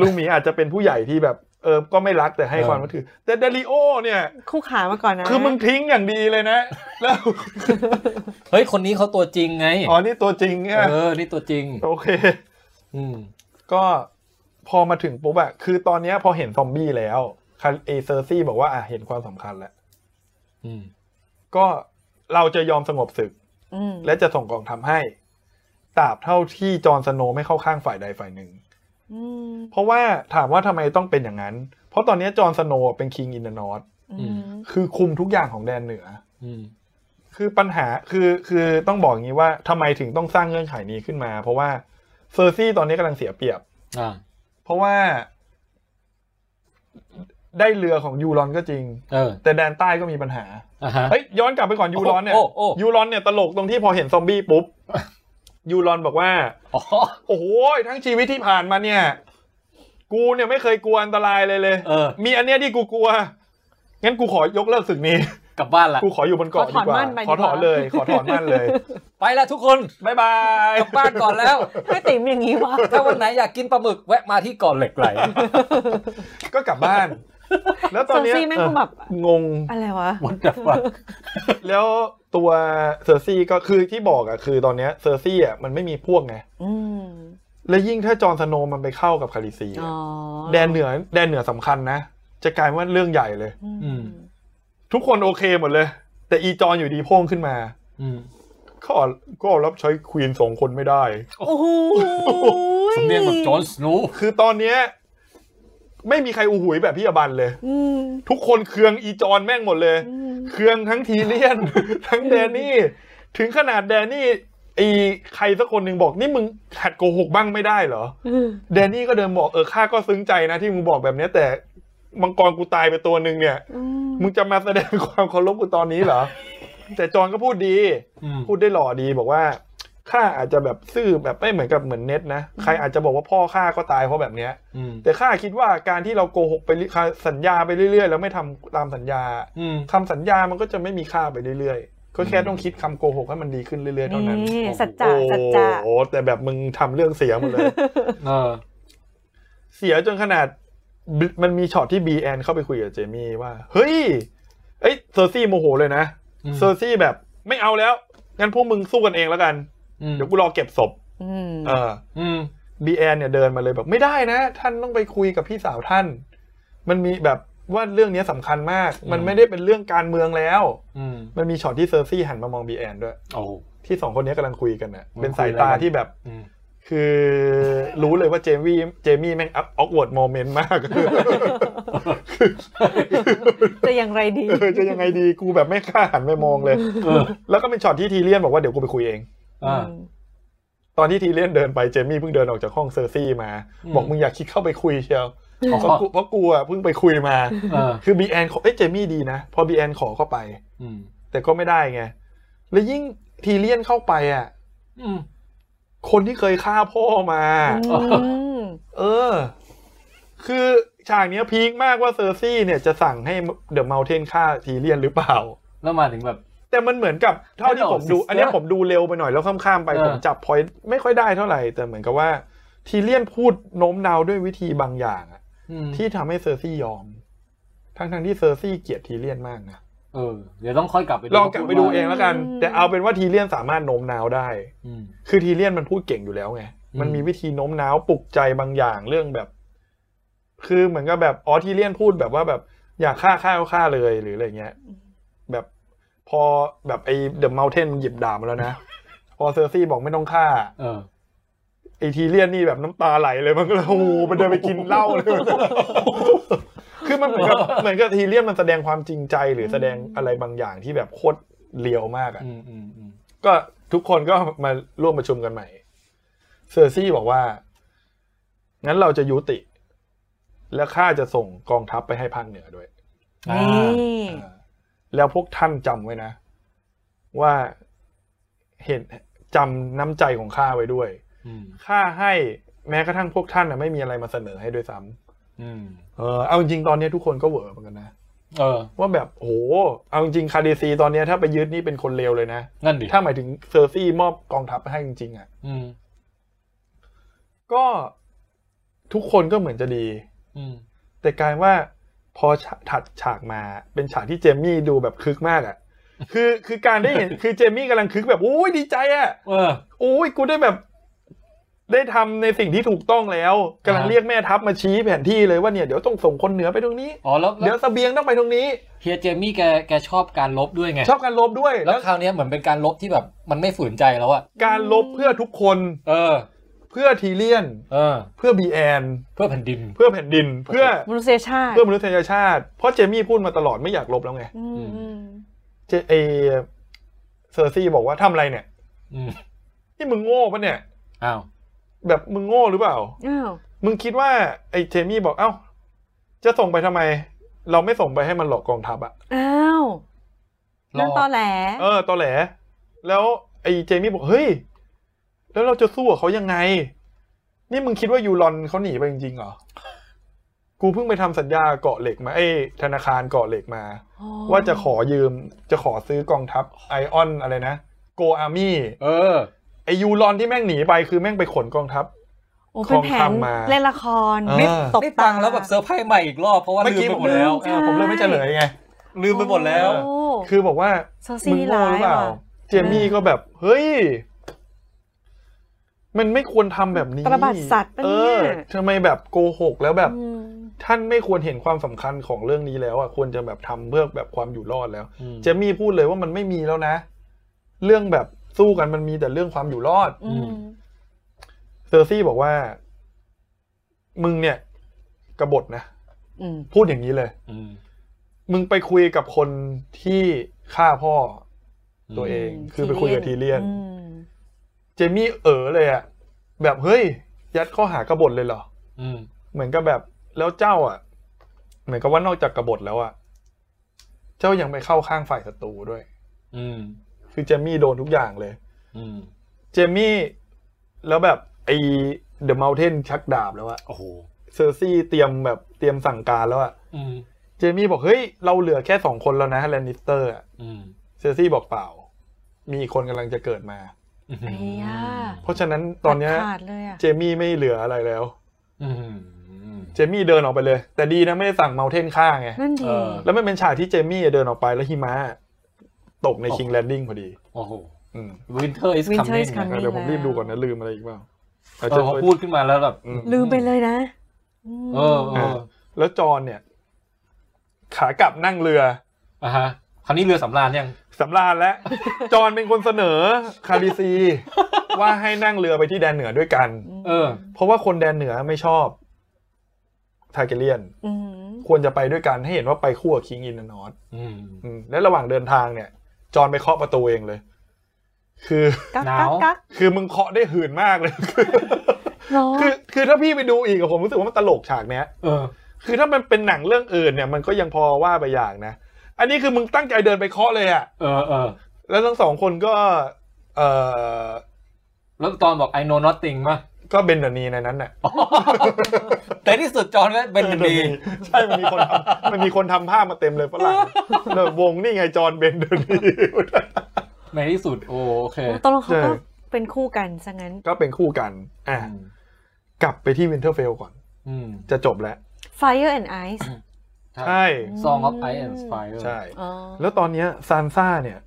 Speaker 2: ลุงหมีอาจจะเป็นผู้ใหญ่ที่แบบเออก็ไม่รักแต่ให้ความนับถือ แต่เดลิโอเนี่ย
Speaker 3: คู่ขามาก่อนนะ
Speaker 2: คือมึงทิ้งอย่างดีเลยนะ แล้ว
Speaker 1: เฮ้ย คนนี้เขาตัวจริงไง
Speaker 2: อ๋อนี่ตัวจริงเนี่ย
Speaker 1: เออ นี่ตัวจริง
Speaker 2: โอเค
Speaker 1: อืม
Speaker 2: ก็พอมาถึงปุ๊บอะคือตอนเนี้ยพอเห็นซอมบี้แล้วคาเอเซอร์ซี่บอกว่าอ่ะเห็นความสำคัญแล้ว
Speaker 1: อืม
Speaker 2: ก็เราจะยอมสงบศึก
Speaker 3: อืม
Speaker 2: และจะส่งกองทำให้ตราบเท่าที่จอห์นสโนว์ไม่เข้าข้างฝ่ายใดฝ่ายหนึ่ง
Speaker 3: อืม
Speaker 2: เพราะว่าถามว่าทำไมต้องเป็นอย่างนั้น เพราะตอนนี้จอห์นสโนว์เป็นคิงอินเดนอต
Speaker 3: อืม
Speaker 2: คือคุมทุกอย่างของแดนเหนือ
Speaker 1: อืม
Speaker 2: คือปัญหาคือคือต้องบอกอย่างนี้ว่าทำไมถึงต้องสร้างเงื่อนไขนี้ขึ้นมา เพราะว่าเซอร์ซี่ตอนนี้กำลังเสียเปรียบ
Speaker 1: อ่า
Speaker 2: เพราะว่าได้เรือของยูรอนก็จริง
Speaker 1: เออ
Speaker 2: แต่แดนใต้ก็มีปัญหา
Speaker 1: อ่าฮะ
Speaker 2: เฮ้ยย้อนกลับไปก่อนยูรอนเนี่ย
Speaker 1: โอ้โอ้
Speaker 2: ยูรอนเนี่ยตลกตรงที่พอเห็นซอมบี้ปุ๊บยูรอนบอกว่า
Speaker 1: อ๋อ
Speaker 2: โอ้โหทั้งชีวิตที่ผ่านมาเนี่ย กูเนี่ยไม่เคยกลัวอันตรายเลยเลย
Speaker 1: เออ
Speaker 2: มีอันเนี้ยที่กูกลัว งั้นกูขอยกเลิกศึกนี้
Speaker 1: กลับบ้านละ
Speaker 2: กูขออยู่บนเกาะดีกว่า ขอถอนเลย ขอถอนมั่นเลย
Speaker 1: ไปละทุกคน
Speaker 2: บายบาย
Speaker 1: กลับบ้านก่อนแล้ว
Speaker 3: ให้ติ๋มอย่างนี้วะ
Speaker 1: ถ้าวันไหนอยากกินปลาหมึกแวะมาที่เกาะเหล็กไห ล
Speaker 2: ก็กลับบ้าน แล้วต
Speaker 3: เซ
Speaker 2: อ
Speaker 3: อน ร์
Speaker 2: เนี้ย
Speaker 3: ซี่แม่งคงแบบ
Speaker 2: เอองง
Speaker 3: อะไรวะ
Speaker 1: What the fuck
Speaker 2: แล้วตัวเซอร์ซี่ก็คือที่บอกอะคือตอนเนี้ยเซอร์ซี่อะมันไม่มีพวกไง
Speaker 3: อืม
Speaker 2: และยิ่งถ้าจอร์นสโนว์มันไปเข้ากับคาริซี
Speaker 3: อ๋อ
Speaker 2: แดนเหนือแดนเหนือสำคัญนะ จะกลายว่าเรื่องใหญ่เลย
Speaker 1: อืม
Speaker 2: ทุกคนโอเคหมดเลย แต่อีจอนอยู่ดีโพ่งขึ้นมา
Speaker 1: อืม
Speaker 2: ก็ก็รับใช้ควีนสองคนไม่ได้
Speaker 3: โอ้โห
Speaker 1: สำเนียงแบบจอห์นสโนว์
Speaker 2: คือตอนเนี้ยไม่มีใครอูหุยแบบพี่อบันเลย
Speaker 3: อืม
Speaker 2: ทุกคนเคืองอีจอนแม่งหมดเลย
Speaker 3: อืม
Speaker 2: เคืองทั้งทีเลียน ทั้งแดนนี่ ถึงขนาดแดนนี่ไอีใครสักคนหนึ่งบอกนี่มึงหัดโกหกบ้างไม่ได้เหรอ
Speaker 3: อืม
Speaker 2: แดนนี่ก็เดินบอกเออข้าก็ซึ้งใจนะที่มึงบอกแบบเนี้ยแต่มังกรกูตายไปตัวหนึ่งเนี่ย
Speaker 3: อืม
Speaker 2: มึงจะมาแสดงความเคารพกูตอนนี้เหรอ แต่จอนก็พูดดี
Speaker 1: อืม
Speaker 2: พูดได้หล่อดีบอกว่าข้าอาจจะแบบซื่อแบบไม่เหมือนกับเหมือนเน็ตนะใครอาจจะบอกว่าพ่อข้าก็ตายเพราะแบบเนี้ย
Speaker 1: อืม
Speaker 2: แต่ข้าคิดว่าการที่เราโกหกไปเรื่อยสัญญาไปเรื่อยๆ แล้วไม่ทำตามสัญญา
Speaker 1: อืม
Speaker 2: คำสัญญามันก็จะไม่มีค่าไปเรื่อยๆก็แค่ต้องคิดคำโกหกให้มันดีขึ้นเรื่อยๆเท่านั้น
Speaker 3: นี่สัจจะ
Speaker 2: โอ้
Speaker 3: สัจจะ
Speaker 2: โหแต่แบบมึงทำเรื่องเสียหมดเลย
Speaker 1: เออ
Speaker 2: เสียจนขนาดบิมันมีช็อตที่บีแอนเข้าไปคุยกับเจมี่ว่า เฮ้ยเอ้ยเซอร์ซี่โมโหเลยนะ
Speaker 1: อืม
Speaker 2: เซอร์ซี่แบบไม่เอาแล้ว งั้นพวกมึงสู้กันเองแล้วกัน
Speaker 1: อืม
Speaker 2: เดี๋ยวกูรอเก็บศพ
Speaker 3: อืม
Speaker 2: เออ
Speaker 1: อืม
Speaker 2: บีแอนเนี่ยเดินมาเลยแบบไม่ได้นะ ท่านต้องไปคุยกับพี่สาวท่าน มันมีแบบว่าเรื่องเนี้ยสำคัญมาก
Speaker 1: อืม
Speaker 2: มันไม่ได้เป็นเรื่องการเมืองแล้ว
Speaker 1: อืม
Speaker 2: มันมีช็อตที่เซอร์ซี่หันมามองบีแอนด้วย
Speaker 1: โอ้
Speaker 2: ที่สองคนเนี้ยกำลังคุยกันน่ะ
Speaker 1: มัน
Speaker 2: เป็นสาย
Speaker 1: คุยอะไร
Speaker 2: ตา
Speaker 1: กัน
Speaker 2: ที่แบบ
Speaker 1: อืม
Speaker 2: คือรู้เลยว่าเจมี่เจมี่แม่งออกวอร์ดโมเมนต์มาก
Speaker 3: จะอย่างไรดี
Speaker 2: เออจะยังไงดีกูแบบไม่กล้าหันไปมองเลย
Speaker 1: เออ
Speaker 2: แล้วก็เป็นช็อตที่ทีเลียนบอกว่าเดี๋ยวกูไปคุยเอง
Speaker 1: อ่า
Speaker 2: ตอนที่ทีเลียนเดินไปเจมี่เพิ่งเดินออกจากห้องเซอร์ซี่มา
Speaker 1: อืม
Speaker 2: บอกมึงอยากคิดเข้าไปคุยเชียว
Speaker 1: ขอ
Speaker 2: เพราะกูเพราะกูอ่ะเพิ่งไปคุยมา
Speaker 1: เออ
Speaker 2: คือบีแอนขอเอ้ยเจมี่ดีนะ พอบีแอนขอเข้าไป
Speaker 1: อืม
Speaker 2: แต่ก็ไม่ได้ไง แล้วยิ่งทีเลียนเข้าไปอ่ะ
Speaker 1: อืม
Speaker 2: คนที่เคยฆ่าพ่อมา
Speaker 3: อืม
Speaker 2: เออ คือฉากเนี้ยพีคมากว่าเซอร์ซี่เนี่ยจะสั่งให้เดอะเมลเทนฆ่าทีเลียนหรือเปล่า
Speaker 1: แล้วมาถึงแบบ
Speaker 2: แต่มันเหมือนกับเท่าที่ผมดู
Speaker 1: Hello, sister
Speaker 2: อันเนี้ยผมดูเร็วไปหน่อยแล้วข้ามๆไป
Speaker 1: เออ
Speaker 2: ผมจับพอยต์ไม่ค่อยได้เท่าไหร่ แต่เหมือนกับว่า ทีเลียนพูดโน้มน้าวด้วยวิธีบางอย่างอะ
Speaker 1: อืม
Speaker 2: ที่ทำให้เซอร์ซี่ยอม ทั้งๆที่เซอร์ซี่เกลียดทีเลียนมากนะ
Speaker 1: เออ เดี๋ยวต้องค่อยกลับไป
Speaker 2: ลองกลับไปดูเองแล้วกัน แต่เอาเป็นว่าทีเลียนสามารถโน้มน้าวได้
Speaker 1: อืม
Speaker 2: คือทีเลียนมันพูดเก่งอยู่แล้วไง
Speaker 1: อืม
Speaker 2: มันมีวิธีโน้มน้าวปลุกใจบางอย่างเรื่องแบบ คือเหมือนกับแบบอ๋อทีเลียนพูดแบบว่าแบบอยากฆ่าฆ่าก็ฆ่าเลยหรืออะไรเงี้ย แบบพอแบบไอ้เดอะเมลเทนหยิบดาบมาแล้วนะ พอเซอร์ซี่บอกไม่ต้องฆ่า
Speaker 1: เออ
Speaker 2: ไอ้ทีเลียนนี่แบบน้ำตาไหลเลยมันก็เลยโอ้โหมันเดินไปกินเหล้าเลย คือมันเหมือนกับเหมือนกับทีเลียนมันแสดงความจริงใจหรือแสดงอะไรบางอย่างที่แบบโคตรเลียวมากอะ
Speaker 1: อืมอืมอืม
Speaker 2: ก็ทุกคนก็มาร่วมประชุมกันใหม่ เซอร์ซี่บอกว่า งั้นเราจะยุติ และข้าจะส่งกองทัพไปให้ภาคเหนือด้วย
Speaker 1: อ่า
Speaker 3: นี่
Speaker 2: แล้วพวกท่านจำไว้นะ ว่าเห็นจำน้ำใจของข้าไว้ด้วย
Speaker 1: อืม
Speaker 2: ข้าให้แม้กระทั่งพวกท่านนะไม่มีอะไรมาเสนอให้ด้วยซ้ำ
Speaker 1: อืม
Speaker 2: เออเอาจริงๆตอนนี้ทุกคนก็เหวอเหมือนกันนะ
Speaker 1: เออ
Speaker 2: ว่าแบบโหเอาจริงๆคาเดซีตอนนี้ถ้าไปยึดนี่เป็นคนเลวเลยนะ
Speaker 1: นั่นดิ
Speaker 2: ถ้าหมายถึงเซอร์ซี่มอบกองทัพให้จริงๆอ่ะ
Speaker 1: อืม
Speaker 2: ก็ทุกคนก็เหมือนจะดี
Speaker 1: อืม
Speaker 2: แต่กลายว่าพอฉะถัดฉากมาเป็นฉากที่เจมมี่ดูแบบคึกมากอะ่ ะ คือคือการได้เห็น คือเจมมี่กำลังคึกแบบโอ้ยดีใจอะ่ะ
Speaker 1: เออ
Speaker 2: โอ้ยกูได้แบบ ได้ทำในสิ่งที่ถูกต้องแล้วกำลัง
Speaker 1: อ่า
Speaker 2: เรียกแม่ทัพมาชี้แผนที่เลยว่าเนี่ยเดี๋ยวต้องส่งคนเหนือไปตรงนี้
Speaker 1: อ๋อแล้วแล้ว
Speaker 2: เดี๋ยวเสบียงต้องไปตรงนี้
Speaker 1: เฮียเจมี่แกแกชอบการลบด้วยไง
Speaker 2: ชอบการลบด้วย
Speaker 1: แล้
Speaker 2: แล้ว
Speaker 1: วคราวเนี้ยเหมือนเป็นการลบที่แบบมันไม่ฝืนใจแล้วอะ
Speaker 2: การลบเพื่อทุกคน
Speaker 1: เออ
Speaker 2: เพื่อทีเลียน
Speaker 1: เออ
Speaker 2: เพื่อบีแอน
Speaker 1: เพื่อแผ่นดิน
Speaker 2: เพื่อแผ่นดิน เพื่อ
Speaker 3: มนุษยชาติ
Speaker 2: เพื่อมนุษยชาติ เพราะเจมี่พูดมาตลอดไม่อยากลบแล้วไง
Speaker 3: อืมอืม
Speaker 2: เจเอเซอร์ซี่บอกว่าทำอะไรเนี่ย
Speaker 1: อืม
Speaker 2: นี่มึงโง่ปะเนี่ย
Speaker 1: อ้าว
Speaker 2: แบบมึงโง่หรือเปล่า
Speaker 3: อ้าว
Speaker 2: มึงคิดว่าไอ้เจมี่บอกเอ้า จะส่งไปทำไม เราไม่ส่งไปให้มันหลอกกองทัพอะ
Speaker 3: อ้าว
Speaker 1: ร
Speaker 3: นั่นตอ
Speaker 1: อ
Speaker 3: แหล
Speaker 2: เออตอแหล แล้วไอ้เจมี่บอกเฮ้ย แล้วเราจะสู้กับเขายังไง นี่มึงคิดว่ายูรอนเขาหนีไปจริงๆเหรอ กูเพิ่งไปทำสัญญาเกาะเหล็กมาไอ้ธนาคารเกาะเหล็กมา ว่าจะขอยืมจะขอซื้อกองทัพไอออนอะไรนะโกอามี่
Speaker 1: เออ
Speaker 2: ไอยูรอนที่แม่งหนีไปคือแม่งไปขนกองทัพ
Speaker 3: โอ้เป็นแผ
Speaker 2: ทอง
Speaker 3: น
Speaker 2: คำมา
Speaker 3: เล่นละคร
Speaker 2: เออ
Speaker 3: ไม่ตบ
Speaker 1: ได้
Speaker 3: ตา
Speaker 1: ฟังแล้วแบบเซอร์ไพรส์ใหม่อีกรอบเพราะว่า
Speaker 2: เมื่อ
Speaker 1: ลืม
Speaker 2: กี้
Speaker 1: ไป
Speaker 2: ผ
Speaker 1: ห
Speaker 2: ม
Speaker 1: มดแล้ว
Speaker 2: เออผมเลยไม่เฉลยไง
Speaker 1: ลืมไปหมดแล้ว
Speaker 3: โอ้
Speaker 2: คือบอกว่า
Speaker 3: โซซี่
Speaker 2: มึงโง่หรือเปล่า
Speaker 3: ร้ายว่ะ
Speaker 2: เจมี่ก็แบบ เฮ้ย มันไม่ควรทำแบบนี้
Speaker 3: ตระบัดสัตว์ปะ
Speaker 2: เอ
Speaker 3: เนี่ย
Speaker 2: อทำไมแบบโกหกแล้วแบบ
Speaker 3: อืม
Speaker 2: ท่านไม่ควรเห็นความสำคัญของเรื่องนี้แล้วอ่ะควรจะแบบทำเพื่อแบบความอยู่รอดแล้ว
Speaker 1: อืม
Speaker 2: เจมี่พูดเลยว่ามันไม่มีแล้วนะ เรื่องแบบสู้กันมันมีแต่เรื่องความอยู่รอด
Speaker 3: อืม
Speaker 2: เซอร์ซี่บอกว่า มึงเนี่ยกบฏนะ
Speaker 3: อืม
Speaker 2: พูดอย่างนี้เลย
Speaker 1: อืม
Speaker 2: มึงไปคุยกับคนที่ฆ่าพ่อตัวเอง
Speaker 3: ม
Speaker 2: คือไปคุยกับทีเลียน
Speaker 3: อืม
Speaker 2: เจมี่เอ๋อเลยอะแบบเฮ้ย ยัดข้อหากบฏเลยเหรอ
Speaker 1: อืม
Speaker 2: เหมือนกับแบบแล้วเจ้าอ่ะ เหมือนกับว่านอกจากกบฏแล้วอ่ะ เจ้ายังไปเข้าข้างฝ่ายศัตรูด้วย
Speaker 1: อืม
Speaker 2: คือเจมี่โดนทุกอย่างเลย
Speaker 1: อืม
Speaker 2: เจมี่แล้วแบบไอเดอะเมลเทนชักดาบแล้วอะ
Speaker 1: โอ้โห
Speaker 2: เซอร์ซี่เตรียมแบบเตรียมสั่งการแล้วอะ
Speaker 1: อืม
Speaker 2: เจมี่บอกเฮ้ยเราเหลือแค่สองคนแล้วนะแลนนิสเตอร์อะ
Speaker 1: อืม
Speaker 2: เซอร์ซี่บอกเปล่า มีอีกคนกำลังจะเกิดมา
Speaker 1: อืม
Speaker 3: ไอ้ยา
Speaker 2: เพราะฉะนั้นตอนเนี้ย
Speaker 3: ตัดขาดเลยอ่ะ
Speaker 2: เจมี่ไม่เหลืออะไรแล้ว
Speaker 1: อืม
Speaker 2: เจมี่เดินออกไปเลย แต่ดีนะไม่ได้สั่งเมลเทนฆ่าไง
Speaker 3: นั่นดี
Speaker 1: เออ
Speaker 2: แล้วมันเป็นฉากที่เจมี่เดินออกไปแล้วหิมะตกใน
Speaker 1: ตก
Speaker 2: คิงแลนดิ้งพอดี
Speaker 1: โอ้โห
Speaker 2: อืม
Speaker 1: Winter is
Speaker 3: วินเทอ
Speaker 1: coming
Speaker 3: ร์สคัมมิ่ง
Speaker 2: เดี๋ยวผมรีบดูก่อนนะลืมอะไรอีกเปล่า
Speaker 1: เออพอพูดขึ้นมาแล้วแบบ
Speaker 2: อืม
Speaker 3: ลืมไปเลยนะม
Speaker 1: เออเออ
Speaker 2: แล้วจอห์นเนี่ย ขากลับนั่งเรือ
Speaker 1: อ่ะฮะคราวนี้เรือสำราญยัง
Speaker 2: สำราญแล้ว จอห์นเป็นคนเสนอคาริซี ว่าให้นั่งเรือไปที่แดนเหนือด้วยกัน
Speaker 1: เออ
Speaker 2: เพราะว่าคนแดนเหนือไม่ชอบทาเกเลียน
Speaker 3: ม
Speaker 2: ควรจะไปด้วยกันให้เห็นว่าไปคู่กับคิงอินนอต
Speaker 1: อืม
Speaker 2: และระหว่างเดินทางเนี่ย จอห์นไปเคาะประตูเองเลย คือ
Speaker 3: กัก
Speaker 1: หนา
Speaker 3: กั
Speaker 1: ว
Speaker 3: กกัก
Speaker 2: คือมึงเคาะได้หื่นมากเลย คือ
Speaker 3: เนาะ
Speaker 2: คือคือถ้าพี่ไปดูอีกอะผมรู้สึกว่ามันตลกฉากเนี้ย
Speaker 1: เออ
Speaker 2: คือถ้ามันเป็นหนังเรื่องอื่นเนี่ย มันก็ยังพอว่าไปอย่างนะ อันนี้คือมึงตั้งใจเดินไปเคาะเลยอะ
Speaker 1: เออเออ
Speaker 2: แล้วทั้งสองคนก็ เออ
Speaker 1: แล้วตอนบอก I know nothing ป่ะ
Speaker 2: ก็เบนดานีในนั้นน่ะ
Speaker 1: อ๋อแต่ที่สุดจอห์นก็เป็นคนดี
Speaker 2: ใช่ มันมีคนทำมันมีคนทำภาพมาเต็มเลยฝรั่ง เนอะวงนี่ไงจอห์นเบนดานี
Speaker 1: ในที่สุดโอเค
Speaker 3: ตกลงเขาก็
Speaker 2: ใช่
Speaker 3: เป็นคู่กันซะงั้น
Speaker 2: ก็เป็นคู่กัน อ่ะ
Speaker 1: อืม
Speaker 2: กลับไปที่วินเทอร์เฟลก่อน
Speaker 1: อืม
Speaker 2: จะจบแล้ว
Speaker 3: Fire and Ice
Speaker 2: ใช่
Speaker 1: Song of Ice and Fire
Speaker 2: ใช่
Speaker 3: อ๋อ
Speaker 2: แล้วตอนเนี้ยซานซ่าเนี่ย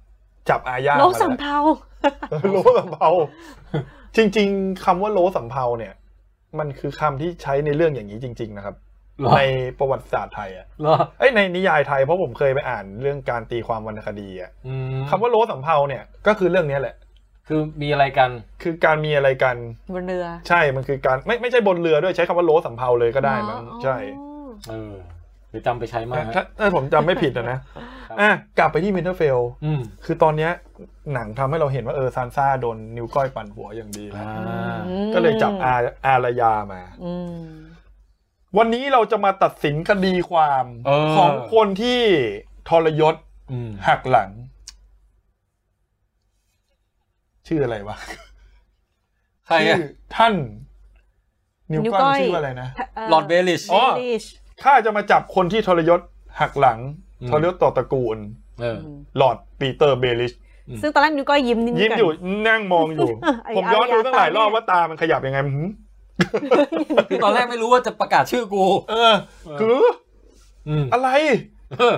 Speaker 2: จับอาญา
Speaker 3: โลก
Speaker 2: มา
Speaker 3: สั
Speaker 2: แว
Speaker 3: มเภา
Speaker 2: เออโลสำเภาจริง ๆคำว่าโลสำเภาเนี่ย มันคือคำที่ใช้ในเรื่องอย่างนี้จริง ๆ นะครับ
Speaker 1: เหรอ
Speaker 2: ในประวัติศาสตร์ไทยอ่ะ
Speaker 1: เหรอ
Speaker 2: เอ้ยในนิยายไทยเพราะผมเคยไปอ่านเรื่องการตีความวรรณคดีอ่ะ
Speaker 1: อืม
Speaker 2: คำว่าโลสำเภาเนี่ยก็คือเรื่องเนี้ยแหละ
Speaker 1: คือมีอะไรกัน
Speaker 2: คือการมีอะไรกัน
Speaker 3: บนเรือ
Speaker 2: ใช่มันคือการไม่ไม่ใช่บนเรือด้วยใช้คำว่าโลสำเภาเลยก็ได้มั้ง
Speaker 3: อ๋อ
Speaker 2: ใช่
Speaker 1: เออเดี๋ยวจำไปใช้มาก
Speaker 2: ถ้าถ้าถ้าผมจำไม่ผิดอะนะอ่ะกลับไปที่มินเทอร์เฟล
Speaker 1: อืม
Speaker 2: คือตอนเนี้ยหนังทำให้เราเห็นว่าเออซานซ่าโดนนิ้วก้อยปั่นหัวอย่างดี
Speaker 1: อ่า
Speaker 3: อืม
Speaker 2: ก็เลยจับอาอารยามา
Speaker 3: อืม
Speaker 2: วันนี้เราจะมาตัดสินคดีความ
Speaker 1: เออ
Speaker 2: ของคนที่ทรยศ
Speaker 1: อืม
Speaker 2: หักหลัง ชื่ออะไรวะ
Speaker 1: ใครอะ
Speaker 2: ชื่อท่าน นิวก้อนชื่อว่าอะไรนะ
Speaker 3: เห
Speaker 1: ลอร์ดเบลิช
Speaker 2: อ๋อ
Speaker 3: ลิช
Speaker 2: ข้าจะมาจับคนที่ทรยศหักหลัง
Speaker 1: อืม
Speaker 2: ทรยศต่อตระกูล
Speaker 1: เออ
Speaker 2: หลอร์ดปีเตอร์เบลิช
Speaker 3: ซึ่งตอนแรกนิวก็ยิ้มนิดนึง
Speaker 2: ยิ้มอยู่นั่งมองอยู่ ผมย้อนดูตั้งหลายรอบว่าตามันขยับยังไงหืม
Speaker 1: คือตอนแรกไม่รู้ว่าจะประกาศชื่อกู
Speaker 2: เออ คือ
Speaker 1: อืม
Speaker 2: อะไร
Speaker 1: เออ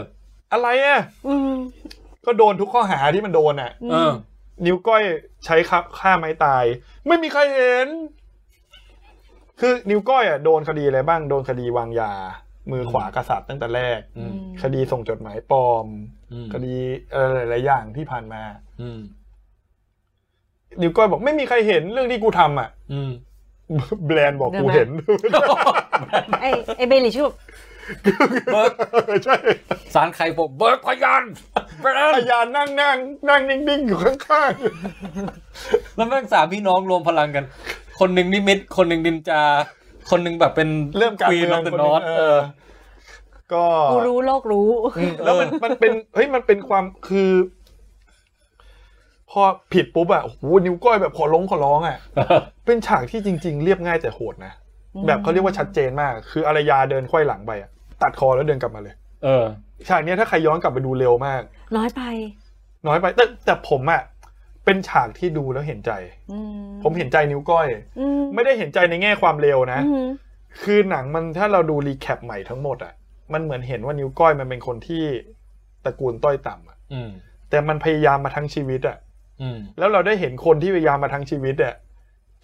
Speaker 2: อะไรอ่ะ
Speaker 3: อืม
Speaker 2: ก็โดนทุกข้อหาที่มันโดนอ่ะ
Speaker 1: เออ
Speaker 2: นิ้วก้อยใช้ครับฆ่าไม้ตาย ไม่มีใครเห็น คือนิ้วก้อยอ่ะโดนคดีอะไรบ้าง โดนคดีวางยา มือขวากษัตริย์ตั้งแต่แรก
Speaker 1: อืม
Speaker 2: คดีส่งจดหมายปลอม
Speaker 1: อืม
Speaker 2: คดีอะไรหลายๆอย่างที่ผ่านมา
Speaker 1: อืม
Speaker 2: นิ้วก้อยบอกไม่มีใครเห็นเรื่องที่กูทำอ่ะ
Speaker 1: อืม
Speaker 2: แบรนด์บอกกูเห็น
Speaker 3: ไอไอเบลิชแบบ
Speaker 1: เบิร์ก
Speaker 2: ใช่
Speaker 1: สารใครผมเบิร์กพยานเบิร์ก
Speaker 2: พยานนั่งนั่งนั่งนิ่งๆ อยู่ข้าง
Speaker 1: แล้วแม่งสามพี่น้องรวมพลังกัน คนหนึ่งนิมิต คนหนึ่งดินจา คนหนึ่งแบบเป็น
Speaker 2: ๆ เริ่มการ
Speaker 1: ควีน
Speaker 2: เมื
Speaker 1: อ
Speaker 2: อง
Speaker 1: อฟเดอะน
Speaker 2: คน
Speaker 1: อ
Speaker 2: นี้
Speaker 1: ต
Speaker 2: เออ ก็
Speaker 3: กูรู้โลกรู้
Speaker 2: แล้วมันมันเป็นเฮ้ยมันเป็นความคือ พอผิดปุ๊บอะโอ้โหนิ้วก้อยแบบขอร้องขอร้องอะเป็นฉากที่จริง ๆ เรียบง่ายแต่โหดนะ
Speaker 3: อืม
Speaker 2: แบบเขาเรียกว่าชัดเจนมาก คืออารยาเดินควยหลังไปอะตัดคอแล้วเดินกลับมาเลย
Speaker 1: เออ
Speaker 2: ฉากเนี้ยถ้าใครย้อนกลับไปดูเร็วมาก
Speaker 3: น้อยไป
Speaker 2: น้อยไป แต่แต่ผมอะเป็นฉากที่ดูแล้วเห็นใจ
Speaker 3: อืม
Speaker 2: ผมเห็นใจนิ้วก้อย
Speaker 3: อืม
Speaker 2: ไม่ได้เห็นใจในแง่ความเร็วนะ
Speaker 3: อืม
Speaker 2: คือหนังมันถ้าเราดูรีแคปใหม่ทั้งหมดอะมันเหมือนเห็นว่านิ้วก้อยมันเป็นคนที่ตระกูลต้อยต่ำอะ
Speaker 1: อืม
Speaker 2: แต่มันพยายามมาทั้งชีวิตอะ
Speaker 1: อืม
Speaker 2: แล้วเราได้เห็นคนที่พยายามมาทั้งชีวิตอะ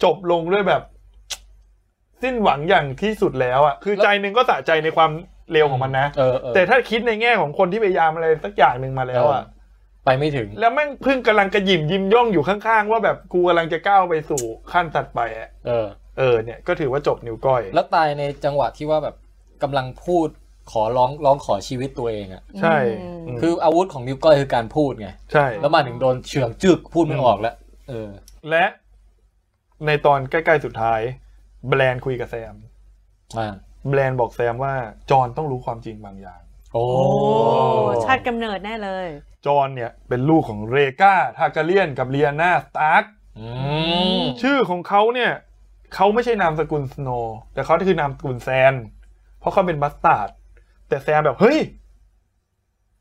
Speaker 2: จบลงด้วยแบบ สิ้นหวังอย่างที่สุดแล้วอะคือ
Speaker 1: แล้ว
Speaker 2: ใจหนึ่งก็สะใจในความเร็วของมันนะ
Speaker 1: เออเออ
Speaker 2: แต่ถ้าคิดในแง่ของคนที่พยายามอะไรสักอย่างหนึ่งมาแล้วอะ
Speaker 1: เอ ไปไม่ถึง
Speaker 2: แล้วแม่งเพิ่งกำลังกระหยิมยิ้มย่องอยู่ข้างๆ ว่าแบบกูกำลังจะก้าวไปสู่ขั้นตัดไปอะ
Speaker 1: เออ
Speaker 2: เออเนี่ยก็ถือว่าจบนิ้วก้อย
Speaker 1: แล้วตายในจังหวะที่ว่าแบบกำลังพูดขอร้องร้องขอชีวิตตัวเองอะ
Speaker 2: ใช่
Speaker 3: อืม
Speaker 2: ม
Speaker 1: คืออาวุธของนิ้วก้อยคือการพูดไง
Speaker 2: ใช่
Speaker 1: แล้วมาถึงโดนเฉืองจึกพูดไม่ออกแล้ว เออ
Speaker 2: และในตอนใกล้ๆสุดท้าย แบรนด์คุยกับแซม
Speaker 1: อ่า
Speaker 2: แบรนด์บอกแซมว่า จอห์นต้องรู้ความจริงบางอย่าง
Speaker 1: โอ้
Speaker 3: โอ้ชาติกำเนิดแน่เลย
Speaker 2: จอห์นเนี่ยเป็นลูกของเรกาทากาเลียนกับเลียนาสตาร์ก
Speaker 1: อืม
Speaker 2: ชื่อของเขาเนี่ยเขาไม่ใช่นามสกุลสโนว์แต่เขาคือนามสกุลแซน เพราะเขาเป็นบัสตาร์ด แต่แซมแบบเฮ้ย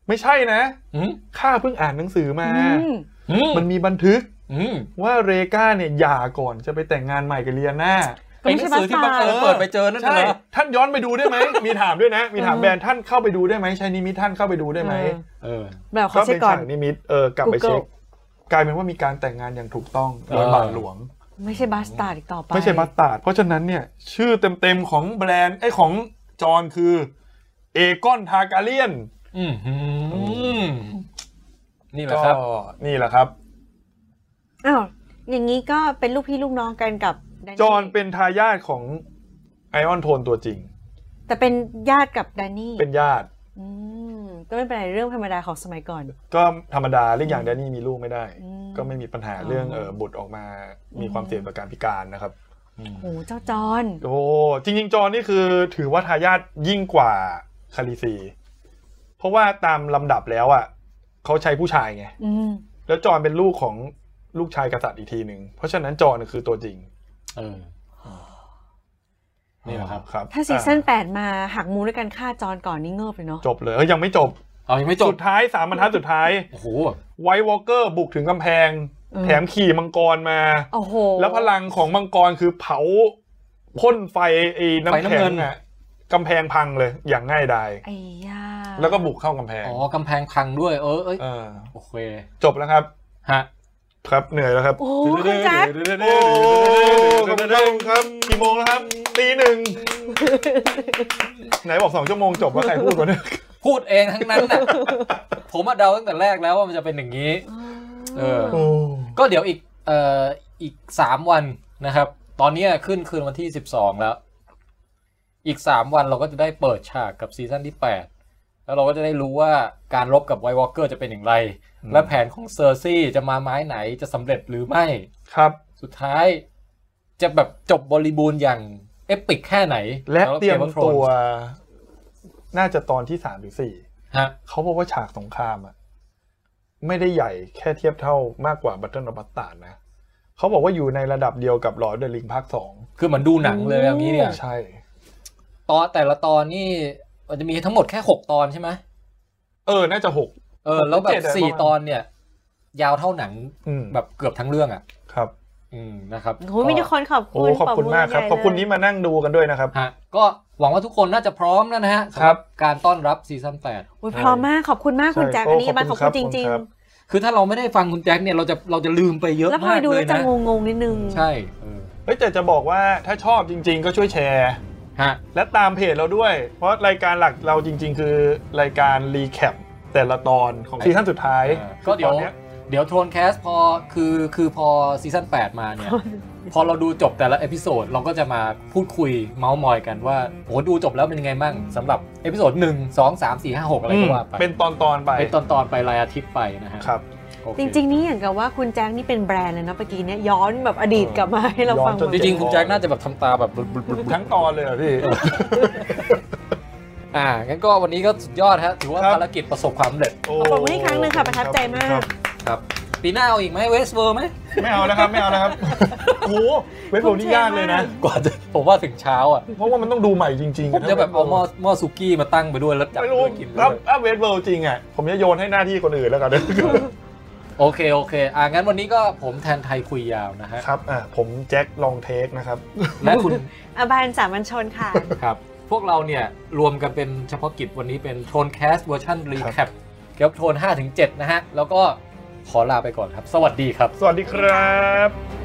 Speaker 2: ไม่ใช่นะ
Speaker 1: อืม
Speaker 2: ข้าเพิ่งอ่านหนังสือมา
Speaker 3: อืม
Speaker 1: อืม
Speaker 2: มันมีบันทึก
Speaker 1: อืม
Speaker 2: ว่าเรกาเนี่ยหย่าก่อนจะไปแต่งงานใหม่กับเลียนา
Speaker 1: ไอ้หนังสือที่บังเอิญเปิดไปเจอนั่น
Speaker 2: ใช่
Speaker 1: เหรอ
Speaker 2: ท่านย้อนไปดูได้ ไหม มีถามด้วยนะ มีถามแบรนด์ท่านเข้าไปดูได้ไหมใช้นิมิตท่านเข้าไปดูได้ไหม
Speaker 1: เออ
Speaker 3: แบบขอ
Speaker 2: ก็
Speaker 3: เช็ค
Speaker 2: เป็น
Speaker 3: ก่อ
Speaker 2: ฉาน กนิมิต เออ กลับไปเช็ค
Speaker 3: Google
Speaker 2: กลายเป็นว่ามีการแต่งงานอย่างถูกต้องโดย
Speaker 1: เออ
Speaker 2: บาทหลวง
Speaker 3: ไม่ใช่บัสตาร์ดอีกต่อไป
Speaker 2: ไม่ใช่บัสตาร์ด เพราะฉะนั้นเนี่ย ชื่อเต็มๆของแบรนด์ไอ้ของจอห์นคือเอกอนทาการเลียน
Speaker 1: อืมอืมนี่แหละ
Speaker 2: ก็
Speaker 1: ครับ
Speaker 2: นี่แหละครับ
Speaker 3: อ้าวอย่างนี้ก็เป็นลูกพี่ลูกน้องกันกับแด
Speaker 2: จอห์นเป็นทายาทของไอออนโทนตัวจริง
Speaker 3: แต่เป็นญาติกับแดนนี่
Speaker 2: เป็นญาติ
Speaker 3: อืมก็ไม่เป็นไรเรื่องธรรมดาของสมัยก่อน
Speaker 2: ก็ธรรมดาเรื่องอย่างแดนนี่มีลูกไม่ได้
Speaker 3: อืม
Speaker 2: ก็ไม่มีปัญหาเรื่องเออบุตรออกมา มีความเสี่ยงต่อการพิการนะครับ
Speaker 3: โหเจ้าจอน
Speaker 2: โอ้จริง ๆ จอห์นนี่คือถือว่าทายาทยิ่งกว่าคาริซี เพราะว่าตามลำดับแล้วอ่ะเขาใช้ผู้ชายไง
Speaker 3: อืม
Speaker 2: แล้วจอห์นเป็นลูกของลูกชายกษัตริย์อีกทีหนึ่งเพราะฉะนั้นจอห์นคือตัวจริง
Speaker 1: เออ นี่แหละครับ
Speaker 2: ครับ
Speaker 3: ถ้าซีซั่น
Speaker 2: อ่
Speaker 3: แปดมาหักมูด้วยการฆ่าจอนก่อนนี่เงิบเลยเนาะ
Speaker 2: ะจบเลยเอ้ยยังไม่จบ
Speaker 1: เอายังไม่จบ
Speaker 2: สุดท้ายสามบรรทัดสุดท้าย
Speaker 1: โอ้โห
Speaker 2: ไวท์วอลเกอร์บุกถึงกำแพง แถมขี่มังกรมา
Speaker 3: โอ้โห
Speaker 2: แล้วพลังของมังกรคือเผาพ่นไฟไอ้น้ำแข็งอ่ะกำแพงพังเลยอย่างง่ายดาย
Speaker 3: ไอ้ยา
Speaker 2: แล้วก็บุกเข้ากำแพง
Speaker 1: อ๋อกำแพงพังด้วย เออเอ้ย
Speaker 2: เออ
Speaker 1: โอเค
Speaker 2: จบแล้วครับ
Speaker 1: ฮะ
Speaker 2: ครับเหนื่อยแล้วครับ
Speaker 3: โอ้คุณแจ๊ค
Speaker 2: โอ้ขอบคุณครับครับกี่โมงแล้วครับตีหนึ่งไหนบอกสองชั่วโมงจบว่าใครพูดวะเนี่ย
Speaker 1: พูดเองทั้งนั้นน่ะ ผมอะเดาตั้งแต่แรกแล้วว่ามันจะเป็นอย่างนี้ เออ
Speaker 2: โอ้
Speaker 1: ก็เดี๋ยวอีกเอ่ออีกสามวันนะครับ ตอนเนี้ยขึ้นคืนวันที่สิบสองแล้ว อีกสามวันเราก็จะได้เปิดฉากกับซีซั่นที่แปดแล้วเราก็จะได้รู้ว่าการรบกับไวท์วอลเกอร์จะเป็นอย่างไร และแผนของเซอร์ซี่จะมาไม้ไหนจะสำเร็จหรือไม่
Speaker 2: ครับ
Speaker 1: สุดท้ายจะแบบจบบริบูรณ์อย่างเอปิกแค่ไหน
Speaker 2: และ
Speaker 1: สำหบ
Speaker 2: เตรียม
Speaker 1: Game of
Speaker 2: ตัว
Speaker 1: Thrones
Speaker 2: น่าจะตอนที่สามหรือสี่
Speaker 1: ฮะ
Speaker 2: เขาบอกว่าฉากสงครามอ่ะ ไม่ได้ใหญ่แค่เทียบเท่ามากกว่าบัตเทิลอบัตตานะ เขาบอกว่าอยู่ในระดับเดียวกับหลอดเดลิงภาคสอง
Speaker 1: คือเหมือนดูหนังเลยอย่างนี้เนี่ย
Speaker 2: ใช่
Speaker 1: ตอนแต่ละตอนนี่มันจะมีทั้งหมดแค่หกตอนใช่ไหม
Speaker 2: เออ น่าจะหก
Speaker 1: เออแล้วแบ
Speaker 2: หก
Speaker 1: บ
Speaker 2: หรือเจ็ดอะ
Speaker 1: สี่
Speaker 2: ประมาณ
Speaker 1: ตอนเนี่ย ยาวเท่าหนัง
Speaker 2: อืม
Speaker 1: แบบเกือบทั้งเรื่องอ่ะ
Speaker 2: ครับ
Speaker 1: อืมนะครับ
Speaker 3: โอ้ยมีทุกคนขอบ
Speaker 2: โอ้
Speaker 3: คุณ
Speaker 2: ขอบคุณมากครับ
Speaker 3: ป
Speaker 2: ขอบคุณ
Speaker 3: มืใหญ่เลย
Speaker 2: ที่มานั่งดูกันด้วยนะครับ
Speaker 1: ฮะก็หวังว่าทุกคนน่าจะพร้อมแล้วนะฮะสำห
Speaker 2: ครับ
Speaker 1: การต้อนรับซีซั่นแปด
Speaker 3: โอ้ยพร้อมมากขอบคุณมากคุณแจ๊ค
Speaker 2: ใช่
Speaker 3: อันนี้บันขอบคุณจริง
Speaker 2: ขอบคุณครับ
Speaker 1: คือถ้าเราไม่ได้ฟังคุณแจ็คเนี่ยเราจะเราจะลืมไปเย
Speaker 3: ๆ
Speaker 1: อะ
Speaker 3: แล้วพอ
Speaker 1: มาก
Speaker 3: ดู
Speaker 1: เล
Speaker 3: แล้
Speaker 1: ยว
Speaker 3: จะ
Speaker 1: นะ
Speaker 3: งงๆนิดนึง
Speaker 1: ใช่เออ
Speaker 2: เฮ้ยแต่จะบอกว่าถ้าชอบจริง ๆ ก็ช่วยแชร์
Speaker 1: ฮะ
Speaker 2: และตามเพจเราด้วย เพราะรายการหลักเราจริง ๆ คือรายการรีแคปแต่ละตอนของซีซั่นสุดท้าย
Speaker 1: เออก็เดี๋ยว
Speaker 2: ตอนนี้
Speaker 1: เดี๋ยวโทนแคสพอคือคือพอซีซั่น8 มา เนี่ย พอเราดูจบแต่ละเอพิโซดเราก็จะมาพูดคุยเมาส์มอยกันว่าโหดูจบแล้วเป็นยังไงบ้างสำหรับเอพิโซดหนึ่งสองสามสี่ห้าหกอะไร
Speaker 2: อื
Speaker 1: ก็
Speaker 2: ม
Speaker 1: ว่าไป
Speaker 2: เป็นตอนตอนๆไป
Speaker 1: เป็นตอนตอนๆไปรายอาทิตย์ไปนะฮะ
Speaker 2: ครับ
Speaker 1: โอเค
Speaker 3: จริงๆนี่อย่างกับว่าคุณแจ๊คนี่เป็นแบรนด์เลยนะเมื่อกี้เนี่ยย้อนแบบอดีตกลับมาให้เราฟังหมด
Speaker 1: จริงๆคุณแจ็คน่าจะแบบทำตาแบบ
Speaker 2: ทั้งตอนเลยเหรอพี่
Speaker 1: อ่า งั้นก็วันนี้ก็สุดยอดฮะ ถือว่า
Speaker 2: ครับ
Speaker 1: ภารกิจประสบความสำเร็จ
Speaker 2: โอ้
Speaker 3: ขอบคุณอีกครั้งหนึ่งค่ะประทับใจมาก
Speaker 2: ครับ
Speaker 1: ครับ ปีหน้าเอาอีกไหมเวสเวอร์ไหม
Speaker 2: ไม่เอาแล้วครับไม่เอา แล้วครับโอ้โหเว็บโหลนี่ยากเลยนะ
Speaker 1: กว่าจะ ผมว่าถึงเช้าอ่ะ
Speaker 2: เพราะว่ามันต้องดูใหม่จริงๆ
Speaker 1: ผมจะแบบเอาหม้อหม้อซุกี้มาตั้งไปด้วย แล้วจับ
Speaker 2: ไม่รู้
Speaker 1: ด้วยกินด้
Speaker 2: ถ้า
Speaker 1: วย
Speaker 2: ถ้าเว็บโหลจริงอ่ะผมจะโยนให้หน้าที่คนอื่นแล้วกัน
Speaker 1: โอเค โอเค อ่างั้นวันนี้ก็ผมแทนไทยคุยยาวนะฮ ะ
Speaker 2: ครับอ่ะผมแจ็คลองเทคนะครับ
Speaker 1: และคุณ
Speaker 3: อาบานสามัญชนค่ะ
Speaker 1: ครับ พวกเราเนี่ย รวมกันเป็นเฉพาะกิจวันนี้เป็นโทนแคสเวอร์ชันรีแคปเกี่ยวกับโทน5-7 นะฮะ แล้วก็ขอลาไปก่อนครับ สวัสดีครับ
Speaker 2: สวัสดีครับ